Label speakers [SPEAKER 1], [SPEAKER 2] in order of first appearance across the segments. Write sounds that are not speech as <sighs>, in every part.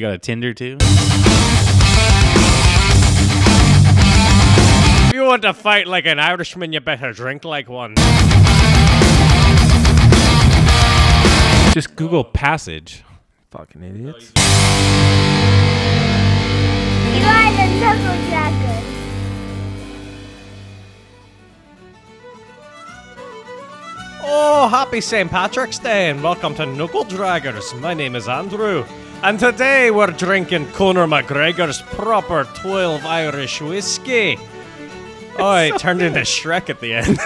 [SPEAKER 1] got a Tinder too?
[SPEAKER 2] If you want to fight like an Irishman, you better drink like one.
[SPEAKER 1] Just Google passage.
[SPEAKER 3] Fucking idiots.
[SPEAKER 4] You are the knuckle jacker.
[SPEAKER 2] Oh, happy St. Patrick's Day and welcome to Knuckle Draggers. My name is Andrew, and today we're drinking Conor McGregor's proper 12 Irish whiskey. Oh, it turned into Shrek at the end.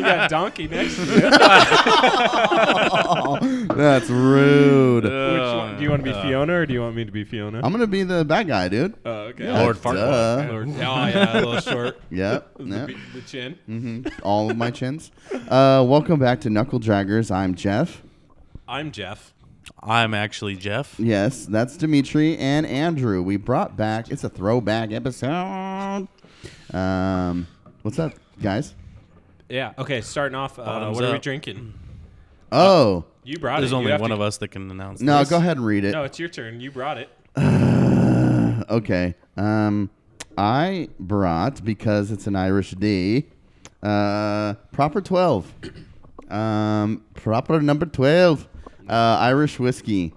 [SPEAKER 3] <laughs> you got donkey next to you.
[SPEAKER 5] That's
[SPEAKER 3] <laughs>
[SPEAKER 5] rude.
[SPEAKER 3] Which one? Do you want to be Fiona or do you want me to be Fiona?
[SPEAKER 5] I'm gonna be the bad guy, dude.
[SPEAKER 3] oh, okay.
[SPEAKER 2] Lord
[SPEAKER 5] Duh.
[SPEAKER 2] Farquaad.
[SPEAKER 3] Or- oh, yeah, a little <laughs> short.
[SPEAKER 5] Yep.
[SPEAKER 3] The,
[SPEAKER 5] yep.
[SPEAKER 3] be- the chin.
[SPEAKER 5] hmm All of my chins. Uh, welcome back to Knuckle Draggers. I'm Jeff.
[SPEAKER 3] I'm Jeff.
[SPEAKER 1] I'm actually
[SPEAKER 3] Uh,
[SPEAKER 1] Jeff.
[SPEAKER 5] Yes, that's Dimitri and Andrew. We brought back. It's a throwback episode. Um, what's up, guys?
[SPEAKER 3] Yeah. Okay. Starting off. Uh,
[SPEAKER 1] Bottoms
[SPEAKER 3] what are we
[SPEAKER 1] up.
[SPEAKER 3] drinking?
[SPEAKER 5] Oh
[SPEAKER 3] Uh, You brought it.
[SPEAKER 1] There's
[SPEAKER 3] You
[SPEAKER 1] only
[SPEAKER 3] have
[SPEAKER 1] one
[SPEAKER 3] to-
[SPEAKER 1] of us that can announce.
[SPEAKER 5] no,
[SPEAKER 1] this.
[SPEAKER 5] go ahead and read it.
[SPEAKER 3] No, it's your turn. You
[SPEAKER 2] <laughs>
[SPEAKER 3] brought it.
[SPEAKER 5] <laughs> Okay. Um, I brought because it's an Irish D. Uh, proper twelve. Um, proper number twelve. Uh, Irish whiskey.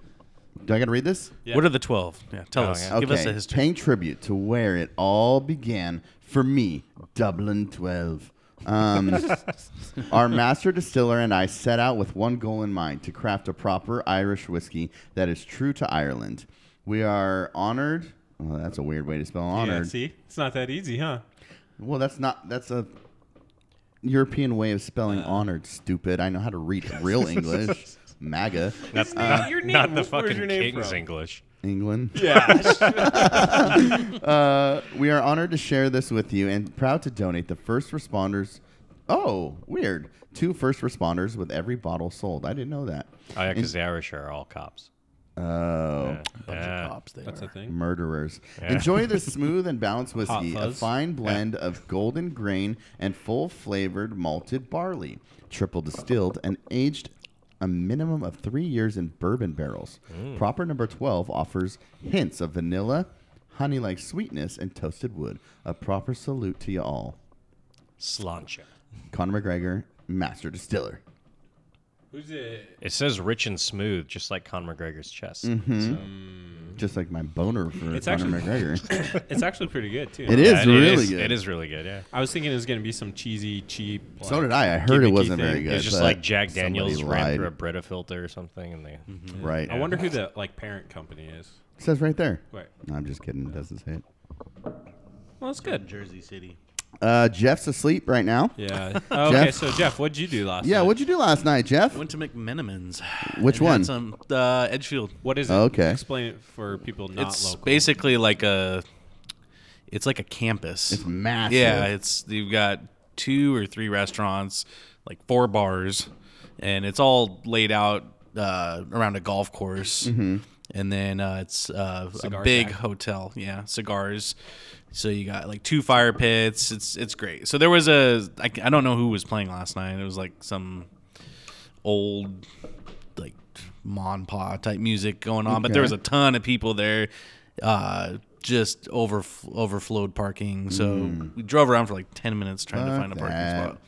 [SPEAKER 5] Do I gotta read this?
[SPEAKER 3] Yeah.
[SPEAKER 1] What are the twelve? Yeah, tell us.
[SPEAKER 3] Oh, yeah.
[SPEAKER 1] Give us a history.
[SPEAKER 5] Paying tribute to where it all began for me, Dublin 12. Um,
[SPEAKER 1] <laughs>
[SPEAKER 5] our master distiller and I set out with one goal in mind to craft a proper Irish whiskey that is true to Ireland. We are honored. Well, that's a weird way to spell
[SPEAKER 3] Yeah,
[SPEAKER 5] honored.
[SPEAKER 3] see, it's not that easy, huh?
[SPEAKER 5] well, that's not. That's a European way of spelling
[SPEAKER 1] Uh.
[SPEAKER 5] honored, stupid. I know how to read real English.
[SPEAKER 1] <laughs>
[SPEAKER 5] MAGA.
[SPEAKER 2] That's
[SPEAKER 3] not- your name-
[SPEAKER 2] not the
[SPEAKER 3] where's your
[SPEAKER 2] fucking
[SPEAKER 3] name
[SPEAKER 2] King's
[SPEAKER 3] from?
[SPEAKER 2] English.
[SPEAKER 5] England.
[SPEAKER 3] Yeah.
[SPEAKER 5] <laughs> Uh, we are honored to share this with you and proud to donate the first responders. Oh, weird. Two first responders with every bottle sold. I didn't know that.
[SPEAKER 2] Oh, yeah, because the Irish are all cops.
[SPEAKER 5] Oh,
[SPEAKER 1] Bunch of
[SPEAKER 2] Yeah.
[SPEAKER 1] cops there.
[SPEAKER 3] That's
[SPEAKER 5] <coughs>
[SPEAKER 3] a thing.
[SPEAKER 5] murderers. Enjoy this smooth and balanced whiskey, a
[SPEAKER 3] fuzz.
[SPEAKER 5] fine blend of golden grain and full flavored malted barley, triple distilled and aged a minimum of three years in bourbon barrels. Proper number 12 offers hints of vanilla, honey like sweetness, and toasted wood. A proper salute to you all.
[SPEAKER 2] Slancha.
[SPEAKER 5] Conor McGregor, master distiller.
[SPEAKER 3] Who's it?
[SPEAKER 2] It says rich and smooth, just like Conor McGregor's chest.
[SPEAKER 5] Mm-hmm. Just like my boner for
[SPEAKER 3] It's
[SPEAKER 5] Conor
[SPEAKER 3] actually- <laughs>
[SPEAKER 5] McGregor.
[SPEAKER 3] It's actually pretty good too.
[SPEAKER 5] It is
[SPEAKER 2] Yeah, it-
[SPEAKER 5] really
[SPEAKER 2] it is,
[SPEAKER 5] good.
[SPEAKER 2] It is really good, yeah.
[SPEAKER 3] I was thinking it was gonna be some cheesy, cheap.
[SPEAKER 5] So
[SPEAKER 3] like,
[SPEAKER 5] did I. I heard it
[SPEAKER 3] gimmicky
[SPEAKER 5] wasn't
[SPEAKER 3] thing.
[SPEAKER 5] very good.
[SPEAKER 2] It's just
[SPEAKER 5] but
[SPEAKER 2] like Jack
[SPEAKER 5] somebody
[SPEAKER 2] Daniels ran
[SPEAKER 5] lied. Mm-hmm.
[SPEAKER 2] through a Brita filter or something, and they.
[SPEAKER 5] Right.
[SPEAKER 3] I wonder who the like parent company is.
[SPEAKER 5] It says right there.
[SPEAKER 3] Wait.
[SPEAKER 5] No, I'm just kidding. It doesn't say it.
[SPEAKER 3] Well, that's good.
[SPEAKER 6] Jersey City.
[SPEAKER 5] Uh, Jeff's asleep right now.
[SPEAKER 1] <laughs>
[SPEAKER 3] Yeah. Oh, okay.
[SPEAKER 5] Jeff?
[SPEAKER 3] So Jeff, what'd you do last?
[SPEAKER 5] Yeah,
[SPEAKER 3] night?
[SPEAKER 5] what'd you do last night, Jeff?
[SPEAKER 1] Went to McMenamin's.
[SPEAKER 5] Which
[SPEAKER 1] And had
[SPEAKER 5] one?
[SPEAKER 1] Some uh, Edgefield.
[SPEAKER 3] What is it?
[SPEAKER 5] Okay.
[SPEAKER 3] Explain it for people not
[SPEAKER 1] it's
[SPEAKER 3] local.
[SPEAKER 1] basically like a. It's like a campus.
[SPEAKER 5] It's massive.
[SPEAKER 1] Yeah, it's you've got two or three restaurants, like four bars, and it's all laid out uh, around a golf course. And then uh, it's uh, a
[SPEAKER 3] Cigar
[SPEAKER 1] big
[SPEAKER 3] shack.
[SPEAKER 1] hotel. Yeah, cigars. So you got like two fire pits. It's it's great. So there was a I, I don't know who was playing last night. It was like some old like mon pa type music going on, but there was a ton of people there. Uh, just over overflowed parking, so we drove around for like ten minutes trying to
[SPEAKER 5] Mm. Fuck
[SPEAKER 1] find a parking
[SPEAKER 5] that.
[SPEAKER 1] spot.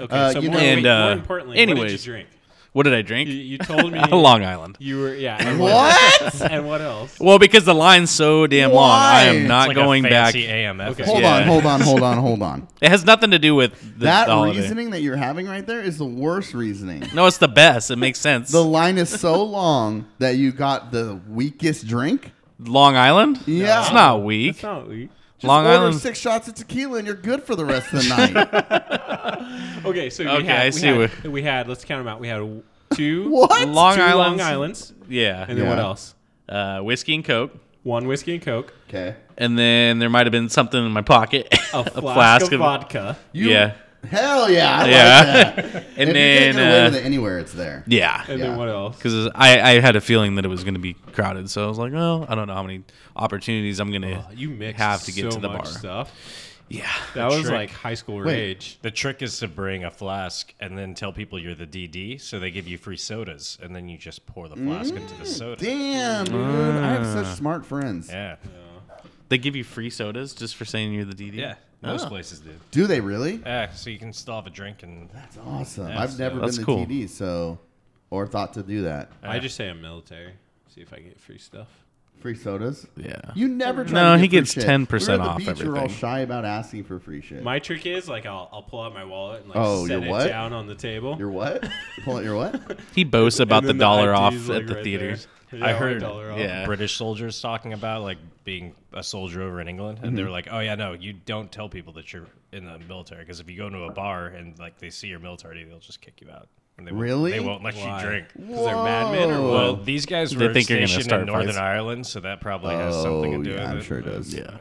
[SPEAKER 3] Okay.
[SPEAKER 5] Uh,
[SPEAKER 3] so
[SPEAKER 5] you
[SPEAKER 3] more,
[SPEAKER 5] know-
[SPEAKER 3] wait,
[SPEAKER 1] And, uh,
[SPEAKER 3] more importantly, what did
[SPEAKER 1] anyways.
[SPEAKER 3] you drink?
[SPEAKER 1] What did I drink? <laughs>
[SPEAKER 3] You, you told me
[SPEAKER 1] A Long Island.
[SPEAKER 3] You were yeah. and
[SPEAKER 5] What?
[SPEAKER 3] And what else? <laughs>
[SPEAKER 1] Well, because the line's so damn long, I
[SPEAKER 5] Why?
[SPEAKER 1] am not
[SPEAKER 2] It's like a
[SPEAKER 1] going back.
[SPEAKER 2] fancy AMF.
[SPEAKER 3] Okay.
[SPEAKER 5] Hold
[SPEAKER 1] Yeah.
[SPEAKER 5] on, hold on, hold on,
[SPEAKER 1] <laughs>
[SPEAKER 5] hold on.
[SPEAKER 1] It has nothing to do with the,
[SPEAKER 5] that
[SPEAKER 1] the holiday.
[SPEAKER 5] reasoning that you're having right there is the worst reasoning.
[SPEAKER 1] No, it's the best. It makes sense.
[SPEAKER 5] The line is so long that you got the weakest drink.
[SPEAKER 1] Long Island?
[SPEAKER 5] Yeah.
[SPEAKER 1] It's not weak.
[SPEAKER 3] That's not weak.
[SPEAKER 5] Just
[SPEAKER 1] Long
[SPEAKER 5] order
[SPEAKER 1] Island.
[SPEAKER 5] six shots of tequila and you're good for the rest of the
[SPEAKER 1] <laughs>
[SPEAKER 5] night.
[SPEAKER 3] Okay. So we
[SPEAKER 1] Okay,
[SPEAKER 3] had,
[SPEAKER 1] I
[SPEAKER 3] we
[SPEAKER 1] see
[SPEAKER 3] had-
[SPEAKER 1] what-
[SPEAKER 3] we had. Let's count them out. We had
[SPEAKER 5] <laughs>
[SPEAKER 3] two.
[SPEAKER 5] What?
[SPEAKER 1] Long
[SPEAKER 3] two Long
[SPEAKER 1] Island's-
[SPEAKER 3] Islands. And
[SPEAKER 1] Yeah.
[SPEAKER 3] then what
[SPEAKER 5] Yeah.
[SPEAKER 3] else?
[SPEAKER 1] Uh, whiskey and Coke.
[SPEAKER 3] One whiskey and coke.
[SPEAKER 5] Okay.
[SPEAKER 1] And then there might have been something in my pocket. <laughs>
[SPEAKER 3] <laughs> A flask, of, vodka.
[SPEAKER 5] You-
[SPEAKER 1] yeah.
[SPEAKER 5] Hell yeah.
[SPEAKER 1] <laughs>
[SPEAKER 5] I
[SPEAKER 1] Yeah.
[SPEAKER 5] Like that.
[SPEAKER 1] And
[SPEAKER 5] if you
[SPEAKER 1] then.
[SPEAKER 5] can't get away
[SPEAKER 1] Uh,
[SPEAKER 5] with it anywhere, it's there.
[SPEAKER 1] yeah.
[SPEAKER 3] And
[SPEAKER 5] Yeah.
[SPEAKER 3] then what else?
[SPEAKER 1] because I, I had a feeling that it was going to be crowded. So I was like, oh, I don't know how many opportunities I'm going to
[SPEAKER 3] You mixed
[SPEAKER 1] have to get
[SPEAKER 3] so
[SPEAKER 1] to the
[SPEAKER 3] much
[SPEAKER 1] bar.
[SPEAKER 3] stuff.
[SPEAKER 1] <laughs> Yeah.
[SPEAKER 3] That was
[SPEAKER 2] trick.
[SPEAKER 3] like high school
[SPEAKER 5] Wait.
[SPEAKER 3] rage.
[SPEAKER 2] The trick is to bring a flask and then tell people you're the DD, so they give you free sodas, and then you just pour the flask into
[SPEAKER 5] Mm.
[SPEAKER 2] the soda.
[SPEAKER 5] Damn, dude. I have
[SPEAKER 1] Ah.
[SPEAKER 5] such smart friends.
[SPEAKER 2] Yeah,
[SPEAKER 1] They give you free sodas just for saying you're the DD?
[SPEAKER 2] yeah. Most
[SPEAKER 5] Ah.
[SPEAKER 1] Oh.
[SPEAKER 2] places do.
[SPEAKER 5] Do they really?
[SPEAKER 2] Yeah, so you can still have a drink and
[SPEAKER 5] That's awesome. I've never
[SPEAKER 1] That's
[SPEAKER 5] been to
[SPEAKER 1] cool.
[SPEAKER 5] TD, so or thought to do that.
[SPEAKER 1] Uh.
[SPEAKER 3] I just say I'm military. See if I get free stuff.
[SPEAKER 5] Free sodas.
[SPEAKER 1] Yeah.
[SPEAKER 5] You never. Try
[SPEAKER 1] No,
[SPEAKER 5] to get
[SPEAKER 1] he
[SPEAKER 5] free
[SPEAKER 1] gets
[SPEAKER 5] shit.
[SPEAKER 1] 10%
[SPEAKER 5] we were at
[SPEAKER 1] off
[SPEAKER 5] the beach, You're all
[SPEAKER 1] everything.
[SPEAKER 5] shy about asking for free shit.
[SPEAKER 3] My trick is like I'll, I'll pull out my wallet and like
[SPEAKER 5] Oh,
[SPEAKER 3] set
[SPEAKER 5] your
[SPEAKER 3] it
[SPEAKER 5] what?
[SPEAKER 3] down on the table.
[SPEAKER 5] your what? Pull out
[SPEAKER 2] <laughs>
[SPEAKER 5] your what?
[SPEAKER 1] He boasts about
[SPEAKER 3] And
[SPEAKER 1] the
[SPEAKER 3] then
[SPEAKER 1] dollar off
[SPEAKER 3] ID's,
[SPEAKER 1] at
[SPEAKER 3] like,
[SPEAKER 1] the
[SPEAKER 3] right
[SPEAKER 1] theaters.
[SPEAKER 3] <laughs> there.
[SPEAKER 2] I
[SPEAKER 3] Yeah,
[SPEAKER 2] heard-
[SPEAKER 3] dollar off.
[SPEAKER 1] Yeah.
[SPEAKER 2] British soldiers talking about like being a soldier over in England, and
[SPEAKER 5] Mm-hmm.
[SPEAKER 2] they're like, "Oh yeah, no, you don't tell people that you're in the military because if you go into a bar and like they see your military, they'll just kick you out. And they won't-
[SPEAKER 5] Really?
[SPEAKER 2] They won't let
[SPEAKER 3] Why?
[SPEAKER 2] you drink.
[SPEAKER 3] 'Cause they're madmen or
[SPEAKER 5] Whoa.
[SPEAKER 3] what?
[SPEAKER 2] Well, these guys
[SPEAKER 1] They
[SPEAKER 2] were
[SPEAKER 1] think you're gonna
[SPEAKER 2] stationed
[SPEAKER 1] start
[SPEAKER 2] in Northern
[SPEAKER 1] fights.
[SPEAKER 2] Ireland, so that probably has something
[SPEAKER 5] Oh,
[SPEAKER 2] to do
[SPEAKER 5] yeah,
[SPEAKER 2] with
[SPEAKER 5] I'm
[SPEAKER 2] it.
[SPEAKER 5] sure it does. Yeah.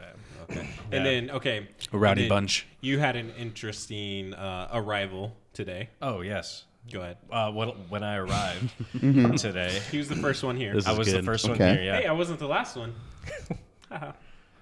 [SPEAKER 3] And then okay,
[SPEAKER 1] A rowdy
[SPEAKER 3] and then
[SPEAKER 1] bunch.
[SPEAKER 3] You had an interesting uh, arrival today.
[SPEAKER 2] Oh yes.
[SPEAKER 3] Go ahead.
[SPEAKER 2] Uh, when, when I
[SPEAKER 5] <laughs>
[SPEAKER 2] arrived
[SPEAKER 5] Mm-hmm.
[SPEAKER 2] today,
[SPEAKER 3] He was the first one here.
[SPEAKER 1] This
[SPEAKER 2] I
[SPEAKER 1] is
[SPEAKER 2] was the
[SPEAKER 1] good.
[SPEAKER 2] first one
[SPEAKER 5] Okay.
[SPEAKER 2] here. Yeah.
[SPEAKER 3] Hey, I wasn't the last one.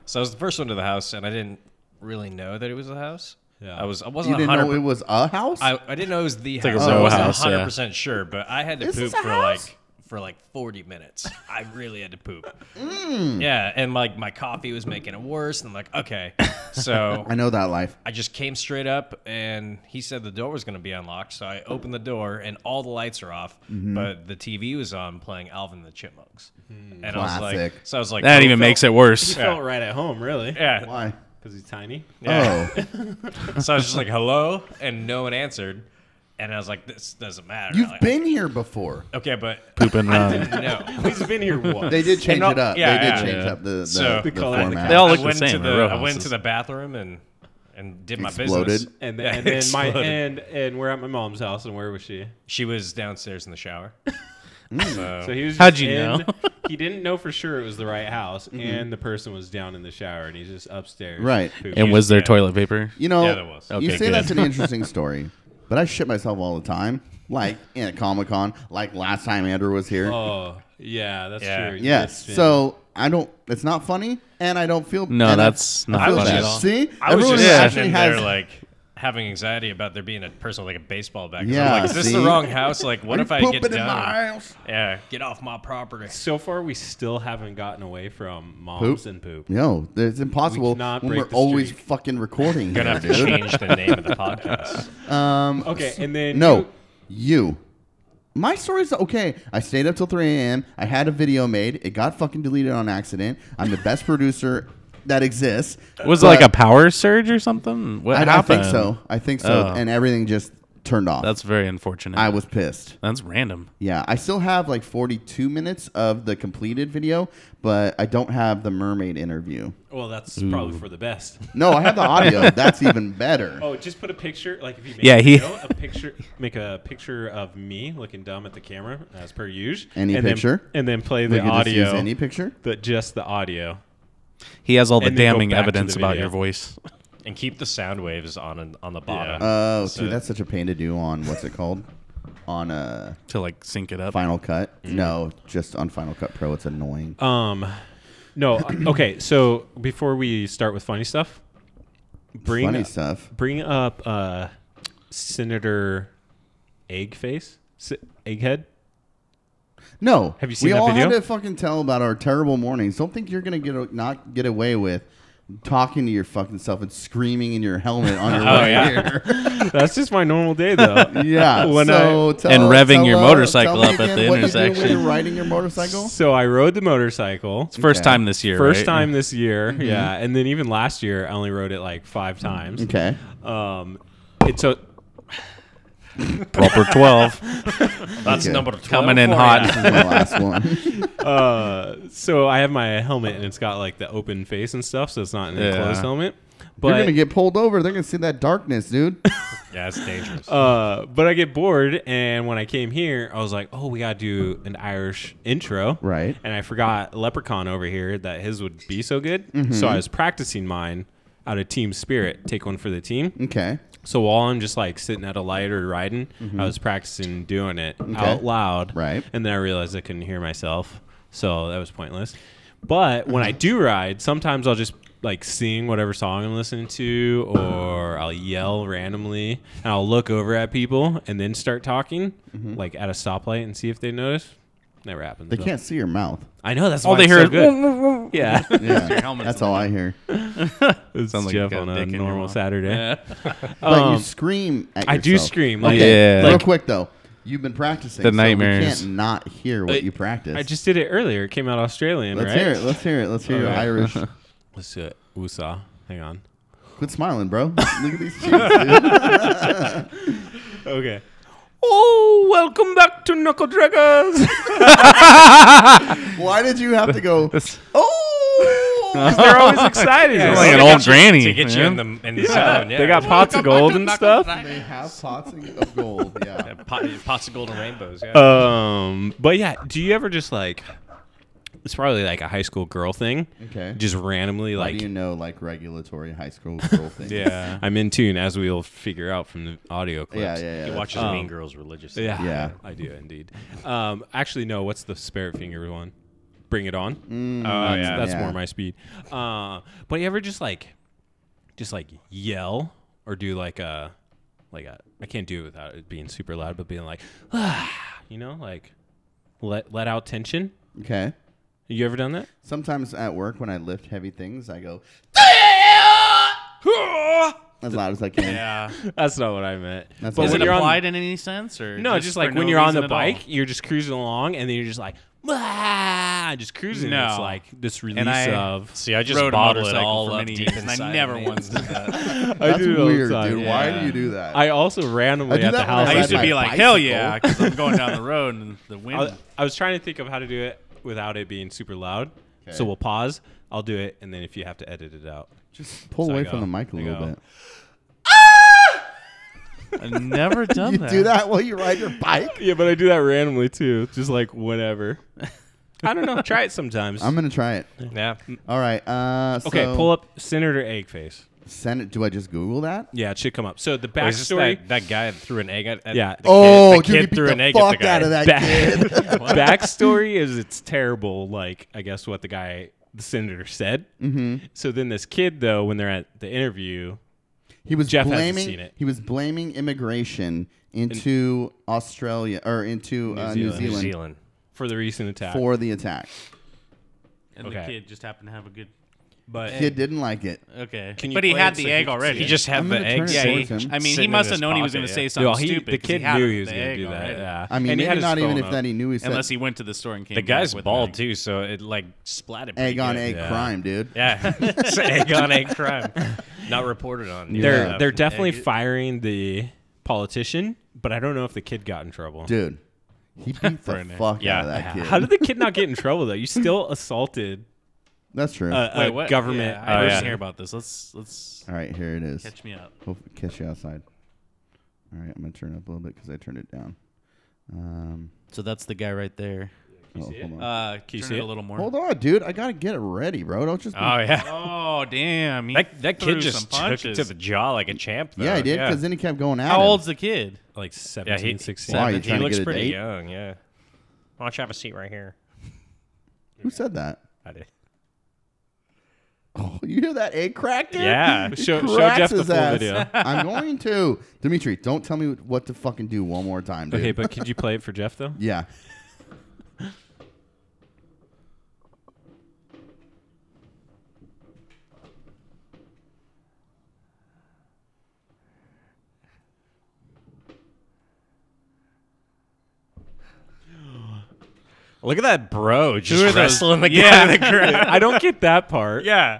[SPEAKER 2] So I was the first one to the house, and I didn't really know that it was the house.
[SPEAKER 3] Yeah.
[SPEAKER 2] I was. I
[SPEAKER 5] You
[SPEAKER 2] wasn't.
[SPEAKER 5] didn't
[SPEAKER 2] 100
[SPEAKER 5] know it was a house?
[SPEAKER 2] I, I didn't know it was the
[SPEAKER 1] like a
[SPEAKER 2] house.
[SPEAKER 1] row
[SPEAKER 2] I wasn't
[SPEAKER 1] house, yeah.
[SPEAKER 2] 100% sure, but I had to
[SPEAKER 5] Is
[SPEAKER 2] poop
[SPEAKER 5] this
[SPEAKER 2] for
[SPEAKER 5] a house?
[SPEAKER 2] like for like 40 minutes. I really had to poop.
[SPEAKER 5] Mm.
[SPEAKER 2] Yeah, and like my coffee was making it worse and I'm like, okay. So
[SPEAKER 5] <laughs> I know that life.
[SPEAKER 2] I just came straight up and he said the door was going to be unlocked, so I opened the door and all the lights are off,
[SPEAKER 5] Mm-hmm.
[SPEAKER 2] but the TV was on playing Alvin and the Chipmunks. And I was like
[SPEAKER 5] Mm-hmm. Classic.
[SPEAKER 2] so I was like
[SPEAKER 1] That
[SPEAKER 2] oh,
[SPEAKER 1] even
[SPEAKER 2] felt-
[SPEAKER 1] makes it worse. <laughs>
[SPEAKER 3] He felt right at home, really.
[SPEAKER 2] <laughs> Yeah.
[SPEAKER 5] Why?
[SPEAKER 3] Because he's tiny.
[SPEAKER 2] yeah. <laughs>
[SPEAKER 5] Oh,
[SPEAKER 2] so I was just like hello and no one answered. And I was like, this doesn't matter.
[SPEAKER 5] you've
[SPEAKER 2] Like,
[SPEAKER 5] been here before.
[SPEAKER 2] Okay, but
[SPEAKER 1] Pooping around.
[SPEAKER 2] <laughs> no.
[SPEAKER 3] <laughs> He's been here once.
[SPEAKER 5] They did change
[SPEAKER 2] all-
[SPEAKER 5] it up.
[SPEAKER 2] yeah,
[SPEAKER 5] they did
[SPEAKER 2] yeah.
[SPEAKER 5] change
[SPEAKER 1] Yeah.
[SPEAKER 5] up the, the,
[SPEAKER 2] So-
[SPEAKER 5] the
[SPEAKER 2] The
[SPEAKER 3] color of the
[SPEAKER 5] format.
[SPEAKER 3] cat.
[SPEAKER 1] They all
[SPEAKER 2] I
[SPEAKER 1] look the
[SPEAKER 2] went
[SPEAKER 1] same.
[SPEAKER 2] to
[SPEAKER 1] they're
[SPEAKER 2] the
[SPEAKER 1] row
[SPEAKER 2] I went to
[SPEAKER 1] houses.
[SPEAKER 2] the bathroom and and did my
[SPEAKER 5] Exploded.
[SPEAKER 2] business.
[SPEAKER 3] and,
[SPEAKER 2] Yeah,
[SPEAKER 3] and then my
[SPEAKER 2] exploded.
[SPEAKER 3] and and we're at my mom's house, and where was she?
[SPEAKER 2] she was downstairs in the shower.
[SPEAKER 3] So he was. Just
[SPEAKER 1] How'd you
[SPEAKER 3] in-
[SPEAKER 1] know?
[SPEAKER 3] <laughs> he didn't know for sure it was the right house, and the person was down in the shower, and he's just upstairs.
[SPEAKER 5] Mm-hmm. Right.
[SPEAKER 3] pooping.
[SPEAKER 1] And was there
[SPEAKER 2] Yeah.
[SPEAKER 1] toilet paper?
[SPEAKER 5] You know,
[SPEAKER 2] Yeah, there was.
[SPEAKER 5] you
[SPEAKER 1] Okay,
[SPEAKER 5] say
[SPEAKER 1] good. <laughs>
[SPEAKER 5] that's an interesting story, but I shit myself all the time. Like in Comic Con, like last time Andrew was here.
[SPEAKER 3] Oh, yeah, that's
[SPEAKER 2] Yeah.
[SPEAKER 3] true.
[SPEAKER 5] Yes.
[SPEAKER 3] It's been-
[SPEAKER 5] So I don't. It's not funny, and I don't feel.
[SPEAKER 1] No,
[SPEAKER 5] and I-
[SPEAKER 1] that's
[SPEAKER 5] I
[SPEAKER 1] not
[SPEAKER 5] feel
[SPEAKER 1] funny
[SPEAKER 5] bad.
[SPEAKER 1] at all.
[SPEAKER 5] See,
[SPEAKER 2] I was
[SPEAKER 5] Everyone
[SPEAKER 2] just
[SPEAKER 1] Yeah.
[SPEAKER 2] sitting
[SPEAKER 5] actually
[SPEAKER 2] there
[SPEAKER 5] has-
[SPEAKER 2] like having anxiety about there being a person with like a baseball bat. 'Cause I'm
[SPEAKER 5] Yeah,
[SPEAKER 2] like, is this the
[SPEAKER 5] see?
[SPEAKER 2] wrong house?
[SPEAKER 5] <laughs>
[SPEAKER 2] Like, what
[SPEAKER 5] Are
[SPEAKER 2] if
[SPEAKER 5] you
[SPEAKER 2] I get
[SPEAKER 5] pooping in my
[SPEAKER 2] done?
[SPEAKER 5] house?
[SPEAKER 2] Yeah, get off my property.
[SPEAKER 3] So far, we still haven't gotten away from moms
[SPEAKER 5] Poop? <laughs>
[SPEAKER 3] and poop.
[SPEAKER 5] No, it's impossible.
[SPEAKER 3] cannot
[SPEAKER 5] when
[SPEAKER 3] break
[SPEAKER 5] we're
[SPEAKER 3] the
[SPEAKER 5] always
[SPEAKER 3] streak.
[SPEAKER 5] fucking recording.
[SPEAKER 2] Gonna <laughs>
[SPEAKER 5] here,
[SPEAKER 2] have
[SPEAKER 5] <laughs>
[SPEAKER 2] to
[SPEAKER 5] dude.
[SPEAKER 2] change the name of the podcast.
[SPEAKER 3] Okay, and then
[SPEAKER 5] No,
[SPEAKER 3] you-
[SPEAKER 5] you. My story's okay. I stayed up till 3 a.m. I had a video made. It got fucking deleted on accident. I'm the best producer that exists.
[SPEAKER 1] Was it
[SPEAKER 5] but
[SPEAKER 1] like a power surge or something? What
[SPEAKER 5] I, I
[SPEAKER 1] happened?
[SPEAKER 5] think so. I think so.
[SPEAKER 1] Oh.
[SPEAKER 5] And everything just turned off.
[SPEAKER 1] That's very unfortunate.
[SPEAKER 5] I was pissed.
[SPEAKER 1] That's random.
[SPEAKER 5] Yeah, I still have like 42 minutes of the completed video, but I don't have the mermaid interview.
[SPEAKER 3] well, that's probably for the best.
[SPEAKER 5] No, I have the
[SPEAKER 3] <laughs>
[SPEAKER 5] audio. That's even better.
[SPEAKER 3] Oh, just put a picture. Like if you make
[SPEAKER 1] Yeah,
[SPEAKER 3] a,
[SPEAKER 1] he-
[SPEAKER 3] video, a picture, make a picture of me looking dumb at the camera as per usual.
[SPEAKER 5] Any picture?
[SPEAKER 3] then, and then play
[SPEAKER 5] We
[SPEAKER 3] the
[SPEAKER 5] could just
[SPEAKER 3] audio.
[SPEAKER 5] use any picture.
[SPEAKER 3] but just the audio.
[SPEAKER 1] He has all the
[SPEAKER 3] And then go
[SPEAKER 1] damning
[SPEAKER 3] back to the
[SPEAKER 1] evidence about
[SPEAKER 3] video.
[SPEAKER 1] your voice.
[SPEAKER 2] And keep the sound waves on and on the bottom.
[SPEAKER 5] Oh,
[SPEAKER 2] So-
[SPEAKER 5] dude, that's such a pain to do on what's it called? on uh,
[SPEAKER 1] to like sync it up.
[SPEAKER 5] Final Cut. No, just on Final Cut Pro. It's annoying.
[SPEAKER 3] Mm. Um, no. <coughs> okay, so before we start with funny stuff, bring
[SPEAKER 5] Funny stuff.
[SPEAKER 3] bring up uh, Senator Eggface, Se- Egghead.
[SPEAKER 5] No,
[SPEAKER 3] Have you seen
[SPEAKER 5] we
[SPEAKER 3] that
[SPEAKER 5] all had
[SPEAKER 3] video?
[SPEAKER 5] to fucking tell about our terrible mornings. Don't think you're gonna get a, not get away with talking to your fucking self and screaming in your helmet on
[SPEAKER 3] <laughs>
[SPEAKER 5] your
[SPEAKER 3] Oh,
[SPEAKER 5] way
[SPEAKER 2] yeah.
[SPEAKER 5] here.
[SPEAKER 3] That's just my normal
[SPEAKER 5] <laughs>
[SPEAKER 3] day, though.
[SPEAKER 5] yeah.
[SPEAKER 3] When
[SPEAKER 5] so
[SPEAKER 3] I-
[SPEAKER 5] tell,
[SPEAKER 1] And revving
[SPEAKER 5] tell,
[SPEAKER 1] your
[SPEAKER 5] uh,
[SPEAKER 1] motorcycle
[SPEAKER 5] tell me
[SPEAKER 1] up at
[SPEAKER 5] again
[SPEAKER 1] the
[SPEAKER 5] what you do
[SPEAKER 1] intersection.
[SPEAKER 5] when you're riding your motorcycle.
[SPEAKER 3] so I rode the motorcycle.
[SPEAKER 1] First
[SPEAKER 5] Okay.
[SPEAKER 1] time this year.
[SPEAKER 3] First
[SPEAKER 1] right?
[SPEAKER 3] time this year,
[SPEAKER 5] Mm-hmm.
[SPEAKER 3] yeah, and then even last year, I only rode it like five times.
[SPEAKER 5] Okay.
[SPEAKER 3] Um, it's a
[SPEAKER 1] Proper twelve.
[SPEAKER 2] that's
[SPEAKER 5] okay.
[SPEAKER 2] number 12
[SPEAKER 1] Coming in
[SPEAKER 2] for
[SPEAKER 1] hot.
[SPEAKER 2] ya.
[SPEAKER 5] <laughs> This is my last one.
[SPEAKER 3] so I have my helmet and it's got like the open face and stuff, so it's not an
[SPEAKER 1] Yeah.
[SPEAKER 3] enclosed helmet.
[SPEAKER 5] you're gonna
[SPEAKER 3] But
[SPEAKER 5] get pulled over. They're gonna see that darkness, dude.
[SPEAKER 2] Yeah, it's dangerous.
[SPEAKER 1] Oh.
[SPEAKER 3] uh, but I get bored, and when I came here, I was like, oh, we gotta do an Irish intro,
[SPEAKER 5] Right.
[SPEAKER 3] And I forgot Leprechaun over here that his would be so good,
[SPEAKER 5] Mm-hmm.
[SPEAKER 3] so I was practicing mine out of team spirit. Take one for the team.
[SPEAKER 5] Okay.
[SPEAKER 3] So while I'm just like sitting at a light or riding, I was practicing doing it out loud.
[SPEAKER 5] Mm-hmm. Right.
[SPEAKER 3] And then I realized
[SPEAKER 5] Mm-hmm.
[SPEAKER 3] I couldn't hear myself. So that was pointless. But when I do ride, sometimes I'll just like sing whatever song I'm listening to, or I'll yell randomly, and I'll look over at people and then start talking, like at a stoplight, and see if they notice. Never happens.
[SPEAKER 5] Mm-hmm. They
[SPEAKER 3] though.
[SPEAKER 5] can't see your mouth.
[SPEAKER 3] I know that's
[SPEAKER 1] All
[SPEAKER 3] why
[SPEAKER 1] they
[SPEAKER 3] it's
[SPEAKER 1] hear
[SPEAKER 3] so
[SPEAKER 1] is
[SPEAKER 3] good. yeah,
[SPEAKER 5] <laughs> Yeah,
[SPEAKER 1] Your helmet's
[SPEAKER 5] that's
[SPEAKER 1] on
[SPEAKER 5] all I hear.
[SPEAKER 3] it's
[SPEAKER 1] Sounds like you
[SPEAKER 3] Jeff
[SPEAKER 1] got
[SPEAKER 3] on
[SPEAKER 1] a
[SPEAKER 3] a
[SPEAKER 1] dick in your
[SPEAKER 3] normal
[SPEAKER 1] mouth.
[SPEAKER 3] Saturday.
[SPEAKER 1] <laughs>
[SPEAKER 5] but you
[SPEAKER 3] Um,
[SPEAKER 5] scream at
[SPEAKER 3] I do
[SPEAKER 5] yourself.
[SPEAKER 3] scream, like-
[SPEAKER 1] Yeah.
[SPEAKER 5] Real
[SPEAKER 1] like-
[SPEAKER 5] quick though, you've been practicing.
[SPEAKER 1] The
[SPEAKER 5] so
[SPEAKER 1] nightmares.
[SPEAKER 5] we can't not hear what
[SPEAKER 3] But
[SPEAKER 5] you practice.
[SPEAKER 3] I just did it earlier. It came out Australian,
[SPEAKER 5] let's
[SPEAKER 3] right?
[SPEAKER 5] hear it. Let's hear it. Let's hear your
[SPEAKER 3] Alright.
[SPEAKER 5] Irish.
[SPEAKER 3] Let's do it. Usa. Hang on.
[SPEAKER 5] Quit smiling, bro. Look at these cheeks. Dude. <laughs>
[SPEAKER 3] Okay. Oh, welcome back to Knuckle <laughs> Draggers.
[SPEAKER 5] Why did you have
[SPEAKER 1] <laughs>
[SPEAKER 5] to go?
[SPEAKER 1] oh,
[SPEAKER 3] They're always excited.
[SPEAKER 2] Yeah,
[SPEAKER 3] They're
[SPEAKER 1] Sounds
[SPEAKER 2] so
[SPEAKER 1] like
[SPEAKER 2] they
[SPEAKER 1] an
[SPEAKER 2] got
[SPEAKER 1] old
[SPEAKER 2] you-
[SPEAKER 1] granny,
[SPEAKER 2] To get you in the, in the zone, yeah.
[SPEAKER 3] They got pots of gold and stuff.
[SPEAKER 5] They have pots of gold.
[SPEAKER 3] <laughs>
[SPEAKER 5] Yeah.
[SPEAKER 2] Pot, pots of gold and rainbows. Yeah.
[SPEAKER 3] Um, but yeah, do you ever just like? It's probably like a high school girl thing.
[SPEAKER 5] Okay.
[SPEAKER 3] Just randomly
[SPEAKER 5] How
[SPEAKER 3] like.
[SPEAKER 5] do you know like regulatory high
[SPEAKER 3] <laughs>
[SPEAKER 5] school girl things?
[SPEAKER 3] yeah, I'm in tune as we'll figure out from the audio clips.
[SPEAKER 5] Yeah, yeah, yeah.
[SPEAKER 2] he
[SPEAKER 5] that's- Oh.
[SPEAKER 2] watches
[SPEAKER 3] Um,
[SPEAKER 2] Mean Girls religiously.
[SPEAKER 3] Yeah,
[SPEAKER 5] Yeah.
[SPEAKER 3] <laughs> I do indeed. Um, actually, no. What's the Spirit Finger one? Bring It On. Uh,
[SPEAKER 2] Oh
[SPEAKER 3] That's-
[SPEAKER 2] yeah.
[SPEAKER 3] that's
[SPEAKER 5] Mm, Yeah.
[SPEAKER 3] more my speed. Uh, but you ever just like, just like yell or do like a, like a, I can't do it without it being super loud, but being like, <sighs> ah, you know, like let let out tension.
[SPEAKER 5] Okay.
[SPEAKER 3] You ever done
[SPEAKER 5] <laughs>
[SPEAKER 3] that? <laughs>
[SPEAKER 5] Sometimes at work when I lift heavy things, I go as loud as I can.
[SPEAKER 1] yeah.
[SPEAKER 3] That's not what I meant.
[SPEAKER 5] That's
[SPEAKER 3] But
[SPEAKER 5] not
[SPEAKER 1] Is
[SPEAKER 3] when
[SPEAKER 1] it
[SPEAKER 5] what
[SPEAKER 3] you're on-
[SPEAKER 1] applied in any sense, or
[SPEAKER 3] No, just, like
[SPEAKER 1] for
[SPEAKER 3] when
[SPEAKER 1] no
[SPEAKER 3] you're on
[SPEAKER 1] reason
[SPEAKER 3] the
[SPEAKER 1] at all?
[SPEAKER 3] bike, you're just cruising along, and then you're just like, ah, just cruising. and It's
[SPEAKER 1] No.
[SPEAKER 3] like this release
[SPEAKER 1] I-
[SPEAKER 3] of.
[SPEAKER 1] <laughs>
[SPEAKER 2] See, I just
[SPEAKER 1] Rode a
[SPEAKER 2] bottle it
[SPEAKER 1] motorcycle
[SPEAKER 2] all
[SPEAKER 1] for
[SPEAKER 2] up
[SPEAKER 1] many
[SPEAKER 2] deep
[SPEAKER 1] years, and
[SPEAKER 2] inside
[SPEAKER 1] I never
[SPEAKER 2] me.
[SPEAKER 1] once did
[SPEAKER 2] <laughs>
[SPEAKER 1] that.
[SPEAKER 5] That's
[SPEAKER 3] do it all the
[SPEAKER 5] weird,
[SPEAKER 3] time.
[SPEAKER 5] dude. Why
[SPEAKER 1] Yeah.
[SPEAKER 5] do you do that?
[SPEAKER 3] I also randomly
[SPEAKER 5] I do
[SPEAKER 3] at the
[SPEAKER 5] that when I
[SPEAKER 3] house.
[SPEAKER 1] I
[SPEAKER 5] ride
[SPEAKER 1] used to
[SPEAKER 5] my
[SPEAKER 1] be like, hell
[SPEAKER 5] bicycle.
[SPEAKER 1] yeah, because I'm going down the road and the
[SPEAKER 3] I was,
[SPEAKER 1] wind.
[SPEAKER 3] I was trying to think of how to do it without it being super loud.
[SPEAKER 5] Okay.
[SPEAKER 3] So we'll pause. I'll do it, and then if you have to edit it out,
[SPEAKER 5] just pull
[SPEAKER 3] So I
[SPEAKER 5] away
[SPEAKER 3] go.
[SPEAKER 5] from the mic a
[SPEAKER 3] I
[SPEAKER 5] little
[SPEAKER 3] go.
[SPEAKER 5] bit.
[SPEAKER 1] I've never done
[SPEAKER 5] You
[SPEAKER 1] that.
[SPEAKER 5] do that while you ride your
[SPEAKER 3] <laughs>
[SPEAKER 5] bike?
[SPEAKER 3] yeah, but I do that randomly too, just like whenever. I don't know. Try it
[SPEAKER 5] <laughs>
[SPEAKER 3] sometimes.
[SPEAKER 5] I'm gonna try it.
[SPEAKER 2] Yeah.
[SPEAKER 5] All right. Uh,
[SPEAKER 3] okay,
[SPEAKER 5] so
[SPEAKER 3] pull up Senator Eggface.
[SPEAKER 5] Send it. Do I just Google that?
[SPEAKER 3] Yeah, it should come up. So the
[SPEAKER 2] Wait, is this
[SPEAKER 3] backstory.
[SPEAKER 2] that, that guy that threw an egg at, at
[SPEAKER 3] Yeah.
[SPEAKER 2] the kid,
[SPEAKER 5] Oh,
[SPEAKER 2] the
[SPEAKER 5] dude, you
[SPEAKER 2] kid
[SPEAKER 5] beat
[SPEAKER 2] threw
[SPEAKER 5] the
[SPEAKER 2] an egg
[SPEAKER 5] fuck
[SPEAKER 2] at the guy.
[SPEAKER 5] out of
[SPEAKER 3] <laughs>
[SPEAKER 5] that <laughs>
[SPEAKER 3] Back-
[SPEAKER 5] kid.
[SPEAKER 3] backstory is it's terrible. Like I guess what the guy, the senator said. Mm-hmm. So then this kid though, when they're at the interview,
[SPEAKER 5] He was
[SPEAKER 3] Jeff hasn't
[SPEAKER 5] blaming.
[SPEAKER 3] seen it.
[SPEAKER 5] He was blaming immigration into Australia or into uh, New,
[SPEAKER 3] Zealand.
[SPEAKER 5] Zealand.
[SPEAKER 3] New
[SPEAKER 2] New Zealand.
[SPEAKER 3] for the recent attack,
[SPEAKER 5] for the attack.
[SPEAKER 1] And
[SPEAKER 3] Okay.
[SPEAKER 1] the kid just happened to have a good.
[SPEAKER 3] but
[SPEAKER 5] Kid didn't like it.
[SPEAKER 1] Okay.
[SPEAKER 3] Can you
[SPEAKER 1] but he
[SPEAKER 3] play
[SPEAKER 1] had
[SPEAKER 3] it
[SPEAKER 1] the
[SPEAKER 3] so he
[SPEAKER 1] egg
[SPEAKER 3] can see
[SPEAKER 1] already.
[SPEAKER 2] He just had
[SPEAKER 5] I'm
[SPEAKER 2] the
[SPEAKER 5] gonna
[SPEAKER 2] egg.
[SPEAKER 5] turn it
[SPEAKER 1] Yeah,
[SPEAKER 5] towards
[SPEAKER 1] he,
[SPEAKER 5] him.
[SPEAKER 1] I mean,
[SPEAKER 2] sitting
[SPEAKER 1] he
[SPEAKER 2] in
[SPEAKER 1] must
[SPEAKER 2] his
[SPEAKER 1] have known he was
[SPEAKER 2] pocket,
[SPEAKER 1] going to
[SPEAKER 2] yeah.
[SPEAKER 1] say something
[SPEAKER 3] Well, he,
[SPEAKER 1] stupid.
[SPEAKER 3] the
[SPEAKER 1] 'cause
[SPEAKER 3] kid
[SPEAKER 1] he had
[SPEAKER 3] knew
[SPEAKER 1] him
[SPEAKER 3] he was
[SPEAKER 1] the
[SPEAKER 3] going to
[SPEAKER 1] egg
[SPEAKER 3] do that.
[SPEAKER 1] already.
[SPEAKER 3] Yeah.
[SPEAKER 5] I mean,
[SPEAKER 3] and he
[SPEAKER 5] even
[SPEAKER 3] had his
[SPEAKER 5] not even
[SPEAKER 3] phone
[SPEAKER 5] if
[SPEAKER 3] up.
[SPEAKER 5] that he knew he said
[SPEAKER 1] Unless he went to the store and came.
[SPEAKER 2] The guy's
[SPEAKER 1] back with
[SPEAKER 2] bald
[SPEAKER 1] it.
[SPEAKER 2] too, so it like splatted. pretty
[SPEAKER 5] egg on
[SPEAKER 2] good.
[SPEAKER 5] egg
[SPEAKER 3] yeah.
[SPEAKER 5] crime, dude.
[SPEAKER 2] <laughs> Yeah, it's egg on egg
[SPEAKER 1] <laughs>
[SPEAKER 2] crime. Not reported on.
[SPEAKER 3] They're
[SPEAKER 5] Yeah.
[SPEAKER 3] they're definitely
[SPEAKER 2] Egg-
[SPEAKER 3] firing the politician, but I don't know if the kid got in trouble.
[SPEAKER 5] Dude, he beat the
[SPEAKER 1] an egg.
[SPEAKER 5] fuck
[SPEAKER 2] Yeah.
[SPEAKER 5] out of that kid.
[SPEAKER 3] How did the kid not get in trouble though?
[SPEAKER 5] <laughs>
[SPEAKER 3] You still assaulted
[SPEAKER 5] That's true.
[SPEAKER 3] a, a
[SPEAKER 1] Wait, what?
[SPEAKER 3] government. uh,
[SPEAKER 1] Yeah, I
[SPEAKER 2] Oh,
[SPEAKER 1] didn't
[SPEAKER 2] yeah.
[SPEAKER 1] hear about this. Let's let's
[SPEAKER 5] All right, here it is.
[SPEAKER 1] catch me up.
[SPEAKER 5] Hope catch you outside. All right, I'm gonna turn it up a little bit because I turned it down. Um,
[SPEAKER 1] So that's the guy right there.
[SPEAKER 5] oh, hold on.
[SPEAKER 1] Uh, can
[SPEAKER 3] you
[SPEAKER 1] you
[SPEAKER 3] see
[SPEAKER 1] see it
[SPEAKER 3] it?
[SPEAKER 1] a little more?
[SPEAKER 5] Hold on, dude. I gotta get it ready, bro. Don't just. Be,
[SPEAKER 1] <laughs>
[SPEAKER 2] Oh yeah.
[SPEAKER 1] Oh damn! He
[SPEAKER 2] That, that
[SPEAKER 1] threw some
[SPEAKER 2] kid just took it
[SPEAKER 1] punches.
[SPEAKER 2] to the jaw like a champ. Though.
[SPEAKER 5] yeah, I did. Because then he kept going out.
[SPEAKER 1] How old's the kid?
[SPEAKER 3] like
[SPEAKER 2] Yeah,
[SPEAKER 3] 17,
[SPEAKER 2] he,
[SPEAKER 3] 16.
[SPEAKER 5] Why, you
[SPEAKER 2] he
[SPEAKER 5] trying to
[SPEAKER 2] looks
[SPEAKER 5] get a
[SPEAKER 2] pretty
[SPEAKER 5] date?
[SPEAKER 2] young. Yeah. Why don't you have a seat right here?
[SPEAKER 5] Who said that?
[SPEAKER 2] I did.
[SPEAKER 5] Oh, <laughs> you hear that egg crack, dude?
[SPEAKER 2] Yeah.
[SPEAKER 5] He
[SPEAKER 3] Show- show
[SPEAKER 5] cracks
[SPEAKER 3] Jeff the
[SPEAKER 5] his
[SPEAKER 3] full
[SPEAKER 5] ass. <laughs>
[SPEAKER 3] video.
[SPEAKER 5] I'm going to. Dimitri, don't tell me what to fucking do one more time, dude.
[SPEAKER 3] Okay, but could you play it for Jeff though?
[SPEAKER 5] yeah.
[SPEAKER 2] Look at that bro just
[SPEAKER 1] are those-
[SPEAKER 2] wrestling the guy
[SPEAKER 1] Yeah.
[SPEAKER 2] in the crowd.
[SPEAKER 3] I don't get that part.
[SPEAKER 2] yeah.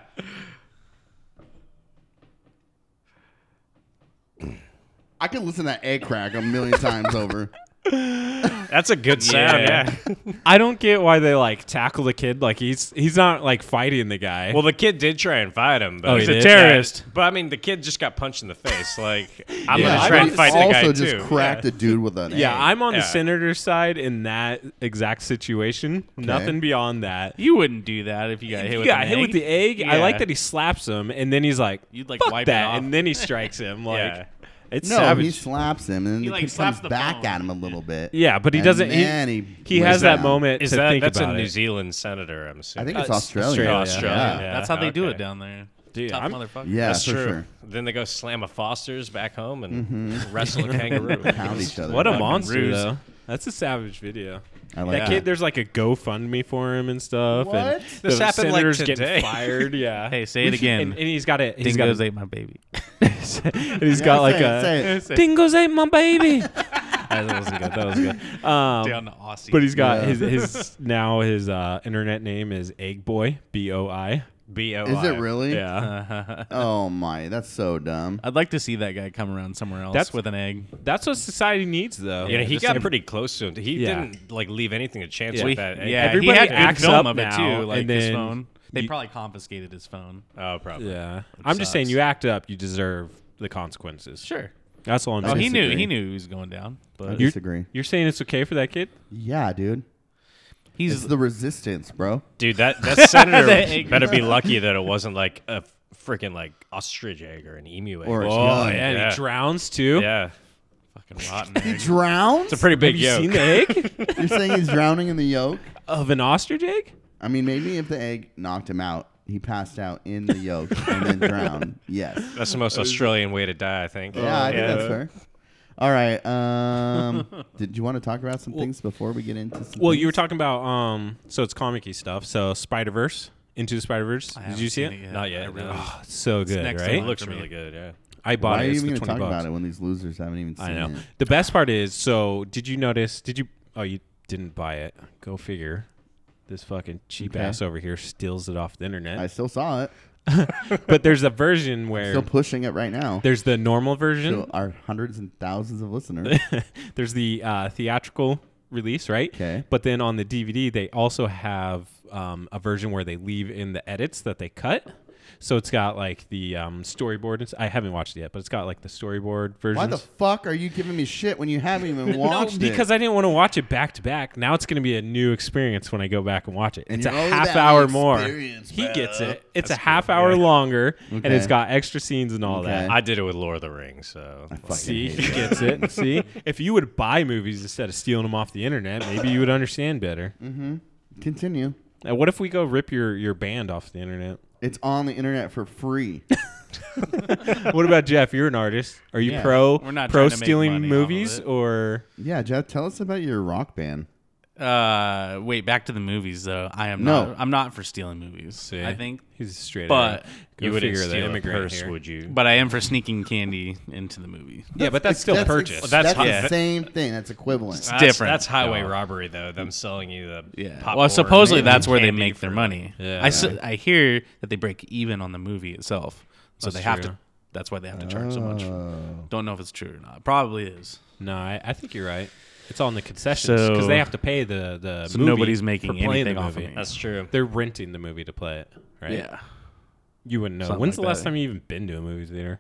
[SPEAKER 5] I could listen to that egg crack a million times
[SPEAKER 3] <laughs>
[SPEAKER 5] over.
[SPEAKER 2] That's a good sound. Yeah.
[SPEAKER 3] Yeah. I don't get why they like tackle the kid like he's he's not like fighting the guy.
[SPEAKER 2] Well, the kid did try and fight him, but
[SPEAKER 3] Oh, he He's a did? terrorist.
[SPEAKER 2] Yeah. But I mean, the kid just got punched in the face. Like I'm
[SPEAKER 3] Yeah,
[SPEAKER 2] gonna
[SPEAKER 5] I
[SPEAKER 2] try and
[SPEAKER 5] would
[SPEAKER 2] fight
[SPEAKER 5] also
[SPEAKER 2] the guy
[SPEAKER 5] just
[SPEAKER 2] too.
[SPEAKER 5] cracked a dude with an egg.
[SPEAKER 3] <laughs> yeah, I'm on
[SPEAKER 2] Yeah.
[SPEAKER 3] the senator's side in that exact situation. Nothing beyond that.
[SPEAKER 1] <laughs> You wouldn't do that if you got hit with
[SPEAKER 3] yeah,
[SPEAKER 1] an
[SPEAKER 3] hit
[SPEAKER 1] egg.
[SPEAKER 3] with the egg. I
[SPEAKER 2] Yeah.
[SPEAKER 3] like that he slaps him, and then he's like,
[SPEAKER 1] You'd, like,
[SPEAKER 3] "Fuck
[SPEAKER 1] wipe it
[SPEAKER 3] that,"
[SPEAKER 1] off.
[SPEAKER 3] and then he strikes him. Like,
[SPEAKER 2] Yeah.
[SPEAKER 3] It's
[SPEAKER 5] No,
[SPEAKER 3] savage.
[SPEAKER 5] he slaps him, and then
[SPEAKER 1] He,
[SPEAKER 5] he,
[SPEAKER 1] like,
[SPEAKER 5] comes
[SPEAKER 1] slaps the
[SPEAKER 5] back
[SPEAKER 1] phone.
[SPEAKER 5] at him a little bit.
[SPEAKER 3] yeah, but he
[SPEAKER 5] And
[SPEAKER 3] doesn't.
[SPEAKER 5] Then
[SPEAKER 3] He,
[SPEAKER 5] he,
[SPEAKER 3] he
[SPEAKER 5] lays
[SPEAKER 3] has that
[SPEAKER 5] down.
[SPEAKER 3] moment
[SPEAKER 2] Is
[SPEAKER 3] to
[SPEAKER 2] that
[SPEAKER 3] think
[SPEAKER 2] that's
[SPEAKER 3] about
[SPEAKER 2] a
[SPEAKER 3] it.
[SPEAKER 2] New Zealand senator? I'm
[SPEAKER 5] I
[SPEAKER 2] assuming.
[SPEAKER 5] think it's
[SPEAKER 3] Uh,
[SPEAKER 5] Australia.
[SPEAKER 3] Australia,
[SPEAKER 5] Yeah.
[SPEAKER 2] yeah.
[SPEAKER 1] That's how they do
[SPEAKER 2] okay.
[SPEAKER 1] it down there.
[SPEAKER 3] Dude,
[SPEAKER 1] Tough
[SPEAKER 3] I'm-
[SPEAKER 1] motherfucker.
[SPEAKER 5] Yeah,
[SPEAKER 2] That's
[SPEAKER 5] for
[SPEAKER 2] true.
[SPEAKER 5] sure. Mm-hmm.
[SPEAKER 2] Then they go slam a Foster's back home and
[SPEAKER 5] <laughs>
[SPEAKER 2] wrestle a kangaroo.
[SPEAKER 5] Pound each other.
[SPEAKER 3] What a
[SPEAKER 1] Fucking
[SPEAKER 3] monster,
[SPEAKER 1] ruse.
[SPEAKER 3] though. That's a savage video.
[SPEAKER 5] I like
[SPEAKER 3] that
[SPEAKER 5] that.
[SPEAKER 3] kid, there's like a GoFundMe for him and stuff.
[SPEAKER 5] What?
[SPEAKER 3] And
[SPEAKER 2] This
[SPEAKER 3] the
[SPEAKER 2] happened, like,
[SPEAKER 3] senators
[SPEAKER 2] today.
[SPEAKER 3] getting fired. <laughs> Yeah.
[SPEAKER 1] Hey, say it again.
[SPEAKER 3] And, and he's got it. He's got,
[SPEAKER 1] Dingoes
[SPEAKER 3] a,
[SPEAKER 1] ate my baby.
[SPEAKER 3] and he's
[SPEAKER 5] Yeah,
[SPEAKER 3] got like
[SPEAKER 5] say it,
[SPEAKER 3] a
[SPEAKER 5] say it.
[SPEAKER 3] dingoes ate my <laughs> baby. that wasn't good. That was good. Um,
[SPEAKER 1] Down to Aussie.
[SPEAKER 3] but
[SPEAKER 1] <laughs>
[SPEAKER 3] he's got
[SPEAKER 5] Yeah.
[SPEAKER 3] his his now his uh, internet name is Egg Boy B O I.
[SPEAKER 2] B O I.
[SPEAKER 5] Is it really?
[SPEAKER 3] Yeah,
[SPEAKER 5] Oh my, that's so
[SPEAKER 3] <laughs>
[SPEAKER 5] dumb.
[SPEAKER 1] I'd like to see that guy come around somewhere else
[SPEAKER 3] That's-
[SPEAKER 1] with an egg.
[SPEAKER 3] that's what society needs though.
[SPEAKER 2] You know, he
[SPEAKER 3] Just
[SPEAKER 2] got
[SPEAKER 3] every-
[SPEAKER 2] pretty close to him. He
[SPEAKER 3] Yeah.
[SPEAKER 2] didn't like leave anything to chance
[SPEAKER 3] Yeah.
[SPEAKER 2] with
[SPEAKER 3] We-
[SPEAKER 2] that.
[SPEAKER 1] yeah,
[SPEAKER 3] everybody
[SPEAKER 1] he had good
[SPEAKER 3] acts
[SPEAKER 1] film
[SPEAKER 3] up
[SPEAKER 1] of it
[SPEAKER 3] now,
[SPEAKER 1] too, like
[SPEAKER 3] and
[SPEAKER 1] his
[SPEAKER 3] then
[SPEAKER 1] phone. They
[SPEAKER 3] you-
[SPEAKER 1] probably confiscated his phone.
[SPEAKER 2] Oh, probably.
[SPEAKER 3] Yeah, I'm just saying,
[SPEAKER 1] sucks.
[SPEAKER 3] you act up, you deserve the consequences.
[SPEAKER 1] Sure.
[SPEAKER 3] that's all I'm
[SPEAKER 1] Oh,
[SPEAKER 3] saying.
[SPEAKER 1] he knew.
[SPEAKER 5] disagree.
[SPEAKER 1] He knew he was going down.
[SPEAKER 5] I
[SPEAKER 1] But
[SPEAKER 3] You're-
[SPEAKER 5] disagree.
[SPEAKER 3] You're saying it's okay for that kid?
[SPEAKER 5] Yeah, dude. It's
[SPEAKER 1] he's
[SPEAKER 5] the resistance, bro.
[SPEAKER 2] Dude, that, <laughs> that senator
[SPEAKER 1] egg.
[SPEAKER 2] better be lucky that it wasn't like a freaking like ostrich egg or an emu egg.
[SPEAKER 5] Or a
[SPEAKER 2] yeah.
[SPEAKER 5] Oh,
[SPEAKER 3] Oh, yeah, and
[SPEAKER 2] Yeah.
[SPEAKER 3] he drowns too.
[SPEAKER 2] yeah.
[SPEAKER 1] fucking
[SPEAKER 5] <laughs>
[SPEAKER 1] rotten. egg.
[SPEAKER 5] Drowns?
[SPEAKER 2] It's a pretty big
[SPEAKER 3] Have you
[SPEAKER 2] yolk.
[SPEAKER 3] seen the <laughs> egg
[SPEAKER 5] You're saying he's drowning in the yolk?
[SPEAKER 3] of an ostrich egg?
[SPEAKER 5] I mean, maybe if the egg knocked him out, he passed out in the yolk and then drowned. Yes.
[SPEAKER 2] That's the most Australian way to die, I think.
[SPEAKER 5] Yeah, I think that's fair. All right. Um, did you want to talk about some things before we get into? Some
[SPEAKER 3] Well, you were
[SPEAKER 5] things?
[SPEAKER 3] talking about um, so it's comic-y stuff. So Spider Verse, Into the Spider Verse. Did
[SPEAKER 1] haven't
[SPEAKER 3] you see
[SPEAKER 1] seen
[SPEAKER 3] it?
[SPEAKER 1] it yet.
[SPEAKER 3] Not
[SPEAKER 1] I
[SPEAKER 3] yet.
[SPEAKER 1] really-
[SPEAKER 3] Oh, it's so good,
[SPEAKER 1] next
[SPEAKER 3] right?
[SPEAKER 1] on
[SPEAKER 2] It looks
[SPEAKER 1] For me.
[SPEAKER 2] really good, yeah.
[SPEAKER 3] I bought
[SPEAKER 5] Why are
[SPEAKER 3] it.
[SPEAKER 5] you
[SPEAKER 3] It's
[SPEAKER 5] even going
[SPEAKER 3] for
[SPEAKER 5] to
[SPEAKER 3] twenty
[SPEAKER 5] talk
[SPEAKER 3] bucks.
[SPEAKER 5] about it when these losers haven't even seen
[SPEAKER 3] I know.
[SPEAKER 5] it? Mm.
[SPEAKER 3] The best part is, so did you notice? Did you? Oh, you didn't buy it. Go figure. This fucking cheap
[SPEAKER 5] Okay.
[SPEAKER 3] ass over here steals it off the internet.
[SPEAKER 5] I still saw it.
[SPEAKER 3] but there's
[SPEAKER 5] <laughs>
[SPEAKER 3] a version where
[SPEAKER 5] Still pushing it right now.
[SPEAKER 3] there's the normal
[SPEAKER 5] Still
[SPEAKER 3] version.
[SPEAKER 5] our hundreds and thousands of listeners.
[SPEAKER 3] <laughs> there's the uh, theatrical release, right?
[SPEAKER 5] 'Kay.
[SPEAKER 3] But then on the DVD, they also have um, a version where they leave in the edits that they cut. So it's got like the um, storyboard. and s- I haven't watched it yet, but it's got like the storyboard version.
[SPEAKER 5] Why the fuck are you giving me shit when you haven't <laughs> even watched
[SPEAKER 3] <laughs> no,
[SPEAKER 5] it?
[SPEAKER 3] because I didn't want to watch it back to back. Now it's going to be a new experience when I go back and watch it.
[SPEAKER 5] And
[SPEAKER 3] it's a
[SPEAKER 5] you're all
[SPEAKER 3] half
[SPEAKER 5] about
[SPEAKER 3] hour
[SPEAKER 5] the
[SPEAKER 3] more.
[SPEAKER 5] experience,
[SPEAKER 3] He
[SPEAKER 5] bro.
[SPEAKER 3] gets it. It's a half hour longer, and
[SPEAKER 5] Okay.
[SPEAKER 3] it's got extra scenes and all
[SPEAKER 5] Okay.
[SPEAKER 3] that.
[SPEAKER 2] I did it with Lord of the Rings, so.
[SPEAKER 5] I fucking
[SPEAKER 3] See,
[SPEAKER 5] hate
[SPEAKER 3] he
[SPEAKER 1] <laughs>
[SPEAKER 3] gets it. See, if you would buy movies instead of stealing them off the internet, maybe you would understand better.
[SPEAKER 1] Mm.
[SPEAKER 5] it. Continue.
[SPEAKER 3] Now, what if we go rip your your band off the internet?
[SPEAKER 5] It's on the internet for free.
[SPEAKER 3] what about Jeff? You're an artist. Are you
[SPEAKER 5] Yeah.
[SPEAKER 3] pro
[SPEAKER 1] We're not
[SPEAKER 3] pro
[SPEAKER 1] trying to make
[SPEAKER 3] stealing
[SPEAKER 1] money off of
[SPEAKER 3] movies
[SPEAKER 1] it.
[SPEAKER 3] or?
[SPEAKER 5] yeah, Jeff, tell us about your rock band.
[SPEAKER 1] Uh, wait, back to the movies though. I am
[SPEAKER 5] No.
[SPEAKER 1] not. I'm not for stealing movies. I think,
[SPEAKER 3] he's straight.
[SPEAKER 1] But
[SPEAKER 3] arrow.
[SPEAKER 2] You
[SPEAKER 3] Go
[SPEAKER 2] wouldn't
[SPEAKER 3] figure the
[SPEAKER 2] steal a
[SPEAKER 3] immigrant
[SPEAKER 2] purse,
[SPEAKER 3] here.
[SPEAKER 2] would you?
[SPEAKER 1] but I am for sneaking candy into the movie.
[SPEAKER 3] Yeah, but that's still
[SPEAKER 5] That's ex-
[SPEAKER 3] purchase.
[SPEAKER 5] That's,
[SPEAKER 2] That's-
[SPEAKER 1] yeah.
[SPEAKER 5] the same thing. That's equivalent.
[SPEAKER 2] That's-
[SPEAKER 1] different.
[SPEAKER 2] That's highway robbery, though. Them selling you the
[SPEAKER 1] Yeah.
[SPEAKER 2] popcorn
[SPEAKER 1] well, supposedly
[SPEAKER 2] and
[SPEAKER 1] that's where they
[SPEAKER 2] candy
[SPEAKER 1] make their
[SPEAKER 2] for-
[SPEAKER 1] money.
[SPEAKER 3] Yeah.
[SPEAKER 1] I, s- I hear that they break even on the movie itself, so
[SPEAKER 3] That's
[SPEAKER 1] they have
[SPEAKER 3] true.
[SPEAKER 1] to. That's why they have to charge so much.
[SPEAKER 5] Oh.
[SPEAKER 1] Don't know if it's true or not. Probably is.
[SPEAKER 3] No, I, I think you're right. It's on the concessions because
[SPEAKER 1] So-
[SPEAKER 3] they have to pay the the.
[SPEAKER 1] So
[SPEAKER 3] movie
[SPEAKER 1] nobody's making
[SPEAKER 3] for playing the
[SPEAKER 1] anything off of
[SPEAKER 3] movie.
[SPEAKER 1] me.
[SPEAKER 2] That's true.
[SPEAKER 3] They're renting the movie to play it, right?
[SPEAKER 1] Yeah.
[SPEAKER 3] You wouldn't know.
[SPEAKER 1] Something
[SPEAKER 3] When's
[SPEAKER 1] like
[SPEAKER 3] the last
[SPEAKER 1] that.
[SPEAKER 3] time you even been to a movie theater?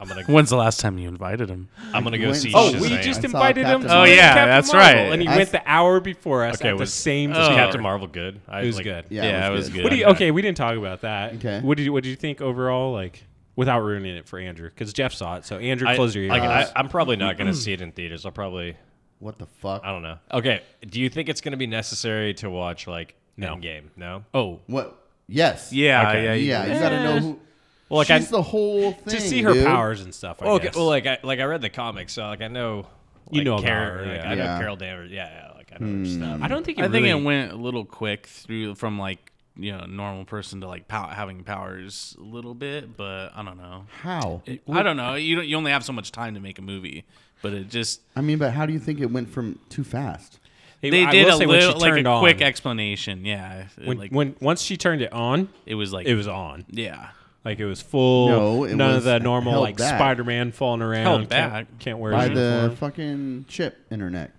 [SPEAKER 2] I'm gonna.
[SPEAKER 1] When's the last time you invited him?
[SPEAKER 2] I'm gonna
[SPEAKER 5] You
[SPEAKER 2] go
[SPEAKER 5] went-
[SPEAKER 2] see.
[SPEAKER 5] Oh,
[SPEAKER 3] Oh,
[SPEAKER 2] Shazam.
[SPEAKER 3] we
[SPEAKER 5] Shazam. I
[SPEAKER 3] just
[SPEAKER 5] saw
[SPEAKER 3] invited him.
[SPEAKER 5] Captain
[SPEAKER 3] to
[SPEAKER 1] Oh,
[SPEAKER 3] see
[SPEAKER 1] yeah,
[SPEAKER 3] Captain
[SPEAKER 1] that's
[SPEAKER 3] Marvel,
[SPEAKER 1] right.
[SPEAKER 3] and he
[SPEAKER 5] I
[SPEAKER 3] went
[SPEAKER 5] s-
[SPEAKER 3] the hour before us
[SPEAKER 2] Okay,
[SPEAKER 3] at the
[SPEAKER 2] was-
[SPEAKER 3] same.
[SPEAKER 2] was
[SPEAKER 3] theater.
[SPEAKER 2] Captain Marvel good? I,
[SPEAKER 3] It was
[SPEAKER 2] like-
[SPEAKER 3] good.
[SPEAKER 5] Yeah,
[SPEAKER 1] Yeah, it was good.
[SPEAKER 3] What do you?
[SPEAKER 2] I'm
[SPEAKER 3] Okay, we didn't talk about that.
[SPEAKER 5] Okay.
[SPEAKER 3] What did you? What did you think overall? Like without ruining it for Andrew, because Jeff saw it. So Andrew,
[SPEAKER 2] I,
[SPEAKER 3] close your ears.
[SPEAKER 2] like, I, I'm probably not
[SPEAKER 3] <clears throat>
[SPEAKER 2] gonna see it in theaters. I'll probably.
[SPEAKER 5] What the fuck?
[SPEAKER 2] I don't know. Okay. Do you think it's gonna be necessary to watch like
[SPEAKER 3] No.
[SPEAKER 2] Endgame? No.
[SPEAKER 3] oh,
[SPEAKER 5] What? Yes.
[SPEAKER 1] Yeah,
[SPEAKER 3] Okay.
[SPEAKER 1] yeah,
[SPEAKER 5] Yeah, you got to know who.
[SPEAKER 3] well, like
[SPEAKER 5] she's
[SPEAKER 3] I,
[SPEAKER 5] the whole thing.
[SPEAKER 3] to see her
[SPEAKER 5] dude.
[SPEAKER 3] powers and stuff. I
[SPEAKER 2] okay.
[SPEAKER 3] guess.
[SPEAKER 2] Well, like I like I read the comics, so like I know.
[SPEAKER 3] You
[SPEAKER 2] like,
[SPEAKER 3] know about
[SPEAKER 2] Carol,
[SPEAKER 3] her,
[SPEAKER 2] like,
[SPEAKER 3] yeah.
[SPEAKER 2] I know
[SPEAKER 5] Yeah. Hmm.
[SPEAKER 2] Carol Danvers. Yeah, yeah. Like I know her stuff.
[SPEAKER 3] I don't think. It
[SPEAKER 1] I think
[SPEAKER 3] really,
[SPEAKER 1] it went a little quick through from like you know normal person to like pow- having powers a little bit, but I don't know.
[SPEAKER 5] How?
[SPEAKER 1] I don't know. You don't, you only have so much time to make a movie, but it just
[SPEAKER 5] I mean, but how do you think it went from too fast?
[SPEAKER 3] Hey,
[SPEAKER 1] they
[SPEAKER 3] I
[SPEAKER 1] did
[SPEAKER 3] will
[SPEAKER 1] a
[SPEAKER 3] say when she
[SPEAKER 1] little like
[SPEAKER 3] turned
[SPEAKER 1] a
[SPEAKER 3] on,
[SPEAKER 1] quick explanation. Yeah, It,
[SPEAKER 3] when,
[SPEAKER 1] like
[SPEAKER 3] when once she turned it on,
[SPEAKER 1] it was like
[SPEAKER 3] it was on.
[SPEAKER 1] yeah.
[SPEAKER 3] Like it was full.
[SPEAKER 5] No, it
[SPEAKER 3] none
[SPEAKER 5] was
[SPEAKER 3] of the normal
[SPEAKER 5] held
[SPEAKER 3] like
[SPEAKER 5] back.
[SPEAKER 3] Spider-Man falling around.
[SPEAKER 1] Held
[SPEAKER 3] can't-
[SPEAKER 1] back.
[SPEAKER 3] Can't, wear
[SPEAKER 5] By
[SPEAKER 3] his
[SPEAKER 5] the
[SPEAKER 3] uniform.
[SPEAKER 5] fucking chip internet.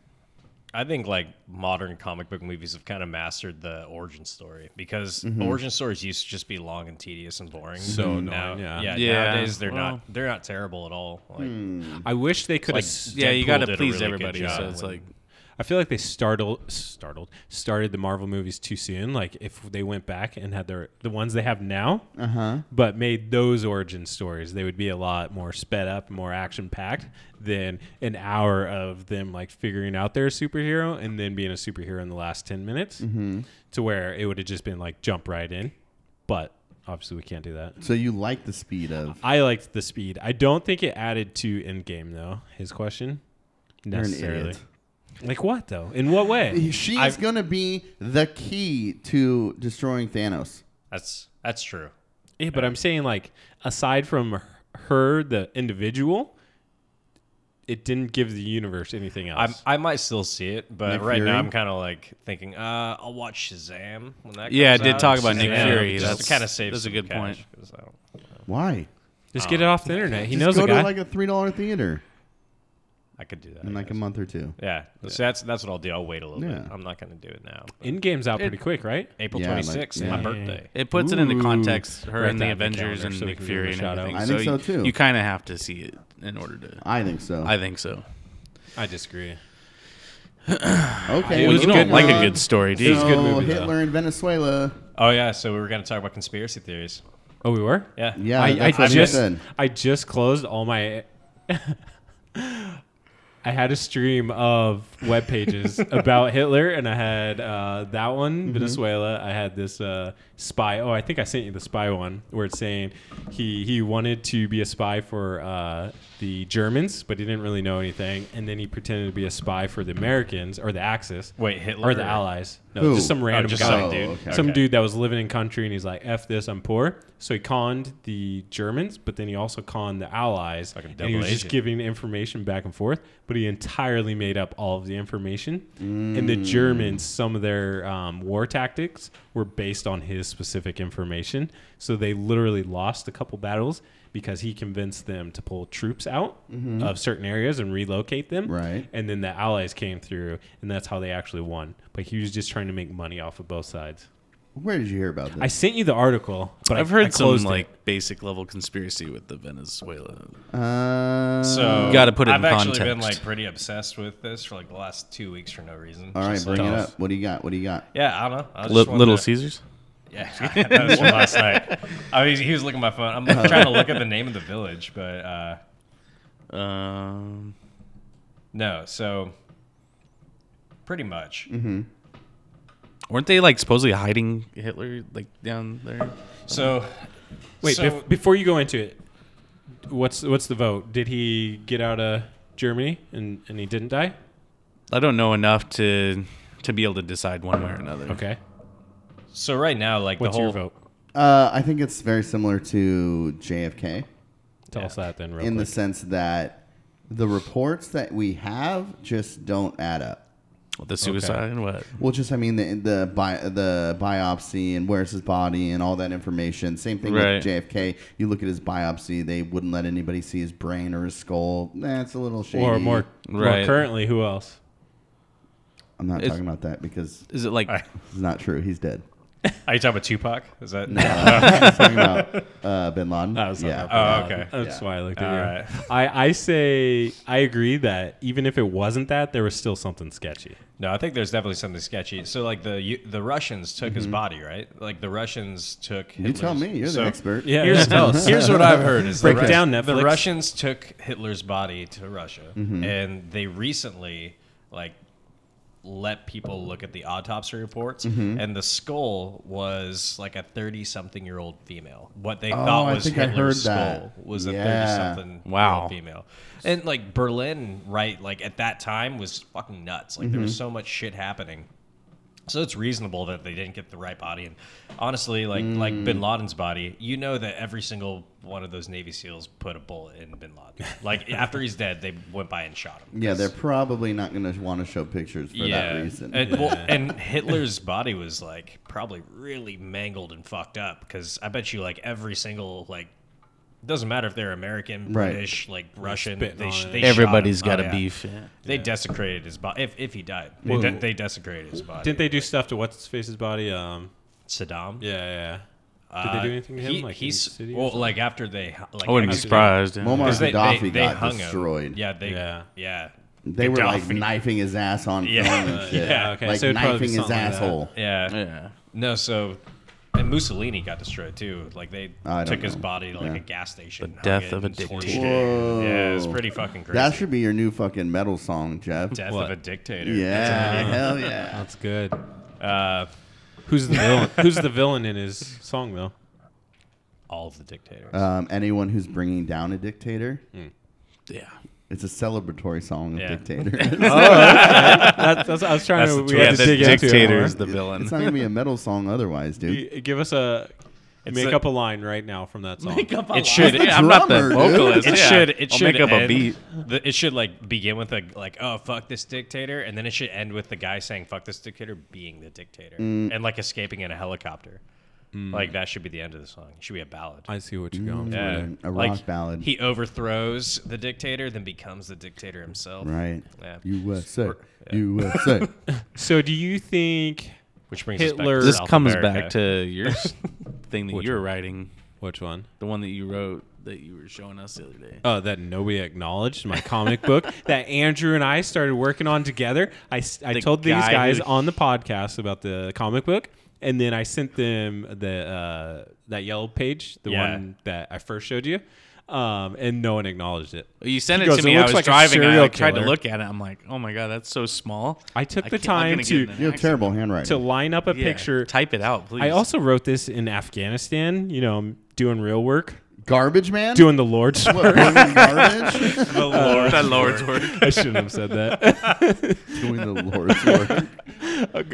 [SPEAKER 2] I think like modern comic book movies have kind of mastered the origin story because
[SPEAKER 5] Mm-hmm.
[SPEAKER 2] origin stories used to just be long and tedious and boring. So
[SPEAKER 3] annoying,
[SPEAKER 2] now,
[SPEAKER 3] yeah.
[SPEAKER 1] Yeah,
[SPEAKER 2] nowadays they're
[SPEAKER 1] well.
[SPEAKER 2] not they're not terrible at all. Like,
[SPEAKER 5] Hmm.
[SPEAKER 3] I wish they could
[SPEAKER 2] like
[SPEAKER 3] have.
[SPEAKER 1] Yeah, you
[SPEAKER 2] Deadpool
[SPEAKER 1] got
[SPEAKER 2] did
[SPEAKER 1] to
[SPEAKER 2] a
[SPEAKER 1] please
[SPEAKER 2] really good
[SPEAKER 1] everybody,
[SPEAKER 2] job
[SPEAKER 1] so it's
[SPEAKER 2] with-
[SPEAKER 1] like
[SPEAKER 3] I feel like they startled, startled, started the Marvel movies too soon. Like if they went back and had their the ones they have now, but made those origin stories, they would be a lot more sped up, more action packed than an hour of them like figuring out they're a superhero and then being a superhero in the last ten minutes. To where it would have just been like jump right in, but obviously we can't do that.
[SPEAKER 5] So you like the speed of
[SPEAKER 3] I liked the speed. I don't think it added to Endgame though. His question
[SPEAKER 5] an
[SPEAKER 3] necessarily.
[SPEAKER 5] idiot.
[SPEAKER 3] Like what though? In what way?
[SPEAKER 5] She's
[SPEAKER 2] I've-
[SPEAKER 5] gonna be the key to destroying Thanos.
[SPEAKER 2] That's that's true.
[SPEAKER 3] Yeah, but I'm saying like aside from her, the individual, it didn't give the universe anything else.
[SPEAKER 2] I'm, I might still see it, but
[SPEAKER 5] Nick
[SPEAKER 2] right
[SPEAKER 5] Fury?
[SPEAKER 2] now I'm kind of like thinking, uh, I'll watch Shazam when that.
[SPEAKER 1] Yeah,
[SPEAKER 2] comes
[SPEAKER 1] I did
[SPEAKER 2] out.
[SPEAKER 1] talk about Nick
[SPEAKER 2] Shazam,
[SPEAKER 1] Fury.
[SPEAKER 2] Just
[SPEAKER 1] That's-
[SPEAKER 2] to kind of save.
[SPEAKER 1] that's a
[SPEAKER 2] some
[SPEAKER 1] good
[SPEAKER 2] cash,
[SPEAKER 1] point.
[SPEAKER 2] 'cause I don't-
[SPEAKER 5] Why?
[SPEAKER 3] Just
[SPEAKER 2] Oh.
[SPEAKER 3] get it off the internet. He
[SPEAKER 5] Just
[SPEAKER 3] knows
[SPEAKER 5] go
[SPEAKER 3] a
[SPEAKER 5] to
[SPEAKER 3] guy.
[SPEAKER 5] like a three dollar theater
[SPEAKER 2] I could do that.
[SPEAKER 5] in
[SPEAKER 2] I
[SPEAKER 5] like a
[SPEAKER 2] guess.
[SPEAKER 5] month or two.
[SPEAKER 2] Yeah, so that's that's what I'll do. I'll wait a little
[SPEAKER 5] Yeah.
[SPEAKER 2] bit. I'm not gonna do it now. but
[SPEAKER 3] Endgame's out pretty quick, right?
[SPEAKER 2] April
[SPEAKER 5] Yeah, like-
[SPEAKER 2] 26th,
[SPEAKER 5] yeah.
[SPEAKER 2] my
[SPEAKER 5] Yeah.
[SPEAKER 2] birthday.
[SPEAKER 1] It puts it into
[SPEAKER 3] Ooh.
[SPEAKER 1] context, her
[SPEAKER 3] Write
[SPEAKER 1] and
[SPEAKER 3] that
[SPEAKER 1] the
[SPEAKER 3] on the
[SPEAKER 1] Avengers
[SPEAKER 3] calendar
[SPEAKER 1] and
[SPEAKER 3] so we
[SPEAKER 1] Nick
[SPEAKER 3] can give them
[SPEAKER 1] Fury
[SPEAKER 3] a
[SPEAKER 1] and
[SPEAKER 3] shout out.
[SPEAKER 1] everything.
[SPEAKER 5] I think so, too.
[SPEAKER 1] You, kind of have to see it in order to.
[SPEAKER 5] I think so.
[SPEAKER 1] I think so.
[SPEAKER 3] I disagree.
[SPEAKER 5] okay,
[SPEAKER 3] It was
[SPEAKER 1] you don't
[SPEAKER 3] good.
[SPEAKER 1] like a
[SPEAKER 3] Uh,
[SPEAKER 1] good story, do
[SPEAKER 5] It
[SPEAKER 1] you?
[SPEAKER 5] was
[SPEAKER 3] a good movie, though.
[SPEAKER 5] Hitler in Venezuela.
[SPEAKER 2] Oh yeah, so we were gonna talk about conspiracy theories.
[SPEAKER 3] Oh, we were?
[SPEAKER 2] Yeah,
[SPEAKER 5] Yeah,
[SPEAKER 3] I, I
[SPEAKER 5] that's what I
[SPEAKER 3] just
[SPEAKER 5] said.
[SPEAKER 3] I just closed all my. <laughs> I had a stream of
[SPEAKER 5] <laughs>
[SPEAKER 3] web pages about Hitler, and I had uh, that one
[SPEAKER 5] Mm-hmm.
[SPEAKER 3] Venezuela. I had this uh, spy. Oh, I think I sent you the spy one where it's saying he he wanted to be a spy for uh, the Germans, but he didn't really know anything, and then he pretended to be a spy for the Americans or the Axis.
[SPEAKER 2] Wait, Hitler
[SPEAKER 3] or the
[SPEAKER 2] or-
[SPEAKER 3] Allies? No,
[SPEAKER 5] Who?
[SPEAKER 3] just some
[SPEAKER 5] Oh,
[SPEAKER 3] random
[SPEAKER 2] just
[SPEAKER 3] guy
[SPEAKER 2] some
[SPEAKER 5] dude. okay.
[SPEAKER 3] some
[SPEAKER 2] Okay.
[SPEAKER 3] dude that was living in country and he's like f this i'm poor so he conned the germans but then he also conned the allies
[SPEAKER 2] Fucking
[SPEAKER 3] and he was
[SPEAKER 2] double
[SPEAKER 3] just
[SPEAKER 2] agent.
[SPEAKER 3] giving information back and forth but he entirely made up all of the information
[SPEAKER 2] Mm.
[SPEAKER 3] and the germans some of their um, war tactics were based on his specific information so they literally lost a couple battles because he convinced them to pull troops out
[SPEAKER 2] Mm-hmm.
[SPEAKER 3] of certain areas and relocate them
[SPEAKER 5] Right.
[SPEAKER 3] and then the allies came through and that's how they actually won but he was just trying to make money off of both sides
[SPEAKER 5] Where did you hear about
[SPEAKER 3] I
[SPEAKER 5] this?
[SPEAKER 3] sent you the article, but
[SPEAKER 1] I've
[SPEAKER 3] I- I
[SPEAKER 1] heard some
[SPEAKER 3] closed it.
[SPEAKER 1] like basic level conspiracy with the Venezuela.
[SPEAKER 5] uh,
[SPEAKER 2] So
[SPEAKER 1] You gotta put it
[SPEAKER 2] I've
[SPEAKER 1] in
[SPEAKER 2] actually been
[SPEAKER 1] context.
[SPEAKER 2] like pretty obsessed with this for like the last two weeks for no reason.
[SPEAKER 5] all right,
[SPEAKER 2] Just,
[SPEAKER 5] bring
[SPEAKER 2] like-
[SPEAKER 5] it up. What do you got? What do you got?
[SPEAKER 2] Yeah, I don't know. I just
[SPEAKER 1] Li-
[SPEAKER 2] wanted
[SPEAKER 1] Little
[SPEAKER 2] to-
[SPEAKER 1] Caesars.
[SPEAKER 2] Yeah, <laughs> that was from last night. <laughs> I mean, he was looking at my phone. I'm
[SPEAKER 5] <laughs>
[SPEAKER 2] like, trying to look at the name of the village, but uh,
[SPEAKER 1] Um,
[SPEAKER 2] no. So pretty much.
[SPEAKER 5] Mm-hmm.
[SPEAKER 1] weren't they like supposedly hiding Hitler like down there?
[SPEAKER 2] So
[SPEAKER 3] Wait,
[SPEAKER 2] so-
[SPEAKER 3] bef- before you go into it, what's what's the vote? Did he get out of Germany and, and he didn't die?
[SPEAKER 1] I don't know enough to to be able to decide one way or another.
[SPEAKER 3] Okay.
[SPEAKER 2] so right now, like
[SPEAKER 3] What's
[SPEAKER 2] the whole
[SPEAKER 3] your vote?
[SPEAKER 5] Uh, I think it's very similar to JFK.
[SPEAKER 3] Tell us that then, real
[SPEAKER 5] in the
[SPEAKER 3] quick.
[SPEAKER 5] sense that the reports that we have just don't add up.
[SPEAKER 1] The suicide and what?
[SPEAKER 5] Well, just I mean the the bi- the biopsy and where's his body and all that information. Same thing
[SPEAKER 1] Right.
[SPEAKER 5] with JFK. You look at his biopsy; they wouldn't let anybody see his brain or his skull. That's a little shady.
[SPEAKER 3] or more, more
[SPEAKER 1] Right.
[SPEAKER 3] currently, who else?
[SPEAKER 5] I'm not
[SPEAKER 1] It's-
[SPEAKER 5] talking about that because
[SPEAKER 1] Is it like
[SPEAKER 2] <laughs> Alright.
[SPEAKER 5] it's not true. He's dead.
[SPEAKER 2] Are you talking about Tupac? Is that
[SPEAKER 5] I'm talking about uh, Bin Laden.
[SPEAKER 3] I was talking
[SPEAKER 5] yeah.
[SPEAKER 2] Oh, okay.
[SPEAKER 3] That's
[SPEAKER 5] Yeah.
[SPEAKER 3] why I looked at
[SPEAKER 2] All
[SPEAKER 3] you.
[SPEAKER 2] right.
[SPEAKER 3] I, I say I agree that even if it wasn't that, there was still something sketchy.
[SPEAKER 2] No, I think there's definitely something sketchy. So like the U- the Russians took his body, right? Like the Russians took. Hitler's.
[SPEAKER 5] Mm-hmm. you tell me. You're
[SPEAKER 2] so
[SPEAKER 5] the expert.
[SPEAKER 3] Yeah.
[SPEAKER 2] <laughs> Here's, here's what I've heard is
[SPEAKER 3] Break
[SPEAKER 2] the
[SPEAKER 3] it down,
[SPEAKER 2] The
[SPEAKER 3] Netflix.
[SPEAKER 2] Russians took Hitler's body to Russia,
[SPEAKER 5] Mm-hmm.
[SPEAKER 2] and they recently like let people look at the autopsy reports,
[SPEAKER 5] Mm-hmm.
[SPEAKER 2] and the skull was like a thirty-something-year-old female. What they
[SPEAKER 5] Oh, I
[SPEAKER 2] thought was
[SPEAKER 5] think I
[SPEAKER 2] Hitler's
[SPEAKER 5] heard that.
[SPEAKER 2] skull was a
[SPEAKER 5] Yeah.
[SPEAKER 2] thirty-something
[SPEAKER 1] Wow.
[SPEAKER 2] female. And like Berlin, right? Like at that time was fucking nuts. Like there
[SPEAKER 5] Mm-hmm.
[SPEAKER 2] was so much shit happening. So it's reasonable that they didn't get the right body. And honestly, like
[SPEAKER 5] Mm.
[SPEAKER 2] like Bin Laden's body, you know that every single one of those Navy SEALs put a bullet in Bin
[SPEAKER 5] <laughs>
[SPEAKER 2] Laden. Like after he's dead, they went by and shot him.
[SPEAKER 5] Yeah, they're probably not going to want to show pictures for that reason.
[SPEAKER 2] And, well,
[SPEAKER 5] <laughs>
[SPEAKER 2] and Hitler's body was like probably really mangled and fucked up because I bet you like every single like doesn't matter if they're American,
[SPEAKER 5] Right.
[SPEAKER 2] British, like Russian,
[SPEAKER 3] spitting
[SPEAKER 2] they,
[SPEAKER 3] on
[SPEAKER 2] sh-
[SPEAKER 3] it.
[SPEAKER 2] they shot
[SPEAKER 1] everybody's
[SPEAKER 2] him.
[SPEAKER 1] got
[SPEAKER 2] Oh,
[SPEAKER 1] a
[SPEAKER 2] yeah.
[SPEAKER 1] beef?
[SPEAKER 2] They desecrated his body if, if he died. They, de- they desecrated his body.
[SPEAKER 3] Didn't they do stuff to what's his face's body? Um,
[SPEAKER 2] Saddam?
[SPEAKER 3] yeah, yeah, yeah. Did they
[SPEAKER 2] Uh,
[SPEAKER 3] do anything to him?
[SPEAKER 2] he-
[SPEAKER 3] like in
[SPEAKER 2] he's
[SPEAKER 3] the city or
[SPEAKER 2] well,
[SPEAKER 3] something?
[SPEAKER 2] like after they, h- like
[SPEAKER 1] I wouldn't be
[SPEAKER 2] executed-
[SPEAKER 1] surprised. yeah.
[SPEAKER 5] Muammar
[SPEAKER 2] 'cause they-
[SPEAKER 5] Gaddafi
[SPEAKER 2] they- they
[SPEAKER 5] got
[SPEAKER 2] hung him.
[SPEAKER 5] destroyed.
[SPEAKER 2] Yeah, they,
[SPEAKER 3] Yeah.
[SPEAKER 2] yeah, yeah.
[SPEAKER 5] They were like
[SPEAKER 2] Gaddafi.
[SPEAKER 5] knifing his ass on
[SPEAKER 2] Yeah.
[SPEAKER 5] film and shit.
[SPEAKER 2] Yeah,
[SPEAKER 3] okay,
[SPEAKER 5] Like
[SPEAKER 3] so it'd probably be
[SPEAKER 5] knifing his
[SPEAKER 3] something like that.
[SPEAKER 5] asshole.
[SPEAKER 2] Yeah.
[SPEAKER 1] Yeah.
[SPEAKER 2] No, so and Mussolini got destroyed too. Like they
[SPEAKER 5] I don't
[SPEAKER 2] took his
[SPEAKER 5] know.
[SPEAKER 2] body to like
[SPEAKER 5] Yeah.
[SPEAKER 2] a gas station.
[SPEAKER 1] The
[SPEAKER 2] hung
[SPEAKER 1] death
[SPEAKER 2] it,
[SPEAKER 1] of a
[SPEAKER 2] and torched
[SPEAKER 1] dictator.
[SPEAKER 2] it. Yeah, it's pretty fucking crazy.
[SPEAKER 5] That should be your new fucking metal song, Jeff.
[SPEAKER 2] death of
[SPEAKER 3] What?
[SPEAKER 2] a dictator.
[SPEAKER 5] Yeah, hell yeah.
[SPEAKER 3] That's good.
[SPEAKER 2] Uh,
[SPEAKER 3] Who's the <laughs> villain? Who's the villain in his song though?
[SPEAKER 2] all of the dictators.
[SPEAKER 5] Um, anyone who's bringing down a dictator,
[SPEAKER 1] Yeah.
[SPEAKER 5] it's a celebratory song of
[SPEAKER 2] Yeah.
[SPEAKER 5] dictator.
[SPEAKER 3] That's, that's, I was trying
[SPEAKER 2] That's
[SPEAKER 3] to.
[SPEAKER 2] the
[SPEAKER 3] We had
[SPEAKER 2] twist.
[SPEAKER 3] to dig into it
[SPEAKER 1] dictator
[SPEAKER 3] more.
[SPEAKER 1] is the villain.
[SPEAKER 5] it's not gonna be a metal song otherwise,
[SPEAKER 3] <laughs>
[SPEAKER 5] dude.
[SPEAKER 3] You- Give us a. make
[SPEAKER 2] a-
[SPEAKER 3] up a line right now from that song.
[SPEAKER 2] it should.
[SPEAKER 1] Yeah, I'm not the
[SPEAKER 5] drummer, dude.
[SPEAKER 1] vocalist.
[SPEAKER 2] It
[SPEAKER 1] yeah.
[SPEAKER 2] should. It
[SPEAKER 1] I'll
[SPEAKER 2] should
[SPEAKER 1] make up a
[SPEAKER 2] end-
[SPEAKER 1] beat.
[SPEAKER 2] The, it should like begin with a like, oh fuck this dictator, and then it should end with the guy saying fuck this dictator being the dictator
[SPEAKER 5] Mm.
[SPEAKER 2] and like escaping in a helicopter.
[SPEAKER 1] Mm.
[SPEAKER 2] Like that should be the end of the song. It should be a ballad.
[SPEAKER 3] I see what you're going for.
[SPEAKER 2] Yeah.
[SPEAKER 5] A rock ballad.
[SPEAKER 2] He overthrows the dictator, then becomes the dictator himself.
[SPEAKER 5] Right.
[SPEAKER 2] Yeah.
[SPEAKER 5] USA. USA.
[SPEAKER 3] So do you think
[SPEAKER 2] Which brings
[SPEAKER 3] Hitler-
[SPEAKER 2] us back to
[SPEAKER 1] This
[SPEAKER 2] South
[SPEAKER 1] comes
[SPEAKER 2] America.
[SPEAKER 1] back to your s- thing that you were writing,
[SPEAKER 3] which one?
[SPEAKER 1] the one that you wrote that you were showing us the other day.
[SPEAKER 3] Oh, that nobody acknowledged my
[SPEAKER 1] <laughs>
[SPEAKER 3] comic book that Andrew and I started working on together. I, s- I
[SPEAKER 1] The
[SPEAKER 3] told these
[SPEAKER 1] guy
[SPEAKER 3] guys
[SPEAKER 1] who-
[SPEAKER 3] on the podcast about the comic book, and then I sent them the uh, that yellow page, the
[SPEAKER 2] Yeah.
[SPEAKER 3] one that I first showed you, um, and no one acknowledged it.
[SPEAKER 1] You sent
[SPEAKER 3] He
[SPEAKER 1] it
[SPEAKER 3] goes,
[SPEAKER 1] to me. I
[SPEAKER 3] "It looks
[SPEAKER 1] was
[SPEAKER 3] like a
[SPEAKER 1] driving. I
[SPEAKER 3] serial
[SPEAKER 1] like, tried to
[SPEAKER 3] killer."
[SPEAKER 1] look at it. I'm like, oh my god, that's so small.
[SPEAKER 3] I took the
[SPEAKER 1] can't- I'm
[SPEAKER 3] time
[SPEAKER 1] gonna get in
[SPEAKER 3] to-
[SPEAKER 1] an
[SPEAKER 5] You have
[SPEAKER 1] accident.
[SPEAKER 5] terrible handwriting.
[SPEAKER 3] To line up a
[SPEAKER 1] Yeah,
[SPEAKER 3] picture,
[SPEAKER 1] Type it out, please.
[SPEAKER 3] I also wrote this in Afghanistan. You know, I'm doing real work,
[SPEAKER 5] Garbage man?
[SPEAKER 3] doing
[SPEAKER 1] <laughs>
[SPEAKER 3] the Lord's work.
[SPEAKER 5] <laughs> What, living garbage?
[SPEAKER 1] <laughs> the Lord, that Lord's work.
[SPEAKER 3] I shouldn't have said that. <laughs>
[SPEAKER 5] doing the Lord's work.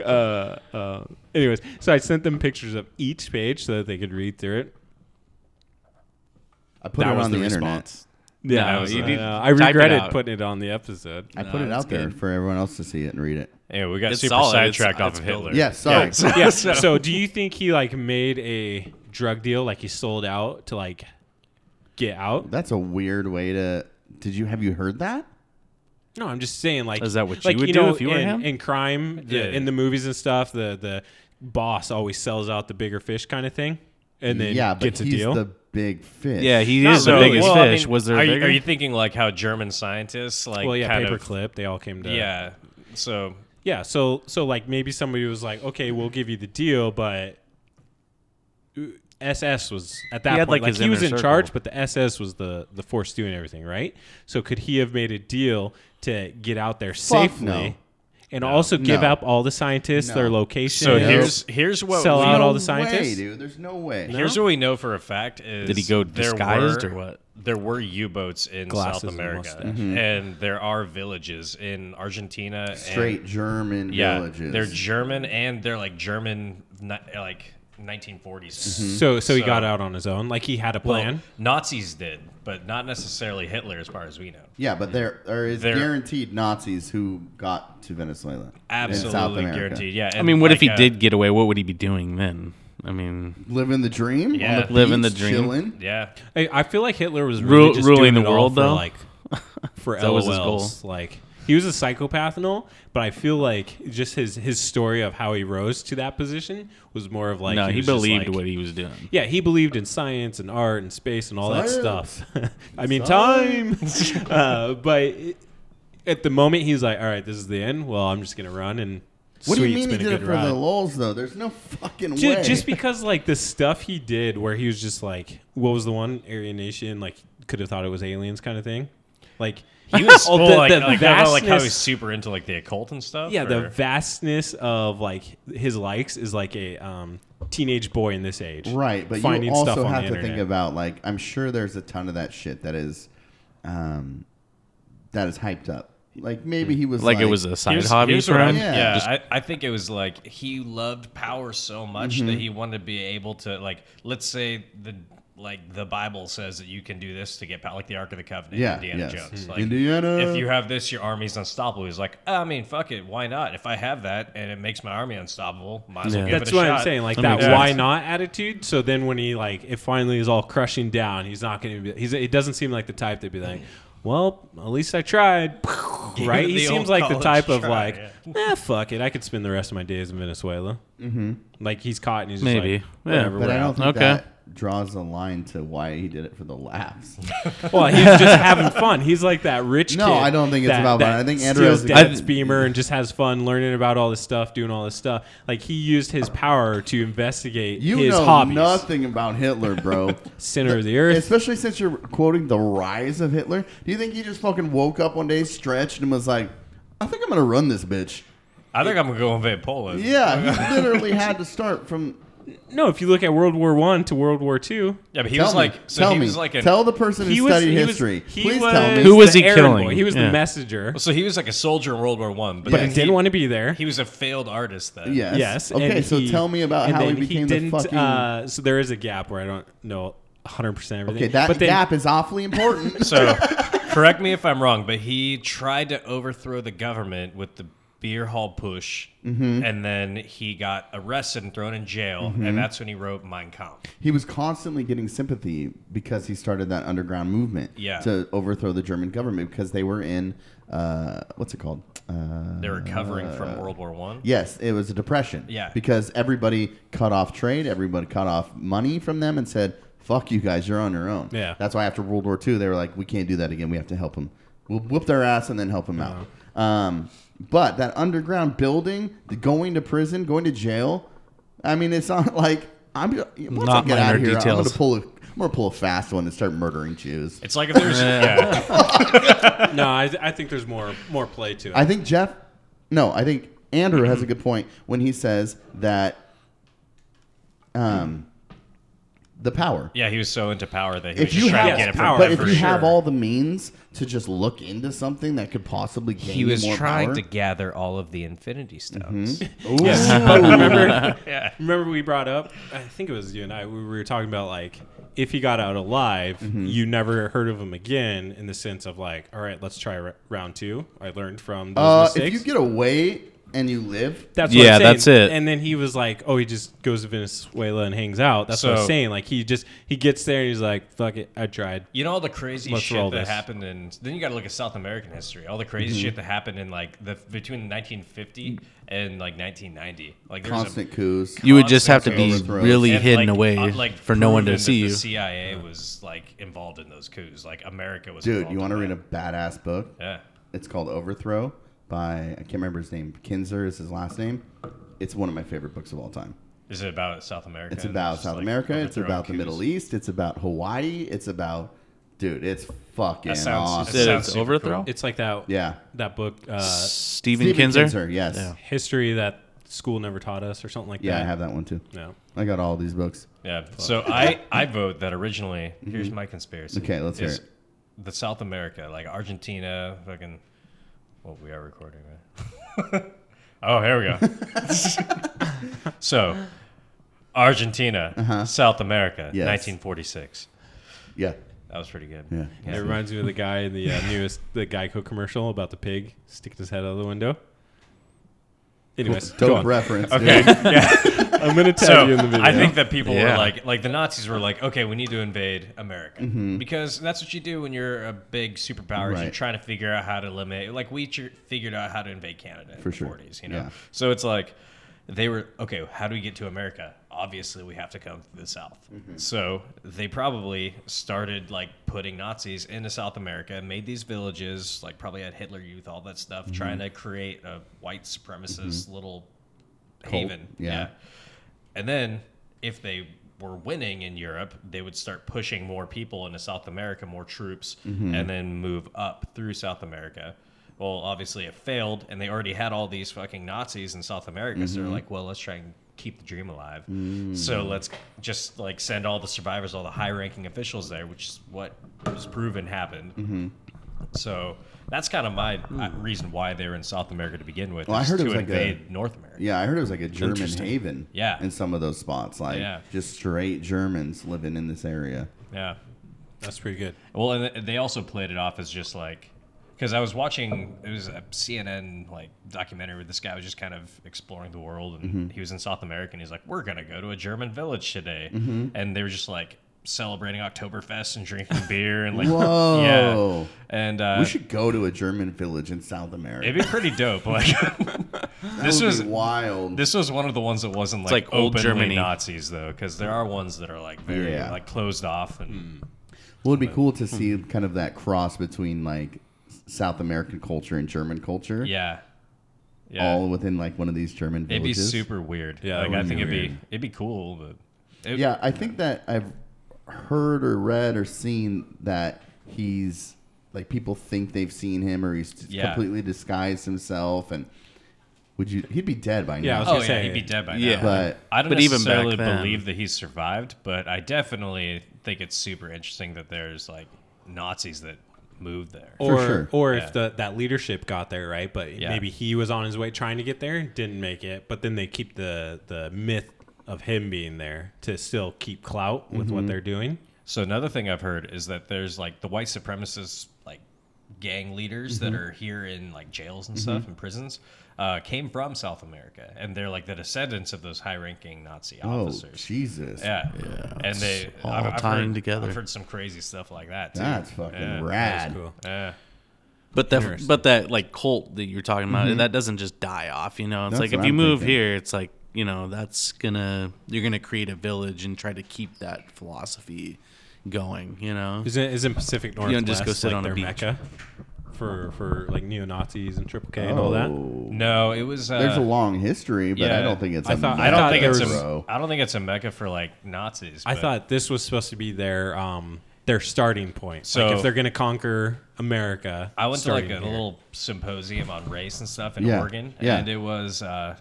[SPEAKER 3] uh, uh, anyways, so I sent them pictures of each page so that they could read through it.
[SPEAKER 5] <laughs> I put
[SPEAKER 3] That
[SPEAKER 5] it
[SPEAKER 3] was
[SPEAKER 5] on
[SPEAKER 3] the
[SPEAKER 5] the, internet.
[SPEAKER 1] response.
[SPEAKER 3] Yeah,
[SPEAKER 1] No,
[SPEAKER 3] I was,
[SPEAKER 1] you
[SPEAKER 3] uh,
[SPEAKER 1] did- type
[SPEAKER 3] I
[SPEAKER 1] it
[SPEAKER 3] regretted
[SPEAKER 1] out.
[SPEAKER 3] putting it on the episode.
[SPEAKER 5] I put it
[SPEAKER 1] that's
[SPEAKER 5] out there
[SPEAKER 1] good.
[SPEAKER 5] for everyone else to see it and read it.
[SPEAKER 2] Yeah, we got
[SPEAKER 1] It's
[SPEAKER 2] super
[SPEAKER 1] solid. It's-
[SPEAKER 2] sidetracked off
[SPEAKER 1] it's
[SPEAKER 2] of Hitler.
[SPEAKER 1] building.
[SPEAKER 5] Yeah, sorry.
[SPEAKER 1] <laughs>
[SPEAKER 3] yeah. So, do you think he like made a drug deal, like he sold out to like get out?
[SPEAKER 5] That's a weird way to. Did you have you heard that?
[SPEAKER 3] No, I'm just saying like
[SPEAKER 1] Is that what you
[SPEAKER 3] like,
[SPEAKER 1] would do
[SPEAKER 3] know,
[SPEAKER 1] if you were
[SPEAKER 3] in,
[SPEAKER 1] him?
[SPEAKER 3] in crime? the-
[SPEAKER 1] Yeah.
[SPEAKER 3] in the movies and stuff, the the boss always sells out the bigger fish kind of thing, and then
[SPEAKER 5] yeah, but
[SPEAKER 3] gets a
[SPEAKER 5] he's
[SPEAKER 3] deal.
[SPEAKER 5] the big fish.
[SPEAKER 1] Yeah, he
[SPEAKER 3] Not
[SPEAKER 1] is the
[SPEAKER 3] really.
[SPEAKER 1] biggest
[SPEAKER 3] Well,
[SPEAKER 2] I
[SPEAKER 1] fish.
[SPEAKER 2] mean,
[SPEAKER 1] was there?
[SPEAKER 2] Are
[SPEAKER 1] a
[SPEAKER 2] you,
[SPEAKER 1] bigger?
[SPEAKER 2] are you thinking like how German scientists like?
[SPEAKER 3] well, yeah,
[SPEAKER 2] kind
[SPEAKER 3] paperclip.
[SPEAKER 2] of-
[SPEAKER 3] They all came to
[SPEAKER 2] Yeah. So
[SPEAKER 3] Yeah, so so like maybe somebody was like, okay, we'll give you the deal, but SS was at that
[SPEAKER 1] He had, like,
[SPEAKER 3] point like,
[SPEAKER 1] his
[SPEAKER 3] he was in
[SPEAKER 1] inner
[SPEAKER 3] charge,
[SPEAKER 1] circle.
[SPEAKER 3] but the SS was the the force doing everything, right? So could he have made a deal to get out there safely
[SPEAKER 5] no.
[SPEAKER 3] and also give
[SPEAKER 5] No.
[SPEAKER 3] up all the scientists, their
[SPEAKER 5] No.
[SPEAKER 3] location?
[SPEAKER 2] so
[SPEAKER 5] Yeah.
[SPEAKER 2] here's here's what
[SPEAKER 3] Sell
[SPEAKER 2] we,
[SPEAKER 3] out
[SPEAKER 5] no
[SPEAKER 3] all the
[SPEAKER 5] Way,
[SPEAKER 3] scientists?
[SPEAKER 5] dude, there's no way.
[SPEAKER 2] here's what we know for a fact is
[SPEAKER 1] Did he go
[SPEAKER 2] there
[SPEAKER 1] disguised
[SPEAKER 2] were-
[SPEAKER 1] or what? Mm-hmm.
[SPEAKER 2] There were U-boats in
[SPEAKER 3] Glasses
[SPEAKER 2] South
[SPEAKER 3] and
[SPEAKER 2] America,
[SPEAKER 3] mustache.
[SPEAKER 2] and there are villages in Argentina. and-
[SPEAKER 5] Straight German
[SPEAKER 2] yeah,
[SPEAKER 5] villages.
[SPEAKER 2] they're German, and they're like German, ni- like 1940s.
[SPEAKER 1] Mm-hmm.
[SPEAKER 3] so so he
[SPEAKER 2] So-
[SPEAKER 3] got out on his own, like he had a
[SPEAKER 2] Well,
[SPEAKER 3] plan.
[SPEAKER 2] Nazis did, but not necessarily Hitler, as far as we know.
[SPEAKER 5] yeah, but there there is
[SPEAKER 2] They're-
[SPEAKER 5] guaranteed Nazis who got to Venezuela. and South
[SPEAKER 2] Absolutely
[SPEAKER 5] America.
[SPEAKER 2] guaranteed. Yeah. uh,
[SPEAKER 1] I mean, what if he did get away? What would he be doing then? I mean,
[SPEAKER 5] Living the dream. on
[SPEAKER 2] Yeah.
[SPEAKER 5] the
[SPEAKER 1] Living the
[SPEAKER 5] beach,
[SPEAKER 1] dream.
[SPEAKER 5] Chilling.
[SPEAKER 3] <laughs>
[SPEAKER 2] Yeah.
[SPEAKER 3] I, I feel like Hitler was
[SPEAKER 1] Ru-
[SPEAKER 3] really just
[SPEAKER 1] ruling
[SPEAKER 3] doing
[SPEAKER 1] the
[SPEAKER 3] it all
[SPEAKER 1] world,
[SPEAKER 3] for,
[SPEAKER 1] though? <laughs>
[SPEAKER 3] like for
[SPEAKER 1] That was his
[SPEAKER 3] LOLs. Like he was a psychopath and all, but I feel like just his his story of how he rose to that position was more of like
[SPEAKER 1] no, he
[SPEAKER 3] was just
[SPEAKER 1] believed
[SPEAKER 3] like-
[SPEAKER 1] what he was doing.
[SPEAKER 3] Yeah, he believed in science and art and space and all that
[SPEAKER 5] Science.
[SPEAKER 3] stuff. <laughs> I
[SPEAKER 5] <laughs>
[SPEAKER 3] mean, time. uh, but it- at the moment, he's like, "All right, this is the end. Well, I'm just gonna run and."
[SPEAKER 5] What
[SPEAKER 3] sweet,
[SPEAKER 5] do you mean
[SPEAKER 3] it's
[SPEAKER 5] he
[SPEAKER 3] been
[SPEAKER 5] did
[SPEAKER 3] a
[SPEAKER 5] it
[SPEAKER 3] good
[SPEAKER 5] for
[SPEAKER 3] ride.
[SPEAKER 5] the lulz though? There's no fucking
[SPEAKER 3] Ju-
[SPEAKER 5] way.
[SPEAKER 3] Just because like the stuff he did, where he was just like, what was the one Aryan Nation? Like, could have thought it was aliens kind of thing. Like
[SPEAKER 2] He
[SPEAKER 3] <laughs>
[SPEAKER 2] was
[SPEAKER 3] Oh,
[SPEAKER 2] <laughs> well,
[SPEAKER 3] the-
[SPEAKER 2] like,
[SPEAKER 3] the
[SPEAKER 2] like, I don't know, like how
[SPEAKER 3] vastness-
[SPEAKER 2] he's super into like the occult and stuff.
[SPEAKER 3] yeah, the
[SPEAKER 2] or-
[SPEAKER 3] vastness of like his likes is like a um, teenage boy in this age,
[SPEAKER 5] Right, but you
[SPEAKER 3] finding stuff
[SPEAKER 5] also
[SPEAKER 3] on
[SPEAKER 5] have
[SPEAKER 3] the
[SPEAKER 5] to
[SPEAKER 3] internet.
[SPEAKER 5] think about like I'm sure there's a ton of that shit that is, um, that is hyped up. Like maybe
[SPEAKER 3] Hmm.
[SPEAKER 5] he was
[SPEAKER 1] Like,
[SPEAKER 5] like,
[SPEAKER 1] it was a side
[SPEAKER 2] Here's-
[SPEAKER 1] hobby
[SPEAKER 2] here's
[SPEAKER 1] for
[SPEAKER 2] what I-
[SPEAKER 1] him.
[SPEAKER 5] Yeah.
[SPEAKER 2] Yeah,
[SPEAKER 5] Just-
[SPEAKER 2] I, I think it was like he loved power so much that
[SPEAKER 5] Mm-hmm.
[SPEAKER 2] he wanted to be able to like let's say the like the Bible says that you can do this to get power, like the Ark of the Covenant,
[SPEAKER 5] Yeah,
[SPEAKER 2] Indiana
[SPEAKER 5] yes.
[SPEAKER 2] Jones.
[SPEAKER 5] Mhm.
[SPEAKER 2] Like,
[SPEAKER 5] Indiana.
[SPEAKER 2] If you have this, your army's unstoppable. He's like, "Ah, I mean, fuck it, why not? If I have that and it makes my army unstoppable, might as well
[SPEAKER 1] Yeah.
[SPEAKER 2] give
[SPEAKER 3] That's
[SPEAKER 2] it a
[SPEAKER 3] what
[SPEAKER 2] shot.
[SPEAKER 3] I'm saying, like
[SPEAKER 1] That
[SPEAKER 3] that,
[SPEAKER 1] makes
[SPEAKER 3] why
[SPEAKER 1] sense.
[SPEAKER 3] not attitude. So then when he like it finally is all crushing down, he's not going to be. He's it doesn't seem like the type to be like, well, at least
[SPEAKER 2] <laughs>
[SPEAKER 3] I tried. Right?
[SPEAKER 2] the
[SPEAKER 3] He
[SPEAKER 2] old
[SPEAKER 3] seems like the
[SPEAKER 2] college
[SPEAKER 3] type of
[SPEAKER 2] try,
[SPEAKER 3] like, eh, fuck it. I could spend the rest of my days in Venezuela. Mm-hmm. Like he's caught and he's just
[SPEAKER 1] Maybe.
[SPEAKER 3] like,
[SPEAKER 1] Yeah.
[SPEAKER 3] whatever.
[SPEAKER 5] but
[SPEAKER 3] we're
[SPEAKER 5] I
[SPEAKER 3] out."
[SPEAKER 5] don't think
[SPEAKER 1] Okay.
[SPEAKER 5] that draws a line to why he did it for the laughs.
[SPEAKER 3] <laughs> Well, he's just having fun. He's like that rich
[SPEAKER 5] No,
[SPEAKER 3] kid.
[SPEAKER 5] I don't think it's
[SPEAKER 3] that-
[SPEAKER 5] about fun.
[SPEAKER 3] that
[SPEAKER 5] I think Andrew
[SPEAKER 3] steals
[SPEAKER 5] has a
[SPEAKER 3] dad's
[SPEAKER 1] good-
[SPEAKER 3] beamer and just has fun learning about all this stuff, doing all this stuff. Like he used his power to investigate
[SPEAKER 5] You
[SPEAKER 3] his
[SPEAKER 5] know
[SPEAKER 3] hobbies.
[SPEAKER 5] nothing about Hitler, bro.
[SPEAKER 3] Center of the earth.
[SPEAKER 5] Especially since you're quoting the rise of Hitler. Do you think he just fucking woke up one day, stretched, and was like, "I think I'm gonna run this bitch"?
[SPEAKER 2] I think I'm going to go invade Poland.
[SPEAKER 5] Yeah, he literally had to start from.
[SPEAKER 3] No, if you look at World War One to World War Two,
[SPEAKER 2] Yeah, but he
[SPEAKER 5] tell
[SPEAKER 2] was
[SPEAKER 5] me,
[SPEAKER 2] like, so
[SPEAKER 5] tell
[SPEAKER 2] he
[SPEAKER 5] me,
[SPEAKER 2] was like an,
[SPEAKER 5] tell the person
[SPEAKER 3] he
[SPEAKER 5] who
[SPEAKER 3] was
[SPEAKER 5] studied
[SPEAKER 3] he
[SPEAKER 5] history.
[SPEAKER 3] Was, he
[SPEAKER 5] Please
[SPEAKER 3] was
[SPEAKER 5] tell me.
[SPEAKER 1] Who was
[SPEAKER 3] the
[SPEAKER 1] he
[SPEAKER 3] errand
[SPEAKER 1] killing?
[SPEAKER 3] boy. He was
[SPEAKER 1] Yeah.
[SPEAKER 3] the messenger,
[SPEAKER 2] so he was like a soldier in World War One, but,
[SPEAKER 3] but
[SPEAKER 2] then
[SPEAKER 3] he didn't want to be there.
[SPEAKER 2] he was a failed artist then.
[SPEAKER 5] Yes.
[SPEAKER 3] Yes.
[SPEAKER 5] Okay,
[SPEAKER 3] and
[SPEAKER 5] so
[SPEAKER 3] he-
[SPEAKER 5] tell me about
[SPEAKER 3] and
[SPEAKER 5] how he
[SPEAKER 3] then
[SPEAKER 5] became the
[SPEAKER 3] didn't,
[SPEAKER 5] fucking.
[SPEAKER 3] Uh, so there is a gap where I don't know 100 percent everything.
[SPEAKER 5] okay, that
[SPEAKER 3] but then,
[SPEAKER 5] gap is awfully important. <laughs>
[SPEAKER 2] So, correct me if I'm wrong, but he tried to overthrow the government with the beer hall push,
[SPEAKER 5] Mm-hmm.
[SPEAKER 2] and then he got arrested and thrown in jail, and that's when he wrote Mein Kampf.
[SPEAKER 5] he was constantly getting sympathy because he started that underground movement
[SPEAKER 2] Yeah.
[SPEAKER 5] to overthrow the German government because they were in uh, what's it called? Uh,
[SPEAKER 2] They're recovering from World War One.
[SPEAKER 5] Yes, it was a depression.
[SPEAKER 2] Yeah.
[SPEAKER 5] Because everybody cut off trade, everybody cut off money from them and said, fuck you guys, you're on your own.
[SPEAKER 3] Yeah.
[SPEAKER 5] That's why after World War II, they were like, we can't do that again. We have to help them. We'll whoop their ass and then help them
[SPEAKER 1] Uh-huh.
[SPEAKER 5] out. Um, but that underground building, the going to prison, going to jail, I mean, it's not <laughs> like, I'm, once
[SPEAKER 1] Not
[SPEAKER 5] I get out
[SPEAKER 1] minor
[SPEAKER 5] of here, I'm going
[SPEAKER 1] details.
[SPEAKER 5] to pull a. I'm gonna pull a fast one and start murdering Jews.
[SPEAKER 2] It's like if there's yeah.
[SPEAKER 3] No, I, I think there's more more play to it.
[SPEAKER 5] I think Jeff. No, I think Andrew has a good point when he says that. Um, the power.
[SPEAKER 2] yeah, he was so into power that he was
[SPEAKER 5] If
[SPEAKER 2] just
[SPEAKER 5] you
[SPEAKER 2] trying
[SPEAKER 5] have
[SPEAKER 2] to get it from
[SPEAKER 3] power,
[SPEAKER 5] but
[SPEAKER 2] them
[SPEAKER 5] if
[SPEAKER 2] for
[SPEAKER 5] you
[SPEAKER 2] sure.
[SPEAKER 5] have all the means to just look into something that could possibly gain
[SPEAKER 2] he was
[SPEAKER 5] more
[SPEAKER 2] trying
[SPEAKER 5] power, Mm-hmm.
[SPEAKER 2] to gather all of the Infinity Stones.
[SPEAKER 3] But remember, <laughs> remember we brought up. I think it was you and I. We were talking about like if he got out alive,
[SPEAKER 5] Mm-hmm.
[SPEAKER 3] you never heard of him again. In the sense of like, all right, let's try r- round two. I learned from those
[SPEAKER 5] Uh, if
[SPEAKER 3] mistakes.
[SPEAKER 5] you get away and you live,
[SPEAKER 3] that's what I'm
[SPEAKER 1] Yeah,
[SPEAKER 3] saying.
[SPEAKER 1] that's it.
[SPEAKER 3] And then he was like, "Oh, he just goes to Venezuela and hangs out." That's what I'm
[SPEAKER 2] So-
[SPEAKER 3] saying. Like he just he gets there and he's like, "Fuck it, I tried."
[SPEAKER 2] You know all the crazy
[SPEAKER 3] Let's roll
[SPEAKER 2] shit that
[SPEAKER 3] this.
[SPEAKER 2] happened in. Then you got to look at South American history. All the crazy
[SPEAKER 5] Mm-hmm.
[SPEAKER 2] shit that happened in like the between 1950 and like 1990. Like there's
[SPEAKER 5] Mm. constant coups.
[SPEAKER 1] You would just have to
[SPEAKER 5] Constant
[SPEAKER 1] be
[SPEAKER 5] overthrows.
[SPEAKER 1] really
[SPEAKER 2] a, and,
[SPEAKER 1] hidden
[SPEAKER 2] like,
[SPEAKER 1] away
[SPEAKER 2] uh, like,
[SPEAKER 1] for no one
[SPEAKER 2] proven
[SPEAKER 1] to
[SPEAKER 2] that
[SPEAKER 1] see
[SPEAKER 2] the
[SPEAKER 1] you.
[SPEAKER 2] CIA was like involved in those coups. Like America was.
[SPEAKER 5] Dude,
[SPEAKER 2] involved
[SPEAKER 5] you want to
[SPEAKER 2] in
[SPEAKER 5] read a
[SPEAKER 2] that.
[SPEAKER 5] badass book?
[SPEAKER 2] Yeah.
[SPEAKER 5] It's called Overthrow by I can't remember his name. Kinzer is his last name. It's one of my favorite books of all time.
[SPEAKER 2] Is it about South America?
[SPEAKER 5] It's about
[SPEAKER 2] Just,
[SPEAKER 5] South
[SPEAKER 2] like,
[SPEAKER 5] America. It's
[SPEAKER 2] overthrowing
[SPEAKER 5] about the
[SPEAKER 2] coups?
[SPEAKER 5] Middle East. It's about Hawaii. It's about, dude, it's fucking
[SPEAKER 2] That sounds-
[SPEAKER 5] awesome.
[SPEAKER 2] that
[SPEAKER 1] Said
[SPEAKER 2] sounds
[SPEAKER 1] it's
[SPEAKER 2] super
[SPEAKER 1] overthrow.
[SPEAKER 3] It's like that.
[SPEAKER 5] yeah.
[SPEAKER 3] That book, uh,
[SPEAKER 1] Stephen,
[SPEAKER 5] Stephen
[SPEAKER 1] Kinzer.
[SPEAKER 5] yes. Yeah.
[SPEAKER 1] Yeah.
[SPEAKER 3] history that school never taught us, or something like that.
[SPEAKER 5] I have that one too.
[SPEAKER 3] No.
[SPEAKER 5] I got all these books.
[SPEAKER 2] Yeah. So I I vote that
[SPEAKER 5] <laughs>
[SPEAKER 2] originally. Here's my conspiracy.
[SPEAKER 5] Mm-hmm. Okay, let's hear
[SPEAKER 2] is
[SPEAKER 5] it.
[SPEAKER 2] The South America, like Argentina, fucking. Well, we are recording, right? <laughs> oh, here we go.
[SPEAKER 5] <laughs>
[SPEAKER 2] so, Argentina, South America,
[SPEAKER 5] Uh-huh. Yes.
[SPEAKER 2] 1946.
[SPEAKER 5] Yeah.
[SPEAKER 2] That was pretty good.
[SPEAKER 5] Yeah.
[SPEAKER 3] It
[SPEAKER 5] <laughs>
[SPEAKER 3] reminds me of the guy in the uh, newest the Geico commercial about the pig sticking his head out of the window. Anyways, go
[SPEAKER 5] Dope
[SPEAKER 3] on.
[SPEAKER 5] reference.
[SPEAKER 2] Okay. <laughs>
[SPEAKER 5] Dude.
[SPEAKER 2] yeah.
[SPEAKER 3] I'm gonna tag
[SPEAKER 2] So
[SPEAKER 3] you in the video.
[SPEAKER 2] I think that people were
[SPEAKER 1] Yeah.
[SPEAKER 2] like, like the Nazis were like, okay, we need to invade America because that's what you do when you're a big superpower. is You're
[SPEAKER 5] Mm-hmm. Right.
[SPEAKER 2] trying to figure out how to limit. Like we ch- figured out how to invade Canada in
[SPEAKER 5] For
[SPEAKER 2] the
[SPEAKER 5] sure.
[SPEAKER 2] 40s, you know.
[SPEAKER 5] Yeah.
[SPEAKER 2] So it's like they were okay. How do we get to America? Obviously, we have to come through the South.
[SPEAKER 5] Mm-hmm.
[SPEAKER 2] So they probably started like putting Nazis into South America, made these villages, like probably had Hitler Youth, all that stuff, trying
[SPEAKER 5] Mm-hmm.
[SPEAKER 2] to create a white supremacist little haven.
[SPEAKER 5] yeah.
[SPEAKER 2] And then if they were winning in Europe, they would start pushing more people into South America, more troops,
[SPEAKER 5] Mm-hmm.
[SPEAKER 2] and then move up through South America. Well, obviously it failed, and they already had all these fucking Nazis in South America. So
[SPEAKER 5] Mm-hmm.
[SPEAKER 2] they're like, well, let's try and keep the dream alive.
[SPEAKER 5] Mm.
[SPEAKER 2] So let's just like send all the survivors, all the high ranking officials there, which is what was proven happened.
[SPEAKER 5] Mm-hmm.
[SPEAKER 2] So that's kind of my uh reason why they were in South America to begin with.
[SPEAKER 5] Hmm. Well, I
[SPEAKER 2] is
[SPEAKER 5] heard it
[SPEAKER 2] to
[SPEAKER 5] was like a-
[SPEAKER 2] invade North America.
[SPEAKER 5] Yeah, I heard it was like a German haven.
[SPEAKER 2] Yeah.
[SPEAKER 5] In some of those spots. Like
[SPEAKER 2] Yeah.
[SPEAKER 5] just straight Germans living in
[SPEAKER 2] <laughs>
[SPEAKER 5] this area.
[SPEAKER 2] Yeah.
[SPEAKER 3] that's pretty good.
[SPEAKER 2] Well, and th- they also played it off as just like because I was watching it was a CNN like documentary where this guy was just kind of exploring
[SPEAKER 5] Mm-hmm. Mm-hmm.
[SPEAKER 2] the world and he was in South America and he's like, "We're gonna go to a German village today," and they were just like. celebrating Oktoberfest and drinking <laughs> beer and like
[SPEAKER 5] Whoa.
[SPEAKER 2] yeah, and uh,
[SPEAKER 5] we should go to a German village in South America.
[SPEAKER 2] it'd be pretty dope. Like
[SPEAKER 5] <laughs>
[SPEAKER 2] <laughs>
[SPEAKER 5] That
[SPEAKER 2] this
[SPEAKER 5] would
[SPEAKER 2] was
[SPEAKER 5] be wild.
[SPEAKER 2] This was one of the ones that wasn't like,
[SPEAKER 1] like old
[SPEAKER 2] openly
[SPEAKER 1] Germany.
[SPEAKER 2] Nazis though, because there are ones that are like very
[SPEAKER 5] Yeah.
[SPEAKER 2] like closed off and
[SPEAKER 5] well, it'd be cool
[SPEAKER 2] hmm.
[SPEAKER 5] to see kind of that cross between like s- South American culture and German culture.
[SPEAKER 2] yeah, yeah.
[SPEAKER 5] Mm. All within like one of these German
[SPEAKER 2] it'd be
[SPEAKER 5] villages.
[SPEAKER 2] super weird.
[SPEAKER 3] Yeah,
[SPEAKER 2] like
[SPEAKER 3] that
[SPEAKER 2] I
[SPEAKER 5] would
[SPEAKER 2] think
[SPEAKER 5] be
[SPEAKER 2] it'd be
[SPEAKER 5] weird.
[SPEAKER 2] it'd be cool, but it,
[SPEAKER 5] Yeah, I think that I've heard or read or seen that he's like people think they've seen him or he's
[SPEAKER 2] Yeah.
[SPEAKER 5] completely disguised himself and would you he'd be dead by
[SPEAKER 3] Yeah, I
[SPEAKER 5] now.
[SPEAKER 3] was
[SPEAKER 2] oh
[SPEAKER 3] gonna
[SPEAKER 2] yeah,
[SPEAKER 3] say-
[SPEAKER 2] he'd be dead by
[SPEAKER 1] Yeah.
[SPEAKER 2] now.
[SPEAKER 5] But
[SPEAKER 2] I don't
[SPEAKER 1] But even back
[SPEAKER 2] necessarily
[SPEAKER 1] then-
[SPEAKER 2] believe that he survived, but I definitely think it's super interesting that there's like Nazis that moved there.
[SPEAKER 5] For
[SPEAKER 3] or
[SPEAKER 5] sure.
[SPEAKER 3] or
[SPEAKER 2] Yeah.
[SPEAKER 3] if the, that leadership got there right but
[SPEAKER 2] Yeah.
[SPEAKER 3] maybe he was on his way trying to get there didn't make it but then they keep the the myth of him being there to still keep clout with
[SPEAKER 5] Mm-hmm.
[SPEAKER 3] what they're doing
[SPEAKER 2] So another thing I've heard is that there's like the white supremacist like gang leaders that are here in like jails and stuff and prisons uh, came from South America, and they're like the descendants of those high-ranking Nazi
[SPEAKER 5] oh
[SPEAKER 2] officers.
[SPEAKER 5] Jesus.
[SPEAKER 2] yeah. and they
[SPEAKER 1] all tying
[SPEAKER 2] heard,
[SPEAKER 1] together.
[SPEAKER 2] I've heard some crazy stuff like that. Too.
[SPEAKER 5] That's fucking
[SPEAKER 2] Yeah.
[SPEAKER 5] rad.
[SPEAKER 3] cool
[SPEAKER 2] Yeah.
[SPEAKER 1] But that, but that like cult that you're talking about, that doesn't just die off. You know, it's
[SPEAKER 5] Mm-hmm. That's
[SPEAKER 1] like if
[SPEAKER 5] what
[SPEAKER 1] you
[SPEAKER 5] I'm
[SPEAKER 1] move
[SPEAKER 5] thinking.
[SPEAKER 1] here, it's like you know that's gonna you're gonna create a village and try to keep that philosophy going. You know,
[SPEAKER 3] isn't isn't pacific northwest
[SPEAKER 1] don't just go sit
[SPEAKER 3] like
[SPEAKER 1] on a
[SPEAKER 3] their
[SPEAKER 1] beach.
[SPEAKER 3] mecca for for like neo-nazis and triple k and all that
[SPEAKER 5] Oh.
[SPEAKER 2] No, it was. Uh,
[SPEAKER 5] There's a long history, but I
[SPEAKER 2] yeah.
[SPEAKER 5] don't think it's
[SPEAKER 3] I
[SPEAKER 5] a
[SPEAKER 3] thought-
[SPEAKER 2] I don't think
[SPEAKER 3] there
[SPEAKER 2] it's
[SPEAKER 3] was-
[SPEAKER 2] a.
[SPEAKER 5] bro.
[SPEAKER 2] I don't think it's a mecca for like Nazis.
[SPEAKER 3] i
[SPEAKER 2] but-
[SPEAKER 3] thought this was supposed to be their um their starting point so
[SPEAKER 2] So-
[SPEAKER 3] like if they're gonna conquer america
[SPEAKER 2] I went to like
[SPEAKER 3] starting
[SPEAKER 2] a
[SPEAKER 3] here.
[SPEAKER 2] little symposium on race and stuff in
[SPEAKER 5] Yeah,
[SPEAKER 2] Oregon,
[SPEAKER 5] yeah.
[SPEAKER 2] and it was uh,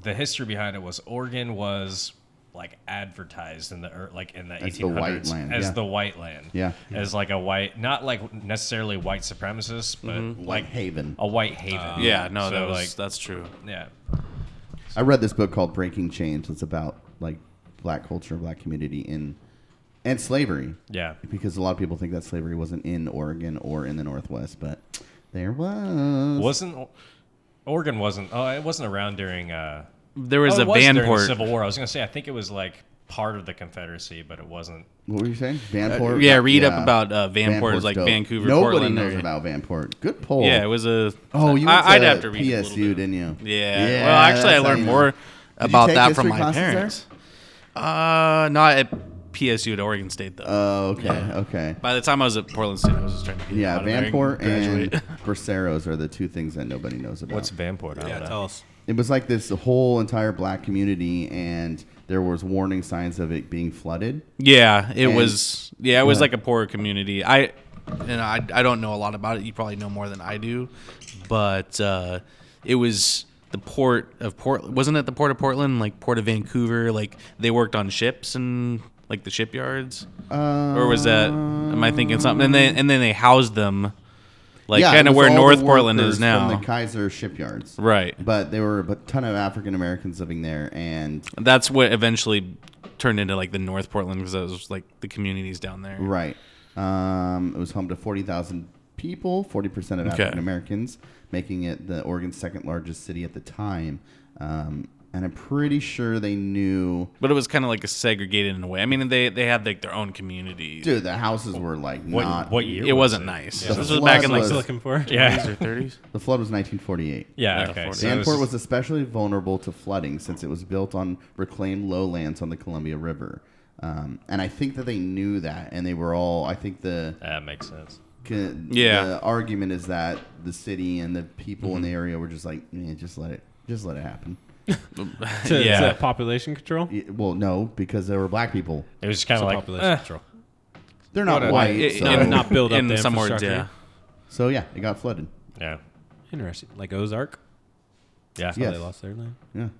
[SPEAKER 2] the history behind it was Oregon was like advertised in the ear- like in the
[SPEAKER 5] As the
[SPEAKER 2] eighteen
[SPEAKER 5] white
[SPEAKER 2] hundreds
[SPEAKER 5] land,
[SPEAKER 2] as
[SPEAKER 5] yeah.
[SPEAKER 2] the white land,
[SPEAKER 5] Yeah.
[SPEAKER 2] as like a white, not like necessarily white supremacist, but
[SPEAKER 5] Like Haven.
[SPEAKER 2] a white haven.
[SPEAKER 1] Mm-hmm. yeah, no,
[SPEAKER 2] so
[SPEAKER 1] that was,
[SPEAKER 2] like
[SPEAKER 1] that's true.
[SPEAKER 2] yeah,
[SPEAKER 5] I read this book called Breaking Chains. It's about like black culture, black community in and slavery.
[SPEAKER 2] yeah.
[SPEAKER 5] Because a lot of people think that slavery wasn't in Oregon or in the Northwest, but there was.
[SPEAKER 2] Wasn't Oregon wasn't? Oh, it wasn't around during. Uh,
[SPEAKER 1] There was a
[SPEAKER 2] oh, it was during the
[SPEAKER 1] Vanport.
[SPEAKER 2] Civil War. I was gonna say I think it was like part of the Confederacy, but it wasn't.
[SPEAKER 5] What were you saying? Vanport?
[SPEAKER 1] yeah, read up about, uh, Vanport,
[SPEAKER 5] Vanport's
[SPEAKER 1] like
[SPEAKER 5] dope.
[SPEAKER 1] Vancouver,
[SPEAKER 5] Nobody
[SPEAKER 1] Portland
[SPEAKER 5] knows
[SPEAKER 1] area.
[SPEAKER 5] about Vanport. Good poll.
[SPEAKER 1] Yeah, it was a.
[SPEAKER 5] Oh, you
[SPEAKER 1] I-
[SPEAKER 5] went to
[SPEAKER 1] I'd have to read a little
[SPEAKER 5] PSU,
[SPEAKER 1] bit.
[SPEAKER 5] didn't you?
[SPEAKER 1] Yeah. well, actually, I
[SPEAKER 5] that's how
[SPEAKER 1] learned
[SPEAKER 5] you know.
[SPEAKER 1] more
[SPEAKER 5] Did you
[SPEAKER 1] about
[SPEAKER 5] take
[SPEAKER 1] that from
[SPEAKER 5] history
[SPEAKER 1] my
[SPEAKER 5] classes there?
[SPEAKER 1] parents. Uh, not at PSU at Oregon State though.
[SPEAKER 5] Oh, okay, okay.
[SPEAKER 1] <laughs> By the time I was at Portland State, I was just trying to get
[SPEAKER 5] Yeah,
[SPEAKER 1] out of there
[SPEAKER 5] Vanport and
[SPEAKER 1] graduate. <laughs>
[SPEAKER 5] Braceros are the two things that nobody knows about.
[SPEAKER 2] What's Vanport? I don't
[SPEAKER 3] yeah
[SPEAKER 2] know.
[SPEAKER 3] tell us
[SPEAKER 5] it was like this whole entire black community, and there was warning signs of it being flooded.
[SPEAKER 1] Yeah, it
[SPEAKER 5] And-
[SPEAKER 1] was. Yeah, it was
[SPEAKER 5] ahead.
[SPEAKER 1] like a poorer community. I and I, I don't know a lot about it. You probably know more than I do, but uh, it was the port of Portland. Wasn't it the port of Portland, like port of Vancouver? Like they worked on ships and like the shipyards, or was that? Am I thinking something? And then and then they housed them, like
[SPEAKER 5] Yeah, it
[SPEAKER 1] kind of
[SPEAKER 5] was
[SPEAKER 1] where
[SPEAKER 5] all the
[SPEAKER 1] North Portland
[SPEAKER 5] workers
[SPEAKER 1] is now.
[SPEAKER 5] from the Kaiser shipyards.
[SPEAKER 1] right.
[SPEAKER 5] But there were a ton of African Americans living there, and
[SPEAKER 1] That's what eventually turned into like the North Portland because that was like the communities down there.
[SPEAKER 5] Right. Um, it was home to 40,000 people, 40% of
[SPEAKER 1] Okay.
[SPEAKER 5] African Americans, making it the Oregon's second largest city at the time. Um, and I'm pretty sure they knew.
[SPEAKER 1] But it was kind of like a segregated in a way. I mean, they they had like their own community.
[SPEAKER 5] Dude, the houses were like not.
[SPEAKER 2] what year?
[SPEAKER 1] it, wasn't nice.
[SPEAKER 5] The
[SPEAKER 1] This was back in
[SPEAKER 5] flood
[SPEAKER 1] like
[SPEAKER 5] was-
[SPEAKER 1] the
[SPEAKER 3] looking for
[SPEAKER 2] Yeah.
[SPEAKER 1] 20s or 30s.
[SPEAKER 5] The flood was 1948.
[SPEAKER 1] Yeah,
[SPEAKER 2] Yeah. Okay.
[SPEAKER 1] Florida.
[SPEAKER 2] so it was
[SPEAKER 5] Danport was especially vulnerable to flooding since it was built on reclaimed lowlands on the Columbia River. Um, and I think that they knew that, and they were all. I think the
[SPEAKER 2] That makes sense.
[SPEAKER 5] c-
[SPEAKER 1] Yeah. Mm-hmm.
[SPEAKER 5] the argument is that the city and the people in the area were just like, man, just let it, just let it happen.
[SPEAKER 3] to,
[SPEAKER 1] Yeah.
[SPEAKER 3] to population control
[SPEAKER 5] Y- Well, no, because there were black people.
[SPEAKER 2] It was kind
[SPEAKER 3] To
[SPEAKER 2] of like
[SPEAKER 3] population
[SPEAKER 2] eh,
[SPEAKER 3] control
[SPEAKER 5] They're not
[SPEAKER 2] Whatever.
[SPEAKER 5] white,
[SPEAKER 1] It-
[SPEAKER 5] so,
[SPEAKER 3] not, not build
[SPEAKER 1] <laughs>
[SPEAKER 3] up
[SPEAKER 1] in
[SPEAKER 3] the
[SPEAKER 1] some words,
[SPEAKER 3] infrastructure.
[SPEAKER 1] yeah.
[SPEAKER 5] so yeah, it got flooded.
[SPEAKER 2] yeah,
[SPEAKER 3] Interesting. Like Ozark.
[SPEAKER 2] yeah,
[SPEAKER 5] Yeah.
[SPEAKER 3] They lost
[SPEAKER 1] <laughs>
[SPEAKER 3] their land.
[SPEAKER 5] Yeah,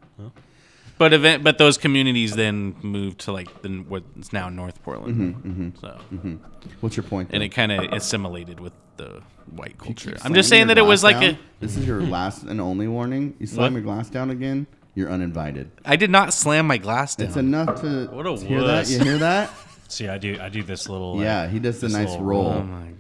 [SPEAKER 1] But event, but those communities then moved to like the what's now North Portland. So
[SPEAKER 5] what's your point?
[SPEAKER 1] and
[SPEAKER 5] though?
[SPEAKER 1] it kind of assimilated with the white
[SPEAKER 5] You keep
[SPEAKER 1] culture. I'm
[SPEAKER 5] slamming
[SPEAKER 1] just saying
[SPEAKER 5] your
[SPEAKER 1] that it
[SPEAKER 5] glass
[SPEAKER 1] was like
[SPEAKER 5] down.
[SPEAKER 1] a.
[SPEAKER 5] This is your last and only warning. You slam your glass down again, you're uninvited.
[SPEAKER 1] I did not slam my glass down.
[SPEAKER 5] It's enough to
[SPEAKER 1] What a
[SPEAKER 5] hear that.
[SPEAKER 1] wuss.
[SPEAKER 5] You hear that?
[SPEAKER 2] See, I do, I do this little. like,
[SPEAKER 5] yeah, he does the
[SPEAKER 2] this
[SPEAKER 5] nice
[SPEAKER 2] little
[SPEAKER 5] roll.
[SPEAKER 1] oh my god.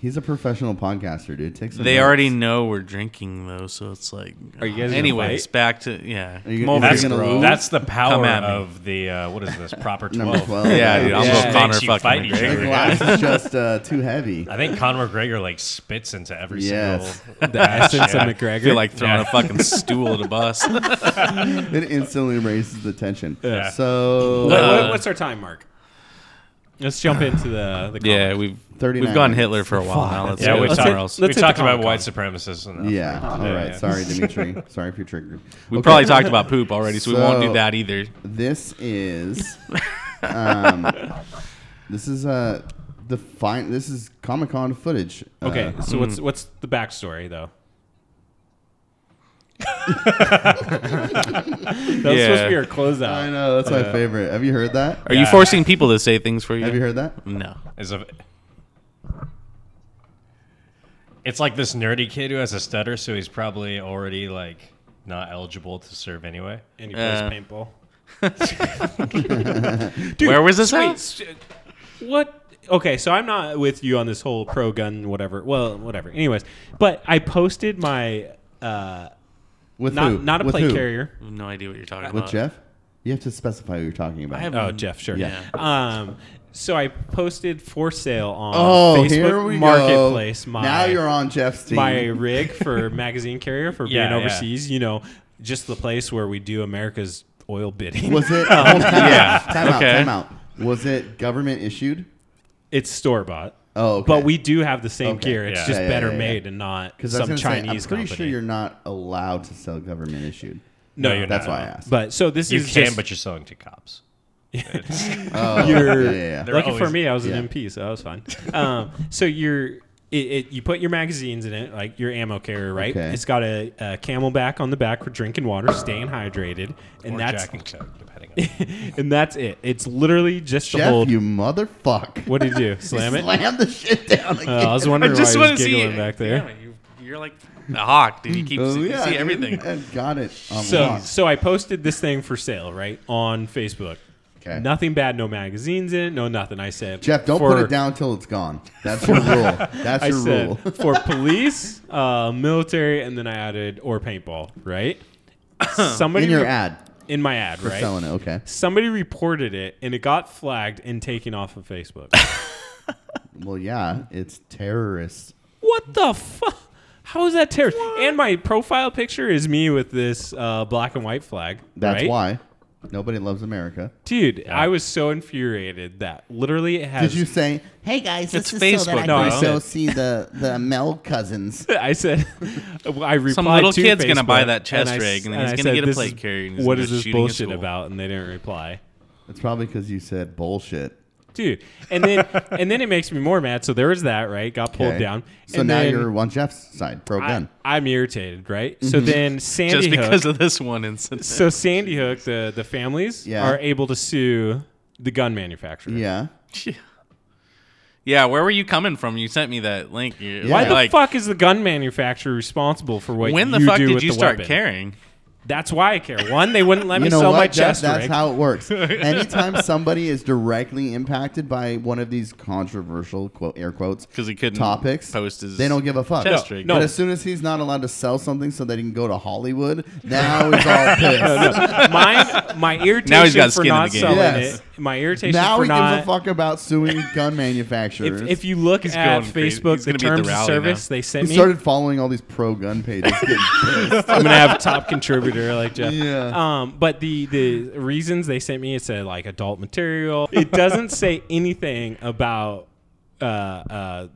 [SPEAKER 5] He's a professional podcaster, dude. Take some
[SPEAKER 1] They
[SPEAKER 5] notes.
[SPEAKER 1] already know we're drinking though, so it's like.
[SPEAKER 3] Are you guys gonna
[SPEAKER 1] Anyways,
[SPEAKER 3] fight?
[SPEAKER 1] back to yeah.
[SPEAKER 5] Are you
[SPEAKER 1] Come over
[SPEAKER 5] gonna- you're
[SPEAKER 2] That's,
[SPEAKER 1] here.
[SPEAKER 5] gonna lose?
[SPEAKER 2] that's the power
[SPEAKER 1] Come at me.
[SPEAKER 2] of the uh, what is this proper
[SPEAKER 5] number
[SPEAKER 2] twelve?
[SPEAKER 5] twelve.
[SPEAKER 1] Yeah, dude. I'm
[SPEAKER 2] Yeah.
[SPEAKER 1] yeah. Connor
[SPEAKER 2] Makes you fight
[SPEAKER 1] fucking
[SPEAKER 2] each
[SPEAKER 5] The
[SPEAKER 1] McGregor.
[SPEAKER 2] other.
[SPEAKER 5] glass is just uh, too heavy.
[SPEAKER 2] <laughs> I think Conor McGregor like spits into every
[SPEAKER 5] Yes.
[SPEAKER 2] single.
[SPEAKER 3] <laughs> The essence
[SPEAKER 2] Yeah.
[SPEAKER 3] of McGregor.
[SPEAKER 1] I feel <laughs> like throwing a fucking stool at a bus.
[SPEAKER 5] It instantly raises the tension.
[SPEAKER 2] Yeah.
[SPEAKER 5] So
[SPEAKER 3] What- what-
[SPEAKER 1] Uh,
[SPEAKER 3] what's our time mark? Let's jump into the the
[SPEAKER 1] <laughs> yeah,
[SPEAKER 3] comments.
[SPEAKER 1] we've
[SPEAKER 5] 39
[SPEAKER 1] we've gone
[SPEAKER 5] minutes.
[SPEAKER 1] Hitler for a while now. Let's
[SPEAKER 2] Yeah,
[SPEAKER 1] go
[SPEAKER 2] we've
[SPEAKER 1] somewhere
[SPEAKER 2] talked,
[SPEAKER 1] else.
[SPEAKER 3] let's
[SPEAKER 2] we've
[SPEAKER 3] hit
[SPEAKER 2] talked
[SPEAKER 3] the
[SPEAKER 2] about
[SPEAKER 3] Comic-Con.
[SPEAKER 2] white supremacists. Enough.
[SPEAKER 5] yeah, all right.
[SPEAKER 3] yeah.
[SPEAKER 5] Sorry, Dimitri. Sorry if you triggered.
[SPEAKER 1] We
[SPEAKER 5] Okay.
[SPEAKER 1] probably <laughs> talked about poop already, so, we won't
[SPEAKER 5] So-
[SPEAKER 1] do that either.
[SPEAKER 5] This is, um, this is uh, the fine. This is Comic Con footage. Uh,
[SPEAKER 3] Okay, so what's
[SPEAKER 1] hmm.
[SPEAKER 3] what's the backstory though? <laughs> that was supposed
[SPEAKER 1] Yeah.
[SPEAKER 3] to be our closeout.
[SPEAKER 5] Uh, I know that's my favorite. Have you heard that?
[SPEAKER 1] Are you forcing people to say things for you?
[SPEAKER 5] Have you heard that?
[SPEAKER 1] No.
[SPEAKER 2] Is a, it's like this nerdy kid who has a stutter, so he's probably already like not eligible to serve anyway.
[SPEAKER 3] And he plays
[SPEAKER 1] Uh, <laughs>
[SPEAKER 3] paintball.
[SPEAKER 1] Where was this?
[SPEAKER 3] Wait,
[SPEAKER 1] at?
[SPEAKER 3] s- what? Okay, so I'm not with you on this whole pro gun whatever. Well, whatever. Anyways, but I posted my uh,
[SPEAKER 5] With
[SPEAKER 3] not
[SPEAKER 5] who?
[SPEAKER 3] not a
[SPEAKER 5] With
[SPEAKER 3] plate
[SPEAKER 5] who?
[SPEAKER 3] carrier.
[SPEAKER 1] I have no idea what you're talking
[SPEAKER 3] Uh,
[SPEAKER 5] With
[SPEAKER 1] about.
[SPEAKER 5] Jeff? You have to specify who you're talking about.
[SPEAKER 1] I have-
[SPEAKER 3] Oh, Jeff, sure.
[SPEAKER 5] Mm-hmm. Yeah.
[SPEAKER 3] Um, so I posted for sale on
[SPEAKER 5] oh,
[SPEAKER 3] Facebook
[SPEAKER 5] here we
[SPEAKER 3] Marketplace.
[SPEAKER 5] go.
[SPEAKER 3] My
[SPEAKER 5] now you're on Jeff's team.
[SPEAKER 3] my rig
[SPEAKER 5] <laughs>
[SPEAKER 3] for magazine carrier for
[SPEAKER 2] Yeah,
[SPEAKER 3] being
[SPEAKER 2] yeah.
[SPEAKER 3] overseas. You know, just the place where we do America's oil bidding.
[SPEAKER 5] Was
[SPEAKER 3] <laughs>
[SPEAKER 5] it? hold on,
[SPEAKER 1] Yeah,
[SPEAKER 5] Time out.
[SPEAKER 1] okay.
[SPEAKER 5] Time out. Was it government issued?
[SPEAKER 3] it's store bought,
[SPEAKER 5] Oh, okay.
[SPEAKER 3] but we do have the same
[SPEAKER 5] Okay.
[SPEAKER 3] gear. It's
[SPEAKER 2] Yeah.
[SPEAKER 3] just
[SPEAKER 5] Yeah, yeah,
[SPEAKER 3] better
[SPEAKER 5] yeah, yeah.
[SPEAKER 3] made and not
[SPEAKER 5] 'Cause I was
[SPEAKER 3] some
[SPEAKER 5] gonna say,
[SPEAKER 3] Chinese
[SPEAKER 5] I'm pretty
[SPEAKER 3] company.
[SPEAKER 5] sure you're not allowed to sell government issued.
[SPEAKER 3] no, you're
[SPEAKER 5] That's
[SPEAKER 3] not.
[SPEAKER 5] why I asked.
[SPEAKER 3] But so this
[SPEAKER 2] You
[SPEAKER 3] is
[SPEAKER 2] can,
[SPEAKER 3] just,
[SPEAKER 2] but you're selling to cops.
[SPEAKER 5] oh,
[SPEAKER 3] you're-
[SPEAKER 5] yeah, yeah, yeah.
[SPEAKER 3] Lucky for
[SPEAKER 2] always-
[SPEAKER 3] me, I was
[SPEAKER 5] yeah.
[SPEAKER 3] an MP, so that was fine. um, so you're. It, it, you put your magazines in it, like your ammo carrier, right?
[SPEAKER 5] Okay.
[SPEAKER 3] It's got a, a camelback on the back for drinking water, staying hydrated, and
[SPEAKER 2] or
[SPEAKER 3] that's
[SPEAKER 2] Jack and Coke, depending on.
[SPEAKER 3] <laughs> and that's it. It's literally just the whole.
[SPEAKER 5] Jeff, you motherfuck. <laughs>
[SPEAKER 3] <laughs> What did you do? Slam it?
[SPEAKER 5] Slam the shit down again.
[SPEAKER 3] Uh, <laughs> I was wondering why I
[SPEAKER 1] wanna
[SPEAKER 3] was giggling back
[SPEAKER 1] Damn
[SPEAKER 3] there.
[SPEAKER 1] it, you, you're like a hawk, dude. You keep
[SPEAKER 5] Oh,
[SPEAKER 1] you
[SPEAKER 5] yeah,
[SPEAKER 1] see
[SPEAKER 5] dude.
[SPEAKER 1] everything.
[SPEAKER 5] And got it. on
[SPEAKER 3] So,
[SPEAKER 5] lock.
[SPEAKER 3] so I posted this thing for sale, right, on Facebook.
[SPEAKER 5] Okay.
[SPEAKER 3] Nothing bad, no magazines in it, no nothing. I said,
[SPEAKER 5] Jeff, don't put
[SPEAKER 3] for-
[SPEAKER 5] it down until it's gone. That's
[SPEAKER 3] <laughs>
[SPEAKER 5] your rule. That's
[SPEAKER 3] I
[SPEAKER 5] your
[SPEAKER 3] said
[SPEAKER 5] rule.
[SPEAKER 3] <laughs> for police, uh, military, and then I added or paintball, right? Somebody
[SPEAKER 5] In your
[SPEAKER 3] re-
[SPEAKER 5] ad
[SPEAKER 3] in my ad,
[SPEAKER 5] for
[SPEAKER 3] right?
[SPEAKER 5] selling it. Okay.
[SPEAKER 3] Somebody reported it, and it got flagged and taken off
[SPEAKER 5] <laughs>
[SPEAKER 3] of Facebook.
[SPEAKER 5] Well, yeah, it's terrorists.
[SPEAKER 3] What the fuck? How is that terrorist? And my profile picture is me with this uh, black and white flag.
[SPEAKER 5] That's
[SPEAKER 3] right?
[SPEAKER 5] why nobody loves America.
[SPEAKER 3] dude. I was so infuriated that literally it has.
[SPEAKER 5] Did you say, "Hey guys,
[SPEAKER 1] It's
[SPEAKER 5] this is so that I
[SPEAKER 1] Facebook,
[SPEAKER 5] can
[SPEAKER 3] though.
[SPEAKER 5] go see the the Mel
[SPEAKER 3] <laughs>
[SPEAKER 5] cousins"?
[SPEAKER 3] <laughs> I said, well, I replied
[SPEAKER 1] Some little
[SPEAKER 3] to
[SPEAKER 1] kid's gonna
[SPEAKER 3] Facebook,
[SPEAKER 1] buy that chest
[SPEAKER 3] I s-
[SPEAKER 1] rig, and then
[SPEAKER 3] I
[SPEAKER 1] he's gonna
[SPEAKER 3] said,
[SPEAKER 1] get a
[SPEAKER 3] this
[SPEAKER 1] plate
[SPEAKER 3] is-
[SPEAKER 1] carrier, and he's
[SPEAKER 3] What
[SPEAKER 1] gonna
[SPEAKER 3] is
[SPEAKER 1] go
[SPEAKER 3] this
[SPEAKER 1] shooting a
[SPEAKER 3] bullshit
[SPEAKER 1] school.
[SPEAKER 3] about? And they didn't reply,
[SPEAKER 5] It's probably because you said bullshit.
[SPEAKER 3] dude.
[SPEAKER 5] <laughs>
[SPEAKER 3] And then and then it makes me more mad. So there was that, right? Got pulled
[SPEAKER 5] Okay.
[SPEAKER 3] down.
[SPEAKER 5] So
[SPEAKER 3] and
[SPEAKER 5] now
[SPEAKER 3] then
[SPEAKER 5] you're Mm-hmm. on Jeff's side, pro gun.
[SPEAKER 3] I, am irritated, right? So then Sandy
[SPEAKER 1] Just
[SPEAKER 3] Hook-
[SPEAKER 1] because of this one incident.
[SPEAKER 3] <laughs> so Sandy Hook, the the families
[SPEAKER 5] Yeah.
[SPEAKER 3] are able to sue the gun manufacturer.
[SPEAKER 5] Yeah.
[SPEAKER 1] yeah, where were you coming from? You sent me that link. You're
[SPEAKER 5] Yeah.
[SPEAKER 3] Why the
[SPEAKER 1] like,
[SPEAKER 3] fuck is the gun manufacturer responsible for what
[SPEAKER 1] When
[SPEAKER 3] you
[SPEAKER 1] the fuck
[SPEAKER 3] do
[SPEAKER 1] did
[SPEAKER 3] with
[SPEAKER 1] you
[SPEAKER 3] the
[SPEAKER 1] start
[SPEAKER 3] weapon?
[SPEAKER 1] carrying?
[SPEAKER 3] That's why I care. One, they wouldn't let
[SPEAKER 5] <laughs>
[SPEAKER 3] me
[SPEAKER 5] you know
[SPEAKER 3] sell
[SPEAKER 5] what?
[SPEAKER 3] my
[SPEAKER 5] Jeff?
[SPEAKER 3] chest
[SPEAKER 5] that's
[SPEAKER 3] rig.
[SPEAKER 5] how it works. Anytime somebody is directly impacted by one of these controversial quote air quotes
[SPEAKER 1] 'Cause he couldn't
[SPEAKER 5] topics,
[SPEAKER 1] post his
[SPEAKER 5] they don't give a fuck.
[SPEAKER 1] chest No, rig.
[SPEAKER 3] no.
[SPEAKER 5] But as soon as he's not allowed to sell something so that he can go to Hollywood, now he's all pissed. <laughs>
[SPEAKER 3] my my irritation
[SPEAKER 1] Now he's got
[SPEAKER 3] for
[SPEAKER 1] skin in
[SPEAKER 3] not
[SPEAKER 1] the game.
[SPEAKER 3] selling
[SPEAKER 5] Yes.
[SPEAKER 3] it. My irritation
[SPEAKER 5] now
[SPEAKER 3] for
[SPEAKER 5] he
[SPEAKER 3] not.
[SPEAKER 5] gives a fuck about suing gun
[SPEAKER 3] If,
[SPEAKER 5] manufacturers.
[SPEAKER 3] if you look
[SPEAKER 1] He's
[SPEAKER 3] at
[SPEAKER 1] going crazy.
[SPEAKER 3] Facebook,
[SPEAKER 1] He's
[SPEAKER 3] the
[SPEAKER 1] gonna be at the
[SPEAKER 3] terms of
[SPEAKER 1] rally
[SPEAKER 3] service they sent
[SPEAKER 5] he
[SPEAKER 3] me,
[SPEAKER 5] started following all these pro gun pages. getting pissed.
[SPEAKER 3] I'm gonna have top contributor like Jeff.
[SPEAKER 5] Yeah.
[SPEAKER 3] Um, but the the reasons they sent me, it said like adult material. It doesn't say anything about uh, uh,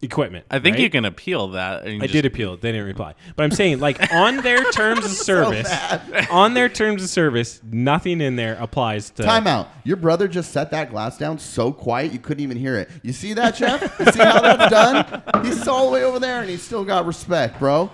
[SPEAKER 3] equipment.
[SPEAKER 1] I think
[SPEAKER 3] right?
[SPEAKER 1] you can appeal that. and
[SPEAKER 3] I
[SPEAKER 1] just-
[SPEAKER 3] did appeal. They didn't reply. But I'm saying, like, on their
[SPEAKER 5] <laughs>
[SPEAKER 3] terms of service, on their terms of service, nothing in there applies to.
[SPEAKER 5] Time out. Your brother just set that glass down so quiet you couldn't even hear it. You see that, Jeff? You see how that's done? He's all the way over there and he's still got respect, bro.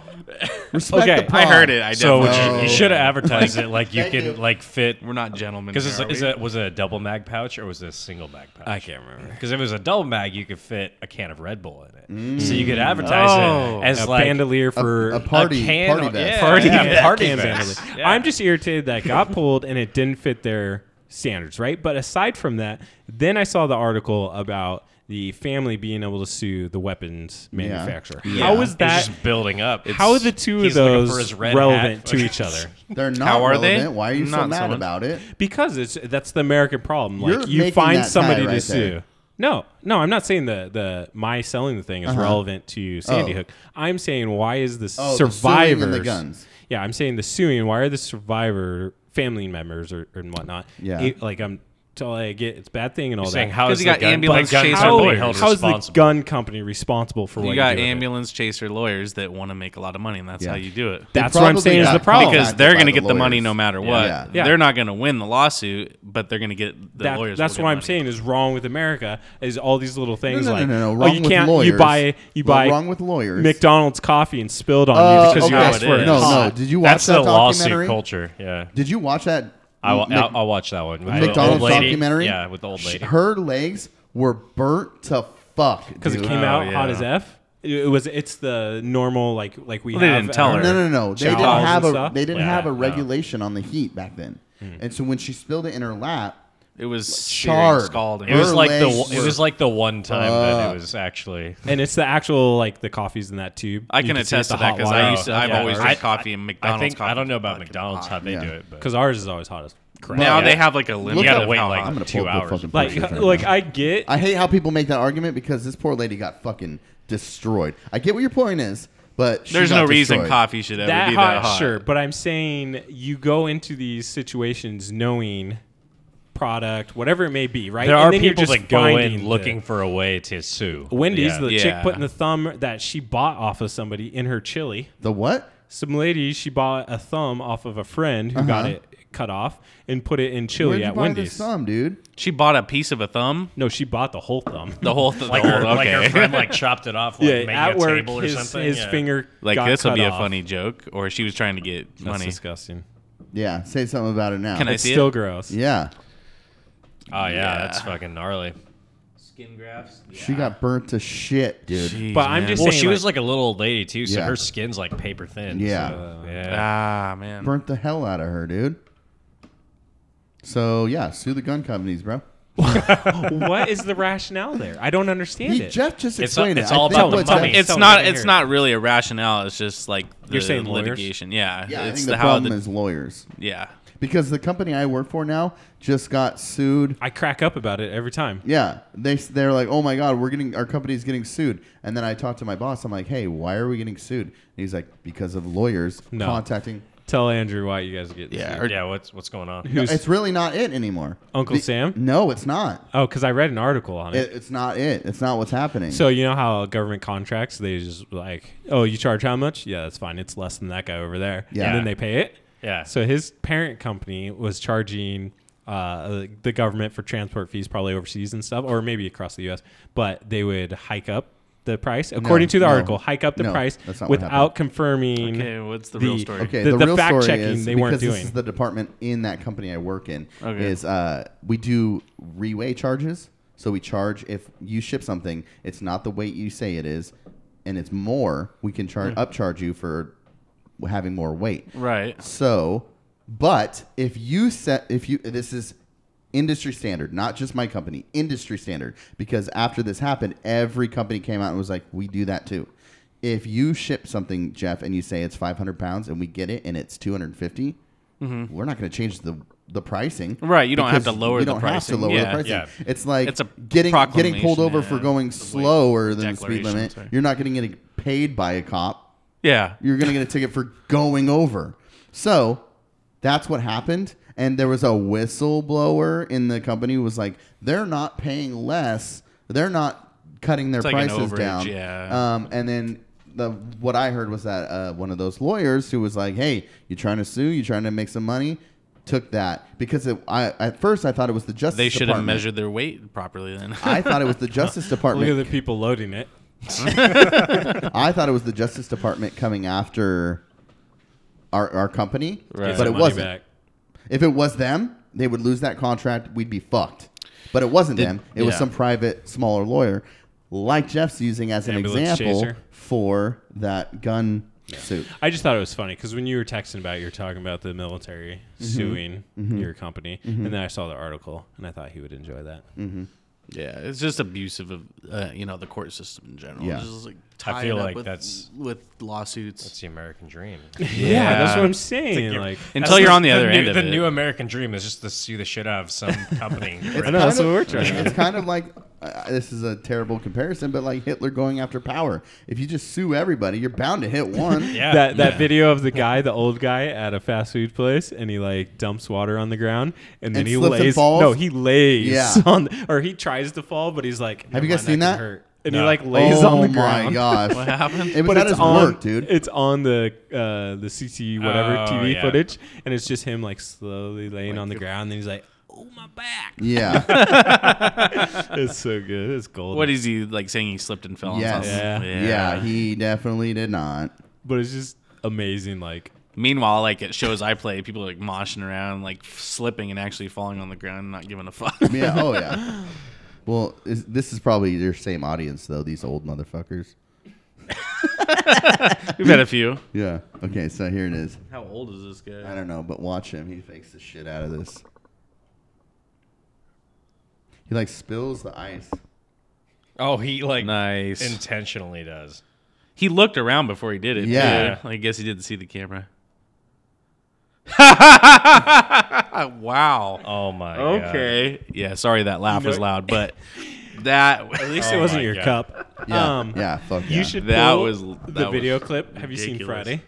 [SPEAKER 5] Respect
[SPEAKER 3] Okay,
[SPEAKER 5] the
[SPEAKER 1] I
[SPEAKER 5] pod.
[SPEAKER 1] heard it. I
[SPEAKER 2] <laughs> So
[SPEAKER 1] definitely.
[SPEAKER 5] No.
[SPEAKER 2] you, you should have advertised it like you
[SPEAKER 5] Thank
[SPEAKER 2] can
[SPEAKER 5] you.
[SPEAKER 2] like fit
[SPEAKER 1] We're not gentlemen.
[SPEAKER 2] because
[SPEAKER 1] here, are
[SPEAKER 2] it's
[SPEAKER 1] we?
[SPEAKER 2] is it was it a double mag pouch or was it a single mag pouch?
[SPEAKER 3] I can't remember.
[SPEAKER 2] Because if it was a double mag, you could fit a can of Red Bull in it. So you could advertise
[SPEAKER 1] Oh.
[SPEAKER 2] it as
[SPEAKER 3] Mm. a
[SPEAKER 2] like
[SPEAKER 3] bandolier for
[SPEAKER 5] a party,
[SPEAKER 2] can
[SPEAKER 5] party
[SPEAKER 2] of-
[SPEAKER 5] vest.
[SPEAKER 3] <laughs>
[SPEAKER 2] yeah,
[SPEAKER 1] Party
[SPEAKER 2] yeah,
[SPEAKER 1] vest.
[SPEAKER 2] <laughs> party
[SPEAKER 3] Cam
[SPEAKER 2] vest.
[SPEAKER 3] Vanderlei.
[SPEAKER 2] Yeah.
[SPEAKER 3] I'm just irritated that
[SPEAKER 2] <laughs>
[SPEAKER 3] it got pulled and it didn't fit their standards, right? But aside from that, then I saw the article about the family being able to sue the weapons manufacturer.
[SPEAKER 5] Yeah.
[SPEAKER 3] How is
[SPEAKER 2] It's
[SPEAKER 3] that?
[SPEAKER 2] just building up. It's-
[SPEAKER 3] How are the two of
[SPEAKER 2] he's looking for
[SPEAKER 3] those
[SPEAKER 2] his red
[SPEAKER 3] relevant
[SPEAKER 2] hat.
[SPEAKER 3] to each other?
[SPEAKER 5] They're not
[SPEAKER 1] How are they?
[SPEAKER 5] relevant. Why are you so
[SPEAKER 1] Not
[SPEAKER 5] mad
[SPEAKER 1] someone.
[SPEAKER 5] about it?
[SPEAKER 3] Because it's that's the American problem. Like
[SPEAKER 5] You're
[SPEAKER 3] you
[SPEAKER 5] making
[SPEAKER 3] find
[SPEAKER 5] that tie
[SPEAKER 3] somebody to
[SPEAKER 5] right
[SPEAKER 3] sue.
[SPEAKER 5] there.
[SPEAKER 3] No, no, I'm not saying the the my selling the thing is relevant to
[SPEAKER 5] Uh-huh.
[SPEAKER 3] Sandy
[SPEAKER 5] Oh.
[SPEAKER 3] Hook. I'm saying why is the
[SPEAKER 5] Oh, the suing and
[SPEAKER 3] survivors
[SPEAKER 5] the guns.
[SPEAKER 3] Yeah, I'm saying the suing. Why are the survivor family members or, or whatnot?
[SPEAKER 5] Yeah.
[SPEAKER 3] it- like I'm till I get it's a bad thing and all
[SPEAKER 2] You're
[SPEAKER 3] that.
[SPEAKER 2] saying how
[SPEAKER 1] 'Cause
[SPEAKER 2] is
[SPEAKER 1] he
[SPEAKER 2] the
[SPEAKER 1] got
[SPEAKER 2] gun,
[SPEAKER 1] ambulance
[SPEAKER 2] but guns
[SPEAKER 1] chased by
[SPEAKER 2] are being
[SPEAKER 1] lawyers.
[SPEAKER 2] held
[SPEAKER 3] how is the
[SPEAKER 2] responsible?
[SPEAKER 3] gun company responsible for what
[SPEAKER 1] you got
[SPEAKER 3] do with it?
[SPEAKER 1] ambulance chaser lawyers that want to make a lot of money, and that's
[SPEAKER 5] Yeah.
[SPEAKER 1] how you do it.
[SPEAKER 3] That's what I'm
[SPEAKER 5] probably
[SPEAKER 3] saying is
[SPEAKER 5] got
[SPEAKER 3] the problem.
[SPEAKER 5] contacted
[SPEAKER 1] because they're
[SPEAKER 5] by
[SPEAKER 1] going to get the money
[SPEAKER 5] lawyers.
[SPEAKER 1] no matter
[SPEAKER 5] Yeah.
[SPEAKER 1] what.
[SPEAKER 5] Yeah.
[SPEAKER 3] Yeah.
[SPEAKER 1] They're not going to win the lawsuit, but they're going to get the
[SPEAKER 3] That-
[SPEAKER 1] lawyers.
[SPEAKER 3] that's
[SPEAKER 1] will
[SPEAKER 3] what
[SPEAKER 1] get
[SPEAKER 3] I'm
[SPEAKER 1] money.
[SPEAKER 3] saying is wrong with America is all these little things
[SPEAKER 5] no, no,
[SPEAKER 3] like
[SPEAKER 5] no, no.
[SPEAKER 3] oh
[SPEAKER 5] Wrong
[SPEAKER 3] you
[SPEAKER 5] with
[SPEAKER 3] can't you
[SPEAKER 5] lawyers.
[SPEAKER 3] buy you
[SPEAKER 5] Well,
[SPEAKER 3] buy
[SPEAKER 5] wrong with lawyers.
[SPEAKER 3] McDonald's coffee and spilled on
[SPEAKER 5] Uh,
[SPEAKER 3] you because you
[SPEAKER 5] okay.
[SPEAKER 3] asked for it. <laughs>
[SPEAKER 5] No,
[SPEAKER 3] hot.
[SPEAKER 5] no. Did you watch
[SPEAKER 2] That's
[SPEAKER 5] that
[SPEAKER 2] the lawsuit
[SPEAKER 5] documentary?
[SPEAKER 2] culture. Yeah.
[SPEAKER 5] Did you watch that?
[SPEAKER 2] I will,
[SPEAKER 5] Mc-
[SPEAKER 2] I'll, I'll watch that one. With the
[SPEAKER 5] McDonald's
[SPEAKER 2] old lady.
[SPEAKER 5] documentary.
[SPEAKER 2] Yeah, with the old
[SPEAKER 5] Sh-
[SPEAKER 2] lady.
[SPEAKER 5] Her legs were burnt to fuck
[SPEAKER 3] because it
[SPEAKER 5] dude.
[SPEAKER 3] came out
[SPEAKER 1] Oh,
[SPEAKER 3] hot
[SPEAKER 1] yeah.
[SPEAKER 3] as f. It it was it's the normal like like we
[SPEAKER 1] Well, they
[SPEAKER 3] have
[SPEAKER 1] didn't tell
[SPEAKER 3] at our-
[SPEAKER 1] her.
[SPEAKER 5] No, no, no. They didn't
[SPEAKER 3] Towels
[SPEAKER 5] have
[SPEAKER 3] and
[SPEAKER 5] a
[SPEAKER 3] stuff?
[SPEAKER 5] they didn't
[SPEAKER 2] Yeah,
[SPEAKER 5] have a
[SPEAKER 2] no.
[SPEAKER 5] regulation on the heat back then, and so when she spilled it in her lap,
[SPEAKER 1] It was
[SPEAKER 5] charred.
[SPEAKER 1] charred. Scalding.
[SPEAKER 2] It was
[SPEAKER 5] Her
[SPEAKER 2] like the
[SPEAKER 5] legs
[SPEAKER 2] it was
[SPEAKER 5] were-
[SPEAKER 2] like the one time that it was actually.
[SPEAKER 3] And it's the actual like the coffees in that tube.
[SPEAKER 1] I can attest to that because I used to. I've
[SPEAKER 2] Yeah.
[SPEAKER 1] always
[SPEAKER 2] I-
[SPEAKER 1] drank coffee and McDonald's.
[SPEAKER 2] I think
[SPEAKER 1] coffee
[SPEAKER 2] I don't know about
[SPEAKER 1] fucking
[SPEAKER 2] McDonald's
[SPEAKER 1] hot.
[SPEAKER 2] how they
[SPEAKER 5] Yeah.
[SPEAKER 2] do it, but
[SPEAKER 3] because ours is always hottest. Correct.
[SPEAKER 1] Now
[SPEAKER 2] Yeah.
[SPEAKER 1] they have like a limit.
[SPEAKER 5] Look
[SPEAKER 1] of
[SPEAKER 5] up-
[SPEAKER 1] how
[SPEAKER 2] wait,
[SPEAKER 1] hot.
[SPEAKER 2] like,
[SPEAKER 5] I'm gonna
[SPEAKER 2] two
[SPEAKER 5] pull up
[SPEAKER 2] hours.
[SPEAKER 5] the fucking
[SPEAKER 3] Like
[SPEAKER 5] pictures right
[SPEAKER 3] <laughs> like
[SPEAKER 5] now.
[SPEAKER 3] I get
[SPEAKER 5] I hate how people make that argument because this poor lady got fucking destroyed. I get what your point is, but she
[SPEAKER 1] There's
[SPEAKER 5] got
[SPEAKER 1] no reason
[SPEAKER 5] destroyed.
[SPEAKER 1] coffee should ever
[SPEAKER 3] that
[SPEAKER 1] be
[SPEAKER 3] hot,
[SPEAKER 1] that hot.
[SPEAKER 3] sure. But I'm saying you go into these situations knowing product, whatever it may be, right?
[SPEAKER 2] there
[SPEAKER 3] And
[SPEAKER 2] are
[SPEAKER 3] then you're
[SPEAKER 2] people
[SPEAKER 3] just
[SPEAKER 2] that go
[SPEAKER 3] finding
[SPEAKER 2] in
[SPEAKER 3] the-
[SPEAKER 2] looking for a way to sue.
[SPEAKER 3] Wendy's,
[SPEAKER 2] Yeah.
[SPEAKER 3] the
[SPEAKER 1] Yeah.
[SPEAKER 3] chick putting the thumb that she bought off of somebody in her chili.
[SPEAKER 5] The what?
[SPEAKER 3] Some lady, she bought a thumb off of a friend who got
[SPEAKER 5] Uh-huh.
[SPEAKER 3] it cut off and put it in
[SPEAKER 5] Where'd
[SPEAKER 3] chili
[SPEAKER 5] you
[SPEAKER 3] at
[SPEAKER 5] buy
[SPEAKER 3] Oh, Wendy's.
[SPEAKER 5] this thumb, dude?
[SPEAKER 1] She bought a piece of a thumb.
[SPEAKER 3] No, she bought the whole thumb.
[SPEAKER 1] The
[SPEAKER 3] <laughs>
[SPEAKER 1] whole th-
[SPEAKER 2] like
[SPEAKER 1] the
[SPEAKER 2] her,
[SPEAKER 1] whole,
[SPEAKER 2] like
[SPEAKER 1] okay.
[SPEAKER 2] her friend like chopped it off, like making
[SPEAKER 3] at
[SPEAKER 2] a
[SPEAKER 3] work,
[SPEAKER 2] table or
[SPEAKER 3] his,
[SPEAKER 2] something.
[SPEAKER 3] his
[SPEAKER 2] yeah.
[SPEAKER 3] finger
[SPEAKER 1] Like
[SPEAKER 3] got
[SPEAKER 1] this would
[SPEAKER 3] cut
[SPEAKER 1] be a
[SPEAKER 3] off.
[SPEAKER 1] funny joke, or she was trying to get
[SPEAKER 3] That's
[SPEAKER 1] money.
[SPEAKER 3] disgusting.
[SPEAKER 5] Yeah, say something about it now.
[SPEAKER 1] Can I
[SPEAKER 3] It's
[SPEAKER 1] see
[SPEAKER 3] still
[SPEAKER 1] it?
[SPEAKER 3] gross.
[SPEAKER 5] Yeah,
[SPEAKER 2] Oh yeah,
[SPEAKER 1] Yeah.
[SPEAKER 2] that's fucking gnarly.
[SPEAKER 1] Skin grafts.
[SPEAKER 5] she got burnt to shit, dude.
[SPEAKER 3] But I'm just-
[SPEAKER 2] Well,
[SPEAKER 3] saying,
[SPEAKER 2] she
[SPEAKER 3] like-
[SPEAKER 2] was like a little old lady too, so
[SPEAKER 5] Yeah.
[SPEAKER 2] her skin's like paper thin.
[SPEAKER 5] Yeah.
[SPEAKER 2] so, yeah.
[SPEAKER 1] ah man.
[SPEAKER 5] burnt the hell out of her, dude. So yeah, sue the gun companies, bro.
[SPEAKER 3] what is the rationale there? I don't understand
[SPEAKER 5] He,
[SPEAKER 3] it.
[SPEAKER 5] Jeff just
[SPEAKER 2] It's-
[SPEAKER 5] explained
[SPEAKER 2] it's
[SPEAKER 5] it. I
[SPEAKER 2] all
[SPEAKER 5] think
[SPEAKER 2] about the
[SPEAKER 5] what's
[SPEAKER 2] money.
[SPEAKER 5] happening-
[SPEAKER 1] it's
[SPEAKER 3] Tell me,
[SPEAKER 1] not.
[SPEAKER 3] let me
[SPEAKER 1] It's
[SPEAKER 3] hear
[SPEAKER 1] not really a rationale. It's just like the
[SPEAKER 3] You're saying lawyers?
[SPEAKER 1] litigation. Yeah,
[SPEAKER 5] Yeah, I
[SPEAKER 1] it's
[SPEAKER 5] think
[SPEAKER 1] the,
[SPEAKER 5] the
[SPEAKER 1] how
[SPEAKER 5] problem
[SPEAKER 1] the
[SPEAKER 5] is lawyers.
[SPEAKER 1] yeah.
[SPEAKER 5] Because the company I work for now just got sued.
[SPEAKER 3] I crack up about it every time.
[SPEAKER 5] Yeah, they they're like, oh my god, we're getting our company's getting sued. And then I talked to my boss. I'm like, hey, why are we getting sued? And he's like, because of lawyers
[SPEAKER 3] No.
[SPEAKER 5] contacting.
[SPEAKER 3] Tell Andrew why you guys get
[SPEAKER 1] Yeah,
[SPEAKER 3] sued.
[SPEAKER 1] or-
[SPEAKER 2] Yeah, what's what's going on?
[SPEAKER 3] Who's-
[SPEAKER 5] It's really not it anymore.
[SPEAKER 3] Uncle
[SPEAKER 5] The-
[SPEAKER 3] Sam?
[SPEAKER 5] No, it's not.
[SPEAKER 3] oh, because I read an article on it.
[SPEAKER 5] It, it's not it. It's not what's happening.
[SPEAKER 3] So you know how government contracts they just like, oh, you charge how much? Yeah, that's fine. It's less than that guy over there.
[SPEAKER 5] Yeah.
[SPEAKER 3] and then they pay it.
[SPEAKER 2] Yeah.
[SPEAKER 3] So his parent company was charging uh, the government for transport fees, probably overseas and stuff, or maybe across the U.S. But they would hike up the price according to the
[SPEAKER 5] no,
[SPEAKER 3] article. Hike up the
[SPEAKER 5] no,
[SPEAKER 3] price
[SPEAKER 5] that's not what
[SPEAKER 3] without confirming.
[SPEAKER 1] Okay, what's the real story?
[SPEAKER 5] okay,
[SPEAKER 3] the-
[SPEAKER 5] the,
[SPEAKER 3] the
[SPEAKER 5] real
[SPEAKER 3] fact
[SPEAKER 5] story
[SPEAKER 3] checking
[SPEAKER 5] is
[SPEAKER 3] they
[SPEAKER 5] because
[SPEAKER 3] weren't
[SPEAKER 5] this
[SPEAKER 3] doing.
[SPEAKER 5] is the department in that company I work in
[SPEAKER 1] Okay.
[SPEAKER 5] is uh, we do reway charges. So we charge if you ship something, it's not the weight you say it is, and it's more. We can charge
[SPEAKER 1] Hmm.
[SPEAKER 5] upcharge you for having more weight.
[SPEAKER 1] Right.
[SPEAKER 5] So, but if you set, if you, this is industry standard, not just my company, industry standard, because after this happened, every company came out and was like, we do that too. If you ship something, Jeff, and you say it's 500 pounds and we get it and it's 250, we're not going to change the, the pricing.
[SPEAKER 1] Mm-hmm. Right, you don't have
[SPEAKER 5] because
[SPEAKER 1] to lower
[SPEAKER 5] we
[SPEAKER 1] the
[SPEAKER 5] don't
[SPEAKER 1] pricing.
[SPEAKER 5] have to lower
[SPEAKER 1] Yeah.
[SPEAKER 5] the pricing.
[SPEAKER 2] Yeah.
[SPEAKER 5] It's like
[SPEAKER 1] It's a
[SPEAKER 5] getting, getting pulled
[SPEAKER 1] proclamation,
[SPEAKER 5] over for
[SPEAKER 1] yeah.
[SPEAKER 5] going slower than the speed
[SPEAKER 1] declaration,
[SPEAKER 5] limit.
[SPEAKER 1] sorry.
[SPEAKER 5] You're not getting getting paid by a cop
[SPEAKER 1] Yeah.
[SPEAKER 5] you're gonna get a ticket for going over. So that's what happened. And there was a whistleblower in the company who was like, they're not paying less. They're not cutting their
[SPEAKER 1] It's like an
[SPEAKER 5] prices
[SPEAKER 1] overage,
[SPEAKER 5] down.
[SPEAKER 1] yeah.
[SPEAKER 5] Um, and then the what I heard was that uh, one of those lawyers who was like, hey, you trying to sue? You trying to make some money? Took that because it, I at first I thought it was the Justice
[SPEAKER 1] They should have
[SPEAKER 5] Department.
[SPEAKER 1] measured their weight properly then.
[SPEAKER 5] I thought it was the Justice
[SPEAKER 3] Look
[SPEAKER 5] Department
[SPEAKER 3] at the people loading it.
[SPEAKER 5] I thought it was the Justice Department coming after our, our company,
[SPEAKER 1] Right.
[SPEAKER 5] but
[SPEAKER 3] Their
[SPEAKER 5] it
[SPEAKER 3] money
[SPEAKER 5] wasn't.
[SPEAKER 3] back.
[SPEAKER 5] If it was them, they would lose that contract. We'd be fucked. But it wasn't them. It was
[SPEAKER 1] yeah.
[SPEAKER 5] some private, smaller lawyer, like Jeff's using as an
[SPEAKER 3] Ambulance
[SPEAKER 5] example
[SPEAKER 3] chaser.
[SPEAKER 5] for that gun suit.
[SPEAKER 3] I just thought it was funny because when you were texting about, it, you were talking about the
[SPEAKER 5] Mm-hmm. Mm-hmm.
[SPEAKER 3] military suing your company, and then I saw the article, and I thought he would enjoy that.
[SPEAKER 1] <laughs> Yeah, it's just abusive of uh, you know the court system in general.
[SPEAKER 5] Yeah.
[SPEAKER 1] Just, like,
[SPEAKER 2] I
[SPEAKER 1] tie
[SPEAKER 2] feel
[SPEAKER 1] it up
[SPEAKER 2] like
[SPEAKER 1] with,
[SPEAKER 2] that's-
[SPEAKER 1] with lawsuits.
[SPEAKER 2] It's the American dream.
[SPEAKER 3] <laughs> Yeah, that's what I'm saying.
[SPEAKER 2] you're-
[SPEAKER 3] Like,
[SPEAKER 5] <laughs>
[SPEAKER 1] Until you're on the other
[SPEAKER 2] new,
[SPEAKER 1] end of
[SPEAKER 2] the
[SPEAKER 1] it.
[SPEAKER 2] new American dream is just to sue the shit out of some company.
[SPEAKER 3] I know,
[SPEAKER 5] Kind
[SPEAKER 3] that's
[SPEAKER 5] of-
[SPEAKER 3] what we're trying to
[SPEAKER 5] It's kind of like uh, this is a terrible comparison, but like Hitler going after power. If you just sue everybody, you're bound to hit one.
[SPEAKER 3] <laughs>
[SPEAKER 2] yeah.
[SPEAKER 3] that that video of the guy, the old guy at a fast food place, and he like dumps water on the ground, and then
[SPEAKER 5] And
[SPEAKER 3] he
[SPEAKER 5] slips and
[SPEAKER 3] lays.
[SPEAKER 5] falls?
[SPEAKER 3] No, he lays
[SPEAKER 5] Yeah.
[SPEAKER 3] <laughs> on, or he tries to fall, but he's like,
[SPEAKER 5] Have you guys
[SPEAKER 3] "Never mind,
[SPEAKER 5] seen
[SPEAKER 3] that can
[SPEAKER 5] that?
[SPEAKER 3] hurt." And he
[SPEAKER 2] No.
[SPEAKER 3] like lays
[SPEAKER 5] oh
[SPEAKER 3] on the
[SPEAKER 5] my
[SPEAKER 3] ground. <laughs>
[SPEAKER 5] gosh!
[SPEAKER 1] What happened?
[SPEAKER 5] It was
[SPEAKER 3] But
[SPEAKER 5] at
[SPEAKER 3] it's
[SPEAKER 5] his
[SPEAKER 3] on,
[SPEAKER 5] work, dude.
[SPEAKER 3] It's on the uh, the CC whatever
[SPEAKER 2] Oh,
[SPEAKER 3] TV
[SPEAKER 2] yeah.
[SPEAKER 3] footage, and it's just him like slowly laying on the ground. And
[SPEAKER 1] <laughs>
[SPEAKER 3] he's like, "Oh my back!" <laughs>
[SPEAKER 5] yeah,
[SPEAKER 3] it's so good. It's gold.
[SPEAKER 1] What is he like saying? He slipped and fell.
[SPEAKER 5] Yes.
[SPEAKER 1] On something?
[SPEAKER 3] Yeah.
[SPEAKER 5] yeah. He definitely did not.
[SPEAKER 3] but it's just amazing. Like
[SPEAKER 1] Meanwhile, like at shows I play, people are like moshing around, like slipping and actually falling on the ground, and not giving a fuck.
[SPEAKER 5] Yeah. Oh
[SPEAKER 3] <laughs>
[SPEAKER 5] yeah. Well, is, this is probably your same audience though. These old motherfuckers.
[SPEAKER 1] <laughs> We've had a few.
[SPEAKER 5] Yeah. Okay. So here it is.
[SPEAKER 1] How old is this guy?
[SPEAKER 5] I don't know, but watch him. He fakes the shit out of this. He like spills the ice.
[SPEAKER 2] oh,
[SPEAKER 1] <laughs>
[SPEAKER 2] he like
[SPEAKER 1] Nice.
[SPEAKER 2] intentionally does.
[SPEAKER 1] he looked around before he did it.
[SPEAKER 5] Yeah.
[SPEAKER 1] too. I guess he didn't see the camera. <laughs> wow.
[SPEAKER 2] Oh my.
[SPEAKER 1] Okay. Yeah, sorry that laugh was loud, but <laughs> that
[SPEAKER 3] at least
[SPEAKER 2] Oh
[SPEAKER 3] it wasn't
[SPEAKER 2] my
[SPEAKER 3] your
[SPEAKER 2] God.
[SPEAKER 3] cup.
[SPEAKER 5] Yeah.
[SPEAKER 3] Um,
[SPEAKER 5] yeah. Fuck.
[SPEAKER 3] You
[SPEAKER 5] yeah.
[SPEAKER 3] should.
[SPEAKER 1] That
[SPEAKER 3] pull
[SPEAKER 1] was- that
[SPEAKER 3] the
[SPEAKER 1] was
[SPEAKER 3] video clip. Have you seen
[SPEAKER 1] ridiculous.
[SPEAKER 3] Friday?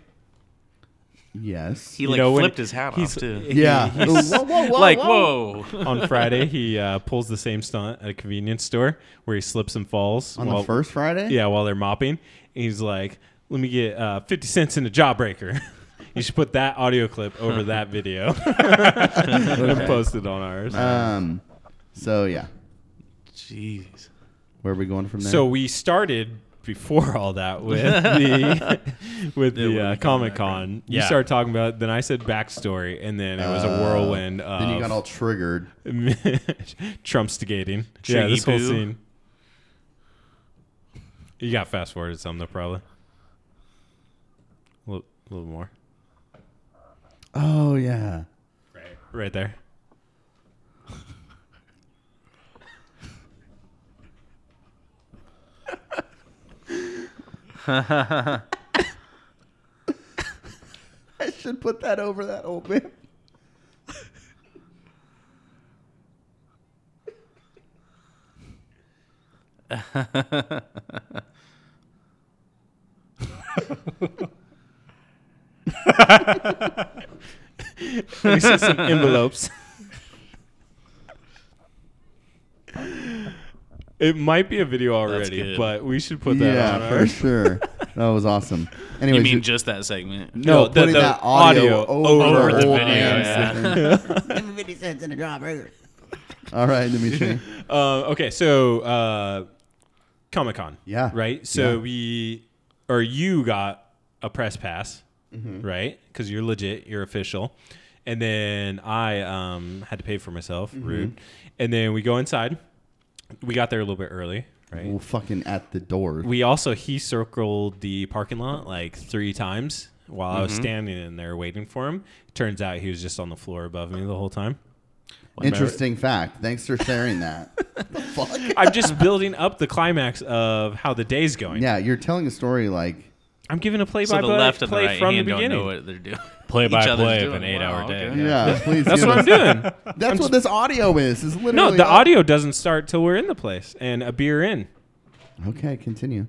[SPEAKER 5] Yes.
[SPEAKER 1] he
[SPEAKER 3] You
[SPEAKER 1] like
[SPEAKER 3] know, when
[SPEAKER 1] flipped
[SPEAKER 3] he-
[SPEAKER 1] his hat
[SPEAKER 3] he's-
[SPEAKER 1] off too.
[SPEAKER 5] yeah. <laughs> Whoa, whoa, whoa,
[SPEAKER 1] like,
[SPEAKER 5] whoa.
[SPEAKER 1] whoa.
[SPEAKER 3] on Friday, he uh, pulls the same stunt at a convenience store where he slips and falls
[SPEAKER 5] On
[SPEAKER 3] while-
[SPEAKER 5] the first Friday?
[SPEAKER 3] <laughs> Yeah, while they're mopping, and he's like, "Let me get uh, fifty cents in a jawbreaker." <laughs> you should put that audio clip over that video <laughs> and post it on ours.
[SPEAKER 5] Um. So yeah,
[SPEAKER 1] <laughs> Jeez.
[SPEAKER 5] where are we going from there?
[SPEAKER 3] so we started before all that with the <laughs> with
[SPEAKER 1] Yeah,
[SPEAKER 3] the
[SPEAKER 1] what
[SPEAKER 3] uh,
[SPEAKER 1] we
[SPEAKER 3] Comic Con. You
[SPEAKER 2] Yeah.
[SPEAKER 3] started talking about. Then I said backstory, and then it was a whirlwind. Of
[SPEAKER 5] then you got all triggered.
[SPEAKER 3] <laughs> Trumpstigating. Yeah, this whole
[SPEAKER 1] Triggy-poo.
[SPEAKER 3] scene. You got fast forwarded some though, probably. A little, little more.
[SPEAKER 5] Oh yeah.
[SPEAKER 3] Right there.
[SPEAKER 5] <laughs> I should put that over that old man.
[SPEAKER 3] We see some envelopes. it might be a video already,
[SPEAKER 1] good.
[SPEAKER 3] but we should put that on
[SPEAKER 5] yeah, for
[SPEAKER 3] ours.
[SPEAKER 5] sure. That was awesome. Anyways,
[SPEAKER 1] You mean
[SPEAKER 5] you-
[SPEAKER 1] just that segment?
[SPEAKER 5] no,
[SPEAKER 3] no, the-
[SPEAKER 5] putting
[SPEAKER 3] the
[SPEAKER 5] that audio,
[SPEAKER 3] audio
[SPEAKER 5] over,
[SPEAKER 3] over
[SPEAKER 1] the
[SPEAKER 5] old
[SPEAKER 1] video,
[SPEAKER 5] man's thing. <laughs> All right, Dimitri.
[SPEAKER 3] Uh, okay, so uh, Comic Con.
[SPEAKER 5] Yeah.
[SPEAKER 3] Right. So
[SPEAKER 5] Yeah.
[SPEAKER 3] we or you got a press pass,
[SPEAKER 5] Mm-hmm.
[SPEAKER 3] right? Because you're legit, you're official. And then I um, had to pay for myself,
[SPEAKER 5] Mm-hmm.
[SPEAKER 3] rude. And then we go inside. We got there a little bit early, <laughs> right?
[SPEAKER 5] Well, fucking at the door.
[SPEAKER 3] We also he circled the parking lot like three times while I was
[SPEAKER 1] Mm-hmm.
[SPEAKER 3] standing in there waiting for him. Turns out he was just on the floor above me the whole time.
[SPEAKER 1] <laughs>
[SPEAKER 5] Interesting fact. Thanks for sharing
[SPEAKER 3] <laughs>
[SPEAKER 5] that. the fuck?
[SPEAKER 3] I'm just building up the climax of how the day's going.
[SPEAKER 5] Yeah, you're telling a story like
[SPEAKER 3] I'm giving a play
[SPEAKER 1] So
[SPEAKER 3] by
[SPEAKER 1] the
[SPEAKER 3] play,
[SPEAKER 1] left and the
[SPEAKER 3] play
[SPEAKER 1] right
[SPEAKER 3] from the
[SPEAKER 1] hand don't
[SPEAKER 3] beginning.
[SPEAKER 1] know what they're <laughs> doing.
[SPEAKER 2] Play
[SPEAKER 1] Each
[SPEAKER 2] by
[SPEAKER 1] other's
[SPEAKER 2] play of
[SPEAKER 1] doing.
[SPEAKER 2] an eight-hour
[SPEAKER 1] Wow,
[SPEAKER 2] day.
[SPEAKER 1] okay.
[SPEAKER 5] yeah,
[SPEAKER 3] <laughs>
[SPEAKER 5] please.
[SPEAKER 3] That's
[SPEAKER 5] give
[SPEAKER 3] what
[SPEAKER 5] us-
[SPEAKER 3] I'm doing.
[SPEAKER 5] That's what this audio is. Is literally
[SPEAKER 3] No, the audio doesn't start till we're in the place and a beer in.
[SPEAKER 5] Okay, continue.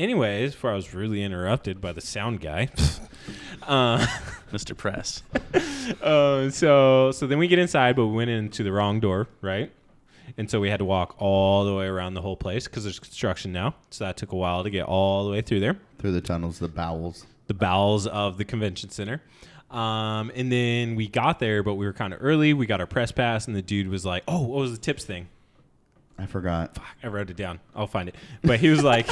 [SPEAKER 3] Anyways, before I was really interrupted by the sound guy. <laughs>
[SPEAKER 1] Mr. Press.
[SPEAKER 3] uh, so so then we get inside, but we went into the wrong door, right? And so we had to walk all the way around the whole place because there's construction now. So that took a while to get all the way through there.
[SPEAKER 5] Through the tunnels, the bowels.
[SPEAKER 3] the bowels of the convention center. Um, and then we got there, but we were kind of early. We got our press pass, and the dude was like, "Oh, what was the tips thing?"
[SPEAKER 5] I forgot.
[SPEAKER 3] I wrote it down. I'll find it. But he was like, <laughs>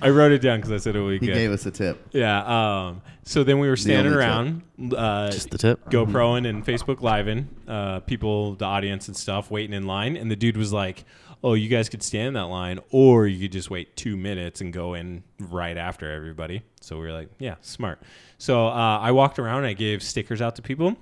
[SPEAKER 3] "I wrote it down because I said it would
[SPEAKER 5] He
[SPEAKER 3] be good."
[SPEAKER 5] gave us a tip.
[SPEAKER 3] yeah. Um, so then we were standing
[SPEAKER 5] only
[SPEAKER 3] around, uh,
[SPEAKER 1] Just the tip.
[SPEAKER 3] GoProing and Facebook Living, uh, people, the audience and stuff, waiting in line. And the dude was like, "Oh, you guys could stand in that line, or you could just wait two minutes and go in right after everybody." So we were like, "Yeah, smart." So uh, I walked around. I gave stickers out to people.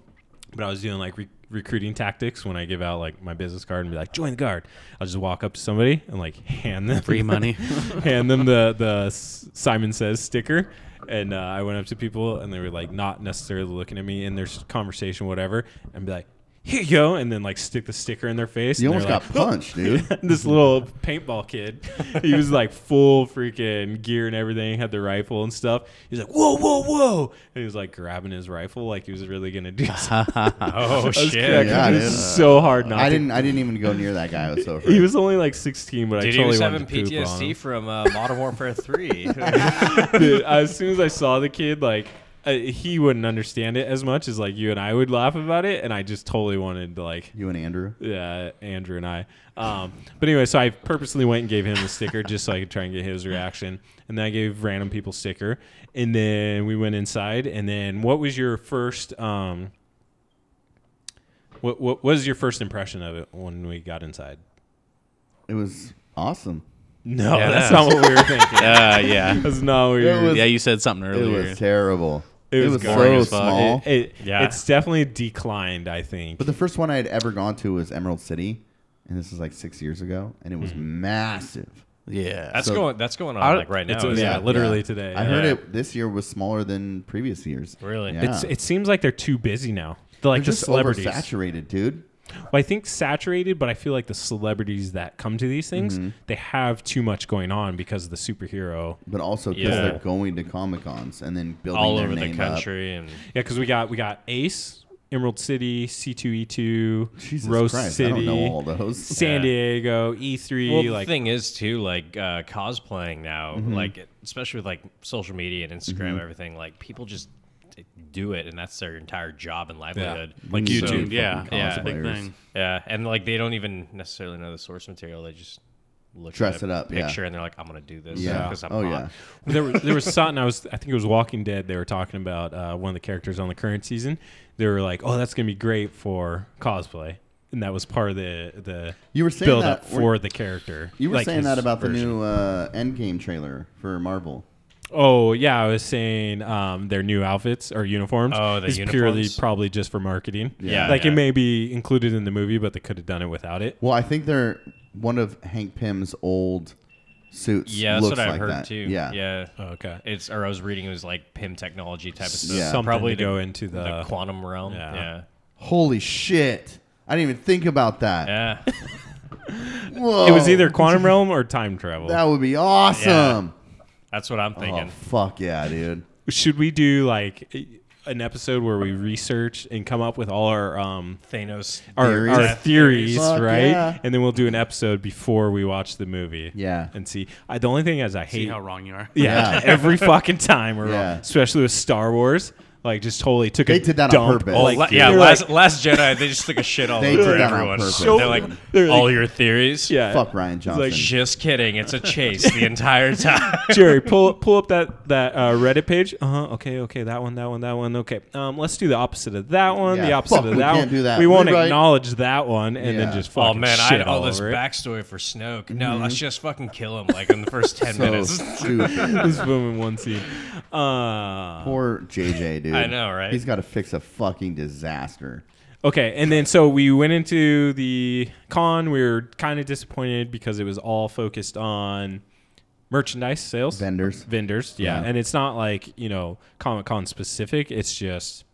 [SPEAKER 3] But I was doing like re- recruiting tactics when I give out like my business card and be like, join the guard. I'll just walk up to somebody and like hand them
[SPEAKER 1] Free money.
[SPEAKER 3] <laughs> hand them the the S- Simon Says sticker. And uh, I went up to people and they were like not necessarily looking at me in their s- conversation, whatever, and be like, here you go, and then like stick the sticker in their face.
[SPEAKER 5] You
[SPEAKER 3] and
[SPEAKER 5] almost
[SPEAKER 3] they're
[SPEAKER 5] got
[SPEAKER 3] like, <laughs>
[SPEAKER 5] punched, dude.
[SPEAKER 3] this little paintball kid.
[SPEAKER 5] <laughs>
[SPEAKER 3] He was like full freaking gear and everything, had the rifle and stuff. He's like, whoa, whoa, whoa. And he was like grabbing his rifle like he was really going
[SPEAKER 5] <laughs>
[SPEAKER 3] to do something.
[SPEAKER 2] Oh
[SPEAKER 3] That
[SPEAKER 2] shit!
[SPEAKER 5] Yeah,
[SPEAKER 3] guy
[SPEAKER 5] dude.
[SPEAKER 3] was so hard not
[SPEAKER 5] I
[SPEAKER 3] to-
[SPEAKER 5] didn't. I didn't even go near that guy. I was so afraid.
[SPEAKER 3] <laughs> He was only like 16,
[SPEAKER 2] Did
[SPEAKER 3] but I
[SPEAKER 2] he was
[SPEAKER 3] totally
[SPEAKER 2] having
[SPEAKER 3] wanted to poop on
[SPEAKER 2] PTSD
[SPEAKER 3] him.
[SPEAKER 2] from uh, Modern Warfare Three?
[SPEAKER 3] Dude, as soon as I saw the kid, like, uh, he wouldn't understand it as much as like you and I would laugh about it. And I just totally wanted to like
[SPEAKER 5] You and Andrew.
[SPEAKER 3] yeah, Andrew and I. Um, but anyway, so I purposely went and gave him the sticker just so I could try and get his reaction. And then I gave random people sticker. And then we went inside. And then what was your first? Um, what, what was your first impression of it when we got inside?
[SPEAKER 5] It was awesome.
[SPEAKER 3] No,
[SPEAKER 1] Yeah,
[SPEAKER 3] that's
[SPEAKER 1] that
[SPEAKER 3] not what we <laughs> were thinking.
[SPEAKER 1] Uh, yeah.
[SPEAKER 3] That's not what we
[SPEAKER 5] It
[SPEAKER 3] were.
[SPEAKER 5] was-
[SPEAKER 1] Yeah, you said something
[SPEAKER 5] It
[SPEAKER 1] earlier.
[SPEAKER 5] was terrible.
[SPEAKER 3] It
[SPEAKER 5] It
[SPEAKER 3] was
[SPEAKER 5] was,
[SPEAKER 1] boring
[SPEAKER 5] so
[SPEAKER 1] as fuck.
[SPEAKER 5] small.
[SPEAKER 3] It,
[SPEAKER 2] Yeah.
[SPEAKER 3] It's definitely declined, I think.
[SPEAKER 5] But the first one I had ever gone to was Emerald City, and this was like six years ago, and it was
[SPEAKER 3] Mm-hmm.
[SPEAKER 5] massive.
[SPEAKER 1] yeah.
[SPEAKER 2] That's
[SPEAKER 5] So-
[SPEAKER 2] going. That's going on
[SPEAKER 1] I-
[SPEAKER 2] like right now.
[SPEAKER 3] it's-
[SPEAKER 2] isn't
[SPEAKER 3] yeah.
[SPEAKER 2] it?
[SPEAKER 3] literally today,
[SPEAKER 5] I heard
[SPEAKER 3] yeah.
[SPEAKER 5] it this year was smaller than previous years.
[SPEAKER 2] Really?
[SPEAKER 5] Yeah.
[SPEAKER 3] it's, it seems like they're too busy now. They're like
[SPEAKER 5] They're
[SPEAKER 3] the
[SPEAKER 5] just
[SPEAKER 3] celebrities.
[SPEAKER 5] saturated, dude.
[SPEAKER 3] Well, I think saturated, but I feel like the celebrities that come to these things,
[SPEAKER 5] Mm-hmm.
[SPEAKER 3] they have too much going on because of the superhero.
[SPEAKER 5] But also because
[SPEAKER 2] Yeah.
[SPEAKER 5] they're going to comic cons and then building
[SPEAKER 2] all
[SPEAKER 5] their
[SPEAKER 2] over the
[SPEAKER 5] name up.
[SPEAKER 2] country and
[SPEAKER 3] Yeah, because we got we got Ace, Emerald City, C two E two,
[SPEAKER 5] Jesus
[SPEAKER 3] Rose
[SPEAKER 5] Christ,
[SPEAKER 3] City,
[SPEAKER 5] I don't know all those.
[SPEAKER 3] <laughs> San
[SPEAKER 2] Yeah.
[SPEAKER 3] Diego, E three.
[SPEAKER 2] Well,
[SPEAKER 3] like
[SPEAKER 2] the thing is too, like uh, cosplaying now,
[SPEAKER 5] Mm-hmm.
[SPEAKER 2] like especially with like social media and Instagram, and everything. Like people just d- do it, and that's their entire job and livelihood.
[SPEAKER 1] like
[SPEAKER 3] Mm-hmm.
[SPEAKER 5] So
[SPEAKER 1] YouTube.
[SPEAKER 5] fucking
[SPEAKER 1] yeah. Yeah. It's a big
[SPEAKER 5] cosplayers.
[SPEAKER 1] thing.
[SPEAKER 2] Yeah, and like they don't even necessarily know the source material. They just look
[SPEAKER 5] Dress
[SPEAKER 2] at a
[SPEAKER 5] it up, yeah.
[SPEAKER 2] picture, and they're like, "I'm gonna do this."
[SPEAKER 5] Yeah.
[SPEAKER 2] because I'm
[SPEAKER 5] Oh,
[SPEAKER 2] hot."
[SPEAKER 5] yeah.
[SPEAKER 3] there was there was something I was I think it was Walking Dead. They were talking about uh, one of the characters on the current season. They were like, "Oh, that's gonna be great for cosplay," and that was part of the the
[SPEAKER 5] You were saying
[SPEAKER 3] build up
[SPEAKER 5] that- were-
[SPEAKER 3] for the character.
[SPEAKER 5] You were
[SPEAKER 3] like
[SPEAKER 5] saying
[SPEAKER 3] his
[SPEAKER 5] that about the
[SPEAKER 3] version.
[SPEAKER 5] new uh, Endgame trailer for Marvel.
[SPEAKER 3] Oh yeah, I was saying um, their new outfits or uniforms.
[SPEAKER 2] Oh, the
[SPEAKER 3] is purely
[SPEAKER 2] uniforms?
[SPEAKER 3] probably just for marketing.
[SPEAKER 2] Yeah,
[SPEAKER 3] like
[SPEAKER 2] yeah.
[SPEAKER 3] it may be included in the movie, but they could have done it without it.
[SPEAKER 5] Well, I think they're one of Hank Pym's old suits.
[SPEAKER 2] Yeah, that's
[SPEAKER 5] looks
[SPEAKER 2] what I've
[SPEAKER 5] like
[SPEAKER 2] heard
[SPEAKER 5] that.
[SPEAKER 2] too.
[SPEAKER 5] Yeah,
[SPEAKER 2] yeah.
[SPEAKER 3] okay.
[SPEAKER 2] It's or I was reading it was like PIM technology type of stuff.
[SPEAKER 5] Yeah.
[SPEAKER 3] Something
[SPEAKER 2] probably
[SPEAKER 3] to
[SPEAKER 2] the-
[SPEAKER 3] go into
[SPEAKER 2] the,
[SPEAKER 3] the,
[SPEAKER 2] quantum realm.
[SPEAKER 3] yeah.
[SPEAKER 2] Yeah,
[SPEAKER 5] Holy shit! I didn't even think about that.
[SPEAKER 2] yeah.
[SPEAKER 5] Whoa.
[SPEAKER 3] It was either quantum realm or time travel.
[SPEAKER 5] that would be awesome.
[SPEAKER 2] that's what I'm
[SPEAKER 5] Oh
[SPEAKER 2] thinking.
[SPEAKER 5] fuck yeah, dude!
[SPEAKER 3] Should we do like e, an episode where we research and come up with all our um
[SPEAKER 2] Thanos.
[SPEAKER 3] our
[SPEAKER 5] Theories.
[SPEAKER 3] theories,
[SPEAKER 5] Yeah,
[SPEAKER 3] our theories
[SPEAKER 5] Fuck
[SPEAKER 3] right?
[SPEAKER 5] yeah.
[SPEAKER 3] And then we'll do an episode before we watch the movie.
[SPEAKER 5] Yeah.
[SPEAKER 3] And see. I, the only thing is I hate
[SPEAKER 1] See how wrong you are.
[SPEAKER 3] <laughs> Yeah,
[SPEAKER 5] Yeah.
[SPEAKER 3] every fucking time, we're
[SPEAKER 5] Yeah.
[SPEAKER 3] wrong. especially with Star Wars. Like, just totally took.
[SPEAKER 5] They
[SPEAKER 3] a
[SPEAKER 5] did that on
[SPEAKER 3] dump.
[SPEAKER 5] purpose.
[SPEAKER 3] Oh,
[SPEAKER 5] Like,
[SPEAKER 2] La-
[SPEAKER 3] dude.
[SPEAKER 2] yeah,
[SPEAKER 3] They're
[SPEAKER 2] last,
[SPEAKER 3] like-
[SPEAKER 2] last Jedi, they just took a shit all
[SPEAKER 5] <laughs> They
[SPEAKER 2] over
[SPEAKER 5] did that on
[SPEAKER 2] everyone.
[SPEAKER 5] purpose.
[SPEAKER 2] They're like,
[SPEAKER 3] They're like-
[SPEAKER 2] all your theories.
[SPEAKER 3] yeah.
[SPEAKER 5] Fuck Ryan Johnson.
[SPEAKER 3] like,
[SPEAKER 2] Just kidding. It's a chase the
[SPEAKER 5] <laughs>
[SPEAKER 2] entire time.
[SPEAKER 3] Jerry, pull pull up that that uh, Reddit page. Uh huh. Okay, okay, that one, that one, that one. Okay, um, let's do the opposite of that one.
[SPEAKER 5] Yeah,
[SPEAKER 3] the opposite
[SPEAKER 5] fuck,
[SPEAKER 3] of
[SPEAKER 5] we
[SPEAKER 3] that
[SPEAKER 5] can't
[SPEAKER 3] one.
[SPEAKER 5] do that.
[SPEAKER 3] We won't
[SPEAKER 5] You're right.
[SPEAKER 3] acknowledge that one, and
[SPEAKER 5] Yeah.
[SPEAKER 3] then just
[SPEAKER 2] oh
[SPEAKER 3] fucking
[SPEAKER 2] man, I
[SPEAKER 3] shit
[SPEAKER 2] had all
[SPEAKER 3] all
[SPEAKER 2] this
[SPEAKER 3] over it. <laughs>
[SPEAKER 2] backstory for Snoke. No, let's just fucking kill him like in the first
[SPEAKER 5] <laughs>
[SPEAKER 2] ten
[SPEAKER 5] Mm-hmm. so
[SPEAKER 2] minutes.
[SPEAKER 5] stupid.
[SPEAKER 3] this boom in one scene. Uh,
[SPEAKER 5] Poor JJ, dude.
[SPEAKER 2] I know, right?
[SPEAKER 5] He's got to fix a fucking disaster.
[SPEAKER 3] Okay, and then so we went into the con. We were kind of disappointed because it was all focused on merchandise sales,
[SPEAKER 5] Vendors.
[SPEAKER 3] vendors. Yeah,
[SPEAKER 5] Yeah.
[SPEAKER 3] and it's not like you know Comic Con specific. It's just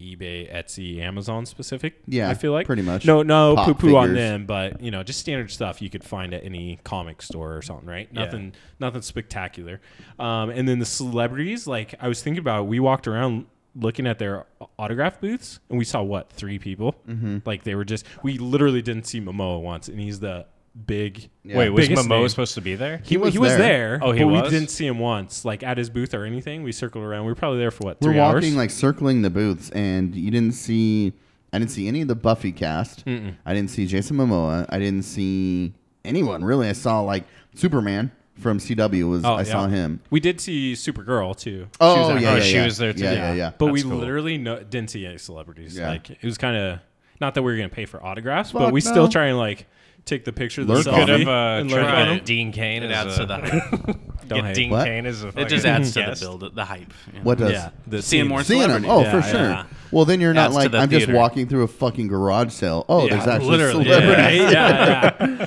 [SPEAKER 3] eBay, Etsy, Amazon specific.
[SPEAKER 5] Yeah,
[SPEAKER 3] I feel like
[SPEAKER 5] pretty much.
[SPEAKER 3] No, no
[SPEAKER 5] Pop
[SPEAKER 3] poo poo on
[SPEAKER 5] figures.
[SPEAKER 3] them, but you know, just standard stuff you could find at any comic store or something, right? Nothing, nothing spectacular. Um, and then the celebrities, like I was thinking about, we walked around looking at their autograph booths, and we saw what three people.
[SPEAKER 5] Mm-hmm.
[SPEAKER 3] Like they were just, we literally didn't see Momoa once, and he's the big.
[SPEAKER 5] Yeah.
[SPEAKER 2] <laughs> Wait, was
[SPEAKER 3] biggest
[SPEAKER 2] Momoa
[SPEAKER 3] name.
[SPEAKER 2] supposed to be there?
[SPEAKER 3] He,
[SPEAKER 5] was
[SPEAKER 3] was, he was
[SPEAKER 5] there.
[SPEAKER 3] there.
[SPEAKER 2] Oh, he
[SPEAKER 3] but
[SPEAKER 2] was?
[SPEAKER 3] We didn't see him once, like at his booth or anything. We circled around. We were probably there for what
[SPEAKER 5] We're
[SPEAKER 3] three
[SPEAKER 5] walking
[SPEAKER 3] hours.
[SPEAKER 5] like circling the booths, and you didn't see. I didn't see any of the Buffy cast. I didn't see Jason Momoa. I didn't see anyone really. I saw like Superman from CW. Was
[SPEAKER 3] Oh,
[SPEAKER 5] I saw
[SPEAKER 3] yeah.
[SPEAKER 5] him.
[SPEAKER 3] We did see Supergirl too.
[SPEAKER 5] Oh,
[SPEAKER 3] was at-
[SPEAKER 5] yeah,
[SPEAKER 2] oh,
[SPEAKER 5] yeah,
[SPEAKER 2] she
[SPEAKER 5] yeah.
[SPEAKER 2] was there too.
[SPEAKER 5] Yeah, yeah, yeah.
[SPEAKER 3] But
[SPEAKER 2] That's
[SPEAKER 3] we
[SPEAKER 2] cool.
[SPEAKER 3] literally no, didn't see any celebrities.
[SPEAKER 5] Yeah.
[SPEAKER 3] Like it was kind of not that we were gonna pay for autographs,
[SPEAKER 5] Fuck
[SPEAKER 3] but we
[SPEAKER 5] no.
[SPEAKER 3] still try and like take the picture
[SPEAKER 5] Learn
[SPEAKER 3] of the
[SPEAKER 5] from
[SPEAKER 3] selfie
[SPEAKER 5] it.
[SPEAKER 3] of, uh,
[SPEAKER 2] and learn
[SPEAKER 3] Trump.
[SPEAKER 2] about Dean Kane.
[SPEAKER 1] It adds
[SPEAKER 2] as a,
[SPEAKER 1] to
[SPEAKER 5] <laughs>
[SPEAKER 1] the hype.
[SPEAKER 3] Don't
[SPEAKER 2] <laughs> get
[SPEAKER 3] hate
[SPEAKER 2] Dean
[SPEAKER 5] What?
[SPEAKER 2] Kane is a
[SPEAKER 1] It
[SPEAKER 2] fucking
[SPEAKER 1] just adds to the
[SPEAKER 2] guest.
[SPEAKER 1] build, the hype. you know?
[SPEAKER 5] What does
[SPEAKER 3] Yeah. The
[SPEAKER 1] Seeing more
[SPEAKER 5] seeing them?
[SPEAKER 1] celebrity.
[SPEAKER 5] Oh,
[SPEAKER 1] Yeah,
[SPEAKER 5] for sure.
[SPEAKER 1] yeah.
[SPEAKER 5] Well, then you're not
[SPEAKER 1] Adds to
[SPEAKER 5] like
[SPEAKER 1] the
[SPEAKER 5] I'm just
[SPEAKER 1] theater.
[SPEAKER 5] walking through a fucking garage sale. Oh, there's actually
[SPEAKER 1] literally,
[SPEAKER 5] celebrities.
[SPEAKER 3] <laughs> Yeah,
[SPEAKER 5] <laughs>
[SPEAKER 3] yeah, yeah.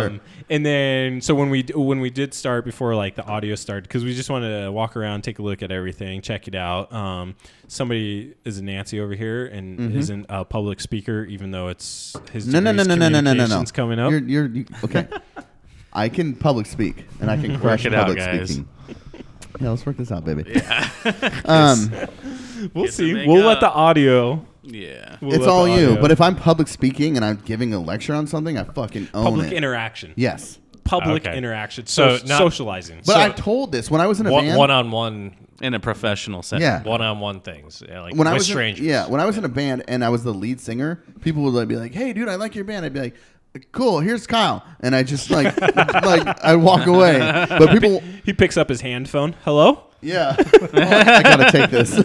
[SPEAKER 5] sure.
[SPEAKER 3] Um, And then, so when we d- when we did start before like the audio started, because we just wanted to walk around, take a look at everything, check it out. Um, somebody is Nancy over here and isn't a public speaker, even though it's his
[SPEAKER 5] Mm-hmm. No, no, no, no,
[SPEAKER 3] degree's
[SPEAKER 5] no, no, no, no, no.
[SPEAKER 3] communications coming up.
[SPEAKER 5] You're, you're you,
[SPEAKER 3] <laughs>
[SPEAKER 5] okay. I can public speak, and I can crush
[SPEAKER 1] it out,
[SPEAKER 5] public
[SPEAKER 1] guys.
[SPEAKER 5] speaking. Yeah, let's work this out, baby. um,
[SPEAKER 3] we'll
[SPEAKER 1] It's a
[SPEAKER 3] see.
[SPEAKER 1] big,
[SPEAKER 3] We'll let
[SPEAKER 1] uh,
[SPEAKER 3] the audio.
[SPEAKER 1] Yeah.
[SPEAKER 3] We'll
[SPEAKER 5] it's
[SPEAKER 3] let the
[SPEAKER 5] all you.
[SPEAKER 3] audio-
[SPEAKER 5] But if I'm public speaking and I'm giving a lecture on something, I fucking own
[SPEAKER 3] public
[SPEAKER 5] it.
[SPEAKER 3] interaction,
[SPEAKER 5] yes.
[SPEAKER 3] public
[SPEAKER 2] Okay.
[SPEAKER 3] interaction,
[SPEAKER 2] So
[SPEAKER 3] so,
[SPEAKER 2] not-
[SPEAKER 3] socializing.
[SPEAKER 5] But
[SPEAKER 2] So-
[SPEAKER 5] I've told this when I was in a
[SPEAKER 2] One,
[SPEAKER 5] band.
[SPEAKER 2] one-on-one, one,
[SPEAKER 1] In a professional setting.
[SPEAKER 5] Yeah.
[SPEAKER 2] on one things, yeah, like
[SPEAKER 5] when
[SPEAKER 2] with
[SPEAKER 5] I was
[SPEAKER 2] strangers.
[SPEAKER 5] In, yeah, when I was in a band and I was the lead singer, people would like be like, "Hey, dude, I like your band." I'd be like, "Cool, here's Kyle," and I just like <laughs> like I walk away. But people,
[SPEAKER 3] he picks up his hand phone. Hello.
[SPEAKER 5] yeah, <laughs> Oh, I gotta take this.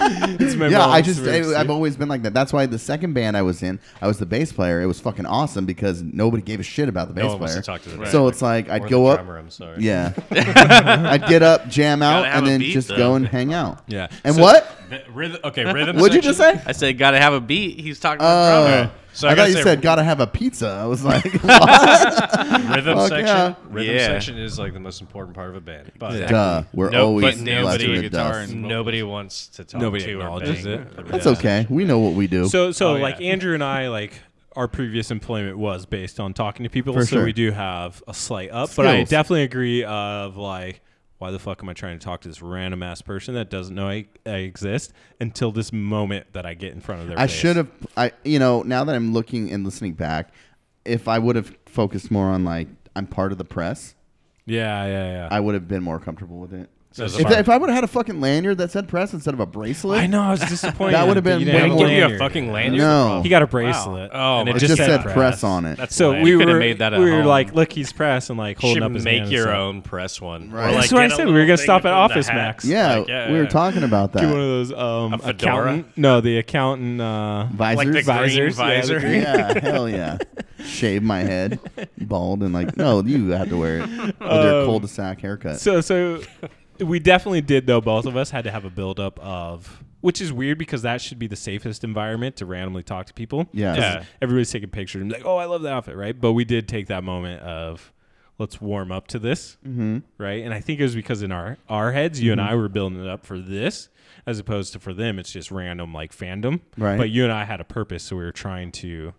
[SPEAKER 5] <laughs>
[SPEAKER 3] It's my
[SPEAKER 5] yeah, I
[SPEAKER 3] mom's
[SPEAKER 5] just
[SPEAKER 3] room.
[SPEAKER 5] I, I've always been like that. That's why the second band I was in, I was the bass player. It was fucking awesome because nobody gave a shit about the bass
[SPEAKER 2] one wants
[SPEAKER 5] player.
[SPEAKER 2] to talk to the bass
[SPEAKER 5] so
[SPEAKER 2] player.
[SPEAKER 5] it's like I'd
[SPEAKER 2] Or
[SPEAKER 5] go
[SPEAKER 2] the
[SPEAKER 5] up.
[SPEAKER 2] drummer, I'm sorry.
[SPEAKER 5] Yeah,
[SPEAKER 2] <laughs>
[SPEAKER 5] <laughs> I'd get up, jam out,
[SPEAKER 1] have
[SPEAKER 5] and
[SPEAKER 1] a
[SPEAKER 5] then
[SPEAKER 1] beat,
[SPEAKER 5] just
[SPEAKER 1] though.
[SPEAKER 5] go and hang out.
[SPEAKER 3] Yeah.
[SPEAKER 5] And
[SPEAKER 2] <laughs>
[SPEAKER 3] So-
[SPEAKER 5] what?
[SPEAKER 2] Th- rhythm,
[SPEAKER 5] <laughs>
[SPEAKER 2] okay, rhythm.
[SPEAKER 5] What'd you just
[SPEAKER 2] section. <laughs>
[SPEAKER 5] say?
[SPEAKER 1] I said, gotta have a beat. He's talking
[SPEAKER 5] Oh,
[SPEAKER 1] about drama.
[SPEAKER 5] so
[SPEAKER 2] So
[SPEAKER 5] I,
[SPEAKER 2] I
[SPEAKER 5] thought
[SPEAKER 2] gotta
[SPEAKER 5] you
[SPEAKER 2] say-
[SPEAKER 5] said gotta have a pizza. I was like, <laughs> what?
[SPEAKER 2] Rhythm
[SPEAKER 5] Fuck
[SPEAKER 2] section.
[SPEAKER 5] yeah.
[SPEAKER 2] Rhythm
[SPEAKER 1] Yeah.
[SPEAKER 2] section is like the most important part of a band. But
[SPEAKER 5] duh, we're
[SPEAKER 2] Nope,
[SPEAKER 5] always
[SPEAKER 2] but
[SPEAKER 5] left
[SPEAKER 2] nobody
[SPEAKER 5] in the
[SPEAKER 1] guitar
[SPEAKER 5] dust.
[SPEAKER 1] and-
[SPEAKER 2] nobody wants to talk
[SPEAKER 3] Nobody
[SPEAKER 2] to or
[SPEAKER 3] acknowledges
[SPEAKER 2] bang
[SPEAKER 3] it.
[SPEAKER 2] the
[SPEAKER 5] That's
[SPEAKER 2] bass.
[SPEAKER 5] okay. We know what we do.
[SPEAKER 3] So so
[SPEAKER 2] Oh, yeah.
[SPEAKER 3] like Andrew and I like our previous employment was based on talking to people,
[SPEAKER 5] For
[SPEAKER 3] so
[SPEAKER 5] sure.
[SPEAKER 3] we do have a slight up. But I
[SPEAKER 5] Skills.
[SPEAKER 3] definitely agree of like why the fuck am I trying to talk to this random ass person that doesn't know I, I exist until this moment that I get in front of their
[SPEAKER 5] I
[SPEAKER 3] face.
[SPEAKER 5] should have. I you know now that I'm looking and listening back, if I would have focused more on like I'm part of the press,
[SPEAKER 3] Yeah, yeah, yeah.
[SPEAKER 5] I would have been more comfortable with it.
[SPEAKER 2] So it's
[SPEAKER 5] if,
[SPEAKER 2] fine.
[SPEAKER 5] if I would have had a fucking lanyard that said press instead of a bracelet,
[SPEAKER 3] I know I was disappointed.
[SPEAKER 5] That would have been
[SPEAKER 3] you
[SPEAKER 5] They
[SPEAKER 2] They
[SPEAKER 3] didn't
[SPEAKER 2] didn't
[SPEAKER 5] way
[SPEAKER 3] have
[SPEAKER 2] give you a
[SPEAKER 3] lanyard.
[SPEAKER 2] fucking lanyard.
[SPEAKER 5] no,
[SPEAKER 3] He got a bracelet.
[SPEAKER 2] Oh,
[SPEAKER 3] and
[SPEAKER 2] my
[SPEAKER 3] it
[SPEAKER 5] it
[SPEAKER 3] just,
[SPEAKER 5] just said
[SPEAKER 3] press.
[SPEAKER 5] press. on it.
[SPEAKER 2] That's
[SPEAKER 3] So
[SPEAKER 2] lame.
[SPEAKER 3] we
[SPEAKER 1] You
[SPEAKER 3] were
[SPEAKER 1] could've made that at
[SPEAKER 3] we were
[SPEAKER 1] home.
[SPEAKER 3] like, look, he's press, and like holding
[SPEAKER 2] should
[SPEAKER 3] up his
[SPEAKER 2] make
[SPEAKER 3] hand
[SPEAKER 2] your
[SPEAKER 3] and stuff.
[SPEAKER 2] own press one.
[SPEAKER 5] Right.
[SPEAKER 2] Or,
[SPEAKER 5] That's
[SPEAKER 2] like,
[SPEAKER 3] what
[SPEAKER 2] get
[SPEAKER 3] I
[SPEAKER 2] a
[SPEAKER 3] said, we
[SPEAKER 2] little
[SPEAKER 3] were gonna
[SPEAKER 2] thing
[SPEAKER 3] stop
[SPEAKER 2] to put
[SPEAKER 3] at
[SPEAKER 2] in the
[SPEAKER 3] Office
[SPEAKER 2] hat.
[SPEAKER 3] Max.
[SPEAKER 5] yeah,
[SPEAKER 2] Like, yeah,
[SPEAKER 5] we were
[SPEAKER 2] yeah.
[SPEAKER 5] talking
[SPEAKER 3] <laughs>
[SPEAKER 5] about
[SPEAKER 1] uh,
[SPEAKER 3] Get one
[SPEAKER 5] that.
[SPEAKER 3] of those um,
[SPEAKER 2] fedora?
[SPEAKER 3] accountant. No, the accountant. Uh,
[SPEAKER 5] Visors,
[SPEAKER 2] Like the green
[SPEAKER 3] Visors, yeah, the
[SPEAKER 2] visor.
[SPEAKER 3] <laughs> green-
[SPEAKER 5] yeah, hell yeah. Shave my
[SPEAKER 3] <laughs>
[SPEAKER 5] head, bald, and like no, you have to wear it with your cul-de-sac haircut.
[SPEAKER 3] Um, So so we definitely did though. Both of us had to have a buildup of, which is weird because that should be the safest environment to randomly talk to people.
[SPEAKER 5] Yeah.
[SPEAKER 3] 'Cause
[SPEAKER 2] Yeah.
[SPEAKER 3] everybody's taking pictures and be like, oh, I love that outfit, right? But we did take that moment of. Let's warm up to this, mm-hmm. right? And I think it was because in our our heads, you and
[SPEAKER 5] Mm-hmm.
[SPEAKER 3] I were building it up for this, as opposed to for them, it's just random like fandom.
[SPEAKER 5] Right.
[SPEAKER 3] But you and I had a purpose, so we were trying to,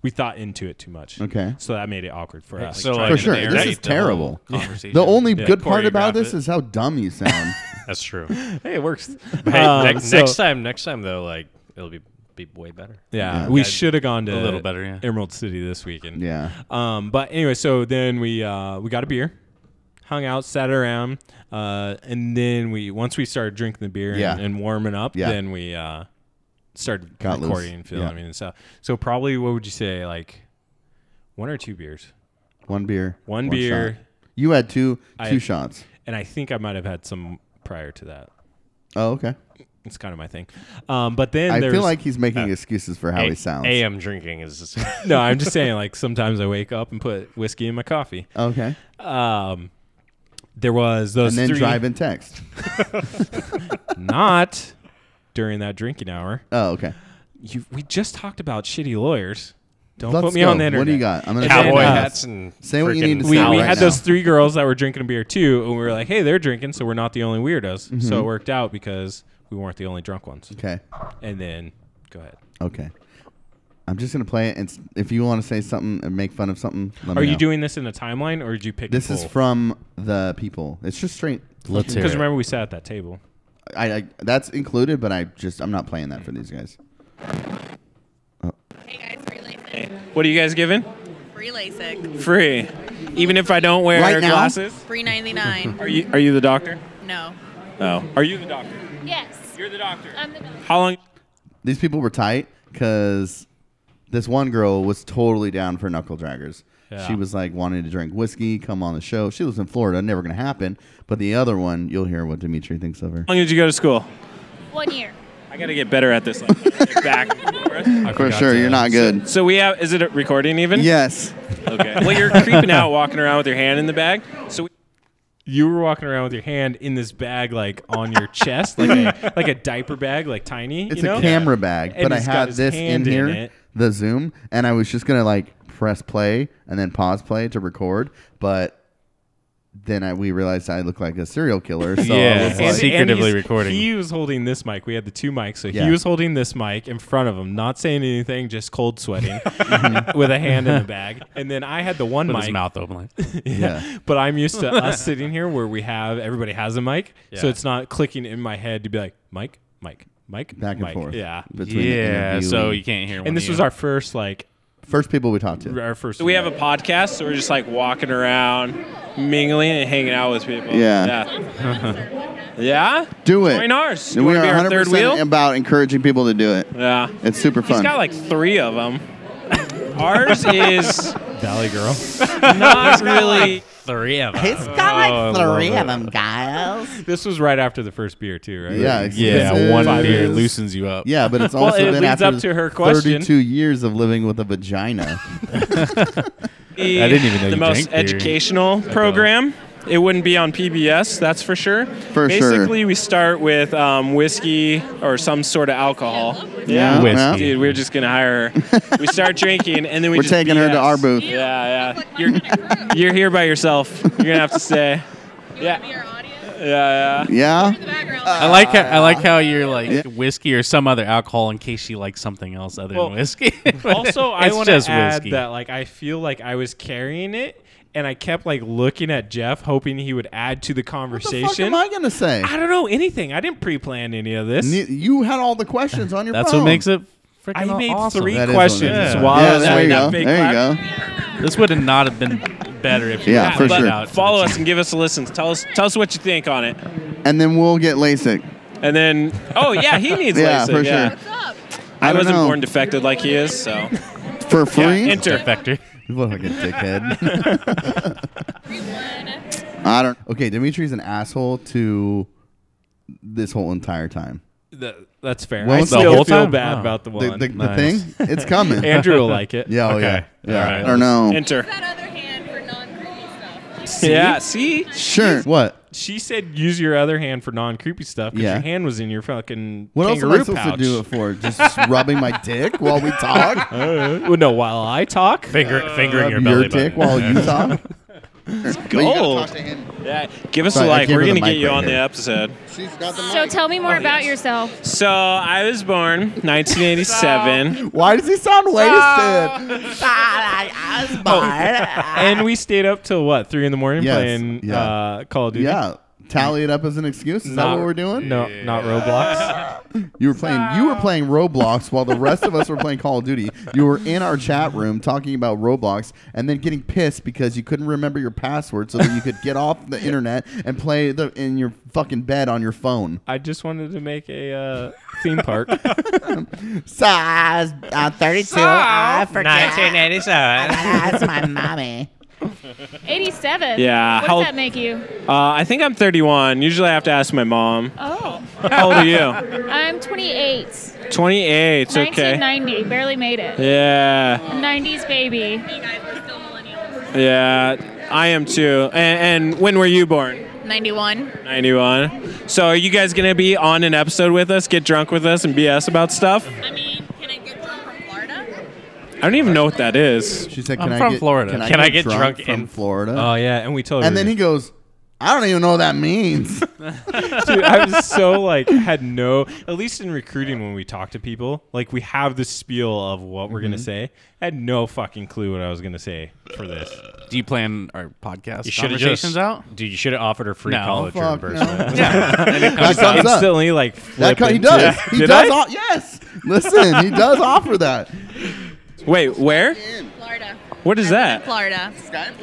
[SPEAKER 3] we thought into it too much.
[SPEAKER 5] Okay.
[SPEAKER 3] So that made it awkward for us.
[SPEAKER 2] so,
[SPEAKER 1] trying
[SPEAKER 2] like,
[SPEAKER 5] For
[SPEAKER 1] to
[SPEAKER 5] sure,
[SPEAKER 1] narrate
[SPEAKER 5] this is
[SPEAKER 1] the whole
[SPEAKER 3] <laughs>
[SPEAKER 5] terrible.
[SPEAKER 1] conversation.
[SPEAKER 5] The only
[SPEAKER 3] Yeah.
[SPEAKER 5] good part about
[SPEAKER 1] Choreograph
[SPEAKER 5] this
[SPEAKER 1] it.
[SPEAKER 5] is how dumb you sound.
[SPEAKER 3] <laughs>
[SPEAKER 2] That's true.
[SPEAKER 3] hey, it works.
[SPEAKER 2] Hey,
[SPEAKER 3] Um,
[SPEAKER 2] next,
[SPEAKER 3] so-
[SPEAKER 2] next time, next time though, like it'll be be way better.
[SPEAKER 3] Yeah, we
[SPEAKER 2] Yeah.
[SPEAKER 3] should have gone to
[SPEAKER 1] A little better, yeah.
[SPEAKER 3] Emerald City this weekend.
[SPEAKER 5] yeah.
[SPEAKER 3] Um, but anyway, so then we uh, we got a beer, hung out, sat around, uh, and then we once we started drinking the beer and,
[SPEAKER 5] Yeah.
[SPEAKER 3] and warming up,
[SPEAKER 5] Yeah.
[SPEAKER 3] then we uh, started
[SPEAKER 5] Got loose.
[SPEAKER 3] recording and filming
[SPEAKER 5] Yeah.
[SPEAKER 3] and stuff. So probably what would you say, like one or two beers?
[SPEAKER 5] One beer.
[SPEAKER 3] One beer.
[SPEAKER 5] shot. You had two
[SPEAKER 3] I
[SPEAKER 5] two
[SPEAKER 3] had-
[SPEAKER 5] shots.
[SPEAKER 3] And I think I might have had some prior to that.
[SPEAKER 5] Oh, okay.
[SPEAKER 3] It's kind of my thing. Um, but then
[SPEAKER 5] I
[SPEAKER 3] there's
[SPEAKER 5] feel like he's making excuses for how he sounds.
[SPEAKER 2] AM drinking is just,
[SPEAKER 3] <laughs> no, I'm just saying like sometimes I wake up and put whiskey in my coffee.
[SPEAKER 5] okay.
[SPEAKER 3] Um, there was those
[SPEAKER 5] And then
[SPEAKER 3] three,
[SPEAKER 5] drive and text.
[SPEAKER 3] not during that drinking hour.
[SPEAKER 5] Oh, okay.
[SPEAKER 3] You, we just talked about shitty lawyers. Don't
[SPEAKER 5] Let's
[SPEAKER 3] put me
[SPEAKER 5] go.
[SPEAKER 3] on the internet.
[SPEAKER 5] What do you got? I'm gonna
[SPEAKER 3] And
[SPEAKER 5] say
[SPEAKER 3] then,
[SPEAKER 2] cowboy
[SPEAKER 3] uh,
[SPEAKER 2] hats and
[SPEAKER 5] Say what you
[SPEAKER 2] freaking-
[SPEAKER 5] need to
[SPEAKER 3] We,
[SPEAKER 5] Now,
[SPEAKER 3] we
[SPEAKER 5] right
[SPEAKER 3] had
[SPEAKER 5] now.
[SPEAKER 3] those three girls that were drinking a beer too, and we were like, "Hey, they're drinking, so we're not the only weirdos."
[SPEAKER 5] Mm-hmm.
[SPEAKER 3] So it worked out because we weren't the only drunk ones.
[SPEAKER 5] Okay.
[SPEAKER 3] And then, go ahead.
[SPEAKER 5] Okay. I'm just gonna play it, and s- if you want to say something and make fun of something, let
[SPEAKER 3] Are
[SPEAKER 5] me
[SPEAKER 3] you
[SPEAKER 5] know.
[SPEAKER 3] doing this in a timeline, or did you pick?
[SPEAKER 5] This is from the people. It's just straight.
[SPEAKER 1] Let's hear
[SPEAKER 3] because
[SPEAKER 1] it.
[SPEAKER 3] remember we sat at that table.
[SPEAKER 5] I, I that's included, but I just I'm not playing that for these guys.
[SPEAKER 6] Hey guys, free LASIK.
[SPEAKER 3] What are you guys giving?
[SPEAKER 6] Free LASIK.
[SPEAKER 3] Free, even if I don't wear
[SPEAKER 5] Right now? glasses?
[SPEAKER 6] Free 99.
[SPEAKER 3] Are you Are you the doctor?
[SPEAKER 6] No.
[SPEAKER 3] No. Are you the doctor?
[SPEAKER 4] Yes.
[SPEAKER 3] You're the doctor.
[SPEAKER 4] I'm the doctor.
[SPEAKER 3] How long?
[SPEAKER 5] These people were tight because this one girl was totally down for knuckle draggers.
[SPEAKER 3] Yeah.
[SPEAKER 5] She was like wanting to drink whiskey, come on the show. She lives in Florida, never gonna happen. But the other one, you'll hear what Dimitri thinks of her.
[SPEAKER 3] How long did you go to school?
[SPEAKER 4] One year.
[SPEAKER 3] I gotta get better at this. Like, <laughs> back. and forth.
[SPEAKER 5] For sure, you're not good.
[SPEAKER 3] So we have. Is it recording even?
[SPEAKER 5] Yes.
[SPEAKER 3] Okay. Well, you're creeping out, walking around with your hand in the bag. So you were walking around with your hand in this bag, like on your chest, like
[SPEAKER 5] <laughs>
[SPEAKER 3] a like a diaper bag, like tiny.
[SPEAKER 5] It's
[SPEAKER 3] you know?
[SPEAKER 5] a camera bag,
[SPEAKER 3] And
[SPEAKER 5] but I
[SPEAKER 3] he's got
[SPEAKER 5] had
[SPEAKER 3] his
[SPEAKER 5] this in
[SPEAKER 3] hand in
[SPEAKER 5] here,
[SPEAKER 3] it.
[SPEAKER 5] the Zoom, and I was just gonna like press play and then pause play to record, but then I, we realized I look like a serial killer. So
[SPEAKER 1] Yeah.
[SPEAKER 5] I was like,
[SPEAKER 1] And- Secretively
[SPEAKER 3] he's-
[SPEAKER 1] recording.
[SPEAKER 3] He was holding this mic. We had the two mics, so
[SPEAKER 5] Yeah.
[SPEAKER 3] he was holding this mic in front of him, not saying anything, just
[SPEAKER 5] <laughs>
[SPEAKER 3] cold sweating
[SPEAKER 5] Mm-hmm.
[SPEAKER 3] with a hand in the bag. And then I had the one
[SPEAKER 1] With
[SPEAKER 3] mic,
[SPEAKER 1] his mouth open. Like,
[SPEAKER 5] yeah.
[SPEAKER 3] but I'm used to <laughs> us sitting here where we have everybody has a mic, so
[SPEAKER 2] Yeah.
[SPEAKER 3] it's not clicking in my head to be like mic, mic, mic,
[SPEAKER 5] back and
[SPEAKER 3] mic.
[SPEAKER 5] forth.
[SPEAKER 3] Yeah,
[SPEAKER 5] Between
[SPEAKER 1] yeah. So
[SPEAKER 5] interviewing.
[SPEAKER 1] you can't hear.
[SPEAKER 3] and this was our first like
[SPEAKER 5] first people we talked to.
[SPEAKER 3] our first. we have a podcast, so we're just like walking around, mingling and hanging out with people.
[SPEAKER 5] Yeah.
[SPEAKER 3] <laughs> yeah. yeah?
[SPEAKER 5] Do it.
[SPEAKER 3] Join ours. You
[SPEAKER 5] We
[SPEAKER 3] wanna
[SPEAKER 5] are
[SPEAKER 3] be our
[SPEAKER 5] 100
[SPEAKER 3] third wheel?
[SPEAKER 5] percent about encouraging people to do it.
[SPEAKER 3] Yeah.
[SPEAKER 5] It's super fun.
[SPEAKER 3] He's got like three of them. Ours <laughs> is
[SPEAKER 1] Valley Girl.
[SPEAKER 3] not really.
[SPEAKER 2] Three of us.
[SPEAKER 6] Oh,
[SPEAKER 7] It's got like three of them, guys. <laughs>
[SPEAKER 3] <laughs> This was right after the first beer, too, right?
[SPEAKER 5] yeah. it's-
[SPEAKER 1] Yeah,
[SPEAKER 5] this
[SPEAKER 1] one
[SPEAKER 5] is-
[SPEAKER 1] beer loosens you up.
[SPEAKER 5] Yeah, but it's
[SPEAKER 3] <laughs> Well,
[SPEAKER 5] also
[SPEAKER 3] it
[SPEAKER 5] been
[SPEAKER 3] leads
[SPEAKER 5] after
[SPEAKER 3] up to her question.
[SPEAKER 5] 32 years of living with a
[SPEAKER 3] <laughs>
[SPEAKER 5] vagina.
[SPEAKER 3] The,
[SPEAKER 1] I didn't even know
[SPEAKER 3] the
[SPEAKER 1] you drank
[SPEAKER 3] most
[SPEAKER 1] beer.
[SPEAKER 3] educational program. It wouldn't be on PBS, that's for sure.
[SPEAKER 5] For sure.
[SPEAKER 3] Basically, we start with um, whiskey or some sort of alcohol.
[SPEAKER 5] Yeah,
[SPEAKER 1] Whiskey.
[SPEAKER 3] Dude, we're just gonna hire her.
[SPEAKER 5] <laughs>
[SPEAKER 3] We start drinking, and then we
[SPEAKER 5] We're
[SPEAKER 3] just
[SPEAKER 5] taking her to
[SPEAKER 3] BS.
[SPEAKER 5] our booth.
[SPEAKER 3] Yeah, yeah. You're <laughs> you're here by yourself. You're gonna have
[SPEAKER 5] <laughs>
[SPEAKER 3] to stay. Yeah, Uh,
[SPEAKER 6] Your audience
[SPEAKER 3] yeah, yeah.
[SPEAKER 5] Yeah.
[SPEAKER 6] in the background.
[SPEAKER 1] I like how, I like how you're like
[SPEAKER 5] Yeah.
[SPEAKER 1] whiskey or some other alcohol in case she likes something else other
[SPEAKER 3] Well,
[SPEAKER 1] than whiskey. <laughs>
[SPEAKER 3] also, I
[SPEAKER 1] It's
[SPEAKER 3] want to
[SPEAKER 1] just
[SPEAKER 3] add
[SPEAKER 1] whiskey.
[SPEAKER 3] that like I feel like I was carrying it, and I kept like looking at Jeff, hoping he would add to the
[SPEAKER 5] What the fuck
[SPEAKER 3] conversation.
[SPEAKER 5] am I gonna say?
[SPEAKER 3] I don't know anything. I didn't pre-plan any of this.
[SPEAKER 5] Ne- You had all the questions on your
[SPEAKER 1] That's
[SPEAKER 5] phone.
[SPEAKER 1] what makes it.
[SPEAKER 3] I
[SPEAKER 1] Freaking
[SPEAKER 3] made
[SPEAKER 1] awesome.
[SPEAKER 3] three
[SPEAKER 5] That is
[SPEAKER 3] questions.
[SPEAKER 5] what makes it-
[SPEAKER 3] Wow,
[SPEAKER 5] Yeah,
[SPEAKER 3] that-
[SPEAKER 5] there you
[SPEAKER 3] that
[SPEAKER 5] go.
[SPEAKER 3] fake
[SPEAKER 5] There you
[SPEAKER 3] clap.
[SPEAKER 5] go.
[SPEAKER 1] This would have not have been better if you
[SPEAKER 5] Yeah,
[SPEAKER 1] had
[SPEAKER 5] for
[SPEAKER 1] put
[SPEAKER 5] sure.
[SPEAKER 1] it out to the
[SPEAKER 3] Follow
[SPEAKER 1] team.
[SPEAKER 3] us and give us a listen. Tell us, tell us what you think on it,
[SPEAKER 5] And then we'll get LASIK.
[SPEAKER 3] and then oh yeah, he needs
[SPEAKER 5] Yeah,
[SPEAKER 3] LASIK,
[SPEAKER 5] for
[SPEAKER 3] yeah.
[SPEAKER 5] sure.
[SPEAKER 6] What's up?
[SPEAKER 5] I,
[SPEAKER 3] I,
[SPEAKER 5] don't
[SPEAKER 3] wasn't
[SPEAKER 5] know.
[SPEAKER 3] born defective like he is, so
[SPEAKER 5] for
[SPEAKER 3] yeah,
[SPEAKER 5] free.
[SPEAKER 3] enter.
[SPEAKER 1] Vector.
[SPEAKER 5] What a fucking dickhead.
[SPEAKER 6] One.
[SPEAKER 5] I don't. Okay, Dimitri's an asshole to this whole entire time.
[SPEAKER 3] that's fair.
[SPEAKER 5] Well,
[SPEAKER 3] I
[SPEAKER 5] the
[SPEAKER 3] still
[SPEAKER 1] whole
[SPEAKER 3] feel
[SPEAKER 1] time?
[SPEAKER 3] bad
[SPEAKER 1] Wow.
[SPEAKER 3] about the
[SPEAKER 5] Oh. The,
[SPEAKER 3] one.
[SPEAKER 5] the, the
[SPEAKER 1] Nice.
[SPEAKER 5] thing, it's coming.
[SPEAKER 3] <laughs> Andrew
[SPEAKER 5] <laughs>
[SPEAKER 3] will like it.
[SPEAKER 5] Yeah, oh, yeah, yeah.
[SPEAKER 1] All right.
[SPEAKER 5] I don't know. <laughs>
[SPEAKER 3] Enter.
[SPEAKER 6] that other hand for non-creepy stuff.
[SPEAKER 3] Yeah. See,
[SPEAKER 5] Sure. What?
[SPEAKER 3] she said use your other hand for non creepy stuff because
[SPEAKER 5] Yeah.
[SPEAKER 3] your hand was in your fucking
[SPEAKER 5] What else am
[SPEAKER 3] kangaroo
[SPEAKER 5] I supposed
[SPEAKER 3] pouch.
[SPEAKER 5] to do it for? Just rubbing my dick while we talk?
[SPEAKER 3] <laughs> Well, no, while I talk,
[SPEAKER 1] Finger, fingering your
[SPEAKER 5] Rub
[SPEAKER 1] belly
[SPEAKER 5] your dick
[SPEAKER 1] button.
[SPEAKER 5] while
[SPEAKER 3] <laughs>
[SPEAKER 5] you talk?
[SPEAKER 3] gold. Yeah, give us
[SPEAKER 5] Sorry,
[SPEAKER 3] a
[SPEAKER 5] I
[SPEAKER 3] like.
[SPEAKER 5] gave
[SPEAKER 3] We're
[SPEAKER 5] her the
[SPEAKER 3] gonna
[SPEAKER 5] mic
[SPEAKER 3] get you
[SPEAKER 5] right
[SPEAKER 3] on the
[SPEAKER 5] here.
[SPEAKER 3] episode.
[SPEAKER 8] So tell me more about yourself.
[SPEAKER 3] So I was born 1987,
[SPEAKER 5] Why does he sound
[SPEAKER 3] Ah.
[SPEAKER 5] wasted?
[SPEAKER 7] I was born.
[SPEAKER 3] and we stayed up till what three in the morning
[SPEAKER 5] Yes,
[SPEAKER 3] playing
[SPEAKER 5] yeah.
[SPEAKER 3] uh, Call of Duty.
[SPEAKER 5] Yeah. Tally it up as an excuse. Is that
[SPEAKER 3] Not-
[SPEAKER 5] what we're doing?
[SPEAKER 3] No, not <laughs> Roblox.
[SPEAKER 5] You were playing. You were playing Roblox while the rest of us were playing Call of Duty. You were in our chat room talking about Roblox, and then getting pissed because you couldn't remember your password, so that you could get off the internet and play the in your fucking bed on your phone.
[SPEAKER 3] I just wanted to make a uh,
[SPEAKER 5] <laughs>
[SPEAKER 3] theme park.
[SPEAKER 7] So I was uh, 32. I forget.
[SPEAKER 2] 1987.
[SPEAKER 7] That's my mommy.
[SPEAKER 8] 87.
[SPEAKER 3] Yeah,
[SPEAKER 8] What
[SPEAKER 3] how-
[SPEAKER 8] does that make you?
[SPEAKER 3] uh, I think I'm 31. Usually I have to ask my mom.
[SPEAKER 8] Oh,
[SPEAKER 3] How old are you?
[SPEAKER 8] I'm 28.
[SPEAKER 3] 28. It's okay.
[SPEAKER 8] 1990. Barely made it.
[SPEAKER 3] Yeah,
[SPEAKER 8] 90s baby.
[SPEAKER 6] Hey guys, we're still millennials.
[SPEAKER 3] yeah. I am too. And, and when were you born?
[SPEAKER 6] 91.
[SPEAKER 3] 91. So are you guys gonna be on an episode with us, get drunk with us, and BS about stuff?
[SPEAKER 6] I mean, can I get drunk from Florida?
[SPEAKER 3] I don't even know what that is.
[SPEAKER 5] She said,
[SPEAKER 1] I'm
[SPEAKER 5] "Can I
[SPEAKER 1] from
[SPEAKER 5] get,
[SPEAKER 1] Florida.
[SPEAKER 5] Can I,
[SPEAKER 2] Can
[SPEAKER 5] get,
[SPEAKER 2] I get
[SPEAKER 5] drunk,
[SPEAKER 2] drunk Uh,
[SPEAKER 5] from
[SPEAKER 2] in-
[SPEAKER 5] Florida?"
[SPEAKER 3] Oh yeah, and we told.
[SPEAKER 5] and then he goes, "I don't even know what that means."
[SPEAKER 3] Dude, I was so like had no. At least in recruiting, when we talk to people, like we have the spiel of what we're
[SPEAKER 5] Mm-hmm.
[SPEAKER 3] gonna say. I had no fucking clue what I was gonna say for this.
[SPEAKER 1] Do you plan our podcast
[SPEAKER 2] You should have
[SPEAKER 1] conversations
[SPEAKER 2] just,
[SPEAKER 1] out?
[SPEAKER 2] Dude, you should have offered her free
[SPEAKER 1] No.
[SPEAKER 2] college
[SPEAKER 5] Fuck <laughs>
[SPEAKER 2] reimbursement.
[SPEAKER 5] no.
[SPEAKER 3] I
[SPEAKER 5] That comes up.
[SPEAKER 3] instantly like
[SPEAKER 5] That cut, he
[SPEAKER 3] flipping
[SPEAKER 5] does.
[SPEAKER 3] to-
[SPEAKER 5] He
[SPEAKER 3] Did
[SPEAKER 5] does.
[SPEAKER 3] I?
[SPEAKER 5] o- yes. Listen, he does offer that.
[SPEAKER 3] Wait, where?
[SPEAKER 6] Florida.
[SPEAKER 3] What is that?
[SPEAKER 6] Florida.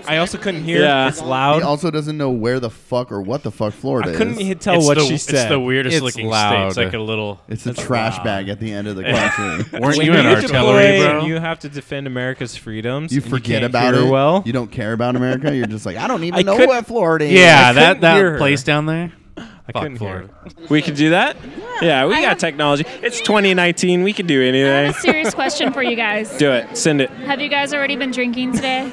[SPEAKER 3] I also couldn't hear.
[SPEAKER 5] Yeah.
[SPEAKER 3] It's loud.
[SPEAKER 5] He also doesn't know where the fuck or what the fuck Florida
[SPEAKER 3] I couldn't
[SPEAKER 5] is.
[SPEAKER 3] hit- tell what
[SPEAKER 2] the,
[SPEAKER 3] she said.
[SPEAKER 2] It's the weirdest
[SPEAKER 1] It's
[SPEAKER 2] looking state.
[SPEAKER 1] loud.
[SPEAKER 2] It's like a little.
[SPEAKER 5] It's a trash bag at the end
[SPEAKER 3] <laughs>
[SPEAKER 5] of the country.
[SPEAKER 1] Weren't
[SPEAKER 3] When
[SPEAKER 1] you in
[SPEAKER 3] get
[SPEAKER 1] artillery,
[SPEAKER 3] deployed
[SPEAKER 1] bro?
[SPEAKER 3] and You have to defend America's freedoms.
[SPEAKER 5] You
[SPEAKER 3] and
[SPEAKER 5] forget
[SPEAKER 3] can't
[SPEAKER 5] about
[SPEAKER 3] hear
[SPEAKER 5] it.
[SPEAKER 3] Well,
[SPEAKER 5] You don't care about America. You're just like, I don't even
[SPEAKER 3] I
[SPEAKER 5] know
[SPEAKER 3] could-
[SPEAKER 5] what Florida is.
[SPEAKER 1] yeah,
[SPEAKER 3] I couldn't
[SPEAKER 1] that that
[SPEAKER 3] hear her.
[SPEAKER 1] place down there.
[SPEAKER 2] I
[SPEAKER 1] Fuck
[SPEAKER 2] couldn't hear.
[SPEAKER 1] Florida.
[SPEAKER 3] We could do that? Yeah, we
[SPEAKER 8] I
[SPEAKER 3] got
[SPEAKER 8] have-
[SPEAKER 3] technology. It's 2019. We can do
[SPEAKER 8] I have
[SPEAKER 3] anything.
[SPEAKER 8] a serious question for you guys.
[SPEAKER 3] Do it. Send it.
[SPEAKER 8] Have you guys already been drinking today?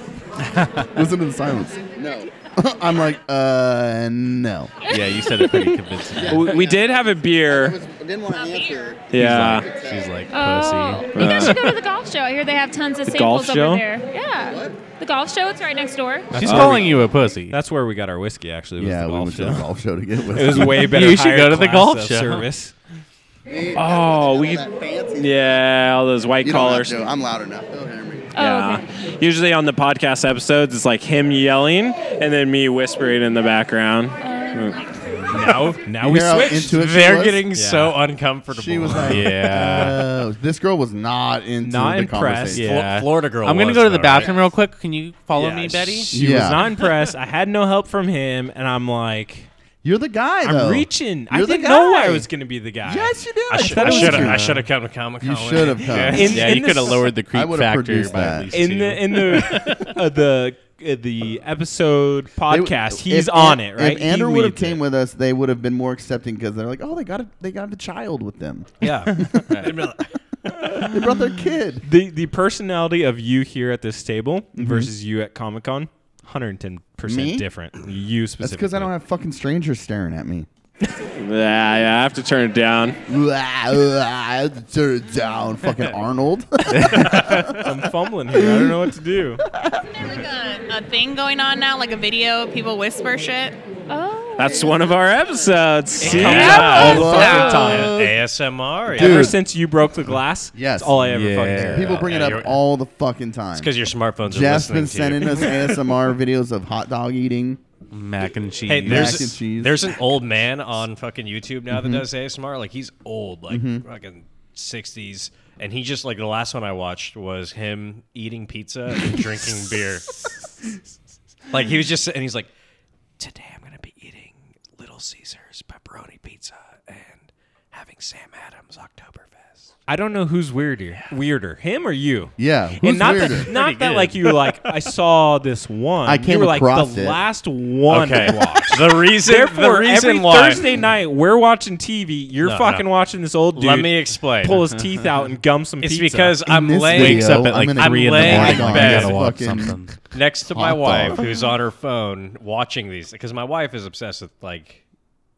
[SPEAKER 5] Listen to the silence. No. <laughs> I'm like, uh, no.
[SPEAKER 1] <laughs> Yeah, you said it pretty
[SPEAKER 5] <laughs>
[SPEAKER 1] convincingly.
[SPEAKER 5] Oh.
[SPEAKER 3] We, we did have a beer.
[SPEAKER 5] didn't want to answer.
[SPEAKER 3] Yeah.
[SPEAKER 1] She's like,
[SPEAKER 8] Oh,
[SPEAKER 1] pussy.
[SPEAKER 8] you guys should
[SPEAKER 5] Uh,
[SPEAKER 8] go to the golf show. I hear they have tons of
[SPEAKER 3] The golf
[SPEAKER 8] samples
[SPEAKER 3] show?
[SPEAKER 8] over there. Yeah, the golf show. It's right next door.
[SPEAKER 1] She's
[SPEAKER 3] Oh.
[SPEAKER 1] calling you a pussy.
[SPEAKER 3] That's where we got our whiskey, actually. Was
[SPEAKER 5] Yeah,
[SPEAKER 3] the
[SPEAKER 5] we
[SPEAKER 3] golf
[SPEAKER 5] went to
[SPEAKER 3] show.
[SPEAKER 5] the golf show to get with
[SPEAKER 3] It was <laughs> way better.
[SPEAKER 1] You should
[SPEAKER 3] higher
[SPEAKER 1] go to the
[SPEAKER 3] class
[SPEAKER 1] golf
[SPEAKER 3] of
[SPEAKER 1] show.
[SPEAKER 3] Service. Oh, we could. Yeah, all those white collars.
[SPEAKER 5] I'm loud enough. They'll hear me.
[SPEAKER 8] Oh,
[SPEAKER 3] Yeah.
[SPEAKER 8] okay.
[SPEAKER 3] Usually on the podcast episodes, it's like him yelling and then me whispering in the background.
[SPEAKER 2] Now, now
[SPEAKER 5] You
[SPEAKER 2] we
[SPEAKER 5] hear how
[SPEAKER 2] switched.
[SPEAKER 5] into it she
[SPEAKER 2] They're
[SPEAKER 5] was?
[SPEAKER 2] getting so uncomfortable.
[SPEAKER 5] She was like,
[SPEAKER 1] Yeah.
[SPEAKER 5] uh, this girl was not into
[SPEAKER 3] Not
[SPEAKER 5] the
[SPEAKER 3] impressed.
[SPEAKER 5] conversation.
[SPEAKER 2] Flo-
[SPEAKER 1] Yeah.
[SPEAKER 2] Florida girl.
[SPEAKER 1] I'm gonna
[SPEAKER 2] was,
[SPEAKER 1] go to the
[SPEAKER 2] though, right?
[SPEAKER 1] bathroom real quick. Can you follow
[SPEAKER 3] Yeah,
[SPEAKER 1] me, Betty?
[SPEAKER 3] She
[SPEAKER 5] Yeah.
[SPEAKER 3] was not impressed. I had no help from him, and I'm like,
[SPEAKER 5] You're the guy,
[SPEAKER 3] I'm
[SPEAKER 5] though.
[SPEAKER 3] reaching. I
[SPEAKER 5] You're the
[SPEAKER 3] didn't know
[SPEAKER 5] guy.
[SPEAKER 3] I was going to be the guy.
[SPEAKER 5] Yes, you did.
[SPEAKER 2] I should
[SPEAKER 3] thought it was
[SPEAKER 2] have.
[SPEAKER 3] you.
[SPEAKER 2] I should have come to Comic Con.
[SPEAKER 5] You should have come.
[SPEAKER 2] Yeah.
[SPEAKER 5] In-
[SPEAKER 1] yeah,
[SPEAKER 3] in
[SPEAKER 1] you
[SPEAKER 3] the
[SPEAKER 1] could have
[SPEAKER 3] s-
[SPEAKER 1] lowered <laughs> the creep
[SPEAKER 5] would've
[SPEAKER 1] factor
[SPEAKER 5] produced
[SPEAKER 1] by
[SPEAKER 5] that.
[SPEAKER 1] at least
[SPEAKER 3] in
[SPEAKER 1] two.
[SPEAKER 3] the in the <laughs> uh, the uh, the episode
[SPEAKER 5] They-
[SPEAKER 3] podcast.
[SPEAKER 5] if
[SPEAKER 3] he's
[SPEAKER 5] An-
[SPEAKER 3] on it, right?
[SPEAKER 5] If
[SPEAKER 3] He
[SPEAKER 5] Andrew would have
[SPEAKER 3] leads it.
[SPEAKER 5] came with us, they would have been more accepting because they're like, oh, they got a, they got a child with them. <laughs>
[SPEAKER 3] yeah.
[SPEAKER 5] They brought their kid.
[SPEAKER 3] the the personality of you here at this table versus you at Comic Con, 110
[SPEAKER 5] Mm-hmm. Me?
[SPEAKER 3] percent different. You specifically.
[SPEAKER 5] That's because I don't have fucking strangers staring at me.
[SPEAKER 3] Yeah, yeah, I have to turn
[SPEAKER 5] <laughs>
[SPEAKER 3] it down.
[SPEAKER 5] Turn it down,
[SPEAKER 3] <laughs>
[SPEAKER 5] fucking Arnold.
[SPEAKER 3] I'm fumbling here. I don't know what to do.
[SPEAKER 5] <laughs>
[SPEAKER 6] Like a, a thing going on now, like a video, people whisper shit.
[SPEAKER 8] Oh,
[SPEAKER 3] That's one of our
[SPEAKER 5] Uh,
[SPEAKER 3] episodes.
[SPEAKER 2] It
[SPEAKER 3] See?
[SPEAKER 2] comes
[SPEAKER 3] Yeah.
[SPEAKER 2] out all
[SPEAKER 5] Hello.
[SPEAKER 2] the fucking time.
[SPEAKER 3] Uh,
[SPEAKER 5] Dude.
[SPEAKER 2] ASMR. yeah.
[SPEAKER 5] Dude.
[SPEAKER 3] Ever since you broke the glass,
[SPEAKER 5] <laughs> Yes.
[SPEAKER 3] that's all I ever fucking
[SPEAKER 1] Yeah.
[SPEAKER 3] heard.
[SPEAKER 5] People bring
[SPEAKER 2] Yeah,
[SPEAKER 5] it
[SPEAKER 2] you're-
[SPEAKER 5] up all the fucking time.
[SPEAKER 2] It's because your smartphones are
[SPEAKER 5] Jeff's
[SPEAKER 2] listening
[SPEAKER 5] been
[SPEAKER 2] to you. <laughs>
[SPEAKER 5] sending us ASMR videos of hot dog eating.
[SPEAKER 1] mac and cheese.
[SPEAKER 2] Hey, there's
[SPEAKER 5] Mac and cheese. Mm-hmm.
[SPEAKER 2] there's an old man on fucking YouTube now that does ASMR. Like he's old, like fucking sixties, and he just like the last one I watched was him eating pizza
[SPEAKER 5] <laughs>
[SPEAKER 2] and drinking beer. Like he was just and he's like, today I'm gonna be eating Little Caesars pepperoni pizza and having Sam Adams Oktoberfest.
[SPEAKER 3] I don't know who's weirder, weirder, him or you.
[SPEAKER 5] Yeah, who's
[SPEAKER 3] and not
[SPEAKER 5] weirder?
[SPEAKER 3] that, not that
[SPEAKER 2] good.
[SPEAKER 3] like you were like I saw this one.
[SPEAKER 5] I
[SPEAKER 3] you
[SPEAKER 5] came
[SPEAKER 3] were like
[SPEAKER 5] across
[SPEAKER 3] the
[SPEAKER 5] it.
[SPEAKER 3] last one I watched.
[SPEAKER 2] the reason
[SPEAKER 3] Therefore,
[SPEAKER 2] the reason
[SPEAKER 3] every
[SPEAKER 2] why
[SPEAKER 3] Thursday night we're watching TV. You're
[SPEAKER 2] No,
[SPEAKER 3] fucking
[SPEAKER 2] no.
[SPEAKER 3] watching this old dude.
[SPEAKER 2] Let me explain.
[SPEAKER 3] pull his teeth out and gum some
[SPEAKER 2] It's
[SPEAKER 3] pizza.
[SPEAKER 2] because I'm
[SPEAKER 5] this
[SPEAKER 2] laying
[SPEAKER 5] video,
[SPEAKER 1] wakes up at
[SPEAKER 5] I'm
[SPEAKER 1] like
[SPEAKER 5] gonna
[SPEAKER 1] three in the
[SPEAKER 2] lay
[SPEAKER 1] morning.
[SPEAKER 2] in
[SPEAKER 1] Like, I
[SPEAKER 2] bed.
[SPEAKER 1] gotta watch
[SPEAKER 5] Fucking-
[SPEAKER 1] something.
[SPEAKER 2] next to my
[SPEAKER 5] Hot
[SPEAKER 2] wife
[SPEAKER 5] dog.
[SPEAKER 2] who's on her phone watching these because my wife is obsessed with like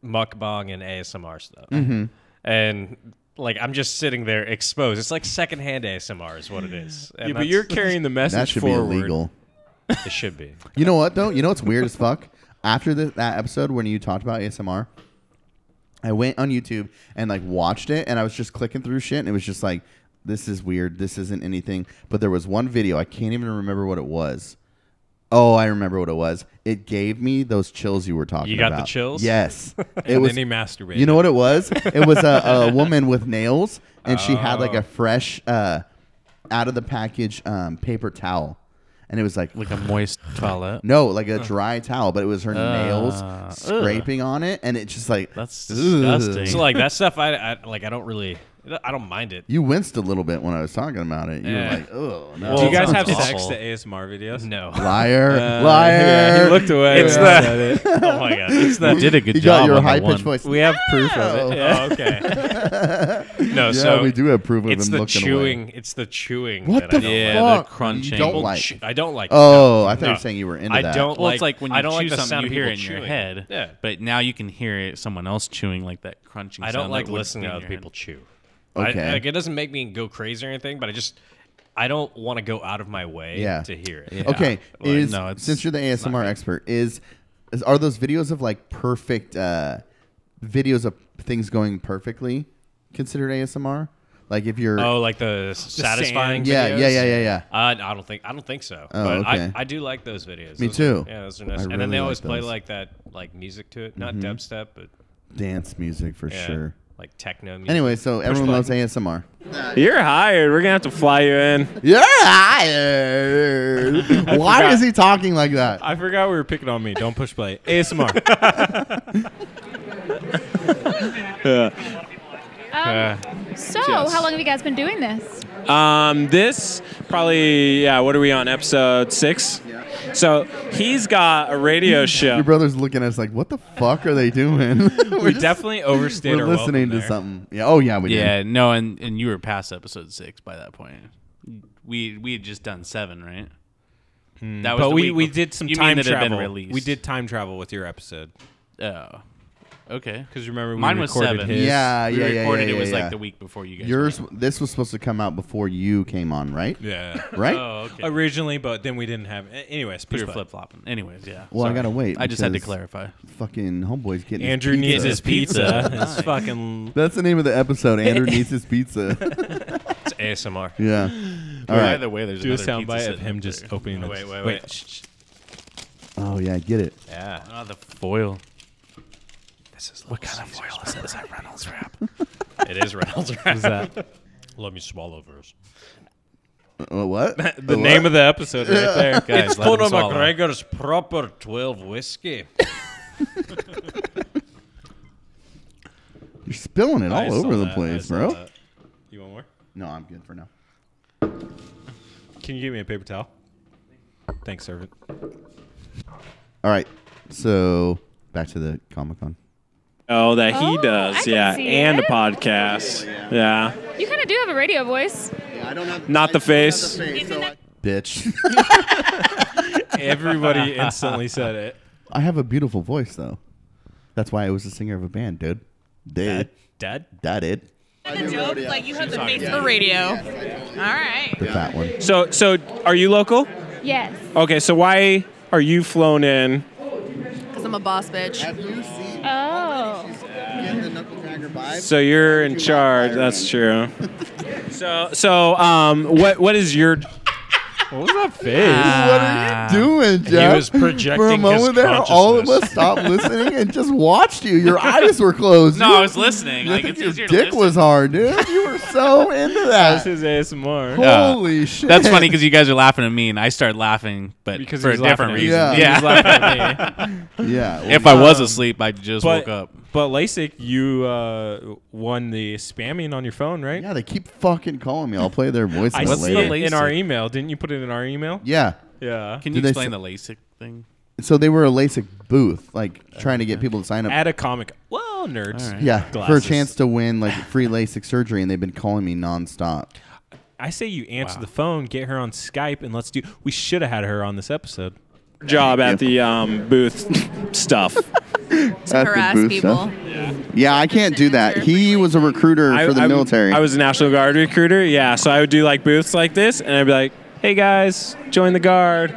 [SPEAKER 2] mukbang and ASMR stuff.
[SPEAKER 3] Mm-hmm.
[SPEAKER 2] And like I'm just sitting there exposed. It's like secondhand ASMR is what it is. And
[SPEAKER 3] Yeah, but you're
[SPEAKER 2] that's-
[SPEAKER 3] carrying the message
[SPEAKER 5] That should
[SPEAKER 3] forward.
[SPEAKER 5] be illegal.
[SPEAKER 2] it should
[SPEAKER 3] <laughs>
[SPEAKER 2] be.
[SPEAKER 5] You know what though? You know what's weird as fuck? After the, that episode when you talked about ASMR, I went on YouTube and like watched it, and I was just clicking through shit, and it was just like, this is weird. This isn't anything. But there was one video I can't even remember what it was. Oh, I remember what it was. It gave me those chills you were talking about.
[SPEAKER 2] You got the
[SPEAKER 1] <laughs>
[SPEAKER 2] chills?
[SPEAKER 5] Yes. It
[SPEAKER 3] And
[SPEAKER 5] was
[SPEAKER 3] then he masturbated.
[SPEAKER 5] You know what it was? It was a, a woman with nails, and she had like a fresh, uh, out of the package um, paper towel, and it was like
[SPEAKER 1] Like a moist toilet.
[SPEAKER 5] no, like a dry towel, but it was her nails scraping on it, and it just like
[SPEAKER 1] That's
[SPEAKER 5] Ugh.
[SPEAKER 1] disgusting.
[SPEAKER 2] So like that stuff I, I like I don't really I don't mind it.
[SPEAKER 5] you winced a little bit when I was talking about it. You
[SPEAKER 2] Yeah.
[SPEAKER 5] were like, "Oh no,
[SPEAKER 3] Do you guys
[SPEAKER 1] Sounds
[SPEAKER 2] <laughs>
[SPEAKER 3] have sex
[SPEAKER 1] awful.
[SPEAKER 3] to ASMR videos?
[SPEAKER 2] No.
[SPEAKER 5] liar, liar!"
[SPEAKER 3] Yeah, he <laughs> looked away.
[SPEAKER 2] It's
[SPEAKER 3] when I said it.
[SPEAKER 2] <laughs> oh my god. It's
[SPEAKER 1] that did a
[SPEAKER 5] You
[SPEAKER 1] good job.
[SPEAKER 5] got your
[SPEAKER 1] on the
[SPEAKER 5] high pitched
[SPEAKER 1] one.
[SPEAKER 5] voice.
[SPEAKER 3] We have proof of
[SPEAKER 5] Oh.
[SPEAKER 3] it.
[SPEAKER 2] oh, okay. <laughs> No,
[SPEAKER 5] yeah,
[SPEAKER 2] so
[SPEAKER 5] we do approve of
[SPEAKER 2] it's
[SPEAKER 5] him
[SPEAKER 2] the
[SPEAKER 5] looking
[SPEAKER 2] chewing
[SPEAKER 5] away.
[SPEAKER 2] it's the chewing
[SPEAKER 5] What
[SPEAKER 2] that I
[SPEAKER 5] the
[SPEAKER 2] don't
[SPEAKER 1] Yeah,
[SPEAKER 5] yeah,
[SPEAKER 1] the
[SPEAKER 5] fuck?
[SPEAKER 1] crunching.
[SPEAKER 5] You don't
[SPEAKER 1] Well,
[SPEAKER 5] like.
[SPEAKER 2] Ch- I don't like
[SPEAKER 5] oh, I thought you
[SPEAKER 2] No.
[SPEAKER 5] were saying you were into
[SPEAKER 2] I
[SPEAKER 5] that.
[SPEAKER 2] don't
[SPEAKER 1] Well,
[SPEAKER 2] like,
[SPEAKER 1] it's like when you
[SPEAKER 2] I don't
[SPEAKER 1] chew
[SPEAKER 2] like the
[SPEAKER 1] something,
[SPEAKER 2] sound
[SPEAKER 1] you hear
[SPEAKER 2] people
[SPEAKER 1] it in your
[SPEAKER 2] chewing.
[SPEAKER 1] head.
[SPEAKER 2] Yeah.
[SPEAKER 1] But now you can hear it, someone else chewing like that crunching
[SPEAKER 2] I
[SPEAKER 1] sound.
[SPEAKER 2] don't like
[SPEAKER 1] that would be
[SPEAKER 2] listening
[SPEAKER 1] in
[SPEAKER 2] to other
[SPEAKER 1] your
[SPEAKER 2] people chew.
[SPEAKER 5] Okay.
[SPEAKER 2] I, like it doesn't make me go crazy or anything, but I just I don't want to go out of my way
[SPEAKER 5] Yeah.
[SPEAKER 2] to hear it. <laughs>
[SPEAKER 5] Okay,
[SPEAKER 1] Like,
[SPEAKER 5] is
[SPEAKER 1] no, it's-
[SPEAKER 5] since you're the
[SPEAKER 1] it's not
[SPEAKER 5] ASMR expert, is, is are those videos of like perfect uh, videos of things going perfectly considered ASMR? Like if you're
[SPEAKER 2] Oh, like the s- satisfying.
[SPEAKER 5] yeah,
[SPEAKER 2] videos?
[SPEAKER 5] yeah, yeah, yeah, yeah.
[SPEAKER 2] Uh, I don't think I don't think so.
[SPEAKER 5] Oh,
[SPEAKER 2] but
[SPEAKER 5] okay.
[SPEAKER 2] I, I do like those videos.
[SPEAKER 5] Me
[SPEAKER 2] Those are-
[SPEAKER 5] too.
[SPEAKER 2] yeah, those are
[SPEAKER 5] I
[SPEAKER 2] nice. and then
[SPEAKER 5] really
[SPEAKER 2] they
[SPEAKER 5] like
[SPEAKER 2] always play
[SPEAKER 5] those. Mm-hmm.
[SPEAKER 2] like that like music to it, not dubstep, but
[SPEAKER 5] Dance music for
[SPEAKER 2] yeah,
[SPEAKER 5] sure.
[SPEAKER 2] like techno music.
[SPEAKER 5] Anyway, so everyone loves ASMR.
[SPEAKER 3] You're hired. We're gonna have to fly you in.
[SPEAKER 5] You're
[SPEAKER 3] <laughs>
[SPEAKER 5] hired. Why
[SPEAKER 3] forgot.
[SPEAKER 5] is he talking like that?
[SPEAKER 3] I forgot we were picking on me. Don't push play. ASMR.
[SPEAKER 8] Um, so, how long have you guys been doing this?
[SPEAKER 3] um, this probably yeah. What are we on? Episode six. So he's got
[SPEAKER 5] <laughs>
[SPEAKER 3] a radio show.
[SPEAKER 5] Your brother's looking at us like, what the fuck are they doing? <laughs> we're
[SPEAKER 3] We
[SPEAKER 5] just-
[SPEAKER 3] definitely overstayed
[SPEAKER 5] we're
[SPEAKER 3] our
[SPEAKER 5] listening
[SPEAKER 3] welcome
[SPEAKER 5] to
[SPEAKER 3] there.
[SPEAKER 5] something. Yeah. Oh yeah, we
[SPEAKER 1] Yeah,
[SPEAKER 5] did.
[SPEAKER 1] no, and and you were past episode six by that point. We we had just done seven, right? that
[SPEAKER 3] Hmm. But
[SPEAKER 1] the
[SPEAKER 3] we,
[SPEAKER 1] week
[SPEAKER 3] we
[SPEAKER 1] bef-
[SPEAKER 3] did some
[SPEAKER 1] you mean
[SPEAKER 3] time
[SPEAKER 1] that it had
[SPEAKER 3] travel.
[SPEAKER 1] Been released.
[SPEAKER 3] We did time travel with your episode.
[SPEAKER 1] Oh, okay.
[SPEAKER 3] Because remember, we
[SPEAKER 1] Mine was
[SPEAKER 3] recorded
[SPEAKER 1] seven.
[SPEAKER 5] <laughs>
[SPEAKER 3] his.
[SPEAKER 5] Yeah,
[SPEAKER 1] we
[SPEAKER 5] Uh, yeah, yeah,
[SPEAKER 1] recorded
[SPEAKER 5] yeah,
[SPEAKER 1] it was
[SPEAKER 5] yeah, yeah.
[SPEAKER 1] like the week before you guys.
[SPEAKER 5] Yours. This was supposed to come out before you came on, right?
[SPEAKER 3] Yeah.
[SPEAKER 5] Right.
[SPEAKER 1] Oh, okay.
[SPEAKER 3] Originally, but then we didn't have. a- Anyways, push
[SPEAKER 1] you were
[SPEAKER 3] button.
[SPEAKER 1] flip flopping. Anyways, yeah.
[SPEAKER 5] Well, I
[SPEAKER 1] sorry.
[SPEAKER 5] gotta wait.
[SPEAKER 1] I just had to
[SPEAKER 5] because
[SPEAKER 1] clarify.
[SPEAKER 5] Fucking homeboy's getting his
[SPEAKER 3] Andrew
[SPEAKER 5] pizza.
[SPEAKER 3] needs
[SPEAKER 2] <laughs>
[SPEAKER 3] his pizza.
[SPEAKER 1] Nice.
[SPEAKER 3] It's fucking
[SPEAKER 5] <laughs> That's the name of the episode. Andrew needs his pizza.
[SPEAKER 2] It's ASMR.
[SPEAKER 5] yeah. All
[SPEAKER 1] Well,
[SPEAKER 5] right.
[SPEAKER 1] Either way, there's
[SPEAKER 3] do a
[SPEAKER 1] another pizza
[SPEAKER 3] soundbite of
[SPEAKER 1] sitting
[SPEAKER 3] him
[SPEAKER 1] up
[SPEAKER 3] just
[SPEAKER 1] there.
[SPEAKER 3] opening. the-
[SPEAKER 2] Wait, wait, wait.
[SPEAKER 3] shh, shh.
[SPEAKER 5] Oh yeah, I get it.
[SPEAKER 2] Yeah.
[SPEAKER 1] Ah,
[SPEAKER 2] <laughs>
[SPEAKER 1] the foil.
[SPEAKER 2] This is
[SPEAKER 1] What kind of foil is that? Is that Reynolds wrap?
[SPEAKER 2] It is
[SPEAKER 3] <laughs>
[SPEAKER 2] Reynolds.
[SPEAKER 3] What's that?
[SPEAKER 2] <laughs> Let me swallow first.
[SPEAKER 5] Uh, what?
[SPEAKER 3] The name of the episode right there.
[SPEAKER 1] Guys, let him
[SPEAKER 2] Conor
[SPEAKER 1] swallow.
[SPEAKER 2] McGregor's proper 12 whiskey.
[SPEAKER 5] You're spilling it
[SPEAKER 3] I
[SPEAKER 5] all
[SPEAKER 3] saw
[SPEAKER 5] over the
[SPEAKER 3] that, I
[SPEAKER 5] place,
[SPEAKER 3] saw
[SPEAKER 5] bro.
[SPEAKER 3] that. You want more?
[SPEAKER 5] No, I'm good for now.
[SPEAKER 3] Can you give me a paper towel? Thanks, servant.
[SPEAKER 5] All right. So back to the Comic Con.
[SPEAKER 3] Oh, that he
[SPEAKER 8] Oh,
[SPEAKER 3] does,
[SPEAKER 8] I can
[SPEAKER 3] yeah,
[SPEAKER 8] see
[SPEAKER 3] and
[SPEAKER 8] it.
[SPEAKER 3] a podcast, yeah.
[SPEAKER 8] You kind of do have a radio voice.
[SPEAKER 5] I don't have
[SPEAKER 3] Not the face.
[SPEAKER 5] Bitch.
[SPEAKER 3] <laughs> Everybody instantly said it.
[SPEAKER 5] <laughs> I have a beautiful voice though. That's why I was a singer of a band, dude. Dude.
[SPEAKER 3] Dad.
[SPEAKER 5] That it.
[SPEAKER 6] The joke, like you have the face for radio. All right.
[SPEAKER 5] The fat one.
[SPEAKER 3] So, so are you local?
[SPEAKER 8] Yes.
[SPEAKER 3] Okay, so why are you flown in?
[SPEAKER 6] Because I'm a boss bitch.
[SPEAKER 5] Have you seen
[SPEAKER 8] Oh.
[SPEAKER 5] the Knuckle Dragger vibe?
[SPEAKER 3] So you're in charge. That's
[SPEAKER 5] <laughs>
[SPEAKER 3] true. So, so um, what what is your? What was that <laughs> face?
[SPEAKER 5] What
[SPEAKER 1] Ah.
[SPEAKER 5] are you doing, Jeff?
[SPEAKER 2] was projecting
[SPEAKER 5] For a
[SPEAKER 2] his
[SPEAKER 5] moment there, all of
[SPEAKER 2] consciousness.
[SPEAKER 5] us stopped listening and just watched you. Your eyes were closed.
[SPEAKER 1] No,
[SPEAKER 5] <laughs> You-
[SPEAKER 1] I was listening.
[SPEAKER 5] I
[SPEAKER 1] Like
[SPEAKER 5] think
[SPEAKER 1] it's
[SPEAKER 5] your
[SPEAKER 1] easier to
[SPEAKER 5] dick
[SPEAKER 1] listen.
[SPEAKER 5] was hard, dude. You were so
[SPEAKER 1] <laughs>
[SPEAKER 5] into
[SPEAKER 3] That's
[SPEAKER 5] that.
[SPEAKER 3] his ASMR.
[SPEAKER 1] Yeah.
[SPEAKER 5] Holy shit!
[SPEAKER 1] That's funny because you guys are laughing at me, and I start laughing, but
[SPEAKER 3] Because
[SPEAKER 1] for
[SPEAKER 3] he
[SPEAKER 1] a
[SPEAKER 3] was laughing
[SPEAKER 1] different
[SPEAKER 3] at you.
[SPEAKER 1] reason.
[SPEAKER 5] Yeah. Um,
[SPEAKER 1] Yeah.
[SPEAKER 5] He was yeah.
[SPEAKER 1] <laughs> if I was asleep, I just
[SPEAKER 3] But
[SPEAKER 1] woke up.
[SPEAKER 3] but LASIK, you uh, won the spamming on your phone, right?
[SPEAKER 5] yeah, they keep fucking calling me. I'll play their voice
[SPEAKER 3] I
[SPEAKER 1] What's
[SPEAKER 3] see
[SPEAKER 1] the
[SPEAKER 5] later.
[SPEAKER 1] la-
[SPEAKER 3] it in our
[SPEAKER 1] LASIK?
[SPEAKER 3] email. Didn't you put it in our email?
[SPEAKER 5] yeah.
[SPEAKER 3] Yeah.
[SPEAKER 1] Can
[SPEAKER 5] Do
[SPEAKER 1] you
[SPEAKER 5] they
[SPEAKER 1] explain the
[SPEAKER 5] s-
[SPEAKER 1] LASIK
[SPEAKER 5] <laughs>
[SPEAKER 1] thing?
[SPEAKER 5] So they were a LASIK booth, like trying to get people to sign up.
[SPEAKER 3] At a comic. Well, nerds.
[SPEAKER 1] right.
[SPEAKER 5] yeah, for a
[SPEAKER 3] Glasses. chance
[SPEAKER 5] chance to win like free LASIK surgery, and they've been calling me nonstop.
[SPEAKER 3] I say you answer the phone, get her on Skype, and let's do. We should have had her on this episode. Job at the um, booth <laughs> stuff.
[SPEAKER 5] To
[SPEAKER 6] Harass people.
[SPEAKER 5] Yeah, I can't do that. He was a recruiter for the military. <laughs>
[SPEAKER 3] I was a National Guard recruiter. Yeah, so I would do like booths like this, and I'd be like, "Hey guys, join the guard."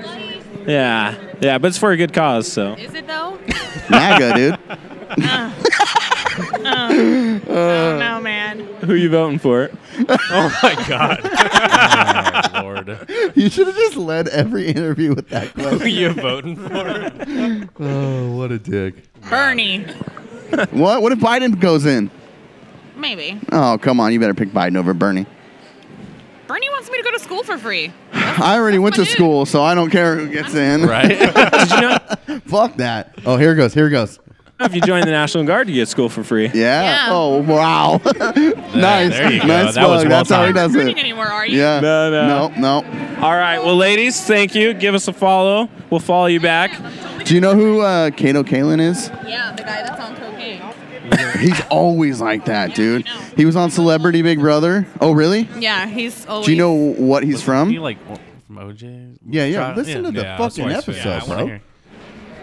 [SPEAKER 3] Yeah, yeah, but it's for a good cause. So
[SPEAKER 6] Is it though?
[SPEAKER 5] MAGA,
[SPEAKER 3] <laughs>
[SPEAKER 5] dude.
[SPEAKER 6] oh no, man.
[SPEAKER 3] who you voting for?
[SPEAKER 1] Lord.
[SPEAKER 5] You should have just led every interview with that question.
[SPEAKER 2] you voting for?
[SPEAKER 5] <laughs> oh, what a dick.
[SPEAKER 6] Bernie.
[SPEAKER 5] <laughs> What? What if Biden goes in?
[SPEAKER 6] Maybe.
[SPEAKER 5] Oh, come on. You better pick Biden over Bernie.
[SPEAKER 6] Bernie wants me to go to school for free.
[SPEAKER 5] I already went to
[SPEAKER 6] my dude.
[SPEAKER 5] school, so I don't care who gets in. <laughs>
[SPEAKER 1] Right?
[SPEAKER 3] Did you know
[SPEAKER 5] Fuck that. Oh, here it goes. Here it goes.
[SPEAKER 3] if you join the National Guard, you get school for free?
[SPEAKER 5] Yeah.
[SPEAKER 6] Yeah.
[SPEAKER 5] Oh, wow. <laughs> nice.
[SPEAKER 1] there you go.
[SPEAKER 5] Nice
[SPEAKER 1] That was well
[SPEAKER 5] plug. That's how he
[SPEAKER 1] timed.
[SPEAKER 5] does
[SPEAKER 6] Running
[SPEAKER 5] it.
[SPEAKER 6] anymore, are
[SPEAKER 5] <laughs>
[SPEAKER 6] you?
[SPEAKER 5] Yeah.
[SPEAKER 3] No, no.
[SPEAKER 5] No, no.
[SPEAKER 3] All right, well, ladies, thank you. Give us a follow. We'll follow you back.
[SPEAKER 5] Do you know who uh, Kato Kalin is?
[SPEAKER 6] Yeah, the guy that's on cocaine.
[SPEAKER 5] He's always like that, dude.
[SPEAKER 6] I know.
[SPEAKER 5] He was on Celebrity Big Brother. Oh, really?
[SPEAKER 6] Yeah, he's always.
[SPEAKER 5] Do you know what he's from?
[SPEAKER 1] you like w- from OJ?
[SPEAKER 5] yeah, yeah.
[SPEAKER 1] Trial-
[SPEAKER 5] Listen to the
[SPEAKER 3] Yeah, that's
[SPEAKER 5] fucking
[SPEAKER 3] why it's-
[SPEAKER 5] episode,
[SPEAKER 1] yeah, I wanna
[SPEAKER 5] bro.
[SPEAKER 1] hear.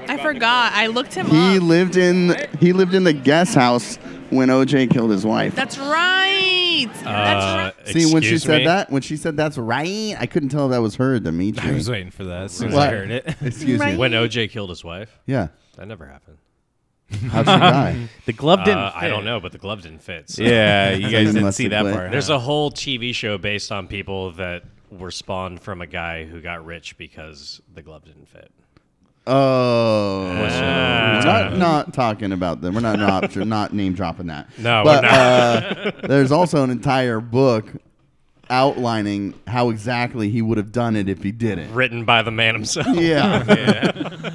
[SPEAKER 6] I forgot. I looked him
[SPEAKER 5] He
[SPEAKER 6] up.
[SPEAKER 5] lived in he lived in the guest house when OJ killed his wife.
[SPEAKER 6] that's right. that's right.
[SPEAKER 5] See, when she
[SPEAKER 2] excuse
[SPEAKER 5] said
[SPEAKER 2] me?
[SPEAKER 5] that, when she said that's right, I couldn't tell if that was her or Dimitri.
[SPEAKER 3] I was waiting for that as soon as
[SPEAKER 5] What?
[SPEAKER 3] I heard it.
[SPEAKER 5] Excuse me.
[SPEAKER 2] When OJ killed his wife?
[SPEAKER 5] Yeah.
[SPEAKER 2] That never happened.
[SPEAKER 5] How'd she die?
[SPEAKER 1] The glove didn't.
[SPEAKER 2] Uh, I
[SPEAKER 1] fit.
[SPEAKER 2] don't know, but the glove didn't fit. so-
[SPEAKER 1] Yeah,
[SPEAKER 5] <laughs>
[SPEAKER 1] you guys didn't
[SPEAKER 5] Unless
[SPEAKER 1] see
[SPEAKER 5] it
[SPEAKER 1] that
[SPEAKER 5] went-
[SPEAKER 1] part.
[SPEAKER 2] There's
[SPEAKER 1] huh?
[SPEAKER 2] a whole TV show based on people that were spawned from a guy who got rich because the glove didn't fit.
[SPEAKER 5] Oh, we're not, not talking about them. We're not not,
[SPEAKER 9] <laughs>
[SPEAKER 5] not name dropping that.
[SPEAKER 2] No,
[SPEAKER 5] but
[SPEAKER 2] we're
[SPEAKER 5] Uh, there's also an entire book outlining how exactly he would have done it if he did it.
[SPEAKER 2] Written by the man himself.
[SPEAKER 5] <laughs>
[SPEAKER 9] Oh. <laughs>
[SPEAKER 5] Yeah,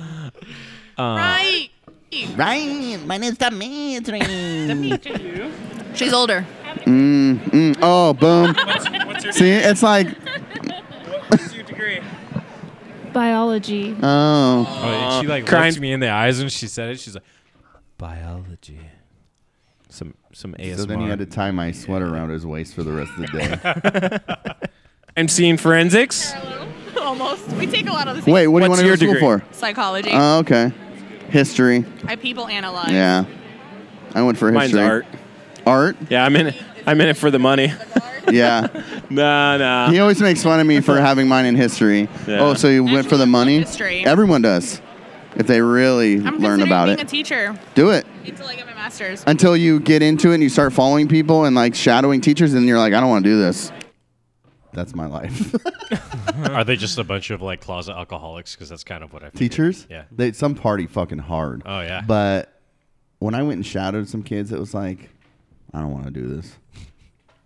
[SPEAKER 6] right.
[SPEAKER 7] Right, my name's Dimitri.
[SPEAKER 6] She's older.
[SPEAKER 5] Mm, oh, boom. See, it's like
[SPEAKER 3] What's your degree?
[SPEAKER 10] biology.
[SPEAKER 5] Oh,
[SPEAKER 9] Oh, she like
[SPEAKER 1] crying-
[SPEAKER 9] looked me in the eyes when she said it. She's like, biology. Some some ASMR.
[SPEAKER 5] so then he had to tie my sweater around his waist for the rest of the
[SPEAKER 9] <laughs>
[SPEAKER 5] day.
[SPEAKER 9] I'm seeing forensics.
[SPEAKER 6] Hello. Almost. We take a lot of the same
[SPEAKER 5] Wait, what do you want
[SPEAKER 9] What's
[SPEAKER 5] to go
[SPEAKER 9] your
[SPEAKER 5] to school
[SPEAKER 9] degree?
[SPEAKER 5] for?
[SPEAKER 6] psychology.
[SPEAKER 5] Oh, okay. History.
[SPEAKER 6] I people analyze.
[SPEAKER 5] Yeah. I went for
[SPEAKER 9] Mine's
[SPEAKER 5] history.
[SPEAKER 9] art.
[SPEAKER 5] Art?
[SPEAKER 9] Yeah, I'm in. It, I'm in it for the money.
[SPEAKER 5] Yeah.
[SPEAKER 9] Nah, nah.
[SPEAKER 5] he always makes fun of me for having mine in history.
[SPEAKER 9] Yeah.
[SPEAKER 5] Oh, so you went for the money?
[SPEAKER 6] History.
[SPEAKER 5] Everyone does. If they really
[SPEAKER 6] I'm
[SPEAKER 5] learn
[SPEAKER 6] considering
[SPEAKER 5] about
[SPEAKER 6] being
[SPEAKER 5] it.
[SPEAKER 6] a teacher
[SPEAKER 5] Do it.
[SPEAKER 6] until I get my master's.
[SPEAKER 5] Until you get into it and you start following people and like shadowing teachers and you're like, I don't want to do this. That's my life.
[SPEAKER 2] Are they just a bunch of like closet alcoholics? Because that's kind of what I figured.
[SPEAKER 5] <laughs> teachers?
[SPEAKER 2] Yeah.
[SPEAKER 5] They some party fucking hard.
[SPEAKER 2] Oh, yeah.
[SPEAKER 5] But when I went and shadowed some kids, it was like, I don't want to do this.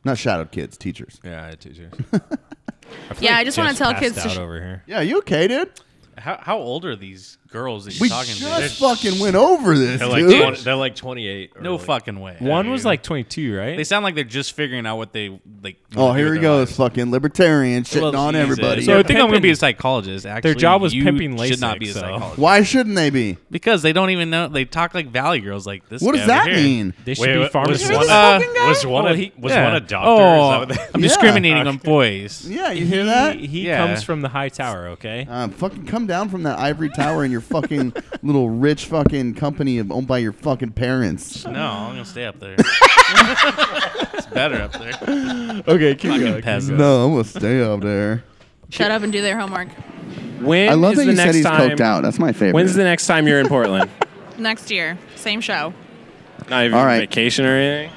[SPEAKER 5] Not shadowed kids, teachers.
[SPEAKER 9] Yeah, teachers.
[SPEAKER 6] yeah, I just want to tell kids to.
[SPEAKER 9] out
[SPEAKER 6] Sh-
[SPEAKER 9] over here.
[SPEAKER 5] Yeah, you okay, dude?
[SPEAKER 1] How, how old are these girls that you're
[SPEAKER 5] We
[SPEAKER 1] talking
[SPEAKER 5] just
[SPEAKER 1] to?
[SPEAKER 5] fucking went over this,
[SPEAKER 2] They're like,
[SPEAKER 5] dude.
[SPEAKER 2] 20, they're like 28. or
[SPEAKER 1] No
[SPEAKER 2] like-
[SPEAKER 1] fucking way.
[SPEAKER 9] One was <laughs> like 22, right?
[SPEAKER 1] They sound like they're just figuring out what they like.
[SPEAKER 5] Oh,
[SPEAKER 1] wanna do
[SPEAKER 5] here
[SPEAKER 1] with their
[SPEAKER 5] he goes,
[SPEAKER 1] lives.
[SPEAKER 5] fucking libertarian shitting
[SPEAKER 1] Well,
[SPEAKER 5] on
[SPEAKER 1] Jesus.
[SPEAKER 5] everybody.
[SPEAKER 1] So I
[SPEAKER 9] They're
[SPEAKER 1] think I'm going to be
[SPEAKER 9] pimping-
[SPEAKER 1] a psychologist. Actually,
[SPEAKER 9] job was
[SPEAKER 1] You
[SPEAKER 9] pimping
[SPEAKER 1] Should not
[SPEAKER 9] LASIK,
[SPEAKER 1] be a
[SPEAKER 9] so-
[SPEAKER 1] psychologist
[SPEAKER 5] Why shouldn't they be?
[SPEAKER 1] because they don't even know. They talk like Valley girls. Like this.
[SPEAKER 5] What
[SPEAKER 1] guy
[SPEAKER 5] does
[SPEAKER 1] over
[SPEAKER 5] that
[SPEAKER 1] here.
[SPEAKER 5] mean?
[SPEAKER 9] they should
[SPEAKER 2] Wait,
[SPEAKER 9] be
[SPEAKER 2] wait, was
[SPEAKER 9] pharmacists.
[SPEAKER 2] one, a-
[SPEAKER 1] Uh,
[SPEAKER 2] was one
[SPEAKER 1] Well,
[SPEAKER 2] a,
[SPEAKER 1] he-
[SPEAKER 2] was
[SPEAKER 1] yeah.
[SPEAKER 2] one a doctor?
[SPEAKER 1] Oh,
[SPEAKER 2] Is that what
[SPEAKER 1] I'm
[SPEAKER 5] Yeah.
[SPEAKER 1] discriminating
[SPEAKER 2] <laughs>
[SPEAKER 1] on boys.
[SPEAKER 5] Yeah, you hear that?
[SPEAKER 9] he he
[SPEAKER 1] Yeah.
[SPEAKER 9] comes from the high tower, okay?
[SPEAKER 5] Uh, fucking come down from that ivory tower in your
[SPEAKER 9] <laughs>
[SPEAKER 5] fucking little rich fucking company of owned by your fucking parents.
[SPEAKER 1] No, I'm gonna stay up <laughs> there. it's better up there.
[SPEAKER 5] Okay, keep
[SPEAKER 1] Fucking peasants.
[SPEAKER 5] No, I'm gonna stay up there.
[SPEAKER 6] shut up and do their homework.
[SPEAKER 9] When
[SPEAKER 5] I love
[SPEAKER 9] is
[SPEAKER 5] that
[SPEAKER 9] the
[SPEAKER 5] you
[SPEAKER 9] next
[SPEAKER 5] said he's
[SPEAKER 9] time?
[SPEAKER 5] coked out. That's my favorite.
[SPEAKER 9] When's the next time you're
[SPEAKER 3] <laughs>
[SPEAKER 9] in Portland?
[SPEAKER 6] Next year, same show.
[SPEAKER 9] Not even
[SPEAKER 5] All right.
[SPEAKER 9] vacation or anything.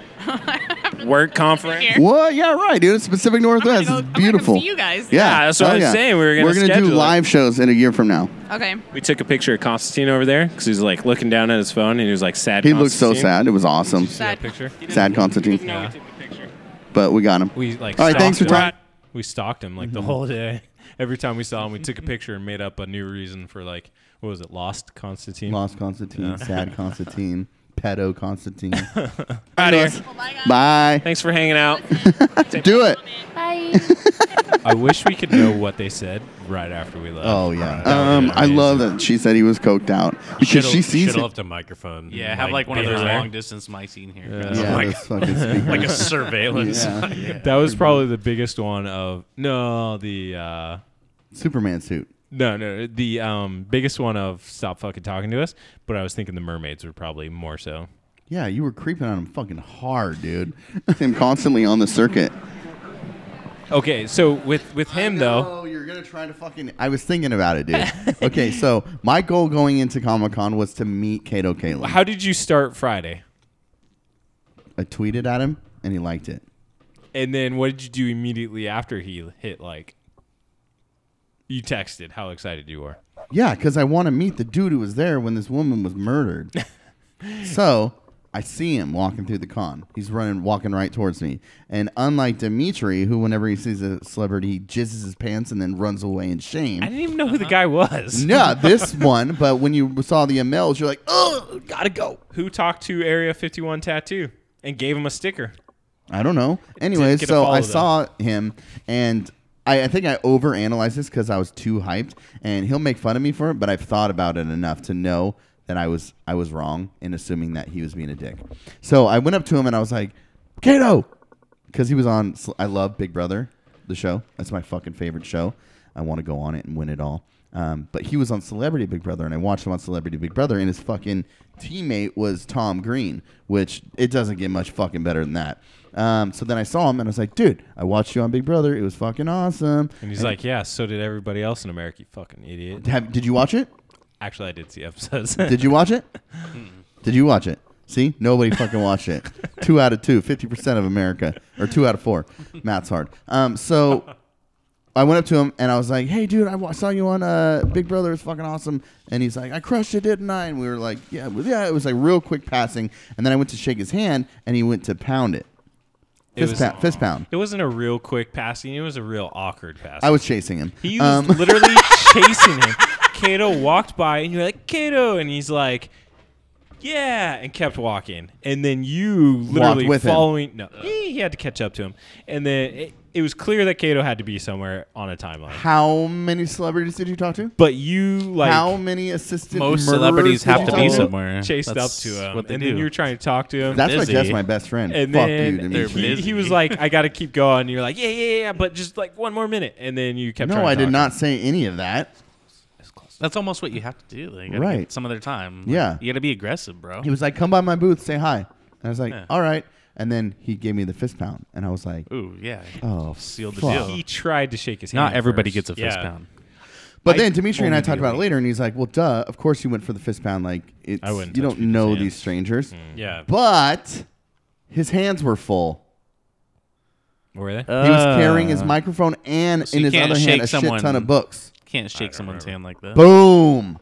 [SPEAKER 9] Work conference.
[SPEAKER 6] Here.
[SPEAKER 5] what? Yeah, right, dude. It's Pacific Northwest.
[SPEAKER 6] I'm
[SPEAKER 5] it's
[SPEAKER 6] gonna go-
[SPEAKER 5] beautiful.
[SPEAKER 6] I'm gonna come see you guys.
[SPEAKER 5] Yeah,
[SPEAKER 9] Yeah, that's what
[SPEAKER 5] hell
[SPEAKER 9] I was saying. We were gonna
[SPEAKER 5] we're gonna do
[SPEAKER 9] schedule it.
[SPEAKER 5] live shows in a year from now.
[SPEAKER 6] Okay.
[SPEAKER 9] We took a picture of Constantine over there because he was like looking down at his phone and he was like sad.
[SPEAKER 5] He looked so
[SPEAKER 9] Constantine.
[SPEAKER 5] sad. It was awesome.
[SPEAKER 6] Sad.
[SPEAKER 9] Picture.
[SPEAKER 5] Sad Constantine,
[SPEAKER 9] No, we took the picture.
[SPEAKER 5] but we got him.
[SPEAKER 9] We like.
[SPEAKER 5] All right, thanks
[SPEAKER 9] stalked
[SPEAKER 5] for
[SPEAKER 9] him.
[SPEAKER 5] talking.
[SPEAKER 9] We stalked him like the whole day. Every time we saw him, we took a picture and made up a new reason for like what was it? Lost Constantine.
[SPEAKER 5] Lost Constantine, sad Constantine, pedo
[SPEAKER 9] <laughs>
[SPEAKER 5] Constantine.
[SPEAKER 9] Outta here.
[SPEAKER 6] Well, bye, guys.
[SPEAKER 5] Bye.
[SPEAKER 9] Thanks for
[SPEAKER 5] <laughs>
[SPEAKER 9] hanging out.
[SPEAKER 5] Do it.
[SPEAKER 9] <laughs>
[SPEAKER 10] Bye.
[SPEAKER 9] I wish we could know what
[SPEAKER 5] <laughs>
[SPEAKER 9] they said right after we left.
[SPEAKER 5] Oh yeah.
[SPEAKER 9] That would've
[SPEAKER 5] Um,
[SPEAKER 9] been
[SPEAKER 5] I
[SPEAKER 9] amazing.
[SPEAKER 5] love that she said he was coked out because
[SPEAKER 2] Should've-
[SPEAKER 5] she sees
[SPEAKER 2] should've
[SPEAKER 5] it.
[SPEAKER 2] left a microphone.
[SPEAKER 1] Yeah, have like one of those
[SPEAKER 2] behind.
[SPEAKER 1] long distance mics in here.
[SPEAKER 9] Yeah.
[SPEAKER 5] Yeah,
[SPEAKER 2] my
[SPEAKER 5] those fucking
[SPEAKER 9] <laughs>
[SPEAKER 5] speakers.
[SPEAKER 2] like a <laughs> surveillance.
[SPEAKER 5] Yeah.
[SPEAKER 9] That was probably the biggest one of no the uh,
[SPEAKER 5] Superman suit.
[SPEAKER 9] no no the um, biggest one of stop fucking talking to us. But I was thinking the mermaids were probably more so.
[SPEAKER 5] Yeah, you were creeping on him fucking hard, dude. <laughs> him constantly on the circuit.
[SPEAKER 9] Okay, so with with him though,
[SPEAKER 5] Oh, you're gonna try to fucking. I was thinking about it, dude. okay, so my goal going into Comic Con was to meet Kato Kalin.
[SPEAKER 9] how did you start Friday?
[SPEAKER 5] I tweeted at him and he liked it.
[SPEAKER 9] And then what did you do immediately after he hit like? You texted how excited you were.
[SPEAKER 5] Yeah, because I want to meet the dude who was there when this woman was murdered. so I see him walking through the con. He's running, walking right towards me. And unlike Dimitri, who whenever he sees a celebrity, he jizzes his pants and then runs away in <laughs>
[SPEAKER 9] I
[SPEAKER 5] shame.
[SPEAKER 9] didn't even know who the guy was.
[SPEAKER 5] Yeah, this one. But when you saw the MLs, you're like, oh, gotta go.
[SPEAKER 9] Who talked to Area 51 Tattoo and gave him a sticker?
[SPEAKER 5] I don't know. Anyway,
[SPEAKER 9] get a
[SPEAKER 5] so
[SPEAKER 9] follow,
[SPEAKER 5] I
[SPEAKER 9] though.
[SPEAKER 5] saw him and. I, I think I overanalyzed this because I was too hyped, and he'll make fun of me for it. But I've thought about it enough to know that I was I was wrong in assuming that he was being a dick. So I went up to him and I was like, "Kato," because he was on. Sl- I love Big Brother, the show. That's my fucking favorite show. I want to go on it and win it all. Um, but he was on Celebrity Big Brother, and I watched him on Celebrity Big Brother, and his fucking teammate was Tom Green, which it doesn't get much fucking better than that. Um, so then I saw him, and I was like, dude, I watched you on Big Brother. It was fucking awesome.
[SPEAKER 9] And he's like, yeah, so did everybody else in America, you fucking idiot.
[SPEAKER 5] Have, did you watch it?
[SPEAKER 9] Actually, I did see episodes. <laughs>
[SPEAKER 5] Did you watch it? did you watch it? See, nobody fucking watched it. Two out of two, 50% of America, or two out of four. Math's hard. Um, so I went up to him and I was like, "Hey, dude, I wa- saw you on uh, Big Brother. It's fucking awesome." And he's like, "I crushed it, didn't I?" And we were like, "Yeah, well, yeah." It was like real quick passing, and then I went to shake his hand, and he went to pound it,
[SPEAKER 9] It
[SPEAKER 5] fist,
[SPEAKER 9] was-
[SPEAKER 5] pound, fist pound.
[SPEAKER 9] It wasn't a real quick passing. It was a real awkward passing.
[SPEAKER 5] I was chasing him. Um,
[SPEAKER 9] he
[SPEAKER 5] <laughs>
[SPEAKER 9] was literally chasing him. Kato walked by, and you're like, Kato, and he's like,
[SPEAKER 3] yeah, and kept walking. And then you literally
[SPEAKER 5] with him.
[SPEAKER 3] following. No, he, he had to catch up to him. And then it, it was clear that Kato had to be somewhere on a timeline.
[SPEAKER 5] How many celebrities did you talk to?
[SPEAKER 3] But you like
[SPEAKER 5] How many assistant
[SPEAKER 1] Most
[SPEAKER 5] murderers
[SPEAKER 1] celebrities
[SPEAKER 5] did
[SPEAKER 1] have
[SPEAKER 5] you
[SPEAKER 1] to
[SPEAKER 5] talk
[SPEAKER 1] be somewhere.
[SPEAKER 3] chased up
[SPEAKER 1] That's
[SPEAKER 3] to him,
[SPEAKER 1] What they
[SPEAKER 3] and
[SPEAKER 1] do.
[SPEAKER 3] then you're trying to talk to him.
[SPEAKER 5] That's why
[SPEAKER 1] Busy.
[SPEAKER 5] Jeff's my best friend.
[SPEAKER 3] and
[SPEAKER 5] Fuck
[SPEAKER 3] then
[SPEAKER 5] you,
[SPEAKER 1] they're
[SPEAKER 5] Dimitri.
[SPEAKER 3] he, he was like, "I got to keep going." you're like, "Yeah, yeah, yeah," but just like one more minute, and then you kept.
[SPEAKER 5] No,
[SPEAKER 3] trying to
[SPEAKER 5] I
[SPEAKER 3] talk
[SPEAKER 5] did
[SPEAKER 3] to him.
[SPEAKER 5] not say any of that.
[SPEAKER 1] That's almost what you have to do. Like, you gotta
[SPEAKER 5] Right.
[SPEAKER 1] get Some other time. Like,
[SPEAKER 5] Yeah.
[SPEAKER 1] You got to be aggressive, bro.
[SPEAKER 5] He was like, "Come by my booth, say hi," and I was like,
[SPEAKER 1] Yeah.
[SPEAKER 5] "All right." And then he gave me the fist pound, and I was like,
[SPEAKER 1] Ooh, yeah.
[SPEAKER 5] "Oh."
[SPEAKER 1] Sealed the
[SPEAKER 5] fuck.
[SPEAKER 1] deal.
[SPEAKER 3] He tried to shake his hand.
[SPEAKER 1] Not everybody
[SPEAKER 3] first.
[SPEAKER 1] gets a fist
[SPEAKER 3] Yeah.
[SPEAKER 1] pound.
[SPEAKER 5] But then
[SPEAKER 3] Mike
[SPEAKER 5] Dimitri and
[SPEAKER 3] only
[SPEAKER 5] I talked
[SPEAKER 3] did
[SPEAKER 5] about it
[SPEAKER 3] it.
[SPEAKER 5] later, and he's like, "Well, duh. Of course you went for the fist pound. Like, it's,
[SPEAKER 3] I wouldn't
[SPEAKER 5] you
[SPEAKER 3] touch
[SPEAKER 5] don't
[SPEAKER 3] people's
[SPEAKER 5] know
[SPEAKER 3] hands. Hmm.
[SPEAKER 5] these strangers."
[SPEAKER 3] Yeah,
[SPEAKER 5] But his hands were full.
[SPEAKER 3] were they?
[SPEAKER 5] He was carrying his microphone and
[SPEAKER 1] So
[SPEAKER 5] in
[SPEAKER 1] you
[SPEAKER 5] his
[SPEAKER 1] can't
[SPEAKER 5] other hand
[SPEAKER 1] shake
[SPEAKER 5] a shit
[SPEAKER 1] someone-
[SPEAKER 5] ton of books.
[SPEAKER 1] Can't shake someone's hand like that.
[SPEAKER 5] Boom.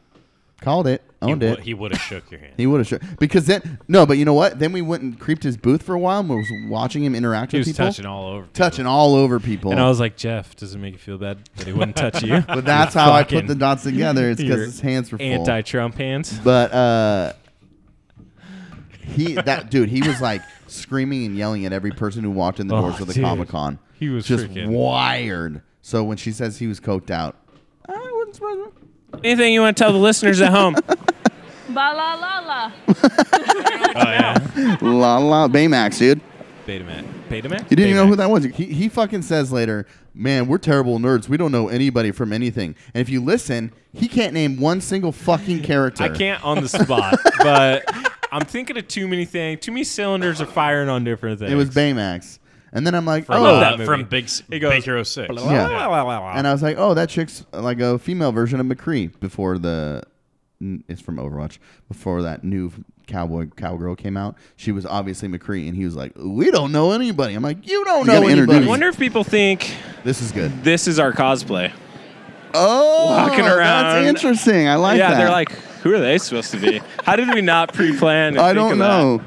[SPEAKER 5] Called it.
[SPEAKER 2] He,
[SPEAKER 5] Owned
[SPEAKER 2] wo-
[SPEAKER 5] it.
[SPEAKER 2] he would have shook your hand.
[SPEAKER 5] He would have sure because then no, but you know what? Then we went and creeped his booth for a while and was watching him interact
[SPEAKER 3] he
[SPEAKER 5] with
[SPEAKER 3] was
[SPEAKER 5] people,
[SPEAKER 3] touching all over. people.
[SPEAKER 5] touching all over people.
[SPEAKER 3] And I was like, Jeff, does it make you feel bad that he wouldn't touch you?
[SPEAKER 5] but that's how I put
[SPEAKER 3] Fucking
[SPEAKER 5] the dots together. It's because
[SPEAKER 3] your
[SPEAKER 5] his hands were full.
[SPEAKER 3] Anti-Trump hands.
[SPEAKER 5] but uh, he that dude, he was like screaming and yelling at every person who walked in the
[SPEAKER 3] Oh,
[SPEAKER 5] doors of the
[SPEAKER 3] dude.
[SPEAKER 5] Comic Con.
[SPEAKER 3] He was
[SPEAKER 5] just
[SPEAKER 3] freaking-
[SPEAKER 5] wired. So when she says he was coked out, I wouldn't surprise me.
[SPEAKER 3] Anything you want to tell
[SPEAKER 5] <laughs>
[SPEAKER 3] the listeners at home?
[SPEAKER 8] Ba la la la.
[SPEAKER 5] La la Baymax, dude.
[SPEAKER 3] Betamax. Betamax.
[SPEAKER 5] You didn't even know who that was. He, he fucking says later, man, we're terrible nerds. We don't know anybody from anything. And if you listen, he can't name one single fucking character.
[SPEAKER 3] <laughs> I can't on the spot, <laughs> but I'm thinking of too many things. Too many cylinders are firing on different things.
[SPEAKER 5] It was Baymax. And then I'm like,
[SPEAKER 2] I
[SPEAKER 5] oh.
[SPEAKER 2] love
[SPEAKER 3] that
[SPEAKER 2] that
[SPEAKER 3] movie.
[SPEAKER 2] from Big, S- oh
[SPEAKER 3] He goes,
[SPEAKER 2] Big Hero 6.
[SPEAKER 5] Yeah. And I was like, oh, that chick's like a female version of McCree before the. n- It's from Overwatch. Before that new cowboy cowgirl came out, she was obviously McCree, and he was like, "We don't know anybody." I'm like, "You don't know gotta anybody." introduce-
[SPEAKER 3] wonder if people think
[SPEAKER 5] this is good.
[SPEAKER 3] this is our cosplay.
[SPEAKER 5] Oh,
[SPEAKER 3] Walking around.
[SPEAKER 5] That's interesting. I like
[SPEAKER 3] yeah,
[SPEAKER 5] that.
[SPEAKER 3] they're like, who are they supposed to be? How did we not pre-plan? and
[SPEAKER 5] I
[SPEAKER 3] think
[SPEAKER 5] don't
[SPEAKER 3] of
[SPEAKER 5] know.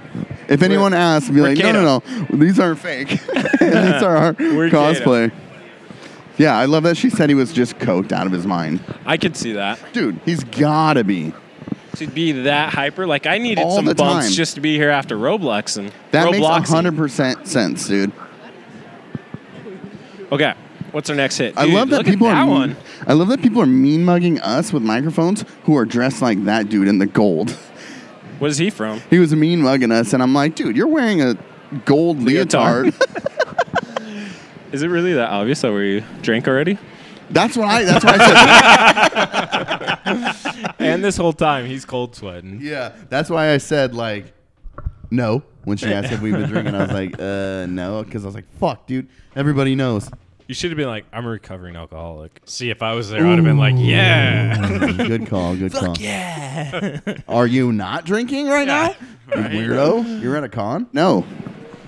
[SPEAKER 5] If anyone asks, be like, no, no, no, these aren't
[SPEAKER 3] <laughs>
[SPEAKER 5] fake. <laughs> these are our
[SPEAKER 3] We're
[SPEAKER 5] cosplay. Yeah, I love that she said he was just coked out of his mind.
[SPEAKER 3] That? I could see that.
[SPEAKER 5] Dude, he's gotta be.
[SPEAKER 3] To be that hyper, like I needed
[SPEAKER 5] All
[SPEAKER 3] some
[SPEAKER 5] the
[SPEAKER 3] bumps
[SPEAKER 5] time.
[SPEAKER 3] just to be here after Roblox and
[SPEAKER 5] That
[SPEAKER 3] Roblox.
[SPEAKER 5] makes hundred percent sense, dude.
[SPEAKER 3] Okay, what's our next hit?
[SPEAKER 5] I
[SPEAKER 3] Dude,
[SPEAKER 5] love that
[SPEAKER 3] look
[SPEAKER 5] people
[SPEAKER 3] at that
[SPEAKER 5] are.
[SPEAKER 3] one.
[SPEAKER 5] I love that people are mean mugging us with microphones who are dressed like that dude in the gold. <laughs>
[SPEAKER 3] What is he from?
[SPEAKER 5] He was mean mugging us, and I'm like, dude, you're wearing a gold
[SPEAKER 3] Leotard. <laughs>
[SPEAKER 5] leotard.
[SPEAKER 3] Is it really that obvious that we drank already?
[SPEAKER 5] that's what I. That's what I said.
[SPEAKER 3] <laughs> And this whole time he's cold sweating.
[SPEAKER 5] Yeah, that's why I said like no when she asked if we've been drinking. I was like, uh, no, because I was like, fuck, dude, everybody knows.
[SPEAKER 3] You should have been like, I'm a recovering alcoholic.
[SPEAKER 2] See, if I was there, I would have been like, yeah.
[SPEAKER 5] Good call, good call. Yeah. Are you not drinking right now, you weirdo? You're at a con? No.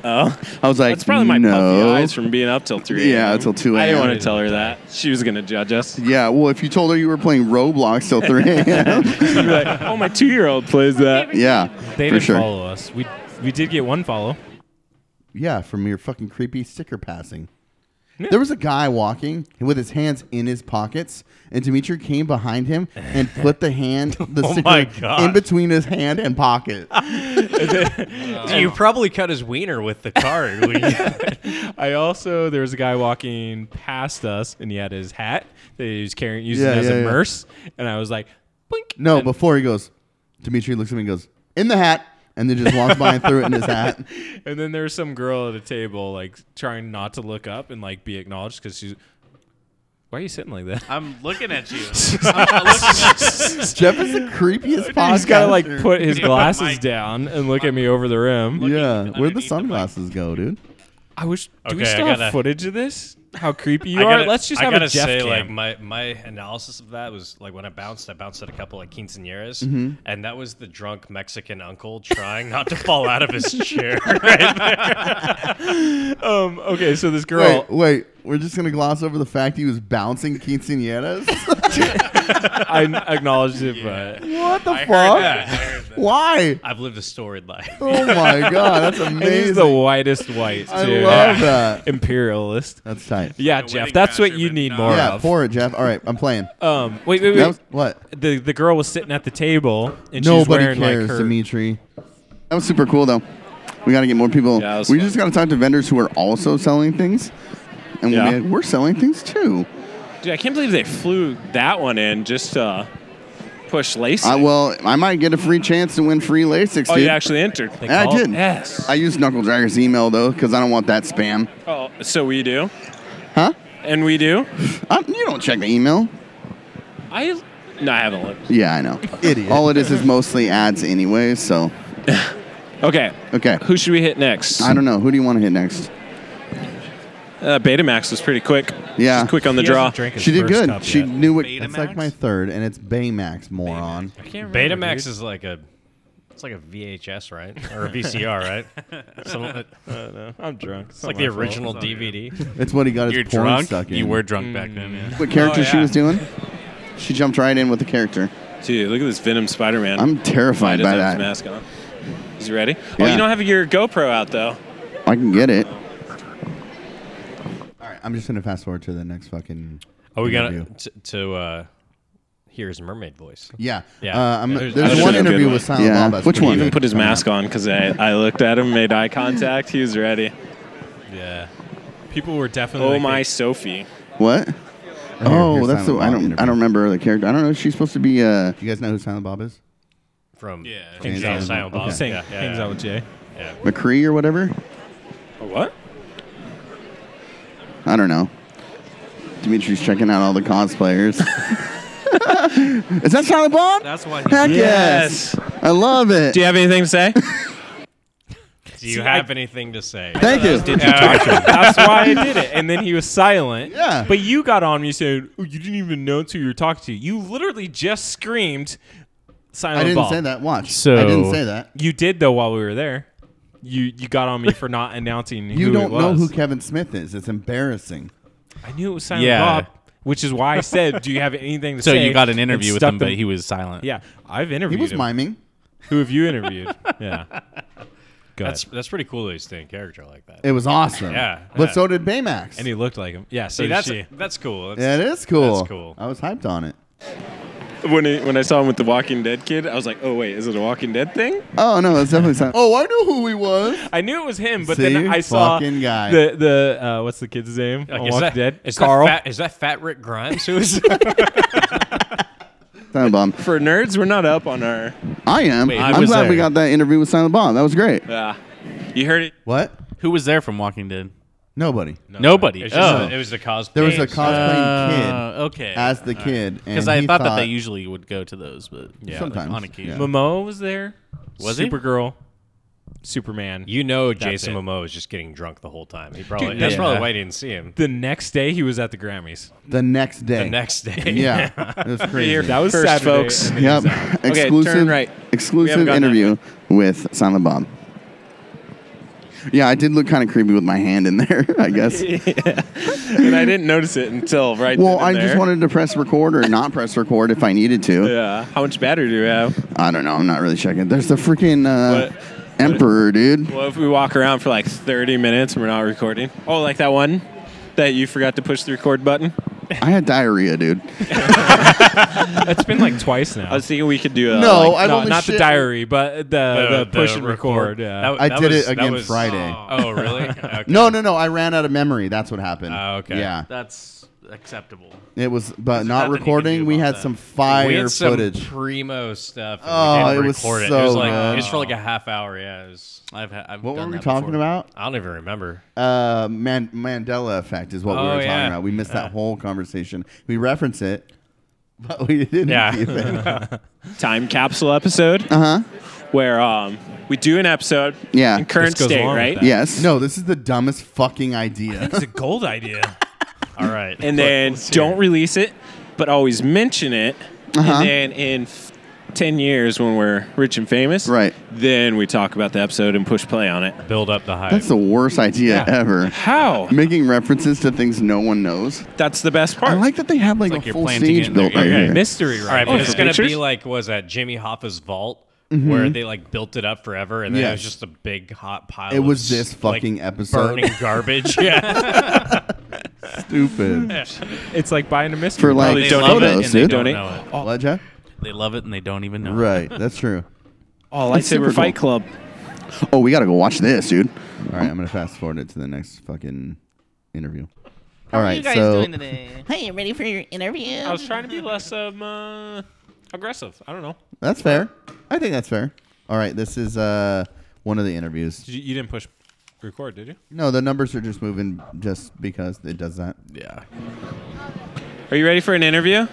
[SPEAKER 3] Oh,
[SPEAKER 5] I was like,
[SPEAKER 3] that's probably my
[SPEAKER 5] no.
[SPEAKER 3] puffy eyes from being up till three. <laughs>
[SPEAKER 5] Yeah,
[SPEAKER 3] a.m.
[SPEAKER 5] till 2
[SPEAKER 3] I didn't
[SPEAKER 5] a.m.
[SPEAKER 3] want to tell her that. She was gonna judge us.
[SPEAKER 5] Yeah, well, if you told her you were playing Roblox till 3
[SPEAKER 3] <laughs>
[SPEAKER 5] a.m.,
[SPEAKER 3] She'd be like, oh, my two-year-old plays that.
[SPEAKER 5] yeah,
[SPEAKER 3] They
[SPEAKER 5] for
[SPEAKER 3] didn't
[SPEAKER 5] sure.
[SPEAKER 3] follow us. We we did get one follow.
[SPEAKER 5] Yeah, from your fucking creepy sticker passing. There was a guy walking with his hands in his pockets, and Dimitri came behind him and put the hand, the
[SPEAKER 2] Oh my
[SPEAKER 5] sticker,
[SPEAKER 2] God.
[SPEAKER 5] in between his hand and pocket.
[SPEAKER 2] You probably cut his wiener with the card.
[SPEAKER 5] <laughs>
[SPEAKER 2] wouldn't you?
[SPEAKER 3] I also there was a guy walking past us and he had his hat that he was carrying using
[SPEAKER 5] Yeah,
[SPEAKER 3] as
[SPEAKER 5] yeah,
[SPEAKER 3] a
[SPEAKER 5] yeah.
[SPEAKER 3] merce, and I was like, blink.
[SPEAKER 5] No,
[SPEAKER 3] And-
[SPEAKER 5] before he goes, Dimitri looks at me and goes, "In the hat," and then just walks by and threw it in his hat.
[SPEAKER 3] And then there was some girl at a table like trying not to look up and like be acknowledged because she's. Why are you sitting like that?
[SPEAKER 1] I'm looking at you. I'm looking at you.
[SPEAKER 5] Jeff is the creepiest podcaster.
[SPEAKER 3] <laughs> He's got to like put his
[SPEAKER 5] <laughs>
[SPEAKER 1] Yeah, but
[SPEAKER 3] glasses
[SPEAKER 1] Mike-
[SPEAKER 3] down and look at me over the rim.
[SPEAKER 5] Yeah, where'd
[SPEAKER 1] underneath
[SPEAKER 5] the
[SPEAKER 1] the
[SPEAKER 5] sunglasses go, dude?
[SPEAKER 3] I wish. Do we
[SPEAKER 2] Okay, I
[SPEAKER 3] still have
[SPEAKER 2] gotta-
[SPEAKER 3] footage of this? How creepy you
[SPEAKER 2] I
[SPEAKER 3] are.
[SPEAKER 2] gotta-
[SPEAKER 3] Let's just
[SPEAKER 2] I
[SPEAKER 3] have
[SPEAKER 2] gotta
[SPEAKER 3] a Jeff
[SPEAKER 2] say,
[SPEAKER 3] cam.
[SPEAKER 2] like my my analysis of that was like when I bounced, I bounced at a couple like quinceañeras,
[SPEAKER 5] Mm-hmm.
[SPEAKER 2] and that was the drunk Mexican uncle trying not to fall out of
[SPEAKER 3] <laughs>
[SPEAKER 2] his chair.
[SPEAKER 3] um, okay, so this girl.
[SPEAKER 5] Wait, wait, we're just gonna gloss over the fact he was bouncing quinceañeras.
[SPEAKER 3] <laughs> I acknowledged
[SPEAKER 2] <laughs>
[SPEAKER 3] it, but
[SPEAKER 5] <laughs> What the fuck? Why?
[SPEAKER 2] I've lived a storied life.
[SPEAKER 5] Oh my god, <laughs> that's amazing.
[SPEAKER 3] and he's the whitest white too.
[SPEAKER 5] I love that.
[SPEAKER 3] imperialist.
[SPEAKER 5] <laughs> That's tight.
[SPEAKER 3] Yeah,
[SPEAKER 1] The
[SPEAKER 3] Jeff,
[SPEAKER 1] wedding
[SPEAKER 3] that's what
[SPEAKER 1] crasher,
[SPEAKER 3] you
[SPEAKER 1] but
[SPEAKER 3] need
[SPEAKER 1] no.
[SPEAKER 3] more
[SPEAKER 5] Yeah,
[SPEAKER 3] of.
[SPEAKER 5] pour it, Jeff. All right, I'm playing.
[SPEAKER 3] um, wait, wait,
[SPEAKER 5] That
[SPEAKER 3] wait.
[SPEAKER 5] was, what?
[SPEAKER 3] the the girl was sitting at the table and she was
[SPEAKER 5] Nobody
[SPEAKER 3] wearing
[SPEAKER 5] cares,
[SPEAKER 3] like her.
[SPEAKER 5] Dimitri. That was super cool, though. We got to get more people.
[SPEAKER 3] Yeah, that was
[SPEAKER 5] we
[SPEAKER 3] fun.
[SPEAKER 5] just got to talk to vendors who are also selling things, and we'll
[SPEAKER 3] Yeah.
[SPEAKER 5] be like, we're selling things too.
[SPEAKER 3] Dude, I can't believe they flew that one in just to push Lacey.
[SPEAKER 5] I well, I might get a free chance to win free Lasix, dude.
[SPEAKER 3] oh, you actually entered.
[SPEAKER 5] And I did.
[SPEAKER 3] Yes.
[SPEAKER 5] I used Knuckle Dragger's email though, because I don't want that spam.
[SPEAKER 3] oh, so we do,
[SPEAKER 5] Huh?
[SPEAKER 3] and we do.
[SPEAKER 5] I, you don't check the email.
[SPEAKER 3] I no, I haven't looked.
[SPEAKER 5] Yeah, I know. Idiot. All it is is mostly ads, anyway. So
[SPEAKER 3] Okay,
[SPEAKER 5] okay.
[SPEAKER 3] who should we hit next?
[SPEAKER 5] I don't know. Who do you want to hit next?
[SPEAKER 3] Uh, Betamax was pretty quick.
[SPEAKER 5] Yeah.
[SPEAKER 3] She's quick on the
[SPEAKER 2] He
[SPEAKER 3] draw.
[SPEAKER 2] hasn't drank his
[SPEAKER 5] She did
[SPEAKER 2] first
[SPEAKER 5] good.
[SPEAKER 2] cup
[SPEAKER 5] She
[SPEAKER 2] yet.
[SPEAKER 5] knew it.
[SPEAKER 1] Betamax?
[SPEAKER 5] It's like my third, and it's Baymax, moron.
[SPEAKER 2] Betamax is like a, it's like a VHS, right, or a VCR,
[SPEAKER 3] <laughs>
[SPEAKER 2] right? Some, it's
[SPEAKER 3] I'm drunk. It's
[SPEAKER 2] like the original DVD.
[SPEAKER 5] <laughs> It's what he got his
[SPEAKER 1] You're
[SPEAKER 5] porn
[SPEAKER 1] drunk.
[SPEAKER 5] stuck in.
[SPEAKER 1] You were drunk back then. Yeah.
[SPEAKER 5] what character
[SPEAKER 3] Oh,
[SPEAKER 5] she
[SPEAKER 3] yeah.
[SPEAKER 5] was doing? She jumped right in with the character.
[SPEAKER 3] Dude, look at this Venom Spider-Man.
[SPEAKER 5] I'm
[SPEAKER 3] He
[SPEAKER 5] terrified
[SPEAKER 3] doesn't
[SPEAKER 5] by
[SPEAKER 3] have his
[SPEAKER 5] that.
[SPEAKER 3] mask on. Is he ready? Oh,
[SPEAKER 5] Yeah.
[SPEAKER 3] you don't have your GoPro out though.
[SPEAKER 5] I can get it. All right, I'm just gonna fast forward to the next fucking.
[SPEAKER 2] Oh, we
[SPEAKER 5] interview.
[SPEAKER 2] gotta to, to uh, hear his mermaid voice.
[SPEAKER 5] Yeah.
[SPEAKER 2] Yeah.
[SPEAKER 5] Uh, I'm,
[SPEAKER 2] There's-
[SPEAKER 5] there's
[SPEAKER 3] That's
[SPEAKER 5] one
[SPEAKER 3] a good
[SPEAKER 5] interview
[SPEAKER 3] one.
[SPEAKER 5] with Silent
[SPEAKER 11] Yeah.
[SPEAKER 5] Bob. that's
[SPEAKER 11] Which
[SPEAKER 5] pretty
[SPEAKER 11] one?
[SPEAKER 3] He even
[SPEAKER 5] good
[SPEAKER 3] put his
[SPEAKER 5] coming
[SPEAKER 3] mask
[SPEAKER 5] up.
[SPEAKER 3] on because I, I looked at him, made eye contact. He was ready.
[SPEAKER 2] Yeah, people were definitely.
[SPEAKER 3] Oh my Sophie.
[SPEAKER 11] What?
[SPEAKER 5] Or here,
[SPEAKER 11] Oh,
[SPEAKER 5] here's
[SPEAKER 11] that's the
[SPEAKER 5] Silent
[SPEAKER 11] I
[SPEAKER 5] Bob
[SPEAKER 11] don't
[SPEAKER 5] interview.
[SPEAKER 11] I don't remember the character. I don't know. if She's supposed to be uh
[SPEAKER 5] You guys know who Silent Bob is?
[SPEAKER 2] from
[SPEAKER 1] Yeah.
[SPEAKER 2] from
[SPEAKER 5] Hangs
[SPEAKER 2] Jay
[SPEAKER 5] out with-
[SPEAKER 2] Silent Bob.
[SPEAKER 5] okay.
[SPEAKER 2] Yeah, yeah,
[SPEAKER 3] hangs
[SPEAKER 2] yeah.
[SPEAKER 3] out with Jay.
[SPEAKER 11] McCree or whatever.
[SPEAKER 3] What?
[SPEAKER 11] I don't know. Dimitri's checking out all the cosplayers. Is that Silent Bob?
[SPEAKER 1] That's why.
[SPEAKER 11] Heck yes. I love it.
[SPEAKER 3] Do you have anything to say?
[SPEAKER 2] Do you have anything to say?
[SPEAKER 11] Thank you.
[SPEAKER 3] <laughs> That's why I did it. And then he was silent.
[SPEAKER 11] Yeah.
[SPEAKER 3] But you got on me saying, oh, you didn't even know who you were talking to. You literally just screamed silent
[SPEAKER 5] I didn't
[SPEAKER 3] Bob."
[SPEAKER 5] say that. Watch.
[SPEAKER 1] So-
[SPEAKER 5] I didn't say that.
[SPEAKER 3] You did though while we were there. You you got on me for not announcing
[SPEAKER 5] You
[SPEAKER 3] who it
[SPEAKER 5] don't know
[SPEAKER 3] was.
[SPEAKER 5] who Kevin Smith is. It's embarrassing.
[SPEAKER 3] I knew it was Silent
[SPEAKER 1] Yeah.
[SPEAKER 3] Bob, which is why I said, "Do you have anything to
[SPEAKER 1] So
[SPEAKER 3] say?"
[SPEAKER 1] you got an
[SPEAKER 3] and
[SPEAKER 1] interview with
[SPEAKER 3] stuck
[SPEAKER 1] him,
[SPEAKER 3] them-
[SPEAKER 1] but he was silent.
[SPEAKER 3] yeah, I've
[SPEAKER 5] He
[SPEAKER 3] interviewed.
[SPEAKER 5] was
[SPEAKER 3] him.
[SPEAKER 5] miming.
[SPEAKER 3] Who have you interviewed? yeah, Go
[SPEAKER 2] That's
[SPEAKER 3] ahead.
[SPEAKER 2] that's pretty cool that he's staying character like that.
[SPEAKER 5] It was awesome.
[SPEAKER 2] Yeah,
[SPEAKER 5] But
[SPEAKER 2] yeah.
[SPEAKER 5] so did Baymax.
[SPEAKER 3] and he looked like him. Yeah,
[SPEAKER 2] See,
[SPEAKER 3] so did
[SPEAKER 2] that's
[SPEAKER 3] she.
[SPEAKER 2] that's cool. That's,
[SPEAKER 5] Yeah, it is cool.
[SPEAKER 2] That's cool.
[SPEAKER 5] I was hyped on it.
[SPEAKER 3] when he, when I saw him with the Walking Dead kid, I was like, "Oh wait, is it a Walking Dead thing?"
[SPEAKER 11] Oh no, it's definitely Silent.
[SPEAKER 5] Oh, I knew who he was.
[SPEAKER 3] I knew it was him, <laughs> but
[SPEAKER 5] See?
[SPEAKER 3] then I saw
[SPEAKER 5] Fucking guy.
[SPEAKER 3] the the uh, what's the kid's name?
[SPEAKER 2] Like,
[SPEAKER 3] on
[SPEAKER 2] is
[SPEAKER 3] Walking
[SPEAKER 2] that,
[SPEAKER 3] Dead.
[SPEAKER 2] Is
[SPEAKER 3] Carl.
[SPEAKER 2] That fat, is that Fat Rick Grimes? Who is?
[SPEAKER 11] Silent Bob.
[SPEAKER 3] For nerds, we're not up on our.
[SPEAKER 11] I am.
[SPEAKER 1] Wait, I
[SPEAKER 11] I'm
[SPEAKER 1] was
[SPEAKER 11] glad we
[SPEAKER 1] there.
[SPEAKER 11] got that interview with Silent Bob. That was great.
[SPEAKER 3] Uh, you heard it.
[SPEAKER 5] What?
[SPEAKER 1] Who was there from Walking Dead?
[SPEAKER 5] Nobody.
[SPEAKER 1] Nobody.
[SPEAKER 2] It's just
[SPEAKER 1] Oh.
[SPEAKER 2] a- it was the cosplay.
[SPEAKER 5] There was a cosplaying
[SPEAKER 1] Uh,
[SPEAKER 5] kid
[SPEAKER 1] okay.
[SPEAKER 5] as the kid.
[SPEAKER 1] Because
[SPEAKER 5] and
[SPEAKER 1] I
[SPEAKER 5] he
[SPEAKER 1] thought, that they usually would go to those, but Oh. yeah,
[SPEAKER 5] Sometimes,
[SPEAKER 1] on occasion.
[SPEAKER 5] yeah.
[SPEAKER 3] Momoa was there.
[SPEAKER 1] Was he?
[SPEAKER 3] Supergirl, Superman.
[SPEAKER 2] You know, Jason
[SPEAKER 3] it.
[SPEAKER 2] Momoa is just getting drunk the whole time. He probably
[SPEAKER 3] Dude,
[SPEAKER 2] that's
[SPEAKER 3] yeah.
[SPEAKER 2] probably why you didn't see him
[SPEAKER 3] the next day, he was at the Grammys.
[SPEAKER 5] the next day.
[SPEAKER 2] the next day.
[SPEAKER 5] Yeah.
[SPEAKER 3] <laughs>
[SPEAKER 5] it was crazy.
[SPEAKER 3] That was
[SPEAKER 2] First,
[SPEAKER 3] Saturday,
[SPEAKER 2] folks.
[SPEAKER 3] and then he
[SPEAKER 11] Yep. <laughs>
[SPEAKER 3] was out.
[SPEAKER 11] exclusive
[SPEAKER 3] right.
[SPEAKER 11] exclusive
[SPEAKER 3] gotten that
[SPEAKER 11] interview with Silent Bob. Yeah, I did look kind of creepy with my hand in there, <laughs> I
[SPEAKER 3] <laughs>
[SPEAKER 11] guess.
[SPEAKER 3] and I didn't notice it until right.
[SPEAKER 11] Well,
[SPEAKER 3] then
[SPEAKER 11] I
[SPEAKER 3] and
[SPEAKER 11] just
[SPEAKER 3] there.
[SPEAKER 11] wanted to press record or not press record if I needed
[SPEAKER 3] <laughs>
[SPEAKER 11] to.
[SPEAKER 3] Yeah. uh, How much battery do we have?
[SPEAKER 11] I don't know. I'm not really checking. There's the freaking uh,
[SPEAKER 3] What?
[SPEAKER 11] Emperor, dude.
[SPEAKER 5] <laughs>
[SPEAKER 3] Well, if we walk around for like 30 minutes and we're not recording. Oh, like that one that you forgot to push the record button.
[SPEAKER 11] I had diarrhea, dude.
[SPEAKER 5] Uh,
[SPEAKER 3] It's been like twice now. I was thinking we could do a,
[SPEAKER 5] No,
[SPEAKER 3] like,
[SPEAKER 5] I've
[SPEAKER 3] not,
[SPEAKER 5] only
[SPEAKER 3] not the
[SPEAKER 5] shit-
[SPEAKER 3] diary, but the, the, push and record. yeah.
[SPEAKER 2] That-
[SPEAKER 5] I
[SPEAKER 2] that
[SPEAKER 5] did
[SPEAKER 2] was-
[SPEAKER 5] it
[SPEAKER 2] that
[SPEAKER 5] again
[SPEAKER 2] was-
[SPEAKER 5] Friday.
[SPEAKER 2] Oh, <laughs> really? Okay.
[SPEAKER 5] No, no, no. I ran out of memory. That's what happened.
[SPEAKER 2] Oh, okay.
[SPEAKER 5] Yeah.
[SPEAKER 1] Ah, That's acceptable.
[SPEAKER 5] It was, but
[SPEAKER 1] nothing
[SPEAKER 5] not
[SPEAKER 1] you can do
[SPEAKER 5] recording. We
[SPEAKER 1] about
[SPEAKER 5] had
[SPEAKER 1] that.
[SPEAKER 5] some fire
[SPEAKER 2] we had some
[SPEAKER 5] footage.
[SPEAKER 2] primo stuff. and
[SPEAKER 5] Oh,
[SPEAKER 2] we didn't
[SPEAKER 5] it was
[SPEAKER 2] record it. It
[SPEAKER 5] so
[SPEAKER 2] was like
[SPEAKER 5] good.
[SPEAKER 2] it was for like a half hour. Yeah, it was.
[SPEAKER 1] I've had. I've
[SPEAKER 5] what were
[SPEAKER 1] done
[SPEAKER 5] we
[SPEAKER 1] that before.
[SPEAKER 5] talking about?
[SPEAKER 2] I don't even remember.
[SPEAKER 5] Uh, Man- Mandela effect is what we
[SPEAKER 2] Oh,
[SPEAKER 5] were talking
[SPEAKER 2] yeah.
[SPEAKER 5] about. We missed that whole conversation. We reference it, but we didn't.
[SPEAKER 2] Yeah.
[SPEAKER 5] keep it.
[SPEAKER 3] time capsule episode
[SPEAKER 11] Uh huh.
[SPEAKER 3] where um we do an episode
[SPEAKER 11] Yeah.
[SPEAKER 3] in current
[SPEAKER 11] This
[SPEAKER 3] state, right?
[SPEAKER 11] Yes.
[SPEAKER 5] no, this is the dumbest
[SPEAKER 11] <laughs>
[SPEAKER 5] fucking idea.
[SPEAKER 3] It's a gold idea.
[SPEAKER 2] <laughs> All right.
[SPEAKER 3] and then
[SPEAKER 2] Let's hear
[SPEAKER 3] don't
[SPEAKER 2] it.
[SPEAKER 3] release it, but always mention it.
[SPEAKER 11] Uh-huh.
[SPEAKER 3] And then in f- ten years when we're rich and famous.
[SPEAKER 11] Right.
[SPEAKER 3] Then we talk about the episode and push play on it.
[SPEAKER 2] Build up the hype.
[SPEAKER 11] That's the worst idea ever.
[SPEAKER 3] How?
[SPEAKER 11] Making references to things no one knows.
[SPEAKER 3] That's the best part.
[SPEAKER 11] I like that they have like,
[SPEAKER 1] like
[SPEAKER 11] a
[SPEAKER 1] you're
[SPEAKER 11] full
[SPEAKER 1] planting it
[SPEAKER 11] stage
[SPEAKER 1] in there.
[SPEAKER 11] built right
[SPEAKER 1] Okay.
[SPEAKER 11] here.
[SPEAKER 3] mystery, right?
[SPEAKER 2] All
[SPEAKER 11] Oh,
[SPEAKER 2] right, but it's
[SPEAKER 3] for
[SPEAKER 2] gonna be
[SPEAKER 3] Oh, pictures?
[SPEAKER 2] like was that Jimmy Hoffa's vault where they like built it up forever, and then it was
[SPEAKER 11] Yes.
[SPEAKER 2] just a big hot pile.
[SPEAKER 11] It
[SPEAKER 2] of
[SPEAKER 11] was this
[SPEAKER 2] s- like,
[SPEAKER 11] fucking episode.
[SPEAKER 2] burning garbage. yeah,
[SPEAKER 11] <laughs> Stupid.
[SPEAKER 3] it's like buying a mystery.
[SPEAKER 11] For like
[SPEAKER 1] They
[SPEAKER 3] Donate
[SPEAKER 1] love it
[SPEAKER 11] photos,
[SPEAKER 1] and they
[SPEAKER 11] dude.
[SPEAKER 1] don't
[SPEAKER 3] Donate.
[SPEAKER 1] know it.
[SPEAKER 11] Legend?
[SPEAKER 1] They love it and they don't even know. it.
[SPEAKER 11] Right, that's true.
[SPEAKER 3] oh,
[SPEAKER 11] That's super
[SPEAKER 3] lightsaber fight club.
[SPEAKER 11] Oh, we gotta go watch this, dude.
[SPEAKER 5] All right, I'm gonna fast forward it to the next fucking interview.
[SPEAKER 11] All
[SPEAKER 5] right,
[SPEAKER 11] right,
[SPEAKER 5] you
[SPEAKER 11] so
[SPEAKER 5] guys so- doing
[SPEAKER 6] today?
[SPEAKER 7] Hey, you ready for your interview?
[SPEAKER 3] I was trying to be less um, uh, aggressive. I don't know.
[SPEAKER 5] That's fair. I think that's fair. All right, this is uh one of the interviews.
[SPEAKER 3] Did You, you didn't push record, did you?
[SPEAKER 5] No, the numbers are just moving just because it does that.
[SPEAKER 1] Yeah.
[SPEAKER 3] Are you ready for
[SPEAKER 11] <laughs>
[SPEAKER 3] an interview?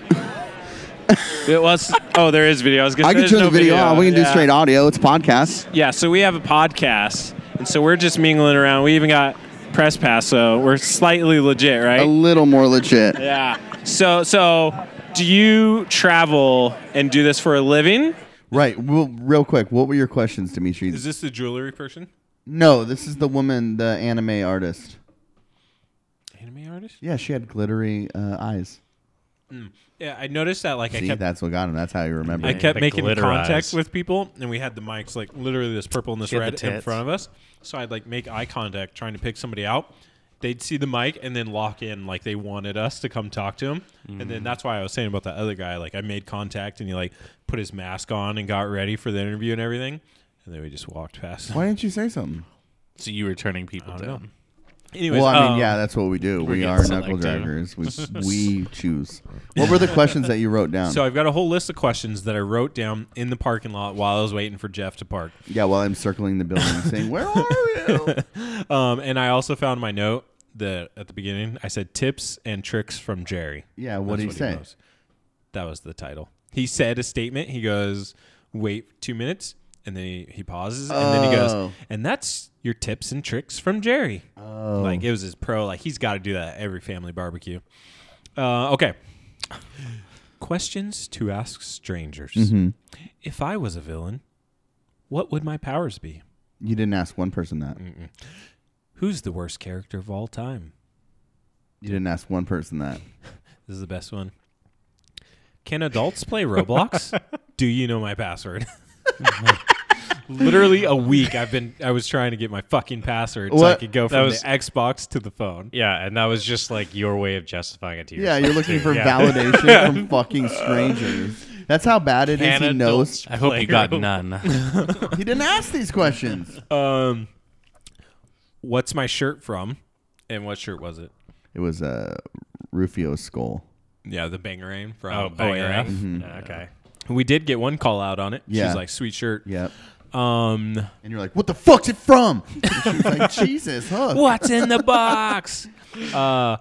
[SPEAKER 3] it was. Oh, there is video. I was gonna.
[SPEAKER 11] I
[SPEAKER 3] say
[SPEAKER 11] can
[SPEAKER 3] there's
[SPEAKER 11] turn
[SPEAKER 3] no
[SPEAKER 11] the video off. We can do
[SPEAKER 3] Yeah.
[SPEAKER 11] straight audio. It's podcast.
[SPEAKER 3] Yeah. So we have a podcast, and so we're just mingling around. We even got press pass, so we're slightly legit,
[SPEAKER 11] A
[SPEAKER 3] right?
[SPEAKER 11] little more legit.
[SPEAKER 3] Yeah. So Oh, so, do you travel and do this for a living?
[SPEAKER 5] Right. Well, real quick, what were your questions, Dimitri?
[SPEAKER 3] Is this the jewelry person?
[SPEAKER 5] no, this is the woman, the anime artist.
[SPEAKER 3] Anime artist?
[SPEAKER 5] Yeah, she had glittery uh, eyes.
[SPEAKER 3] Yeah, I noticed that. Like I
[SPEAKER 5] See,
[SPEAKER 3] kept
[SPEAKER 5] that's what got him. That's how you remember.
[SPEAKER 3] I
[SPEAKER 5] it.
[SPEAKER 3] kept
[SPEAKER 2] the
[SPEAKER 3] making
[SPEAKER 2] glitter
[SPEAKER 3] contact
[SPEAKER 2] eyes.
[SPEAKER 3] with people, and we had the mics like literally this purple and this
[SPEAKER 1] She had
[SPEAKER 3] red
[SPEAKER 1] the
[SPEAKER 3] in
[SPEAKER 1] tits.
[SPEAKER 3] front of us. So I'd like make eye contact, trying to pick somebody out. They'd see the mic and then lock in, like they wanted us to come talk to him. And
[SPEAKER 5] Mm.
[SPEAKER 3] then that's why I was saying about that other guy. Like I made contact, and he like put his mask on and got ready for the interview and everything. And then we just walked past. him.
[SPEAKER 5] Why didn't you say something?
[SPEAKER 1] So you were turning people down.
[SPEAKER 3] <laughs> Anyways,
[SPEAKER 5] Well, I mean,
[SPEAKER 3] um,
[SPEAKER 5] yeah, that's what we do. We
[SPEAKER 1] getting
[SPEAKER 5] are knuckle draggers.
[SPEAKER 1] selective.
[SPEAKER 5] We,
[SPEAKER 3] <laughs>
[SPEAKER 5] we choose. What were the questions that you wrote down?
[SPEAKER 3] So I've got a whole list of questions that I wrote down in the parking lot while I was waiting for Jeff to park.
[SPEAKER 5] yeah, while I'm circling the building, saying, "Where are
[SPEAKER 3] <laughs>
[SPEAKER 5] you?"
[SPEAKER 3] Um, and I also found my note that at the beginning I said tips and tricks from Jerry.
[SPEAKER 5] Yeah, what did he
[SPEAKER 3] That's
[SPEAKER 5] say?
[SPEAKER 3] wrote. that was the title. He said a statement. He goes, "Wait two minutes," and then he, he pauses, and then he goes,
[SPEAKER 5] Oh.
[SPEAKER 3] "And that's your tips and tricks from Jerry." Oh. Like it was his pro. Like he's got to do that at every family barbecue. Uh, okay. Questions to ask strangers.
[SPEAKER 5] Mm-hmm.
[SPEAKER 3] If I was a villain, what would my powers be?
[SPEAKER 5] You didn't ask one person that.
[SPEAKER 3] Mm. Who's the worst character of all time?
[SPEAKER 5] You didn't ask one person that.
[SPEAKER 3] This is the best one. Can adults play Roblox? Do you know my password? <laughs> Literally a week I've been I was trying to get my fucking password so I
[SPEAKER 5] What?
[SPEAKER 3] could go
[SPEAKER 2] That
[SPEAKER 3] from
[SPEAKER 2] was-
[SPEAKER 3] the Xbox to the phone.
[SPEAKER 2] yeah, and that was just like your way of justifying it to
[SPEAKER 5] Yeah,
[SPEAKER 2] yourself.
[SPEAKER 5] you're looking for
[SPEAKER 2] Yeah.
[SPEAKER 5] validation
[SPEAKER 3] <laughs>
[SPEAKER 5] from fucking strangers. That's how bad it is.
[SPEAKER 2] Can
[SPEAKER 5] He knows.
[SPEAKER 2] adults
[SPEAKER 1] I hope
[SPEAKER 2] play
[SPEAKER 1] you got
[SPEAKER 2] Roblox?
[SPEAKER 1] <laughs> none.
[SPEAKER 5] He didn't ask these questions.
[SPEAKER 3] Um what's my shirt from? And what shirt was it?
[SPEAKER 5] It was uh, Rufio's skull.
[SPEAKER 3] Yeah, the Bangarang from
[SPEAKER 2] Oh, banger.
[SPEAKER 3] OAF.
[SPEAKER 2] Okay.
[SPEAKER 3] Oh, We did get one call out on it.
[SPEAKER 5] Yeah.
[SPEAKER 3] She's like, sweet shirt.
[SPEAKER 5] Yep.
[SPEAKER 3] Um
[SPEAKER 5] And you're like, "What the fuck's it from?" And she's like,
[SPEAKER 3] <laughs>
[SPEAKER 5] "Jesus, huh?"
[SPEAKER 3] What's in the box? <laughs> uh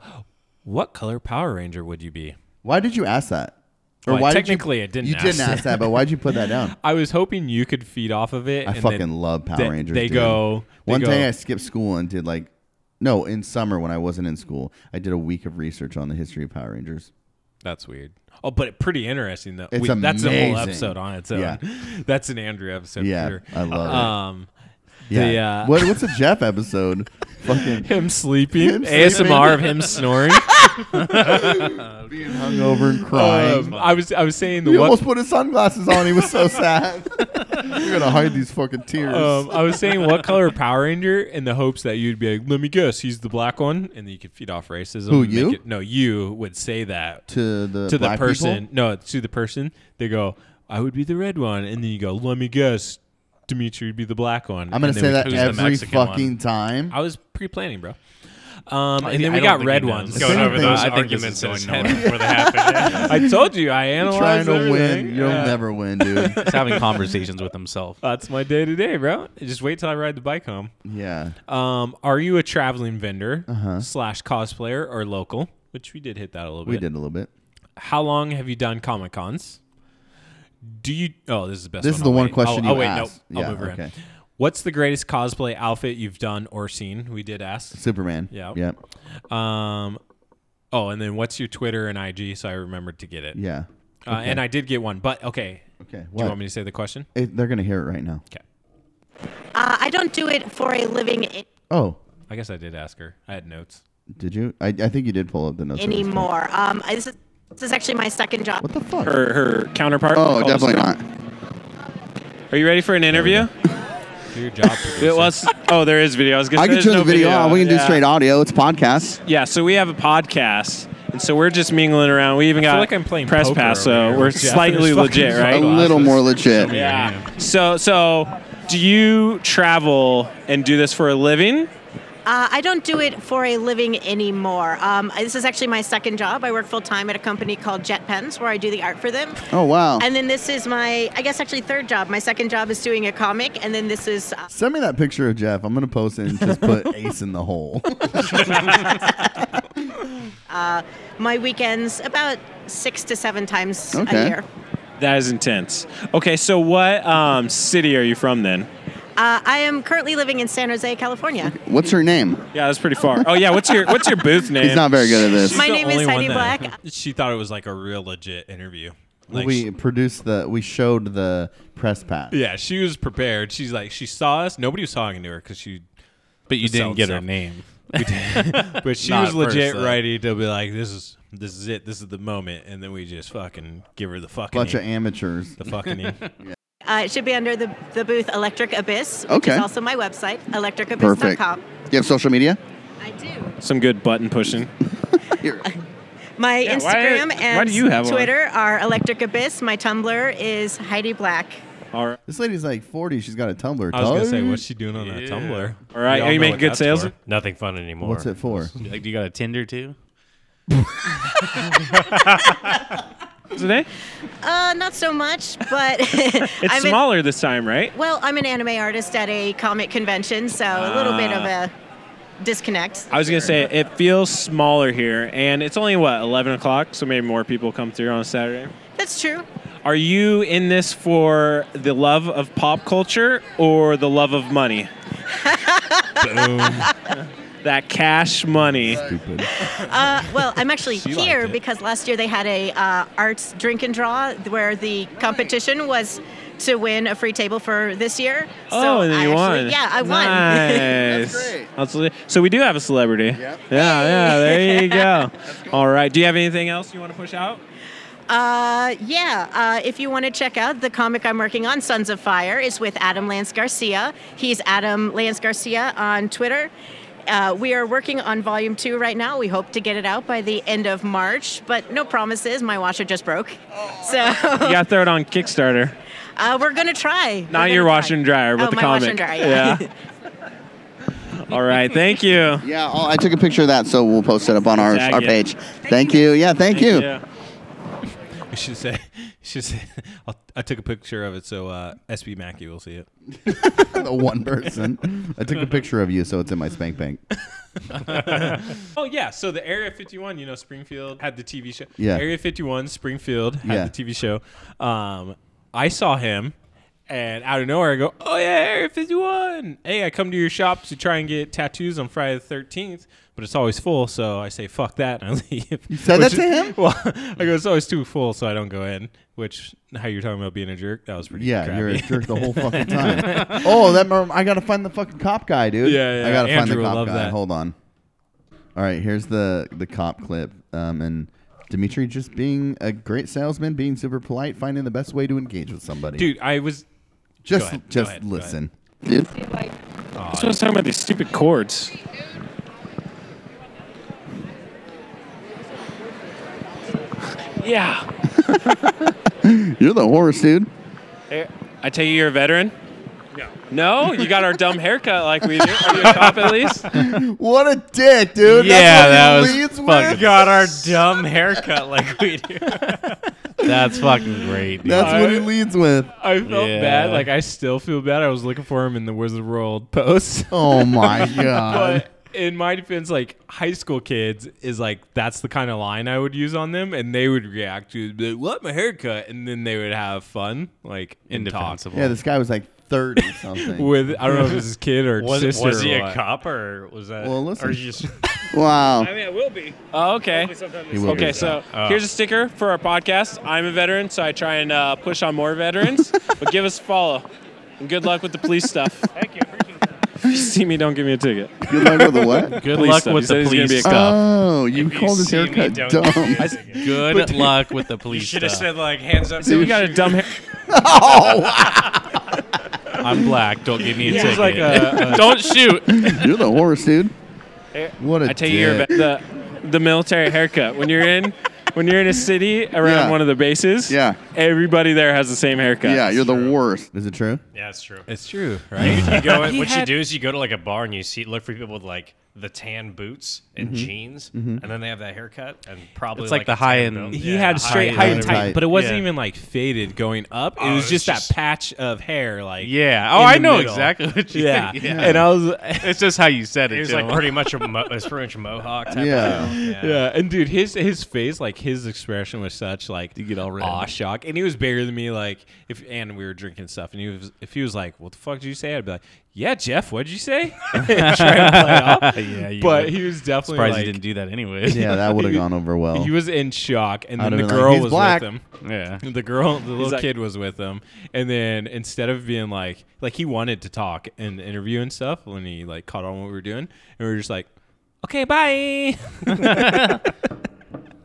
[SPEAKER 3] what color Power Ranger would you be?
[SPEAKER 5] Why did you ask that? Or
[SPEAKER 3] Well,
[SPEAKER 5] why did you-
[SPEAKER 3] technically it didn't
[SPEAKER 5] you
[SPEAKER 3] ask
[SPEAKER 5] didn't
[SPEAKER 3] that.
[SPEAKER 5] ask that, but why'd you put that down?
[SPEAKER 3] <laughs> I was hoping you could feed off of it.
[SPEAKER 5] I
[SPEAKER 3] and
[SPEAKER 5] fucking
[SPEAKER 3] then
[SPEAKER 5] love Power
[SPEAKER 3] they-
[SPEAKER 5] Rangers.
[SPEAKER 3] They
[SPEAKER 5] dude.
[SPEAKER 3] go. They
[SPEAKER 5] One
[SPEAKER 3] go,
[SPEAKER 5] day I skipped school and did like, no, in summer when I wasn't in school, I did a week of research on the history of Power Rangers.
[SPEAKER 3] that's weird. Oh, but it- pretty interesting though.
[SPEAKER 5] It's
[SPEAKER 3] That's a whole
[SPEAKER 5] amazing.
[SPEAKER 3] episode on its own.
[SPEAKER 5] Yeah.
[SPEAKER 3] That's an Andrew episode.
[SPEAKER 5] Yeah,
[SPEAKER 3] for sure.
[SPEAKER 5] I love it.
[SPEAKER 3] Um,
[SPEAKER 5] Yeah.
[SPEAKER 3] The, uh,
[SPEAKER 5] what, what's a Jeff
[SPEAKER 3] <laughs>
[SPEAKER 5] episode? fucking
[SPEAKER 3] him sleeping,
[SPEAKER 5] Him
[SPEAKER 3] ASMR of him snoring.
[SPEAKER 5] <laughs> being hungover and crying.
[SPEAKER 3] Um, I was I was saying the
[SPEAKER 5] he
[SPEAKER 3] what
[SPEAKER 5] almost put his sunglasses on. He was so
[SPEAKER 3] <laughs>
[SPEAKER 5] sad. You're gonna hide these fucking tears.
[SPEAKER 3] um, I was saying what color Power Ranger in the hopes that you'd be like, let me guess, he's the black one, and then you could feed off racism.
[SPEAKER 5] Who,
[SPEAKER 3] and
[SPEAKER 5] you?
[SPEAKER 3] Make it, no, you would say that
[SPEAKER 5] to the
[SPEAKER 3] to the
[SPEAKER 5] black people?
[SPEAKER 3] person. No, to the person. They go, I would be the red one, and then you go, let me guess, Dimitri would be the black one.
[SPEAKER 5] I'm gonna
[SPEAKER 3] And then
[SPEAKER 5] say
[SPEAKER 3] we-
[SPEAKER 5] that
[SPEAKER 1] who's the
[SPEAKER 5] every
[SPEAKER 1] Mexican one?
[SPEAKER 5] fucking time.
[SPEAKER 3] I was pre-planning, bro. Um,
[SPEAKER 1] I-
[SPEAKER 3] and then
[SPEAKER 1] I
[SPEAKER 3] we
[SPEAKER 1] don't
[SPEAKER 3] got
[SPEAKER 1] think
[SPEAKER 3] red
[SPEAKER 1] he knows.
[SPEAKER 3] ones.
[SPEAKER 1] It's
[SPEAKER 2] Going
[SPEAKER 5] Same
[SPEAKER 2] over
[SPEAKER 5] thing.
[SPEAKER 2] those
[SPEAKER 1] I think this
[SPEAKER 2] arguments
[SPEAKER 1] is
[SPEAKER 2] in his
[SPEAKER 1] going
[SPEAKER 2] head before
[SPEAKER 1] <laughs>
[SPEAKER 2] they happen.
[SPEAKER 3] I told you Oh, I
[SPEAKER 5] You're
[SPEAKER 3] analyzed
[SPEAKER 5] trying to
[SPEAKER 3] everything.
[SPEAKER 5] win. You'll
[SPEAKER 3] Yeah.
[SPEAKER 5] never win,
[SPEAKER 3] <laughs>
[SPEAKER 5] dude.
[SPEAKER 1] He's having conversations with
[SPEAKER 2] <laughs>
[SPEAKER 1] himself.
[SPEAKER 3] That's my day to day, bro. Just wait till I ride the bike home.
[SPEAKER 5] yeah.
[SPEAKER 3] Um, are you a traveling vendor slash cosplayer or local? Which we did hit that a little bit.
[SPEAKER 5] We did a little bit.
[SPEAKER 3] How long have you done comic cons? Do you? Oh, this is the best.
[SPEAKER 5] This
[SPEAKER 3] one.
[SPEAKER 5] is the
[SPEAKER 3] I'll
[SPEAKER 5] one
[SPEAKER 3] wait.
[SPEAKER 5] question
[SPEAKER 3] Oh,
[SPEAKER 5] you
[SPEAKER 3] oh wait,
[SPEAKER 5] asked.
[SPEAKER 3] no. I'll
[SPEAKER 5] Yeah,
[SPEAKER 3] move around.
[SPEAKER 5] okay.
[SPEAKER 3] What's the greatest cosplay outfit you've done or seen? We did ask.
[SPEAKER 5] Superman.
[SPEAKER 3] Yeah.
[SPEAKER 5] Yeah.
[SPEAKER 3] Um, oh, and then what's your Twitter and IG? So I remembered to get it.
[SPEAKER 5] Yeah.
[SPEAKER 3] Uh, and I did get one, but okay.
[SPEAKER 5] Okay.
[SPEAKER 3] Do
[SPEAKER 5] What?
[SPEAKER 3] you want me to say the question?
[SPEAKER 5] It- they're gonna hear it right now.
[SPEAKER 3] Okay.
[SPEAKER 12] Uh, I don't do it for a living I-
[SPEAKER 5] Oh,
[SPEAKER 3] I guess I did ask her. I had notes.
[SPEAKER 5] did you? I, I think you did pull up the notes. at this point.
[SPEAKER 12] anymore. Um, I- this, is, this is actually my second job.
[SPEAKER 5] What the fuck?
[SPEAKER 3] Her her counterpart.
[SPEAKER 11] Oh, definitely not.
[SPEAKER 13] Are you ready for an interview?
[SPEAKER 3] <laughs> Do your job.
[SPEAKER 13] It was. Oh, there is video. I was gonna.
[SPEAKER 11] I
[SPEAKER 13] say
[SPEAKER 11] can
[SPEAKER 13] there's
[SPEAKER 11] turn
[SPEAKER 13] no
[SPEAKER 11] the video on. We can do
[SPEAKER 13] Yeah.
[SPEAKER 11] straight audio. It's podcast.
[SPEAKER 13] Yeah. So we have a podcast, and so we're just mingling around. We even
[SPEAKER 3] I
[SPEAKER 13] got
[SPEAKER 3] feel like I'm playing
[SPEAKER 13] press
[SPEAKER 3] poker
[SPEAKER 13] pass,
[SPEAKER 3] over
[SPEAKER 13] so
[SPEAKER 3] here
[SPEAKER 13] we're
[SPEAKER 3] with Jeff and
[SPEAKER 13] slightly
[SPEAKER 3] his <laughs> fucking
[SPEAKER 13] legit, right?
[SPEAKER 11] A
[SPEAKER 3] Glasses.
[SPEAKER 11] little more legit.
[SPEAKER 1] me.
[SPEAKER 13] Yeah. So so, do you travel and do this for a living?
[SPEAKER 12] Uh, I don't do it for a living anymore. Um, I- this is actually my second job. I work full time at a company called Jet Pens, where I do the art for them.
[SPEAKER 11] Oh wow.
[SPEAKER 12] And then this is my, I guess, actually third job. My second job is doing a comic, and then this is. Uh,
[SPEAKER 5] Send me that picture of Jeff. I'm gonna post it and just
[SPEAKER 12] <laughs>
[SPEAKER 5] put Ace in the hole.
[SPEAKER 12] my weekends about six to seven times
[SPEAKER 11] Okay.
[SPEAKER 12] a year.
[SPEAKER 13] That is intense. Okay. So what um, city are you from then?
[SPEAKER 12] Uh, I am currently living in San Jose, California.
[SPEAKER 11] What's her name?
[SPEAKER 13] Yeah, that's pretty far. Oh yeah. What's your what's your booth name?
[SPEAKER 11] He's not very good at this.
[SPEAKER 12] My
[SPEAKER 3] the
[SPEAKER 12] name is
[SPEAKER 3] only
[SPEAKER 12] Heidi
[SPEAKER 3] one that-
[SPEAKER 12] Black.
[SPEAKER 3] She thought it was like a real legit interview. Like,
[SPEAKER 5] we produced the. We showed the press pass.
[SPEAKER 3] yeah, she was prepared. She's like, she saw us. Nobody was talking to her because she,
[SPEAKER 1] But you
[SPEAKER 3] The
[SPEAKER 1] didn't
[SPEAKER 3] sound
[SPEAKER 1] get her
[SPEAKER 3] stuff. <laughs>
[SPEAKER 1] name.
[SPEAKER 13] <laughs>
[SPEAKER 3] but she
[SPEAKER 1] Not
[SPEAKER 3] was
[SPEAKER 1] at
[SPEAKER 3] legit
[SPEAKER 1] first, though.
[SPEAKER 3] ready to be like, this is this is it. This is the moment. And then we just fucking give her the fucking
[SPEAKER 5] Bunch of
[SPEAKER 3] name.
[SPEAKER 5] amateurs.
[SPEAKER 3] the
[SPEAKER 5] <laughs>
[SPEAKER 3] fucking name.
[SPEAKER 12] Uh, it should be under the, the booth Electric Abyss, which
[SPEAKER 11] Okay.
[SPEAKER 12] is also my website,
[SPEAKER 11] Perfect.
[SPEAKER 12] electricabyss.com.
[SPEAKER 11] Do you have social media?
[SPEAKER 12] I do.
[SPEAKER 13] Some good button pushing.
[SPEAKER 12] My
[SPEAKER 13] Yeah, why-
[SPEAKER 12] Instagram
[SPEAKER 13] why
[SPEAKER 12] and
[SPEAKER 13] do you have one?
[SPEAKER 12] Twitter are Electric Abyss. My Tumblr is Heidi Black.
[SPEAKER 13] All right.
[SPEAKER 5] This lady's like 40. She's got a Tumblr.
[SPEAKER 3] I was gonna say,
[SPEAKER 5] Tumblr?
[SPEAKER 3] what's she doing on that
[SPEAKER 1] Yeah.
[SPEAKER 3] Tumblr?
[SPEAKER 13] All right,
[SPEAKER 3] We
[SPEAKER 13] are you
[SPEAKER 3] know
[SPEAKER 13] making
[SPEAKER 3] what
[SPEAKER 13] good
[SPEAKER 3] that's
[SPEAKER 13] sales?
[SPEAKER 3] for.
[SPEAKER 2] Nothing fun anymore.
[SPEAKER 5] What's it for?
[SPEAKER 1] Like, do you got a Tinder too?
[SPEAKER 13] Today?
[SPEAKER 12] Uh, not so much, but
[SPEAKER 13] <laughs>
[SPEAKER 12] <laughs>
[SPEAKER 13] It's
[SPEAKER 12] I'm an-
[SPEAKER 13] smaller this time, right?
[SPEAKER 12] well, I'm an anime artist at a comic convention, so a little bit of a disconnect.
[SPEAKER 13] Ah. I was gonna say it feels smaller here, and it's only what eleven o'clock, so maybe more people come through on a Saturday.
[SPEAKER 12] That's true.
[SPEAKER 13] Are you in this for the love of pop culture or the love of money? that cash money.
[SPEAKER 5] Stupid.
[SPEAKER 12] Uh, well, I'm
[SPEAKER 13] <laughs>
[SPEAKER 12] actually
[SPEAKER 3] liked
[SPEAKER 12] here
[SPEAKER 3] it.
[SPEAKER 12] because last year they had a uh, arts drink and draw where the competition was to win a free table for this year. so
[SPEAKER 13] oh, and then
[SPEAKER 12] I
[SPEAKER 13] you
[SPEAKER 12] actually-
[SPEAKER 13] won.
[SPEAKER 12] Yeah, I won.
[SPEAKER 13] Nice.
[SPEAKER 11] That's great.
[SPEAKER 13] That's li- So we do have a celebrity.
[SPEAKER 11] Yep.
[SPEAKER 13] Yeah, yeah.
[SPEAKER 12] <laughs>
[SPEAKER 13] There you go. All right. Do you have anything else you want to push out?
[SPEAKER 12] Uh, yeah. Uh, if you want to check out the comic I'm working on, Sons of Fire, is with Adam Lance Garcia. He's Adam Lance Garcia on Twitter. Uh, we are working on volume two right now. We hope to get it out by the end of March, but no promises. My washer just broke, so
[SPEAKER 13] You got to throw it on
[SPEAKER 12] <laughs>
[SPEAKER 13] Kickstarter.
[SPEAKER 12] uh, we're gonna try.
[SPEAKER 13] Not
[SPEAKER 12] We're gonna
[SPEAKER 13] your
[SPEAKER 12] try.
[SPEAKER 13] washer and dryer, but
[SPEAKER 12] Oh,
[SPEAKER 13] the
[SPEAKER 12] my
[SPEAKER 13] comic.
[SPEAKER 12] washer and dryer, yeah.
[SPEAKER 13] All right. Thank you.
[SPEAKER 12] <laughs>
[SPEAKER 11] Yeah, oh, I took a picture of that, so we'll post it up on our,
[SPEAKER 13] Tag
[SPEAKER 11] our
[SPEAKER 13] it.
[SPEAKER 11] page. Thank you. Yeah, thank, you.
[SPEAKER 3] <laughs>
[SPEAKER 13] Yeah.
[SPEAKER 3] You should say, <laughs> you should say. I'll, I took a picture of it, so uh, SB Mackey will see it.
[SPEAKER 5] <laughs> the one person. I took a picture of you, so it's in my spank bank.
[SPEAKER 3] <laughs> Oh yeah, so the Area 51, you know, Springfield had the TV show.
[SPEAKER 5] Yeah.
[SPEAKER 3] Area 51, Springfield had
[SPEAKER 5] Yeah.
[SPEAKER 3] the TV show. Um, I saw him, and out of nowhere, I go, "Oh yeah, Area 51! Hey, I come to your shop to try and get tattoos on Friday the 13th, but it's always full, so I say fuck that and I <laughs> leave." You
[SPEAKER 11] said that to him?
[SPEAKER 3] <laughs> Well, I go, "It's always too full, so I don't go in." Which, how you're talking about being a jerk? That was pretty.
[SPEAKER 5] Yeah,
[SPEAKER 3] crappy. <laughs>
[SPEAKER 5] you're a jerk the whole fucking time. oh, that mer- I gotta find the fucking cop guy, dude.
[SPEAKER 3] Yeah, yeah,
[SPEAKER 5] I gotta find
[SPEAKER 3] Andrew
[SPEAKER 5] the
[SPEAKER 3] will
[SPEAKER 5] cop
[SPEAKER 3] love
[SPEAKER 5] guy.
[SPEAKER 3] that.
[SPEAKER 5] Hold on. All right, here's the the cop clip, um, and Dimitri just being a great salesman, being super polite, finding the best way to engage with somebody.
[SPEAKER 3] dude. I was
[SPEAKER 5] just
[SPEAKER 3] ahead, go
[SPEAKER 5] just
[SPEAKER 3] ahead, go ahead.
[SPEAKER 5] listen.
[SPEAKER 11] Dude,
[SPEAKER 13] That's what I was talking about these stupid cords. yeah.
[SPEAKER 11] you're the horse, dude.
[SPEAKER 13] Hey, I take you you're a veteran? No. No? You got our dumb haircut like we do. Are you a cop at least?
[SPEAKER 5] What a dick, dude.
[SPEAKER 1] Yeah, that
[SPEAKER 5] That's
[SPEAKER 1] was
[SPEAKER 5] what he leads
[SPEAKER 1] fucking-
[SPEAKER 5] with?
[SPEAKER 2] Got our dumb haircut like we do.
[SPEAKER 1] <laughs> That's fucking great. Dude.
[SPEAKER 5] That's what he leads with.
[SPEAKER 3] I felt
[SPEAKER 1] Yeah.
[SPEAKER 3] bad. Like I still feel bad. I was looking for him in the Wizard World post.
[SPEAKER 5] Oh
[SPEAKER 3] <laughs>
[SPEAKER 5] my god.
[SPEAKER 3] but in my defense, like high school kids is like that's the kind of line I would use on them, and they would react to it, be like, "What my haircut," and then they would have fun, like and talk.
[SPEAKER 1] Indefensible.
[SPEAKER 5] yeah, this guy was like
[SPEAKER 3] <laughs>
[SPEAKER 5] thirty something.
[SPEAKER 9] With I don't know if it's his kid or
[SPEAKER 2] Was,
[SPEAKER 9] sister.
[SPEAKER 2] was he
[SPEAKER 9] or
[SPEAKER 2] a
[SPEAKER 9] what.
[SPEAKER 2] cop or was that?
[SPEAKER 9] Well, listen.
[SPEAKER 2] Or you just,
[SPEAKER 14] Wow.
[SPEAKER 3] I mean, it will be. Oh, okay.
[SPEAKER 2] Hopefully sometime
[SPEAKER 14] He
[SPEAKER 3] Okay,
[SPEAKER 14] will be.
[SPEAKER 3] so
[SPEAKER 14] Oh.
[SPEAKER 3] here's a sticker for our podcast. I'm a veteran, so I try and uh, push on more veterans. but give us a follow. And good luck with the police stuff. Thank you. If you see me, don't give me a ticket.
[SPEAKER 14] Good luck with the
[SPEAKER 3] <laughs>
[SPEAKER 14] what?
[SPEAKER 1] Good luck with the police stuff.
[SPEAKER 14] Oh, you called his haircut dumb.
[SPEAKER 3] <laughs>
[SPEAKER 1] Good
[SPEAKER 14] But-
[SPEAKER 1] luck with the police.
[SPEAKER 2] should have
[SPEAKER 1] stuff.
[SPEAKER 2] said like hands up.
[SPEAKER 1] So you
[SPEAKER 2] to
[SPEAKER 1] got
[SPEAKER 2] the
[SPEAKER 1] a dumb
[SPEAKER 2] shooter.
[SPEAKER 1] I'm black. Don't give me a
[SPEAKER 3] Yeah,
[SPEAKER 1] ticket.
[SPEAKER 3] it's like a- a-
[SPEAKER 1] don't shoot.
[SPEAKER 14] <laughs> You're the horse, dude. What a
[SPEAKER 3] Eh, I tell you, you're a
[SPEAKER 14] dick.
[SPEAKER 3] ve- the the military haircut when you're in when you're in a city around
[SPEAKER 14] Yeah.
[SPEAKER 3] one of the bases.
[SPEAKER 14] Yeah.
[SPEAKER 3] everybody there has the same haircut.
[SPEAKER 14] Yeah, you're the worst.
[SPEAKER 5] Is it true?
[SPEAKER 2] Yeah, it's true.
[SPEAKER 9] It's true,
[SPEAKER 2] You
[SPEAKER 9] right?
[SPEAKER 3] <laughs>
[SPEAKER 2] go. in-
[SPEAKER 3] He
[SPEAKER 2] what you
[SPEAKER 3] had-
[SPEAKER 2] do is you go to like a bar and you see look for people with like the tan boots and
[SPEAKER 5] Mhm.
[SPEAKER 2] jeans,
[SPEAKER 5] Mhm.
[SPEAKER 2] and then they have that haircut and probably
[SPEAKER 1] It's like the
[SPEAKER 2] a tan
[SPEAKER 1] high-end-
[SPEAKER 2] belt.
[SPEAKER 9] He
[SPEAKER 2] Yeah,
[SPEAKER 9] had
[SPEAKER 2] the
[SPEAKER 9] straight high
[SPEAKER 2] high-end.
[SPEAKER 9] and tight, but it wasn't
[SPEAKER 2] Yeah.
[SPEAKER 9] even like faded going up.
[SPEAKER 2] Oh,
[SPEAKER 9] it
[SPEAKER 2] it
[SPEAKER 9] was just,
[SPEAKER 2] was
[SPEAKER 9] that patch of hair, like
[SPEAKER 1] Yeah.
[SPEAKER 9] in
[SPEAKER 1] Oh,
[SPEAKER 9] the
[SPEAKER 1] I know
[SPEAKER 9] middle.
[SPEAKER 1] exactly what you <laughs>
[SPEAKER 9] <laughs> yeah.
[SPEAKER 1] think. uh,
[SPEAKER 9] and I was. <laughs>
[SPEAKER 1] It's just how you said it.
[SPEAKER 2] It was
[SPEAKER 1] too.
[SPEAKER 2] like
[SPEAKER 1] <laughs>
[SPEAKER 2] pretty much a mo- it's pretty much a mohawk type
[SPEAKER 9] Yeah.
[SPEAKER 2] of
[SPEAKER 3] <laughs>
[SPEAKER 2] deal.
[SPEAKER 9] yeah, and dude, his his face, like his expression was such like you get all red, aw shock, and he was bigger than me. Like if and we were drinking stuff, and he was if he was like, "What the fuck did you say?" I'd be like, "Yeah, Jeff, what'd you say?" <laughs> And try and play it off.
[SPEAKER 1] Yeah, you
[SPEAKER 9] but
[SPEAKER 1] would.
[SPEAKER 9] he was definitely
[SPEAKER 1] Surprised he
[SPEAKER 9] like-
[SPEAKER 1] didn't do that anyway.
[SPEAKER 5] Yeah, that would've
[SPEAKER 9] He-
[SPEAKER 5] gone over well.
[SPEAKER 9] He was in shock, and
[SPEAKER 5] I'd
[SPEAKER 9] then the
[SPEAKER 5] have been like,
[SPEAKER 9] girl
[SPEAKER 5] "He's
[SPEAKER 9] was
[SPEAKER 5] black."
[SPEAKER 9] with him.
[SPEAKER 1] <laughs> Yeah.
[SPEAKER 9] <laughs> the girl, the little
[SPEAKER 3] like-
[SPEAKER 9] kid was with him, and then instead of being like, like he wanted to talk and interview and stuff, when he like caught on what we were doing, and we were just like, "Okay, bye."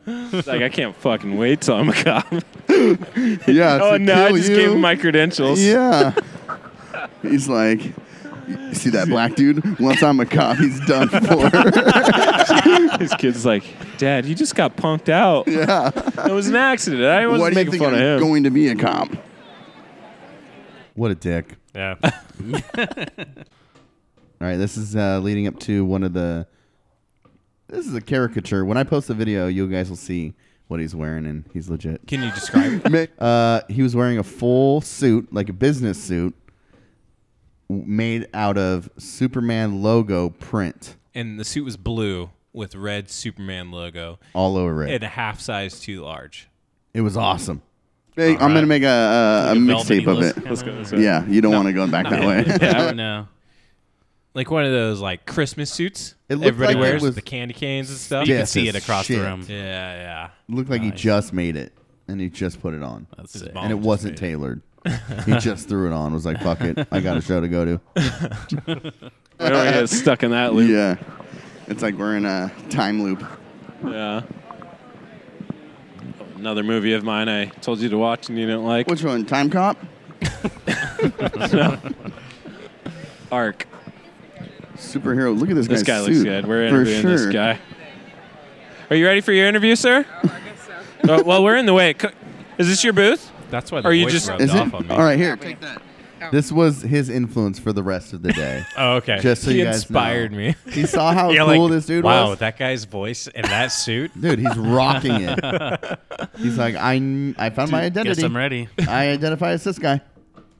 [SPEAKER 3] It's <laughs> like I can't fucking wait till I'm a cop.
[SPEAKER 14] Yeah.
[SPEAKER 3] <laughs>
[SPEAKER 14] to
[SPEAKER 3] oh no, I
[SPEAKER 14] kill
[SPEAKER 3] just
[SPEAKER 14] you.
[SPEAKER 3] gave him my credentials.
[SPEAKER 14] Yeah. he's like, you see that black dude? Once I'm a cop, he's
[SPEAKER 3] <laughs>
[SPEAKER 14] done for.
[SPEAKER 3] His kid's like, Dad, you just got punked out.
[SPEAKER 14] Yeah.
[SPEAKER 3] It was an accident. I wasn't
[SPEAKER 14] Why do you
[SPEAKER 3] making
[SPEAKER 14] think
[SPEAKER 3] fun
[SPEAKER 14] I'm
[SPEAKER 3] of him.
[SPEAKER 14] going to be a cop?
[SPEAKER 5] What a dick. <laughs>
[SPEAKER 2] Yeah.
[SPEAKER 5] All right, this is uh, leading up to one of the. This is a caricature. When I post the video, you guys will see what he's wearing, and he's legit.
[SPEAKER 9] Can you describe?
[SPEAKER 5] <laughs> uh, he was wearing a full suit, like a business suit, w- made out of Superman logo print
[SPEAKER 9] and the suit was blue with red Superman logo
[SPEAKER 5] all over it.
[SPEAKER 9] and a half size too large.
[SPEAKER 5] It was awesome.
[SPEAKER 14] Hey, I'm gonna make a, a, a
[SPEAKER 9] Like a
[SPEAKER 14] mixtape
[SPEAKER 9] velvety
[SPEAKER 14] of
[SPEAKER 9] list
[SPEAKER 14] it.
[SPEAKER 9] kinda Let's go, let's go.
[SPEAKER 14] Yeah, you don't want to go back that way.
[SPEAKER 1] know.
[SPEAKER 9] Like one of those like Christmas suits
[SPEAKER 5] It looked
[SPEAKER 9] everybody
[SPEAKER 5] like it
[SPEAKER 9] wears
[SPEAKER 5] was
[SPEAKER 9] with the candy canes and stuff.
[SPEAKER 5] You could Yes, see it as across the shit. room.
[SPEAKER 9] Yeah, yeah.
[SPEAKER 5] Looked like he just made it, and he just put it on.
[SPEAKER 1] That's
[SPEAKER 5] His
[SPEAKER 1] sick.
[SPEAKER 5] And it wasn't
[SPEAKER 9] <laughs>
[SPEAKER 5] tailored. he just threw it on. Was like, "Fuck it, I got a show to go
[SPEAKER 9] <laughs>
[SPEAKER 5] to."
[SPEAKER 3] I don't get stuck in that loop.
[SPEAKER 14] Yeah, it's like we're in a time loop.
[SPEAKER 3] Yeah. Another movie of mine I told you to watch and you didn't like.
[SPEAKER 14] Which one? Time Cop?
[SPEAKER 3] no. Arc.
[SPEAKER 14] Superhero. Look at this, guy's
[SPEAKER 3] This guy looks
[SPEAKER 14] suit.
[SPEAKER 3] good. We're
[SPEAKER 14] For
[SPEAKER 3] interviewing
[SPEAKER 14] sure.
[SPEAKER 3] this guy. Are you ready for your interview, sir? Oh, well, we're in the way. Co- Is this your booth?
[SPEAKER 9] That's why
[SPEAKER 3] Are you just
[SPEAKER 5] Is it? All right, here, take that. This was his influence for the rest of the day.
[SPEAKER 2] Oh, okay.
[SPEAKER 5] Just so
[SPEAKER 2] He
[SPEAKER 5] you guys
[SPEAKER 2] inspired
[SPEAKER 5] know.
[SPEAKER 2] me.
[SPEAKER 5] He saw how
[SPEAKER 2] Yeah,
[SPEAKER 5] cool
[SPEAKER 2] like,
[SPEAKER 5] this dude
[SPEAKER 2] wow,
[SPEAKER 5] was.
[SPEAKER 2] that guy's voice and that suit.
[SPEAKER 5] Dude, he's rocking it. he's like, I, kn- I found my
[SPEAKER 1] Dude, guess
[SPEAKER 5] identity.
[SPEAKER 1] I'm ready.
[SPEAKER 5] I identify as this guy.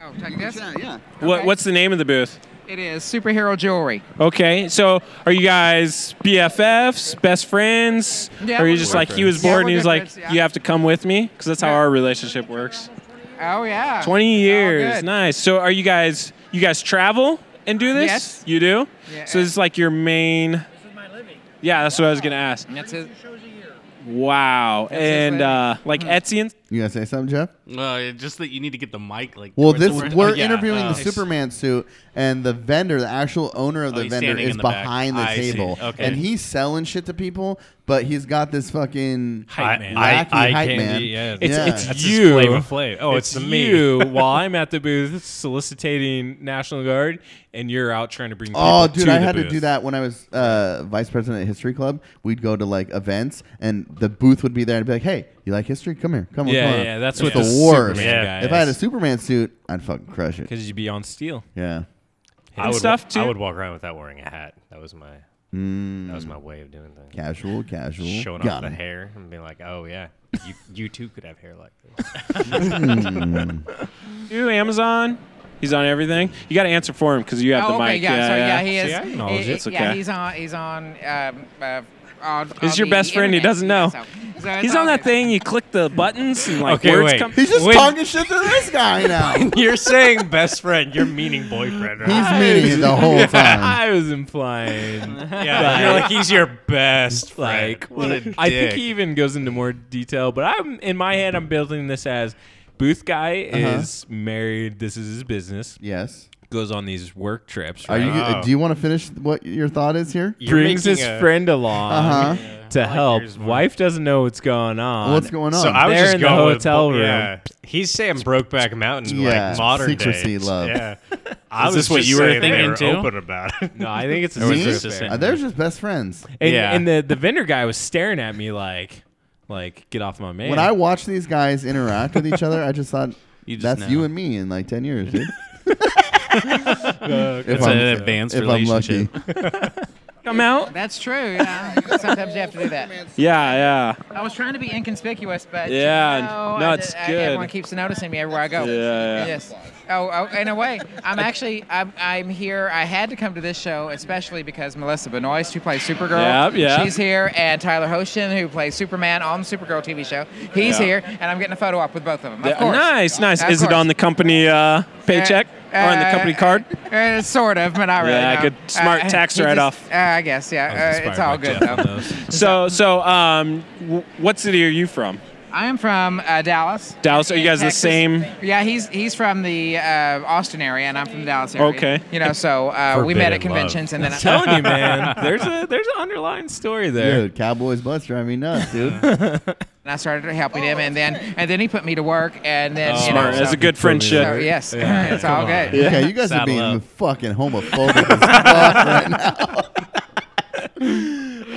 [SPEAKER 15] Oh, take this? Yeah.
[SPEAKER 3] What, What's the name of the booth?
[SPEAKER 15] It is superhero jewelry.
[SPEAKER 3] Okay, so are you guys BFFs, best friends?
[SPEAKER 15] Yeah,
[SPEAKER 3] or are you
[SPEAKER 15] we're
[SPEAKER 3] just
[SPEAKER 15] good
[SPEAKER 3] like he was
[SPEAKER 15] friends. Yeah,
[SPEAKER 3] bored and
[SPEAKER 15] we're
[SPEAKER 3] he was
[SPEAKER 15] good
[SPEAKER 3] like,
[SPEAKER 15] friends, yeah.
[SPEAKER 3] you have to come with me? Because that's how our relationship works.
[SPEAKER 15] Oh yeah.
[SPEAKER 3] 20 years,
[SPEAKER 15] good.
[SPEAKER 3] nice. So are you guys, you guys travel and do this?
[SPEAKER 15] Yes.
[SPEAKER 3] You do?
[SPEAKER 15] Yeah.
[SPEAKER 3] So it's like your main. This is my living. Yeah, that's what I was going to ask.
[SPEAKER 15] That's it.
[SPEAKER 3] Wow.
[SPEAKER 1] his
[SPEAKER 3] and
[SPEAKER 1] living.
[SPEAKER 3] uh, like
[SPEAKER 15] Mm-hmm.
[SPEAKER 3] Etsy and
[SPEAKER 5] You gonna say something, Jeff?
[SPEAKER 1] Uh, just that you need to get the mic. Like
[SPEAKER 5] Well,
[SPEAKER 1] towards the
[SPEAKER 5] this
[SPEAKER 1] front.
[SPEAKER 5] we're
[SPEAKER 1] Oh, yeah.
[SPEAKER 5] interviewing
[SPEAKER 1] Oh. <laughs>
[SPEAKER 5] the Superman suit, and the vendor, the actual owner of
[SPEAKER 1] Oh,
[SPEAKER 5] the
[SPEAKER 1] he's
[SPEAKER 5] vendor,
[SPEAKER 1] standing
[SPEAKER 5] is
[SPEAKER 1] in the back.
[SPEAKER 5] behind the
[SPEAKER 1] I see.
[SPEAKER 5] table,
[SPEAKER 1] Okay.
[SPEAKER 5] and he's selling shit to people, but he's got this fucking
[SPEAKER 9] Hype man.
[SPEAKER 5] wacky
[SPEAKER 9] I- I
[SPEAKER 5] hype
[SPEAKER 9] can't
[SPEAKER 5] man.
[SPEAKER 9] be- yeah. It's- it's That's his you. Flav of Flav. Oh, it's It's the me. you <laughs> while I'm at the booth soliciting National Guard, and you're out trying to bring.
[SPEAKER 5] Oh,
[SPEAKER 9] people
[SPEAKER 5] dude,
[SPEAKER 9] to
[SPEAKER 5] I
[SPEAKER 9] the
[SPEAKER 5] had to
[SPEAKER 9] booth.
[SPEAKER 5] do that when I was uh, vice president at History Club. We'd go to like events, and the booth would be there, and be like, "Hey, you like history? Come here, come on,
[SPEAKER 9] Yeah,
[SPEAKER 5] come on."
[SPEAKER 9] yeah, that's
[SPEAKER 5] It's
[SPEAKER 9] what
[SPEAKER 5] the worst.
[SPEAKER 9] the Superman Yeah. guy
[SPEAKER 5] If I had a
[SPEAKER 9] is.
[SPEAKER 5] Superman suit, I'd fucking crush it.
[SPEAKER 9] because you'd be on steel.
[SPEAKER 5] Yeah.
[SPEAKER 2] I would
[SPEAKER 3] stuff,
[SPEAKER 2] wa-
[SPEAKER 3] too.
[SPEAKER 2] I would walk around without wearing a hat. That was my
[SPEAKER 5] Mm.
[SPEAKER 2] that was my way of doing things.
[SPEAKER 5] Casual, casual.
[SPEAKER 2] Showing
[SPEAKER 5] Got
[SPEAKER 2] off the
[SPEAKER 5] him.
[SPEAKER 2] hair and being like, oh yeah, you, you too could have hair like
[SPEAKER 5] Mm.
[SPEAKER 2] this.
[SPEAKER 3] you, Amazon. He's on everything. You got to answer for him because you have
[SPEAKER 15] oh,
[SPEAKER 3] the
[SPEAKER 15] okay,
[SPEAKER 3] mic.
[SPEAKER 15] yeah, sorry, yeah, he
[SPEAKER 3] See,
[SPEAKER 15] is.
[SPEAKER 3] I <laughs> acknowledge
[SPEAKER 15] he-
[SPEAKER 3] it. It's
[SPEAKER 15] Yeah,
[SPEAKER 3] okay.
[SPEAKER 15] he's on. He's on um, uh,
[SPEAKER 9] I'll,
[SPEAKER 13] He's
[SPEAKER 9] I'll
[SPEAKER 13] your
[SPEAKER 9] be
[SPEAKER 13] best friend. He
[SPEAKER 9] internet,
[SPEAKER 13] doesn't know.
[SPEAKER 9] so- so it's
[SPEAKER 13] He's
[SPEAKER 9] all
[SPEAKER 13] on that
[SPEAKER 9] good.
[SPEAKER 13] thing. You click the buttons and like
[SPEAKER 2] Okay,
[SPEAKER 13] words
[SPEAKER 2] wait.
[SPEAKER 13] come.
[SPEAKER 2] He's just When- talking
[SPEAKER 5] shit to this guy
[SPEAKER 9] <laughs>
[SPEAKER 2] When
[SPEAKER 3] <laughs>
[SPEAKER 2] you're saying best friend, you're meaning boyfriend. Right?
[SPEAKER 5] He's meaning it the
[SPEAKER 9] <laughs>
[SPEAKER 5] whole time.
[SPEAKER 3] I was implying.
[SPEAKER 2] Yeah, you're like, he's your best friend.
[SPEAKER 3] Like,
[SPEAKER 2] What a
[SPEAKER 3] I think
[SPEAKER 2] dick.
[SPEAKER 3] he even goes into more detail, but I'm in my head. I'm building this as Booth guy
[SPEAKER 5] Uh-huh.
[SPEAKER 3] is married. This is his business.
[SPEAKER 5] Yes.
[SPEAKER 3] Goes on these work trips.
[SPEAKER 5] Are
[SPEAKER 3] Right?
[SPEAKER 5] you? uh, Do you want to finish what your thought is here?
[SPEAKER 3] brings his friend
[SPEAKER 5] <laughs>
[SPEAKER 3] along
[SPEAKER 5] Uh-huh.
[SPEAKER 3] to help. Wife doesn't know what's going on.
[SPEAKER 5] What's going on?
[SPEAKER 2] So I was
[SPEAKER 3] They're
[SPEAKER 2] just
[SPEAKER 3] in the
[SPEAKER 2] going with
[SPEAKER 3] hotel
[SPEAKER 2] bo-
[SPEAKER 3] room.
[SPEAKER 2] Yeah. He's saying Brokeback Mountain,
[SPEAKER 5] Yeah,
[SPEAKER 2] like modern
[SPEAKER 5] secrecy
[SPEAKER 2] days.
[SPEAKER 5] love.
[SPEAKER 2] Yeah.
[SPEAKER 3] Is this what
[SPEAKER 2] just
[SPEAKER 3] you were
[SPEAKER 2] saying they
[SPEAKER 3] thinking
[SPEAKER 2] were
[SPEAKER 3] too?
[SPEAKER 2] Open about it.
[SPEAKER 3] No, I think it's a
[SPEAKER 5] Or was
[SPEAKER 3] secret
[SPEAKER 5] this
[SPEAKER 3] affair.
[SPEAKER 5] Uh, they're just best friends.
[SPEAKER 3] And, and the, the vendor guy was staring at me like, like get off my man.
[SPEAKER 5] when I watch these guys interact with each other, I just thought
[SPEAKER 3] just
[SPEAKER 5] that's
[SPEAKER 3] know.
[SPEAKER 5] you and me in like ten years, dude.
[SPEAKER 3] Uh,
[SPEAKER 5] If
[SPEAKER 1] It's
[SPEAKER 5] I'm-
[SPEAKER 1] an advanced
[SPEAKER 5] if I'm
[SPEAKER 1] relationship.
[SPEAKER 13] Come out.
[SPEAKER 9] That's true. Yeah. Sometimes you have to do that.
[SPEAKER 13] Yeah,
[SPEAKER 9] I was trying to be inconspicuous, but
[SPEAKER 13] Yeah,
[SPEAKER 9] you know,
[SPEAKER 13] no,
[SPEAKER 9] I-
[SPEAKER 13] it's
[SPEAKER 9] I-
[SPEAKER 13] good.
[SPEAKER 9] Everyone keeps noticing me everywhere I go.
[SPEAKER 13] Yeah, yeah.
[SPEAKER 9] Yes. Oh, oh, in a way, I'm actually I'm, I'm here. I had to come to this show, especially because Melissa Benoist, who plays Supergirl,
[SPEAKER 13] Yep, yeah.
[SPEAKER 9] she's here, and Tyler Hoshin, who plays Superman on the Supergirl TV show, he's
[SPEAKER 13] Yeah.
[SPEAKER 9] here, and I'm getting a photo op with both of them.
[SPEAKER 13] yeah.
[SPEAKER 9] Of course.
[SPEAKER 13] Nice, nice.
[SPEAKER 9] Of
[SPEAKER 13] Is it
[SPEAKER 9] course.
[SPEAKER 13] on the company uh, paycheck or on the
[SPEAKER 9] uh,
[SPEAKER 13] company card?
[SPEAKER 9] Uh, sort of, but not really.
[SPEAKER 13] Yeah,
[SPEAKER 9] no.
[SPEAKER 13] good. Smart
[SPEAKER 9] Uh,
[SPEAKER 13] tax
[SPEAKER 9] he just-
[SPEAKER 13] write-off.
[SPEAKER 9] Uh, I guess, yeah. Uh, it's all good though.
[SPEAKER 13] So, so, um, w- what city are you from?
[SPEAKER 9] I am from uh, Dallas.
[SPEAKER 13] Dallas, are you
[SPEAKER 9] in
[SPEAKER 13] guys the
[SPEAKER 9] Texas.
[SPEAKER 13] same?
[SPEAKER 9] Yeah, he's he's from the uh, Austin area, and I'm from the Dallas area.
[SPEAKER 13] Okay.
[SPEAKER 9] You know, so uh, we met at conventions, and then
[SPEAKER 3] I'm telling
[SPEAKER 1] <laughs>
[SPEAKER 3] you, man, there's a there's an underlying story
[SPEAKER 5] <laughs>
[SPEAKER 3] there.
[SPEAKER 5] Dude, Cowboys butts drive me nuts, dude.
[SPEAKER 9] and I started helping him, and then and then he put me to work, and then
[SPEAKER 5] Uh,
[SPEAKER 9] you
[SPEAKER 13] Oh, Smart.
[SPEAKER 9] Know,
[SPEAKER 13] That's
[SPEAKER 9] so-
[SPEAKER 13] a good friend should.
[SPEAKER 9] So, yes,
[SPEAKER 13] Yeah.
[SPEAKER 9] <laughs> it's all
[SPEAKER 13] Come on.
[SPEAKER 9] good.
[SPEAKER 13] Yeah.
[SPEAKER 5] Okay, you guys are
[SPEAKER 13] Saddle
[SPEAKER 5] being
[SPEAKER 13] up.
[SPEAKER 5] fucking homophobic as fuck right now.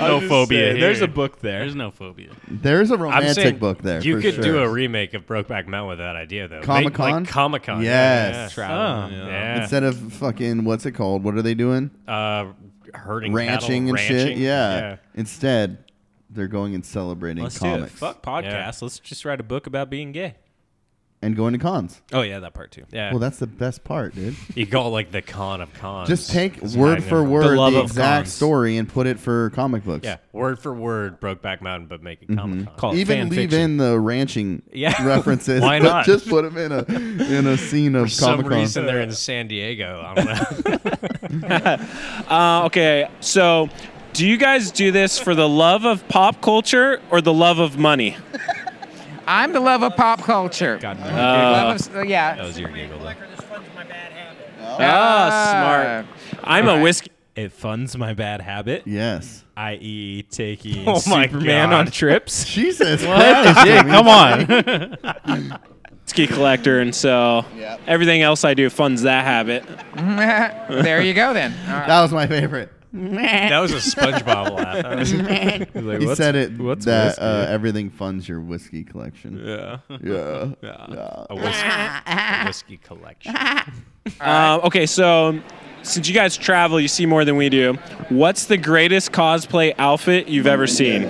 [SPEAKER 3] I'm just saying, There's
[SPEAKER 2] here.
[SPEAKER 3] a book there.
[SPEAKER 1] There's no phobia.
[SPEAKER 5] There's a
[SPEAKER 2] I'm
[SPEAKER 5] romantic
[SPEAKER 2] saying
[SPEAKER 5] book there.
[SPEAKER 2] You
[SPEAKER 5] for
[SPEAKER 2] could
[SPEAKER 5] sure.
[SPEAKER 2] do a remake of Brokeback Mountain with that idea, though. Make-
[SPEAKER 5] Comic-Con?
[SPEAKER 2] like Comic Con.
[SPEAKER 5] Yes.
[SPEAKER 2] Yeah.
[SPEAKER 3] Traveling,
[SPEAKER 2] Oh,
[SPEAKER 3] yeah.
[SPEAKER 2] yeah.
[SPEAKER 5] Instead of fucking what's it called? What are they doing?
[SPEAKER 2] uh, herding
[SPEAKER 5] ranching
[SPEAKER 2] cattle,
[SPEAKER 5] and shit.
[SPEAKER 2] ranching.
[SPEAKER 5] Yeah. Instead, they're going and celebrating
[SPEAKER 3] Let's do it.
[SPEAKER 5] comics
[SPEAKER 3] Fuck podcasts. Let's just write a book about being gay.
[SPEAKER 5] and going to cons.
[SPEAKER 3] Oh yeah, that part too.
[SPEAKER 2] Yeah.
[SPEAKER 5] Well, that's the best part, dude.
[SPEAKER 2] you go like the con of cons.
[SPEAKER 5] Just take
[SPEAKER 2] It's
[SPEAKER 5] word
[SPEAKER 2] magnet
[SPEAKER 5] for
[SPEAKER 2] for-
[SPEAKER 5] word
[SPEAKER 3] The
[SPEAKER 5] the,
[SPEAKER 3] love of
[SPEAKER 5] exact
[SPEAKER 3] cons.
[SPEAKER 5] story and put it for comic books.
[SPEAKER 2] Yeah, word for word, Brokeback Mountain, but make it
[SPEAKER 5] Mm-hmm.
[SPEAKER 2] Comic Con.
[SPEAKER 3] Call it
[SPEAKER 5] Even
[SPEAKER 3] fan
[SPEAKER 5] leave
[SPEAKER 3] fiction.
[SPEAKER 5] in the ranching
[SPEAKER 2] Yeah.
[SPEAKER 5] references.
[SPEAKER 2] Why
[SPEAKER 5] but
[SPEAKER 2] not?
[SPEAKER 5] <laughs> Just put them in a in a scene of
[SPEAKER 2] For some
[SPEAKER 5] Comic Con.
[SPEAKER 2] reason, they're in San
[SPEAKER 16] <laughs>
[SPEAKER 2] Diego. I don't know.
[SPEAKER 13] Uh, okay, so do you guys do this for the love of pop culture or the love of money?
[SPEAKER 9] I'm the love of pop culture.
[SPEAKER 3] God, no.
[SPEAKER 9] Love of,
[SPEAKER 13] Uh,
[SPEAKER 9] s- yeah.
[SPEAKER 3] that was your giggle. Though.
[SPEAKER 13] Ah, smart. I'm a
[SPEAKER 9] Alright.
[SPEAKER 13] whiskey.
[SPEAKER 3] It funds my bad habit,
[SPEAKER 5] Yes.
[SPEAKER 3] i.e., taking
[SPEAKER 2] Oh my
[SPEAKER 3] Superman
[SPEAKER 2] God.
[SPEAKER 3] on trips.
[SPEAKER 5] Jesus Christ.
[SPEAKER 1] Dick,
[SPEAKER 5] Jimmy.
[SPEAKER 1] come on.
[SPEAKER 13] whiskey collector, and so everything else I do funds that habit.
[SPEAKER 9] there you go then. All
[SPEAKER 5] <laughs>
[SPEAKER 9] right.
[SPEAKER 5] That was my favorite.
[SPEAKER 2] that was a SpongeBob laugh. That was-
[SPEAKER 3] He's like,
[SPEAKER 5] He
[SPEAKER 3] "What's-
[SPEAKER 5] said it
[SPEAKER 3] What's
[SPEAKER 5] that
[SPEAKER 3] whiskey?"
[SPEAKER 5] uh, everything funds your whiskey collection.
[SPEAKER 13] Yeah.
[SPEAKER 5] Yeah.
[SPEAKER 2] a, whiskey, a whiskey collection.
[SPEAKER 13] Um, okay, so since you guys travel, you see more than we do. What's the greatest cosplay outfit you've ever seen?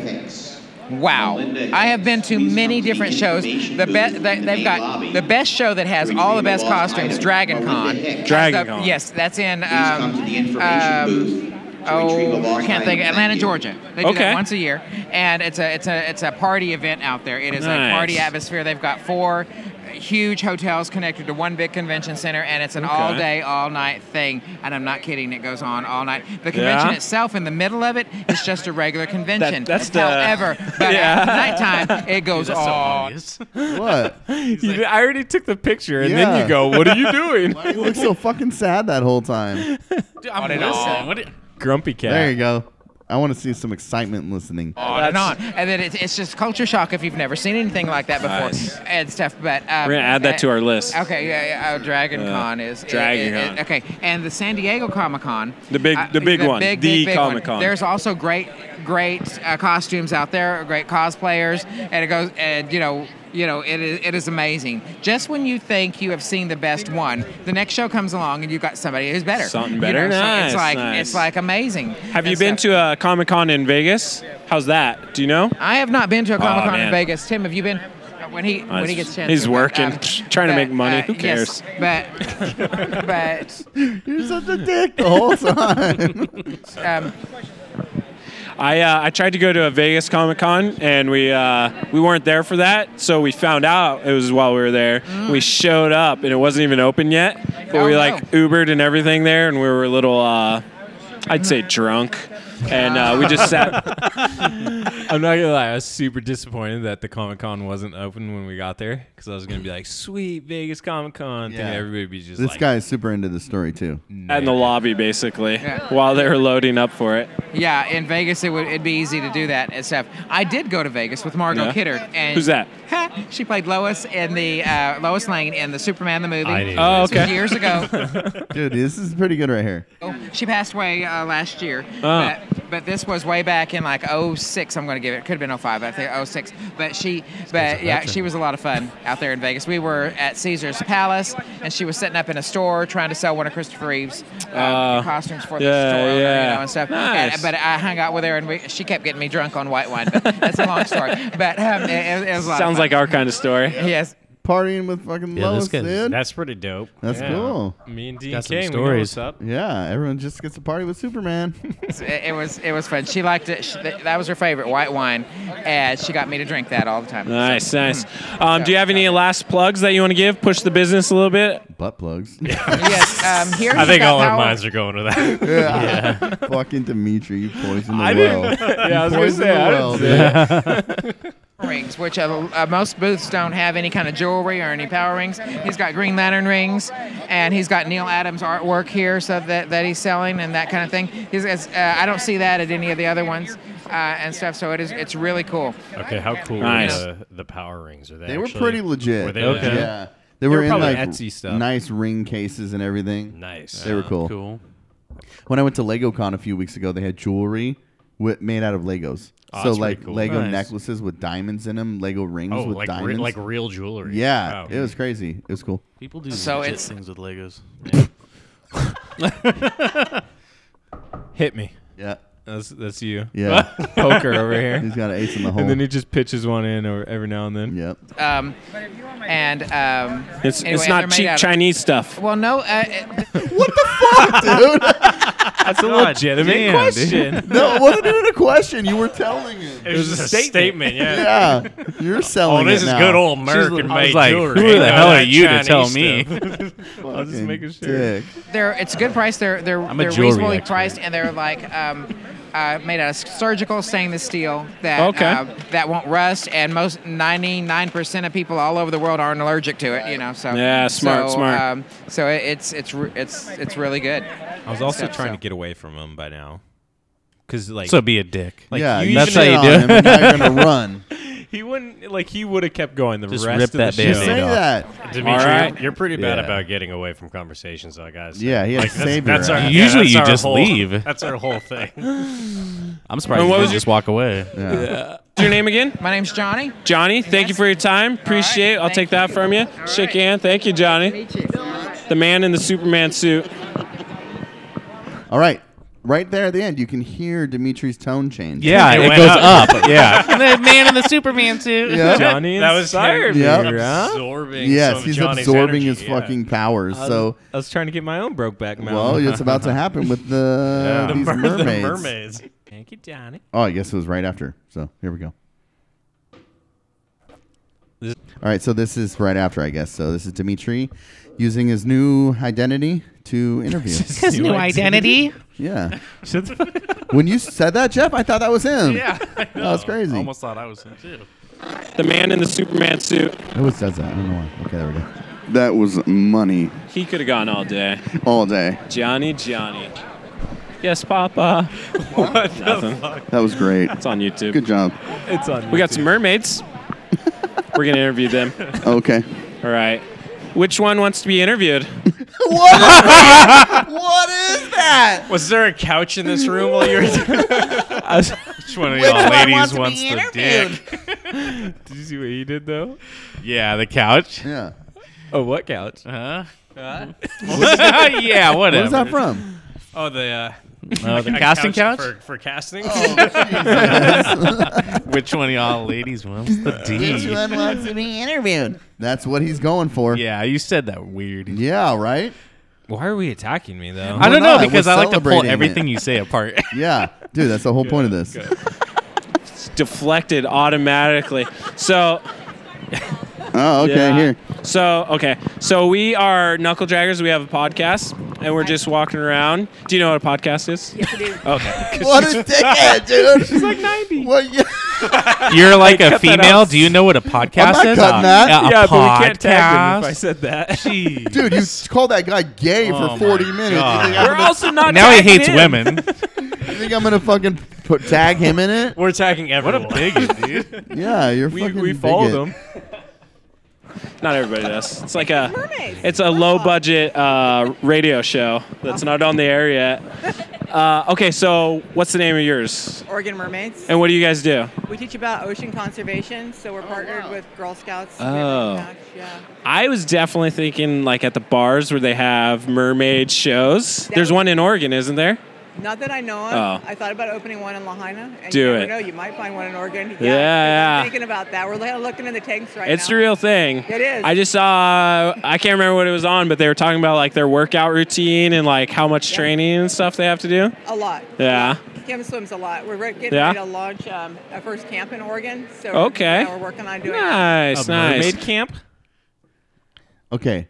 [SPEAKER 9] Wow. I have been to many different shows. The best they, they've got the best show that has all the best costumes. Dragon Con. Has
[SPEAKER 13] Dragon
[SPEAKER 9] the-
[SPEAKER 13] Con.
[SPEAKER 9] Yes, that's in. Um, um, Oh, I can't think. Atlanta, Georgia. They do
[SPEAKER 13] Okay.
[SPEAKER 9] that once a year, and it's a it's a it's a party event out there. It is
[SPEAKER 13] Nice.
[SPEAKER 9] a party atmosphere. They've got four huge hotels connected to one big convention center, and it's an
[SPEAKER 13] Okay.
[SPEAKER 9] all day, all night thing. And I'm not kidding; it goes on all night. The convention
[SPEAKER 13] Yeah.
[SPEAKER 9] itself, in the middle of it, is just a regular convention.
[SPEAKER 13] that's the-
[SPEAKER 9] However, but
[SPEAKER 13] Yeah.
[SPEAKER 9] at nighttime, it goes
[SPEAKER 1] That's so
[SPEAKER 9] all.
[SPEAKER 1] <laughs> obvious.
[SPEAKER 5] What?
[SPEAKER 3] You- I already took the picture, and then
[SPEAKER 5] Yeah.
[SPEAKER 3] you go, "What
[SPEAKER 5] <laughs>
[SPEAKER 3] are you doing?"
[SPEAKER 5] Why you look so fucking sad that whole time?
[SPEAKER 1] Dude, I'm listening. What i-
[SPEAKER 3] Grumpy cat.
[SPEAKER 5] There you go. I want to see some excitement listening.
[SPEAKER 9] on and on, and then it's, it's just culture shock if you've never seen anything like that before
[SPEAKER 13] Nice.
[SPEAKER 9] and stuff. But um,
[SPEAKER 13] We're gonna add that to our list.
[SPEAKER 9] Okay, yeah, yeah, oh, Dragon
[SPEAKER 13] Yeah.
[SPEAKER 9] Con is
[SPEAKER 13] Dragon
[SPEAKER 9] it- it-
[SPEAKER 13] Con.
[SPEAKER 9] okay, and the San Diego Comic Con, Uh,
[SPEAKER 13] The big- the big one,
[SPEAKER 9] big,
[SPEAKER 13] the
[SPEAKER 9] big, big one.
[SPEAKER 13] Comic-Con.
[SPEAKER 9] There's also great, great uh, costumes out there, great cosplayers, and it goes, and you know, you know, it is, it is amazing. Just when you think you have seen the best one, the next show comes along and you've got somebody who's better.
[SPEAKER 13] Something
[SPEAKER 9] You
[SPEAKER 13] better.
[SPEAKER 9] know, so
[SPEAKER 13] Nice,
[SPEAKER 9] it's like
[SPEAKER 13] nice.
[SPEAKER 9] it's like amazing.
[SPEAKER 13] Have you been to a Comic Con in Vegas? How's that? Do you know?
[SPEAKER 9] I have not been to a Comic Con
[SPEAKER 13] man.
[SPEAKER 9] in Vegas. Tim, have you been? When he when he gets a chance,
[SPEAKER 13] He's
[SPEAKER 9] to, but,
[SPEAKER 13] working,
[SPEAKER 9] um,
[SPEAKER 13] <laughs> trying to
[SPEAKER 9] but,
[SPEAKER 13] make money.
[SPEAKER 9] uh,
[SPEAKER 13] Who cares?
[SPEAKER 9] yes, but but <laughs>
[SPEAKER 5] <laughs> You're such a dick the whole time.
[SPEAKER 9] um,
[SPEAKER 3] I uh, I tried to go to a Vegas Comic Con and we uh, we weren't there for that, so we found out it was while we were there. We showed up and it wasn't even open yet, but we
[SPEAKER 9] Mm. Oh,
[SPEAKER 3] like Ubered and everything there, and we were a little uh, I'd say drunk, and uh, we just sat
[SPEAKER 9] <laughs>
[SPEAKER 3] <laughs>
[SPEAKER 16] I'm not gonna lie, I was super disappointed that the Comic Con wasn't open when we got there because I was gonna be like, sweet Vegas Comic Con,
[SPEAKER 3] Yeah.
[SPEAKER 16] thinking everybody would be just
[SPEAKER 5] This
[SPEAKER 16] like,
[SPEAKER 5] guy is super into the story too.
[SPEAKER 3] in the lobby basically while they were loading up for it.
[SPEAKER 9] Yeah, in Vegas it would it'd be easy to do that and stuff. I did go to Vegas with Margot
[SPEAKER 3] Yeah.
[SPEAKER 9] Kidder, and
[SPEAKER 3] Who's that?
[SPEAKER 9] <laughs> she played Lois in the uh, Lois Lane in the Superman the movie.
[SPEAKER 5] I knew Oh, this. okay.
[SPEAKER 9] Years ago,
[SPEAKER 13] <laughs>
[SPEAKER 5] Dude, this is pretty good right here.
[SPEAKER 9] Oh, she passed away uh, last year.
[SPEAKER 5] Oh.
[SPEAKER 3] Ah.
[SPEAKER 9] But, but this was way back in like 06, I'm going to give it. Could have been 05, I think 06. But she, but yeah,
[SPEAKER 17] veteran.
[SPEAKER 9] she was a lot of fun out there in Vegas. We were at Caesar's Palace, and she was sitting up in a store trying to sell one of Christopher Reeves uh,
[SPEAKER 3] Uh,
[SPEAKER 9] costumes for
[SPEAKER 3] yeah,
[SPEAKER 9] the store owner,
[SPEAKER 3] yeah.
[SPEAKER 9] you know, and stuff.
[SPEAKER 3] Nice.
[SPEAKER 9] And- but I hung out with her, and we, she kept getting me drunk on white wine. But that's a long
[SPEAKER 3] <laughs>
[SPEAKER 9] story. But um, it, it- it was a lot of
[SPEAKER 3] Sounds
[SPEAKER 9] fun.
[SPEAKER 3] like our kind of story.
[SPEAKER 9] Yes.
[SPEAKER 5] Partying with fucking
[SPEAKER 3] Yeah,
[SPEAKER 5] Lois,
[SPEAKER 3] this guy's-
[SPEAKER 5] dude.
[SPEAKER 2] That's pretty dope.
[SPEAKER 5] That's
[SPEAKER 9] Yeah.
[SPEAKER 5] cool.
[SPEAKER 16] Me and
[SPEAKER 9] Got some DK, we know stories. what's up.
[SPEAKER 5] Yeah, everyone just gets to party with Superman. <laughs>
[SPEAKER 9] It, it was it was fun. She liked it. She, that was her favorite white wine, and she got me to drink that all the time.
[SPEAKER 3] Nice, nice.
[SPEAKER 9] hmm.
[SPEAKER 3] Um, do you have any last plugs that you want to give? Push the business a little bit.
[SPEAKER 5] Butt plugs.
[SPEAKER 9] yes. Um, here
[SPEAKER 2] I
[SPEAKER 9] you've
[SPEAKER 2] think
[SPEAKER 9] got
[SPEAKER 2] all our
[SPEAKER 9] power-
[SPEAKER 2] minds are going to that.
[SPEAKER 5] <laughs> yeah. Fucking Dimitri, you poisoned
[SPEAKER 2] <laughs>
[SPEAKER 5] the
[SPEAKER 2] I
[SPEAKER 5] well.
[SPEAKER 2] didn't-
[SPEAKER 5] You
[SPEAKER 2] yeah, I was gonna
[SPEAKER 5] poisoned
[SPEAKER 2] say,
[SPEAKER 5] the
[SPEAKER 2] I
[SPEAKER 5] well,
[SPEAKER 2] didn't say
[SPEAKER 5] dude.
[SPEAKER 9] rings, which uh, uh, most booths don't have any kind of jewelry or any power rings. He's got Green Lantern rings, and he's got Neil Adams artwork here, so that, that he's selling and that kind of thing. He's, it's, uh, I don't see that at any of the other ones uh, and stuff. So it is it's really cool.
[SPEAKER 2] Okay, how cool
[SPEAKER 5] Nice.
[SPEAKER 2] were the, the power rings? Are they
[SPEAKER 5] They were
[SPEAKER 2] actually-
[SPEAKER 5] pretty legit.
[SPEAKER 2] Were they
[SPEAKER 5] okay.
[SPEAKER 2] legit?
[SPEAKER 5] Yeah. They were, in
[SPEAKER 2] probably
[SPEAKER 5] like
[SPEAKER 2] Etsy stuff.
[SPEAKER 5] nice ring cases and everything.
[SPEAKER 2] Nice.
[SPEAKER 5] They were
[SPEAKER 2] Yeah,
[SPEAKER 5] cool.
[SPEAKER 2] cool.
[SPEAKER 5] When I went to LegoCon a few weeks ago, they had jewelry wi- made out of Legos.
[SPEAKER 2] Oh, that's
[SPEAKER 5] so
[SPEAKER 2] pretty
[SPEAKER 5] like
[SPEAKER 2] cool.
[SPEAKER 5] Lego
[SPEAKER 2] Nice.
[SPEAKER 5] necklaces with diamonds in them, Lego rings
[SPEAKER 2] Oh,
[SPEAKER 5] with
[SPEAKER 2] like re-
[SPEAKER 5] diamonds,
[SPEAKER 2] like real jewelry.
[SPEAKER 5] Yeah,
[SPEAKER 2] Wow.
[SPEAKER 5] it was crazy. It was cool.
[SPEAKER 1] People do
[SPEAKER 9] So
[SPEAKER 1] legit
[SPEAKER 9] it's-
[SPEAKER 1] things with Legos.
[SPEAKER 16] hit me.
[SPEAKER 5] Yeah.
[SPEAKER 16] That's that's you.
[SPEAKER 5] Yeah.
[SPEAKER 16] <laughs> Poker over here.
[SPEAKER 5] He's got an ace in the hole.
[SPEAKER 16] And then he just pitches one in or every now and then. <laughs>
[SPEAKER 5] Yep. <laughs>
[SPEAKER 9] Um, and um,
[SPEAKER 3] It's- it's
[SPEAKER 9] anyway,
[SPEAKER 3] not
[SPEAKER 9] they're made
[SPEAKER 3] cheap
[SPEAKER 9] out of-
[SPEAKER 3] Chinese stuff.
[SPEAKER 9] Well, no. Uh,
[SPEAKER 5] dude.
[SPEAKER 16] That's a legitimate
[SPEAKER 5] Damn,
[SPEAKER 16] question.
[SPEAKER 5] dude. no, it wasn't even a question. You were telling him.
[SPEAKER 2] It was just a statement, yeah.
[SPEAKER 5] yeah. You're selling
[SPEAKER 2] Oh, this
[SPEAKER 5] is
[SPEAKER 2] is good old American-made jewelry.
[SPEAKER 1] Who
[SPEAKER 2] Ain't
[SPEAKER 1] the
[SPEAKER 2] no
[SPEAKER 1] hell are
[SPEAKER 2] that
[SPEAKER 1] you to tell me?
[SPEAKER 2] Chinese stuff.
[SPEAKER 1] I was just making sure.
[SPEAKER 9] they're it's a good price. They're they're
[SPEAKER 1] I'm a
[SPEAKER 9] they're
[SPEAKER 1] jewelry
[SPEAKER 9] reasonably
[SPEAKER 1] expert.
[SPEAKER 9] priced, and they're like um, uh, made out of surgical stainless steel that
[SPEAKER 3] Okay.
[SPEAKER 9] uh, that won't rust. And most ninety nine percent of people all over the world aren't allergic to it. You know, so
[SPEAKER 3] Yeah, smart,
[SPEAKER 9] so,
[SPEAKER 3] smart.
[SPEAKER 9] Um, so it, it's it's re- it's it's really good.
[SPEAKER 16] I was also
[SPEAKER 9] Stuff,
[SPEAKER 16] trying
[SPEAKER 9] so.
[SPEAKER 16] to get away from him by now. Cause like
[SPEAKER 1] So be a dick.
[SPEAKER 16] Like
[SPEAKER 1] Yeah,
[SPEAKER 16] you
[SPEAKER 1] you
[SPEAKER 16] even-
[SPEAKER 1] shit That's how you on do it. him and you're gonna run.
[SPEAKER 16] He wouldn't like he would have kept going the
[SPEAKER 1] Just
[SPEAKER 16] rest
[SPEAKER 1] rip
[SPEAKER 16] of the
[SPEAKER 1] that
[SPEAKER 16] show.
[SPEAKER 1] Band-Aid Just say off. that.
[SPEAKER 2] Dimitri,
[SPEAKER 1] All right.
[SPEAKER 2] you're pretty bad
[SPEAKER 1] Yeah.
[SPEAKER 2] about getting away from conversations, I guess.
[SPEAKER 1] Yeah, he had
[SPEAKER 2] like,
[SPEAKER 1] to
[SPEAKER 2] that's,
[SPEAKER 1] save your
[SPEAKER 2] that's our,
[SPEAKER 1] ass.
[SPEAKER 2] yeah,
[SPEAKER 1] Usually
[SPEAKER 2] that's
[SPEAKER 1] you
[SPEAKER 2] our
[SPEAKER 1] just
[SPEAKER 2] whole-
[SPEAKER 1] leave.
[SPEAKER 2] That's our whole thing.
[SPEAKER 1] I'm surprised
[SPEAKER 3] And
[SPEAKER 1] you
[SPEAKER 3] what was
[SPEAKER 1] didn't
[SPEAKER 3] your-
[SPEAKER 1] just walk <laughs> away.
[SPEAKER 3] What's your name again?
[SPEAKER 9] My name's Johnny.
[SPEAKER 3] Johnny, thank you for your time. Appreciate it. I'll take that from you. Shake your hand. Thank you, Johnny. The man in the Superman suit.
[SPEAKER 5] All right. Right there at the end, you can hear Dimitri's tone change.
[SPEAKER 1] Yeah,
[SPEAKER 3] <laughs>
[SPEAKER 1] it, goes up. yeah.
[SPEAKER 18] the man in the Superman suit. <laughs>
[SPEAKER 5] Yeah.
[SPEAKER 16] Johnny
[SPEAKER 2] That was
[SPEAKER 16] inspired
[SPEAKER 2] him
[SPEAKER 16] me, right?
[SPEAKER 2] absorbing
[SPEAKER 5] Yes,
[SPEAKER 2] some
[SPEAKER 5] he's
[SPEAKER 2] Johnny's
[SPEAKER 5] absorbing
[SPEAKER 2] energy,
[SPEAKER 5] his
[SPEAKER 2] yeah.
[SPEAKER 5] fucking powers.
[SPEAKER 16] I was,
[SPEAKER 5] so,
[SPEAKER 16] I was trying to get my own broke back mountain.
[SPEAKER 5] well, it's about to happen with the
[SPEAKER 16] Yeah.
[SPEAKER 2] <laughs>
[SPEAKER 5] these
[SPEAKER 16] The mer- the
[SPEAKER 5] mermaids.
[SPEAKER 16] mermaids. Thank you, Johnny.
[SPEAKER 5] Oh, I guess it was right after. So here we go. All right, so this is right after, I guess. So this is Dimitri using his new identity to
[SPEAKER 1] <laughs>
[SPEAKER 5] interview.
[SPEAKER 9] His new identity.
[SPEAKER 5] Yeah. when you said that, Jeff, I thought that was him. <laughs> that was crazy.
[SPEAKER 1] Almost thought I was him too.
[SPEAKER 3] The man in the Superman suit.
[SPEAKER 5] It always does that. I don't know why. Okay, there we go.
[SPEAKER 19] That was money
[SPEAKER 3] He could have gone all day.
[SPEAKER 19] all day.
[SPEAKER 3] Johnny, Johnny. Yes, Papa. what Nothing.
[SPEAKER 19] That was great.
[SPEAKER 3] It's on YouTube.
[SPEAKER 19] Good job.
[SPEAKER 16] It's on.
[SPEAKER 3] We got
[SPEAKER 18] <laughs>
[SPEAKER 3] some mermaids. We're gonna interview them.
[SPEAKER 19] Okay.
[SPEAKER 3] All right. Which one wants to be interviewed?
[SPEAKER 18] what, is, what is that?
[SPEAKER 2] Was there a couch in this room while you were Which
[SPEAKER 1] one of
[SPEAKER 18] Which
[SPEAKER 1] y'all
[SPEAKER 18] one wants
[SPEAKER 1] ladies
[SPEAKER 18] to be
[SPEAKER 1] wants the
[SPEAKER 18] interviewed?
[SPEAKER 1] dick? <laughs>
[SPEAKER 16] Did you see what he did though?
[SPEAKER 1] Yeah, the couch.
[SPEAKER 5] Yeah.
[SPEAKER 16] Oh, what couch?
[SPEAKER 1] Huh? <laughs> yeah, whatever.
[SPEAKER 5] that from?
[SPEAKER 2] Oh, the uh,
[SPEAKER 1] Oh, the casting couch?
[SPEAKER 2] for, for casting.
[SPEAKER 1] <laughs>
[SPEAKER 2] <laughs>
[SPEAKER 1] Which one of y'all ladies wants the
[SPEAKER 18] Which
[SPEAKER 1] D?
[SPEAKER 18] one wants to be interviewed?
[SPEAKER 5] That's what he's going for.
[SPEAKER 1] Yeah, you said that weird.
[SPEAKER 5] Yeah, right?
[SPEAKER 16] Why are we attacking me though?
[SPEAKER 1] I don't know
[SPEAKER 5] not.
[SPEAKER 1] because
[SPEAKER 5] We're
[SPEAKER 1] I like to pull
[SPEAKER 5] celebrating it. <laughs>
[SPEAKER 1] everything you say apart. <laughs>
[SPEAKER 5] Yeah. Dude, that's the whole point of this.
[SPEAKER 13] It's deflected automatically. So.
[SPEAKER 5] Oh,
[SPEAKER 1] <laughs>
[SPEAKER 5] okay, here.
[SPEAKER 13] So okay, so we are knuckle draggers. We have a podcast, and we're just walking around. Do you know what a podcast is? Yes, I do. Okay.
[SPEAKER 7] What a
[SPEAKER 1] <laughs>
[SPEAKER 7] dickhead, dude. She's like
[SPEAKER 13] 90.
[SPEAKER 7] What? Yeah.
[SPEAKER 1] You're like
[SPEAKER 13] I
[SPEAKER 1] a
[SPEAKER 13] cut that
[SPEAKER 1] female.
[SPEAKER 13] out.
[SPEAKER 1] Do you know what a podcast
[SPEAKER 5] I'm not
[SPEAKER 1] is?
[SPEAKER 5] cutting
[SPEAKER 1] A-
[SPEAKER 5] that.
[SPEAKER 1] A,
[SPEAKER 5] Yeah,
[SPEAKER 13] but we can't tag them if I
[SPEAKER 1] podcast?
[SPEAKER 13] said that.
[SPEAKER 1] <laughs>
[SPEAKER 5] Dude, you called that guy gay
[SPEAKER 1] Oh my
[SPEAKER 5] for 40 minutes.
[SPEAKER 1] God.
[SPEAKER 5] You think I'm
[SPEAKER 1] We're
[SPEAKER 5] gonna-
[SPEAKER 1] also not Now he tagging hates him. women.
[SPEAKER 5] you think I'm going to fucking put, tag him in it?
[SPEAKER 2] We're tagging everyone. What a
[SPEAKER 1] bigot,
[SPEAKER 5] <laughs>
[SPEAKER 1] dude.
[SPEAKER 5] Yeah, you're
[SPEAKER 13] We-
[SPEAKER 5] fucking
[SPEAKER 13] we follow
[SPEAKER 5] bigot.
[SPEAKER 13] them. Not everybody does. It's like a it's a low budget uh, radio show that's not on the air yet. Uh, okay, so what's the name of yours?
[SPEAKER 20] Oregon Mermaids.
[SPEAKER 13] And what do you guys do?
[SPEAKER 20] We teach about ocean conservation, so we're partnered
[SPEAKER 9] Oh.
[SPEAKER 20] with Girl Scouts. We have
[SPEAKER 13] Oh.
[SPEAKER 20] impact, yeah.
[SPEAKER 13] I was definitely thinking like at the bars where they have mermaid shows. There's one in Oregon, isn't there?
[SPEAKER 20] Not that I know of.
[SPEAKER 13] Oh.
[SPEAKER 20] I thought about opening one in Lahaina. And
[SPEAKER 13] Do
[SPEAKER 20] you never
[SPEAKER 13] it.
[SPEAKER 20] know, you might find one in Oregon.
[SPEAKER 13] Yeah,
[SPEAKER 20] I'm
[SPEAKER 13] yeah.
[SPEAKER 20] Thinking about that. We're kinda looking in the tanks right
[SPEAKER 13] It's
[SPEAKER 20] now.
[SPEAKER 13] the real thing.
[SPEAKER 20] It is.
[SPEAKER 13] I just saw. I can't remember what it was on, but they were talking about like their workout routine and like how much training and stuff they have to do.
[SPEAKER 20] A lot.
[SPEAKER 13] Yeah.
[SPEAKER 20] Kim swims a lot. We're re- getting
[SPEAKER 13] Yeah.
[SPEAKER 20] ready to launch um, our first camp in Oregon. So
[SPEAKER 13] Okay.
[SPEAKER 20] We're, yeah, we're working on doing
[SPEAKER 13] Nice,
[SPEAKER 20] that.
[SPEAKER 13] nice.
[SPEAKER 20] mermaid
[SPEAKER 13] camp.
[SPEAKER 5] Okay.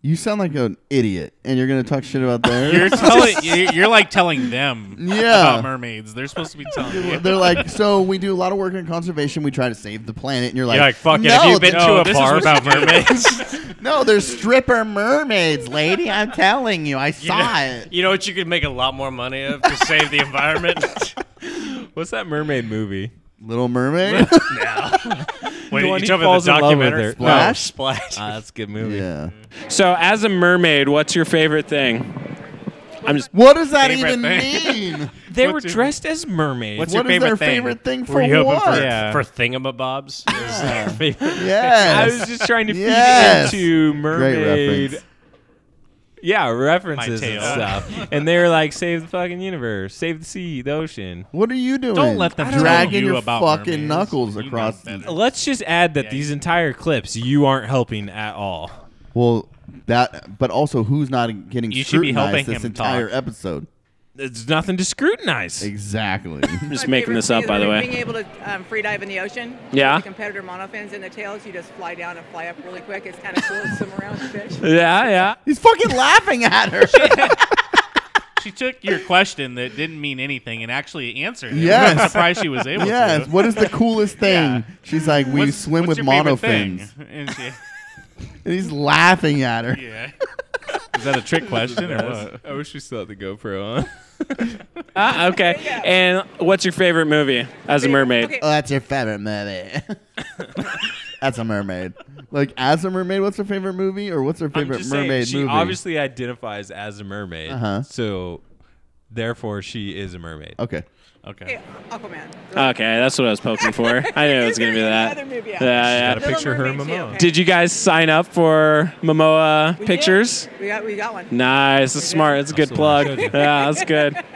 [SPEAKER 5] You sound like an idiot, and you're going to talk shit about
[SPEAKER 1] <laughs>
[SPEAKER 5] theirs? <laughs>
[SPEAKER 1] You're telling. You're you're like telling them.
[SPEAKER 5] Yeah.
[SPEAKER 1] About mermaids. They're supposed
[SPEAKER 5] <laughs>
[SPEAKER 1] to be telling you.
[SPEAKER 5] They're like, so we do a lot of work in conservation. We try to save the planet, and you're like,
[SPEAKER 1] You're like, fuck it,
[SPEAKER 5] no,
[SPEAKER 1] have you been Oh. to a
[SPEAKER 5] th- no, this is
[SPEAKER 1] bar
[SPEAKER 5] what
[SPEAKER 1] about
[SPEAKER 5] you do."
[SPEAKER 2] <laughs>
[SPEAKER 1] mermaids?
[SPEAKER 5] no, there's stripper mermaids, lady. I'm telling
[SPEAKER 1] <laughs>
[SPEAKER 5] you, I
[SPEAKER 2] You
[SPEAKER 5] saw
[SPEAKER 2] know,
[SPEAKER 5] it.
[SPEAKER 2] you know what you could make a lot more money of to save the environment?
[SPEAKER 3] What's that mermaid movie?
[SPEAKER 1] <laughs>
[SPEAKER 5] Little Mermaid.
[SPEAKER 2] Wait,
[SPEAKER 3] The
[SPEAKER 2] you
[SPEAKER 3] one he
[SPEAKER 2] jump in the
[SPEAKER 3] falls in love with
[SPEAKER 2] documentary?
[SPEAKER 3] her.
[SPEAKER 2] Splash?
[SPEAKER 3] No.
[SPEAKER 2] Splash.
[SPEAKER 5] Uh,
[SPEAKER 3] Ah, that's a good movie.
[SPEAKER 5] Yeah.
[SPEAKER 13] So as a mermaid, what's your favorite thing? I'm just.
[SPEAKER 5] What does that even mean?
[SPEAKER 3] They were dressed as mermaids.
[SPEAKER 5] What is their favorite thing for
[SPEAKER 2] Were you
[SPEAKER 5] what?
[SPEAKER 2] hoping for,
[SPEAKER 5] <laughs>
[SPEAKER 3] Yeah.
[SPEAKER 2] for thingamabobs? Is that your favorite?
[SPEAKER 5] Yes.
[SPEAKER 3] I was just trying to feed
[SPEAKER 5] Yes.
[SPEAKER 3] into
[SPEAKER 5] Great
[SPEAKER 3] mermaid.
[SPEAKER 5] reference.
[SPEAKER 3] Yeah, references
[SPEAKER 2] My
[SPEAKER 3] and
[SPEAKER 2] tail. <laughs>
[SPEAKER 3] stuff. and they were like, save the fucking universe, save the sea, the ocean.
[SPEAKER 5] What are you doing?
[SPEAKER 3] let them tell
[SPEAKER 5] dragging
[SPEAKER 3] you
[SPEAKER 5] your
[SPEAKER 3] about
[SPEAKER 5] fucking
[SPEAKER 3] mermaids.
[SPEAKER 5] knuckles across. The,
[SPEAKER 3] Let's just add that these entire clips you aren't helping at all.
[SPEAKER 5] well, that. But also, who's not getting
[SPEAKER 3] You should be
[SPEAKER 5] scrutinized
[SPEAKER 3] helping
[SPEAKER 5] this
[SPEAKER 3] him
[SPEAKER 5] entire
[SPEAKER 3] talk.
[SPEAKER 5] episode?
[SPEAKER 3] There's nothing to scrutinize.
[SPEAKER 5] Exactly.
[SPEAKER 13] just
[SPEAKER 20] My
[SPEAKER 13] making
[SPEAKER 20] favorite
[SPEAKER 13] this
[SPEAKER 20] thing
[SPEAKER 13] up,
[SPEAKER 20] is
[SPEAKER 13] by the
[SPEAKER 20] Being
[SPEAKER 13] way.
[SPEAKER 20] able to um, free dive in the ocean.
[SPEAKER 13] Yeah.
[SPEAKER 20] With the competitor monofins in the tails, you just fly down and fly up really quick. It's kind of cool to swim around with fish.
[SPEAKER 13] <laughs> Yeah,
[SPEAKER 20] <laughs>
[SPEAKER 13] yeah.
[SPEAKER 5] <laughs> He's fucking laughing at her.
[SPEAKER 1] She took your question that didn't mean anything and actually answered it. <laughs>
[SPEAKER 5] Yes.
[SPEAKER 1] I'm surprised she was
[SPEAKER 5] <laughs>
[SPEAKER 1] able
[SPEAKER 5] yes.
[SPEAKER 1] to.
[SPEAKER 5] What is the coolest thing? She's like, we
[SPEAKER 1] What's-
[SPEAKER 5] swim
[SPEAKER 1] what's
[SPEAKER 5] with
[SPEAKER 1] your favorite thing?
[SPEAKER 5] monofins.
[SPEAKER 1] <laughs> And she-
[SPEAKER 5] And he's laughing at her.
[SPEAKER 1] Yeah. Is that a trick question or
[SPEAKER 3] Yes.
[SPEAKER 2] <laughs>
[SPEAKER 1] what?
[SPEAKER 3] I wish we still had the GoPro on.
[SPEAKER 13] Ah, okay.
[SPEAKER 20] <laughs>
[SPEAKER 13] And what's your favorite movie as a mermaid?
[SPEAKER 5] Oh, that's your favorite
[SPEAKER 3] <laughs>
[SPEAKER 5] movie. that's a mermaid. Like, as a mermaid, what's her favorite movie? Or what's her
[SPEAKER 3] I'm
[SPEAKER 5] favorite
[SPEAKER 3] just saying,
[SPEAKER 5] mermaid
[SPEAKER 3] she
[SPEAKER 5] movie?
[SPEAKER 3] obviously identifies as a mermaid,
[SPEAKER 5] Uh-huh.
[SPEAKER 3] so therefore she is a mermaid.
[SPEAKER 5] Okay.
[SPEAKER 3] Okay.
[SPEAKER 20] Aquaman.
[SPEAKER 13] Okay, that's what I was poking
[SPEAKER 20] <laughs>
[SPEAKER 13] for. I knew it was gonna be that.
[SPEAKER 20] Other movie
[SPEAKER 13] Yeah,
[SPEAKER 20] out.
[SPEAKER 13] yeah.
[SPEAKER 20] Little Mermaid too, okay?
[SPEAKER 13] Did you guys sign up for Momoa
[SPEAKER 20] We did.
[SPEAKER 13] pictures?
[SPEAKER 20] We got we got one.
[SPEAKER 13] Nice, that's smart. That's a good plug.
[SPEAKER 20] should
[SPEAKER 13] Yeah,
[SPEAKER 20] do.
[SPEAKER 13] that's good.
[SPEAKER 20] <laughs>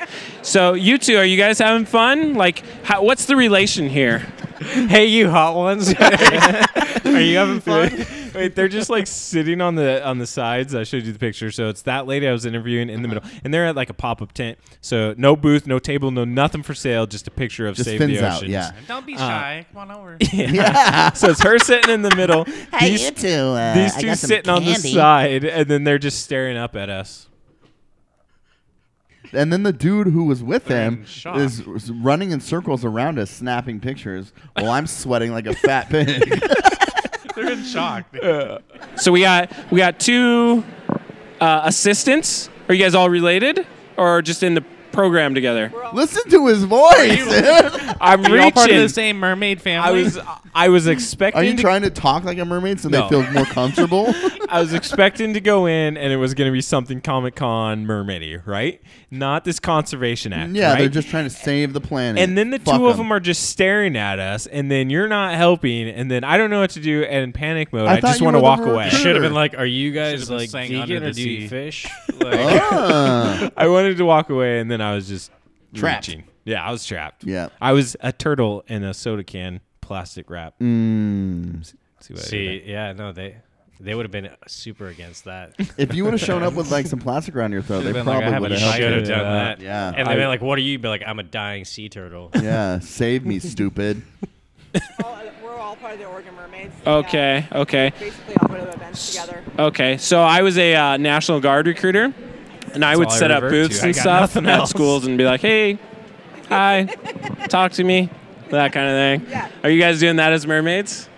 [SPEAKER 13] So you two, are you guys having fun? Like, how, what's the relation here?
[SPEAKER 3] <laughs>
[SPEAKER 2] Hey, you hot
[SPEAKER 13] <laughs>
[SPEAKER 2] ones.
[SPEAKER 3] Are you having fun? Wait, they're just like sitting on the on the sides. I showed you the picture. So it's that lady I was interviewing in the middle, and they're at like a pop up tent. So no booth, no table, no nothing for sale. Just a picture of
[SPEAKER 5] Just
[SPEAKER 3] Save
[SPEAKER 5] fins
[SPEAKER 3] the
[SPEAKER 5] out,
[SPEAKER 3] Oceans.
[SPEAKER 5] yeah.
[SPEAKER 3] <laughs>
[SPEAKER 1] Don't be
[SPEAKER 3] Uh,
[SPEAKER 1] shy. Come on over.
[SPEAKER 3] yeah. so it's her sitting in the middle.
[SPEAKER 7] Hey, you two, uh,
[SPEAKER 3] these
[SPEAKER 7] I
[SPEAKER 3] two
[SPEAKER 7] got some
[SPEAKER 3] sitting on the
[SPEAKER 7] candy.
[SPEAKER 3] side, and then they're just staring up at us.
[SPEAKER 5] And then the dude who was with him
[SPEAKER 3] shock.
[SPEAKER 5] is, is running in circles around us, snapping pictures, while I'm sweating like a fat pig.
[SPEAKER 3] <laughs>
[SPEAKER 1] They're in shock.
[SPEAKER 13] So we got we got two uh, assistants. Are you guys all related, or just in the program together?
[SPEAKER 5] Listen to his voice.
[SPEAKER 13] I'm
[SPEAKER 1] Are you all part of
[SPEAKER 13] reaching.
[SPEAKER 1] the same mermaid family? <laughs>
[SPEAKER 3] was- I was expecting.
[SPEAKER 5] Are you trying to talk like a mermaid so
[SPEAKER 3] No.
[SPEAKER 5] they feel more
[SPEAKER 3] <laughs>
[SPEAKER 5] comfortable?
[SPEAKER 3] I was expecting to go in, and it was going to be something Comic Con mermaidy, right? Not this conservation act.
[SPEAKER 5] yeah, they're
[SPEAKER 3] right?
[SPEAKER 5] just trying to save the planet.
[SPEAKER 3] And then the
[SPEAKER 5] Fuck
[SPEAKER 3] two of
[SPEAKER 5] 'em. <laughs>
[SPEAKER 3] them are just staring at us, and then you're not helping, and then I don't know what to do, and in panic mode,
[SPEAKER 5] I
[SPEAKER 3] I,
[SPEAKER 5] thought
[SPEAKER 3] just
[SPEAKER 5] you
[SPEAKER 3] want
[SPEAKER 5] were
[SPEAKER 3] to
[SPEAKER 5] the
[SPEAKER 3] walk away.
[SPEAKER 5] recruiter.
[SPEAKER 2] Should have been like, are you guys
[SPEAKER 1] Should've been
[SPEAKER 2] like
[SPEAKER 1] saying under
[SPEAKER 2] vegan
[SPEAKER 1] the
[SPEAKER 2] or do you
[SPEAKER 1] sea.
[SPEAKER 2] eat fish? Like,
[SPEAKER 5] Ah.
[SPEAKER 3] I wanted to walk away, and then I was just
[SPEAKER 5] Trapped.
[SPEAKER 3] reaching. Yeah, I was trapped.
[SPEAKER 5] Yeah.
[SPEAKER 3] I was a turtle in a soda can plastic wrap.
[SPEAKER 5] Mm.
[SPEAKER 3] See what I did
[SPEAKER 2] See,
[SPEAKER 3] there?
[SPEAKER 2] yeah, no, they They would have been super against that.
[SPEAKER 5] If you would have shown up with like some plastic around your throat,
[SPEAKER 2] Should've
[SPEAKER 5] they
[SPEAKER 2] been
[SPEAKER 5] probably
[SPEAKER 2] like, I
[SPEAKER 5] would
[SPEAKER 2] haven't-
[SPEAKER 5] have
[SPEAKER 2] you
[SPEAKER 5] helped
[SPEAKER 2] should
[SPEAKER 5] you.
[SPEAKER 2] have done that.
[SPEAKER 5] Yeah,
[SPEAKER 2] And they'd be like, "What are you?" Be like, "I'm a dying sea turtle."
[SPEAKER 5] yeah, save <laughs> me, stupid.
[SPEAKER 9] We're all part of the Oregon Mermaids.
[SPEAKER 3] Okay,
[SPEAKER 9] Yeah.
[SPEAKER 3] okay.
[SPEAKER 9] Basically, all went to events together.
[SPEAKER 3] Okay, so I was a uh, National Guard recruiter, and I
[SPEAKER 21] That's
[SPEAKER 3] would
[SPEAKER 21] all I
[SPEAKER 3] set up
[SPEAKER 21] revert
[SPEAKER 3] booths
[SPEAKER 21] to. I
[SPEAKER 3] and
[SPEAKER 21] got
[SPEAKER 3] stuff
[SPEAKER 21] nothing
[SPEAKER 3] at
[SPEAKER 21] else.
[SPEAKER 3] schools and be like, "Hey, hi, talk to me," that kind of thing. Are you guys doing that as mermaids?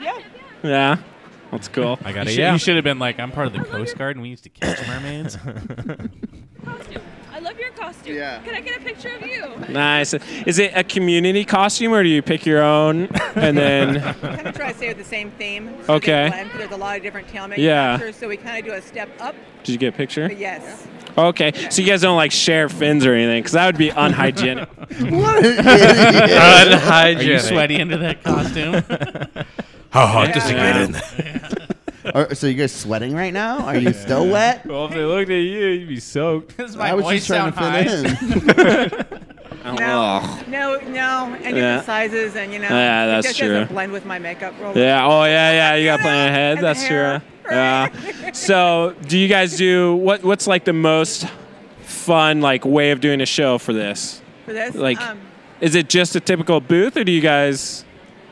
[SPEAKER 3] Yeah. Yeah, that's cool. I
[SPEAKER 1] You should, you should have been like, I'm part of the Coast Guard and we used to catch mermaids.
[SPEAKER 6] I love your costume. Yeah. Can I get a picture of you? Oh,
[SPEAKER 3] Nice. Is it a community costume or do you pick your own and
[SPEAKER 9] <laughs> we kind
[SPEAKER 3] then?
[SPEAKER 9] of try to stay with the same theme. So
[SPEAKER 3] Okay.
[SPEAKER 9] They blend, 'cause there's a lot of different tail
[SPEAKER 3] Yeah.
[SPEAKER 9] manufacturers, so we kind of do a step up.
[SPEAKER 3] Did you get a picture?
[SPEAKER 9] But yes.
[SPEAKER 3] Okay, so you guys don't like share fins or anything because that would be unhygienic.
[SPEAKER 1] <laughs>
[SPEAKER 9] What an idiot.
[SPEAKER 1] Are you sweaty under that costume? How hot does it get in
[SPEAKER 5] Are- so you guys sweating right now? Are you still wet?
[SPEAKER 21] Well, if they looked at you, you'd be soaked.
[SPEAKER 1] Does
[SPEAKER 5] my I was voice just trying to <laughs> sound fit
[SPEAKER 3] Oh,
[SPEAKER 9] No,
[SPEAKER 3] ugh.
[SPEAKER 9] no, no, and different
[SPEAKER 3] Yeah.
[SPEAKER 9] sizes, and you know,
[SPEAKER 3] Yeah, that's
[SPEAKER 9] it just
[SPEAKER 3] true.
[SPEAKER 9] doesn't blend with my makeup. Real
[SPEAKER 3] Yeah. Oh, yeah, yeah. You got
[SPEAKER 9] <laughs>
[SPEAKER 3] plenty of head. That's true. Yeah. So, do you guys do what? What's like the most fun like way of doing a show for this?
[SPEAKER 9] For this,
[SPEAKER 3] Like,
[SPEAKER 9] um,
[SPEAKER 3] is it just a typical booth, or do you guys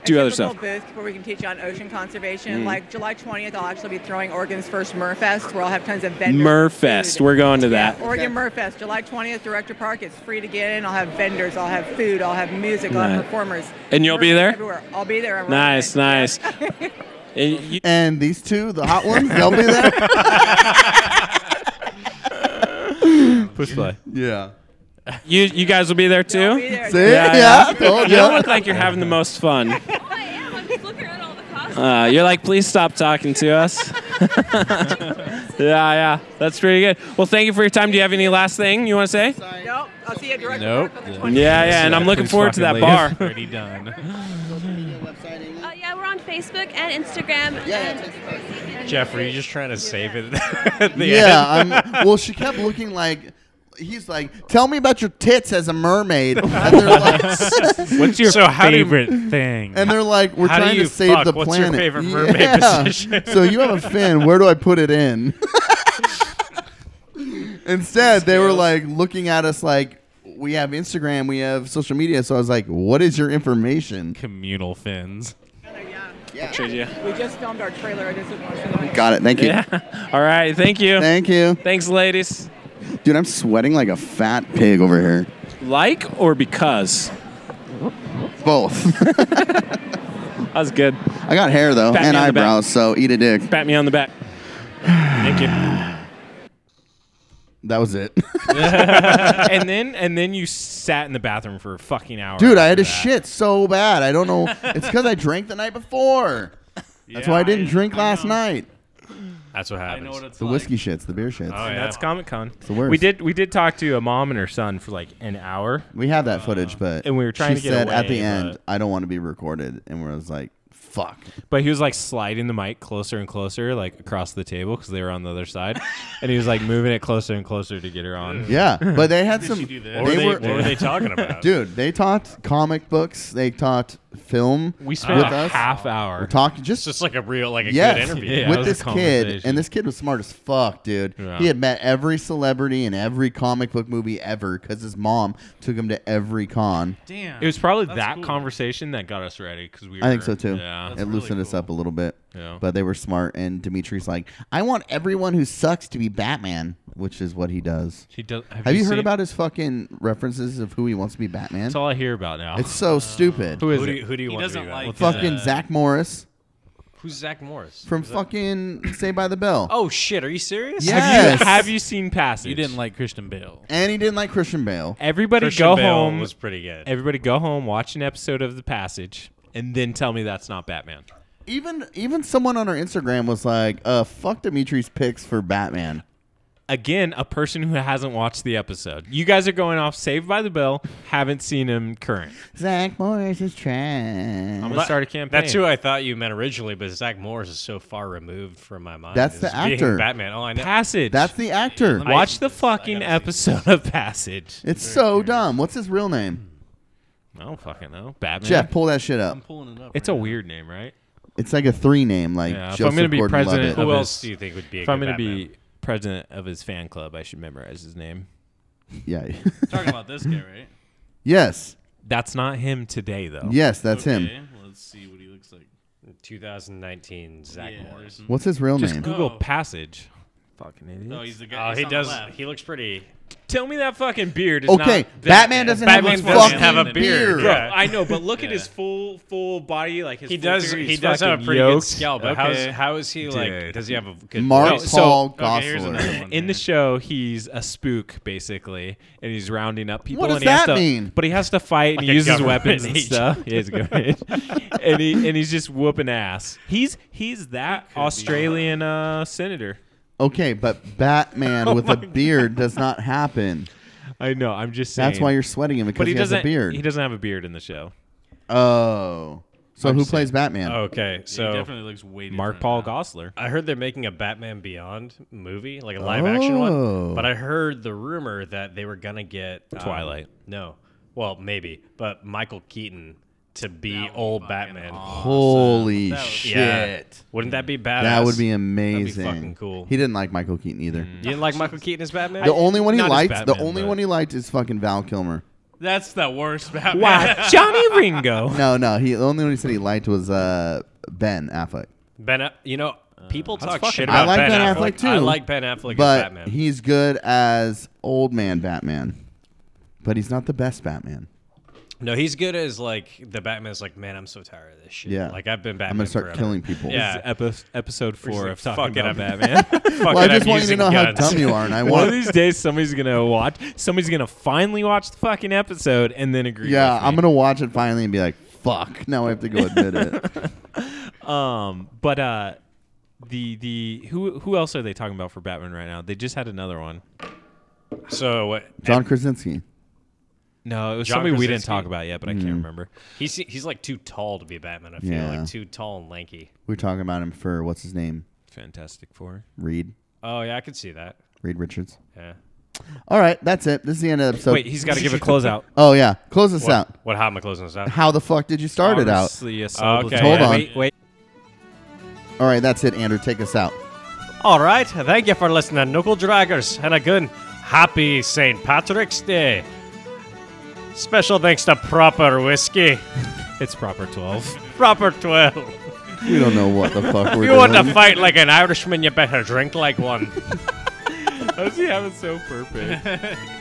[SPEAKER 3] do other
[SPEAKER 9] typical
[SPEAKER 3] stuff?
[SPEAKER 9] booth where we can teach you on ocean conservation.
[SPEAKER 3] Mm.
[SPEAKER 9] Like July 20th, I'll actually be throwing Oregon's first Murfest, where I'll have tons of vendors.
[SPEAKER 3] Murfest. We're going to that.
[SPEAKER 9] Oregon Murfest, July 20th, Director Park. It's free to get in. I'll have vendors, I'll have food, I'll have music, I'll
[SPEAKER 3] Nice.
[SPEAKER 9] have performers.
[SPEAKER 3] And you'll be
[SPEAKER 9] Murfest
[SPEAKER 3] there?
[SPEAKER 9] Everywhere. I'll be there. I'm
[SPEAKER 3] Nice, nice. And you-
[SPEAKER 5] And these two, the hot ones, they'll be <laughs> there.
[SPEAKER 21] Push play.
[SPEAKER 1] <laughs>
[SPEAKER 5] Yeah.
[SPEAKER 3] You you guys will be there too.
[SPEAKER 5] there.
[SPEAKER 3] <laughs>
[SPEAKER 5] See? Yeah, told
[SPEAKER 3] you
[SPEAKER 5] ya.
[SPEAKER 3] look like you're having the most fun. Uh, you're like, please stop talking to us. <laughs> yeah, yeah, that's pretty good. Well, thank you for your time. Do you have any last thing you want to say?
[SPEAKER 9] Nope. I'll see you at Director
[SPEAKER 12] Oh.
[SPEAKER 3] Nope.
[SPEAKER 9] Park on the
[SPEAKER 3] Yeah,
[SPEAKER 9] 20th.
[SPEAKER 3] yeah, and I'm looking
[SPEAKER 1] Please
[SPEAKER 3] forward to that
[SPEAKER 1] fucking
[SPEAKER 3] bar. <laughs>
[SPEAKER 1] leave. Already done.
[SPEAKER 6] Uh, yeah, we're on Facebook and Instagram. and
[SPEAKER 2] Jeff, are you just trying to save it? at the
[SPEAKER 5] yeah,
[SPEAKER 2] end?
[SPEAKER 5] I'm, well, she kept looking like he's like, "Tell me about your tits as a mermaid." And they're like, <laughs>
[SPEAKER 1] What's your
[SPEAKER 5] So how do you-
[SPEAKER 1] favorite thing?
[SPEAKER 5] and they're like, "We're
[SPEAKER 1] How do
[SPEAKER 5] trying
[SPEAKER 1] you
[SPEAKER 5] to save
[SPEAKER 1] fuck?
[SPEAKER 5] the
[SPEAKER 1] What's your
[SPEAKER 5] planet."
[SPEAKER 1] favorite mermaid
[SPEAKER 5] <laughs>
[SPEAKER 1] position?
[SPEAKER 5] so you have a fin. Where do I put it in? <laughs> Instead, they were like looking at us like. We have Instagram, we have social media. So I was like, "What is your information?"
[SPEAKER 1] Communal fins.
[SPEAKER 9] We just filmed our trailer. I just didn't want to
[SPEAKER 5] Got it. Thank you.
[SPEAKER 3] Yeah. All right. Thank you.
[SPEAKER 5] Thank you.
[SPEAKER 3] Thanks, ladies.
[SPEAKER 5] Dude, I'm sweating like a fat pig over here.
[SPEAKER 3] Like or because?
[SPEAKER 5] Both. <laughs>
[SPEAKER 3] that was good.
[SPEAKER 5] I got hair though
[SPEAKER 3] Pat me
[SPEAKER 5] and
[SPEAKER 3] on the back.
[SPEAKER 5] eyebrows, so eat a dick.
[SPEAKER 3] Pat me on the back. <sighs> Thank you.
[SPEAKER 5] That was it.
[SPEAKER 21] <sighs> and then and then you sat in the bathroom for a fucking hour.
[SPEAKER 5] <laughs> Dude, I had
[SPEAKER 21] after
[SPEAKER 5] to shit so bad. I don't know. It's because I drank the
[SPEAKER 1] <laughs>
[SPEAKER 5] night before. That's why I didn't drink last night.
[SPEAKER 2] That's what happens.
[SPEAKER 5] The whiskey shits, the beer shits.
[SPEAKER 21] that. And That's Comic Con.
[SPEAKER 5] It's the worst.
[SPEAKER 21] We did we did talk to a mom and her son for like an hour.
[SPEAKER 5] We had
[SPEAKER 21] Uh,
[SPEAKER 5] that footage, but
[SPEAKER 21] and we were trying
[SPEAKER 5] she
[SPEAKER 21] to get
[SPEAKER 5] said at
[SPEAKER 21] away,
[SPEAKER 5] the end,
[SPEAKER 21] but-
[SPEAKER 5] I don't want to be recorded, and we was like,
[SPEAKER 21] <laughs>
[SPEAKER 5] fuck.
[SPEAKER 21] But he was like sliding the mic closer and closer, like across the table, because they were on the other side, and he was like moving it closer and closer to get her on.
[SPEAKER 5] Yeah, but they had some.
[SPEAKER 21] What were they- what were they talking about?
[SPEAKER 5] Dude, they taught comic books. They taught film.
[SPEAKER 21] We spent
[SPEAKER 5] with
[SPEAKER 21] a
[SPEAKER 5] us.
[SPEAKER 21] half hour.
[SPEAKER 5] We're talking just
[SPEAKER 2] <laughs> It's just like a real, like a
[SPEAKER 5] yes,
[SPEAKER 2] good interview.
[SPEAKER 5] with this kid, and this kid was smart as fuck, dude.
[SPEAKER 2] Yeah.
[SPEAKER 5] He had met every celebrity in every comic book movie ever because his mom took him to every con.
[SPEAKER 1] Damn.
[SPEAKER 21] It was probably that conversation that got us ready because we. Were,
[SPEAKER 5] I think so too.
[SPEAKER 21] Yeah.
[SPEAKER 5] it loosened us up a little bit.
[SPEAKER 21] Yeah.
[SPEAKER 5] But they were smart, and Dimitri's like, I want everyone who sucks to be Batman, which is what he does.
[SPEAKER 21] He does- have
[SPEAKER 5] Have,
[SPEAKER 21] you
[SPEAKER 5] you, heard
[SPEAKER 21] seen-
[SPEAKER 5] about his fucking references of who he wants to be Batman?
[SPEAKER 21] That's all I hear about now.
[SPEAKER 5] It's so stupid.
[SPEAKER 21] Who is Who do it? you- who do you He want to be doesn't Batman? like What's his
[SPEAKER 5] fucking
[SPEAKER 21] name?
[SPEAKER 5] Zach Morris
[SPEAKER 2] Who's Zach Morris?
[SPEAKER 5] from
[SPEAKER 2] Is that-
[SPEAKER 5] fucking Say by the Bell.
[SPEAKER 2] Oh shit! Are you serious?
[SPEAKER 5] Yes.
[SPEAKER 21] Have you seen Passage?
[SPEAKER 1] You didn't like Christian Bale.
[SPEAKER 5] And he didn't like Christian Bale.
[SPEAKER 21] Everybody
[SPEAKER 2] Christian
[SPEAKER 21] go
[SPEAKER 2] Bale
[SPEAKER 21] home.
[SPEAKER 2] was pretty good.
[SPEAKER 21] Everybody go home, watch an episode of The Passage, and then tell me that's not Batman.
[SPEAKER 5] Even even someone on our Instagram was like, uh, fuck Dimitri's picks for Batman.
[SPEAKER 21] Again, a person who hasn't watched the episode. You guys are going off Saved by the Bell, haven't seen him current.
[SPEAKER 5] Zach Morris is trash.
[SPEAKER 21] I'm gonna start a campaign.
[SPEAKER 2] That's who I thought you meant originally, but Zach Morris is so far removed from my mind.
[SPEAKER 5] That's the
[SPEAKER 2] It's being
[SPEAKER 5] actor.
[SPEAKER 2] Batman. Oh, I know.
[SPEAKER 21] Passage.
[SPEAKER 5] That's the actor.
[SPEAKER 21] Watch the fucking episode of Passage.
[SPEAKER 5] It's so dumb. What's his real name?
[SPEAKER 21] Hmm. I don't fucking know. Batman.
[SPEAKER 5] Jeff, pull that shit up.
[SPEAKER 1] pulling it up.
[SPEAKER 21] It's a weird name, right?
[SPEAKER 5] It's like a three name, like
[SPEAKER 3] Yeah, if
[SPEAKER 5] Joseph
[SPEAKER 3] I'm going to be
[SPEAKER 5] Gordon-Levitt.
[SPEAKER 3] president, of
[SPEAKER 2] Who
[SPEAKER 3] his-
[SPEAKER 2] else do you think would be a
[SPEAKER 3] If I'm
[SPEAKER 2] good
[SPEAKER 3] going to be president of his fan club, I should memorize his name.
[SPEAKER 5] Yeah. <laughs>
[SPEAKER 1] Talking about this guy, right?
[SPEAKER 5] yes.
[SPEAKER 3] That's not him today, though.
[SPEAKER 5] Yes, that's him.
[SPEAKER 1] Okay, let's see what he looks like.
[SPEAKER 2] 2019 Zach Morris.
[SPEAKER 5] What's his real
[SPEAKER 3] Just
[SPEAKER 5] name?
[SPEAKER 3] Google passage. Fucking idiot.
[SPEAKER 1] No, he's the
[SPEAKER 2] Oh,
[SPEAKER 1] guy.
[SPEAKER 2] he does. <coughs> He looks pretty.
[SPEAKER 3] Tell me that fucking beard is
[SPEAKER 5] Okay,
[SPEAKER 3] not
[SPEAKER 5] Batman doesn't have a
[SPEAKER 3] Batman doesn't
[SPEAKER 5] fucking
[SPEAKER 3] have a beard.
[SPEAKER 5] beard.
[SPEAKER 3] Bro,
[SPEAKER 5] Yeah.
[SPEAKER 3] I know, but <laughs> look at his full full body, like his
[SPEAKER 2] He
[SPEAKER 3] full
[SPEAKER 2] does.
[SPEAKER 3] figure,
[SPEAKER 2] He
[SPEAKER 3] he's
[SPEAKER 2] does have a
[SPEAKER 3] fucking
[SPEAKER 2] pretty good
[SPEAKER 3] yoked.
[SPEAKER 2] scalp. But how's,
[SPEAKER 3] Okay.
[SPEAKER 2] how is he like? Does he have a good?
[SPEAKER 5] Mark
[SPEAKER 3] Oh,
[SPEAKER 2] voice?
[SPEAKER 5] Paul Gosselaar.
[SPEAKER 3] in the show, he's a spook basically, and he's rounding up people.
[SPEAKER 5] What does
[SPEAKER 3] and he has
[SPEAKER 5] that
[SPEAKER 3] to-
[SPEAKER 5] mean?
[SPEAKER 3] But he has to fight.
[SPEAKER 2] Like
[SPEAKER 3] and he
[SPEAKER 2] a
[SPEAKER 3] uses
[SPEAKER 2] government
[SPEAKER 3] weapons and
[SPEAKER 2] agent.
[SPEAKER 3] stuff. <laughs> Yeah, he's a government. agent. and he and he's just whooping ass. He's he's that Australian uh, senator.
[SPEAKER 5] Okay, but
[SPEAKER 3] <laughs> Oh
[SPEAKER 5] Batman with a beard does not happen.
[SPEAKER 3] I know. I'm just saying.
[SPEAKER 5] That's why you're sweating him because
[SPEAKER 3] but he,
[SPEAKER 5] he, has
[SPEAKER 3] doesn't.
[SPEAKER 5] a beard.
[SPEAKER 3] He doesn't have a beard in the show.
[SPEAKER 5] Oh, so
[SPEAKER 3] I'm Oh,
[SPEAKER 5] who
[SPEAKER 3] just
[SPEAKER 5] plays Batman?
[SPEAKER 2] Okay, so
[SPEAKER 1] looks way
[SPEAKER 3] Mark Paul Gossler.
[SPEAKER 2] I heard they're making a Batman Beyond movie, like a live action one.
[SPEAKER 5] Oh.
[SPEAKER 2] But I heard the rumor that they were gonna get um,
[SPEAKER 3] Twilight.
[SPEAKER 2] No, well maybe, but Michael Keaton to be old Batman.
[SPEAKER 5] Holy
[SPEAKER 2] That would-
[SPEAKER 5] shit!
[SPEAKER 2] Yeah. Wouldn't that be badass?
[SPEAKER 5] That would be
[SPEAKER 2] That'd
[SPEAKER 5] amazing.
[SPEAKER 2] fucking cool.
[SPEAKER 5] He didn't like Michael Keaton either.
[SPEAKER 3] Mm.
[SPEAKER 2] you didn't like Michael Keaton as Batman?
[SPEAKER 5] The only one he
[SPEAKER 2] Not as
[SPEAKER 5] liked, the
[SPEAKER 2] Batman,
[SPEAKER 5] only
[SPEAKER 2] but-
[SPEAKER 5] one he liked is fucking Val Kilmer.
[SPEAKER 1] That's the worst Batman.
[SPEAKER 3] Why,
[SPEAKER 2] <laughs>
[SPEAKER 3] Johnny Ringo.
[SPEAKER 5] No, no, he the only one he said he liked was uh, Ben Affleck.
[SPEAKER 2] Ben, A- you know, people talk
[SPEAKER 3] fucking-
[SPEAKER 2] shit
[SPEAKER 5] Uh, I
[SPEAKER 2] about
[SPEAKER 5] like
[SPEAKER 2] Ben,
[SPEAKER 5] Ben,
[SPEAKER 2] Affleck.
[SPEAKER 5] Affleck. too.
[SPEAKER 2] I like Ben Affleck
[SPEAKER 5] but
[SPEAKER 2] as Batman.
[SPEAKER 5] he's good as old man Batman. But he's not the best Batman.
[SPEAKER 2] No, he's good as like the Batman's like, man, I'm so tired of this shit.
[SPEAKER 5] Yeah.
[SPEAKER 2] Like I've been Batman.
[SPEAKER 5] I'm gonna start
[SPEAKER 2] forever."
[SPEAKER 5] killing people.
[SPEAKER 2] Yeah.
[SPEAKER 3] This is epi-
[SPEAKER 2] We're
[SPEAKER 3] episode
[SPEAKER 2] just
[SPEAKER 3] four
[SPEAKER 2] like,
[SPEAKER 3] of talking
[SPEAKER 2] fuck it,
[SPEAKER 3] about
[SPEAKER 2] I'm-
[SPEAKER 3] Batman.
[SPEAKER 2] <laughs> Fuck
[SPEAKER 5] Well, I
[SPEAKER 2] it,
[SPEAKER 5] just
[SPEAKER 2] I'm
[SPEAKER 5] want you to
[SPEAKER 2] using
[SPEAKER 5] know
[SPEAKER 2] guns.
[SPEAKER 5] how dumb you
[SPEAKER 2] <laughs>
[SPEAKER 5] are, and I
[SPEAKER 3] <laughs> One of
[SPEAKER 5] want.
[SPEAKER 3] these days, somebody's gonna watch. Somebody's gonna finally watch the fucking episode and then agree.
[SPEAKER 5] yeah,
[SPEAKER 3] with me.
[SPEAKER 5] I'm gonna watch it finally and be like, "Fuck!" Now I have to go admit
[SPEAKER 2] <laughs>
[SPEAKER 5] it.
[SPEAKER 3] Um, but uh, the the who who else are they talking about for Batman right now? They just had another one.
[SPEAKER 2] So uh, what?
[SPEAKER 5] John Krasinski.
[SPEAKER 3] No, it was
[SPEAKER 2] John
[SPEAKER 3] somebody we didn't
[SPEAKER 2] Krasinski?
[SPEAKER 3] talk about yet, but I
[SPEAKER 5] Hmm.
[SPEAKER 3] can't remember.
[SPEAKER 2] He's he's like too tall to be Batman. I feel
[SPEAKER 5] Yeah.
[SPEAKER 2] like too tall and lanky.
[SPEAKER 5] We We're talking about him for what's his name?
[SPEAKER 3] Fantastic Four.
[SPEAKER 5] Reed.
[SPEAKER 2] Oh yeah, I could see that.
[SPEAKER 5] Reed Richards.
[SPEAKER 2] Yeah.
[SPEAKER 5] All right, that's it. This is the end of the episode.
[SPEAKER 3] Wait, he's got
[SPEAKER 5] <laughs>
[SPEAKER 3] to give a closeout.
[SPEAKER 5] Oh yeah, close this out.
[SPEAKER 2] What? How am I closing this out?
[SPEAKER 5] How the fuck did you start it out?
[SPEAKER 3] Honestly, a
[SPEAKER 2] Oh,
[SPEAKER 3] solid-
[SPEAKER 2] okay.
[SPEAKER 5] Hold on.
[SPEAKER 3] Wait, wait.
[SPEAKER 5] All right, that's it, Andrew. Take us out.
[SPEAKER 2] All right. Thank you for listening, Knuckle Draggers, and again, happy St. Patrick's Day. Special thanks to Proper
[SPEAKER 5] <laughs>
[SPEAKER 2] Whiskey,
[SPEAKER 3] It's proper twelve.
[SPEAKER 2] Proper Twelve.
[SPEAKER 5] We don't know what the
[SPEAKER 2] <laughs>
[SPEAKER 5] fuck we're
[SPEAKER 2] If you want to
[SPEAKER 5] doing.
[SPEAKER 2] fight like an Irishman, you better drink like one.
[SPEAKER 3] How's he having so perfect?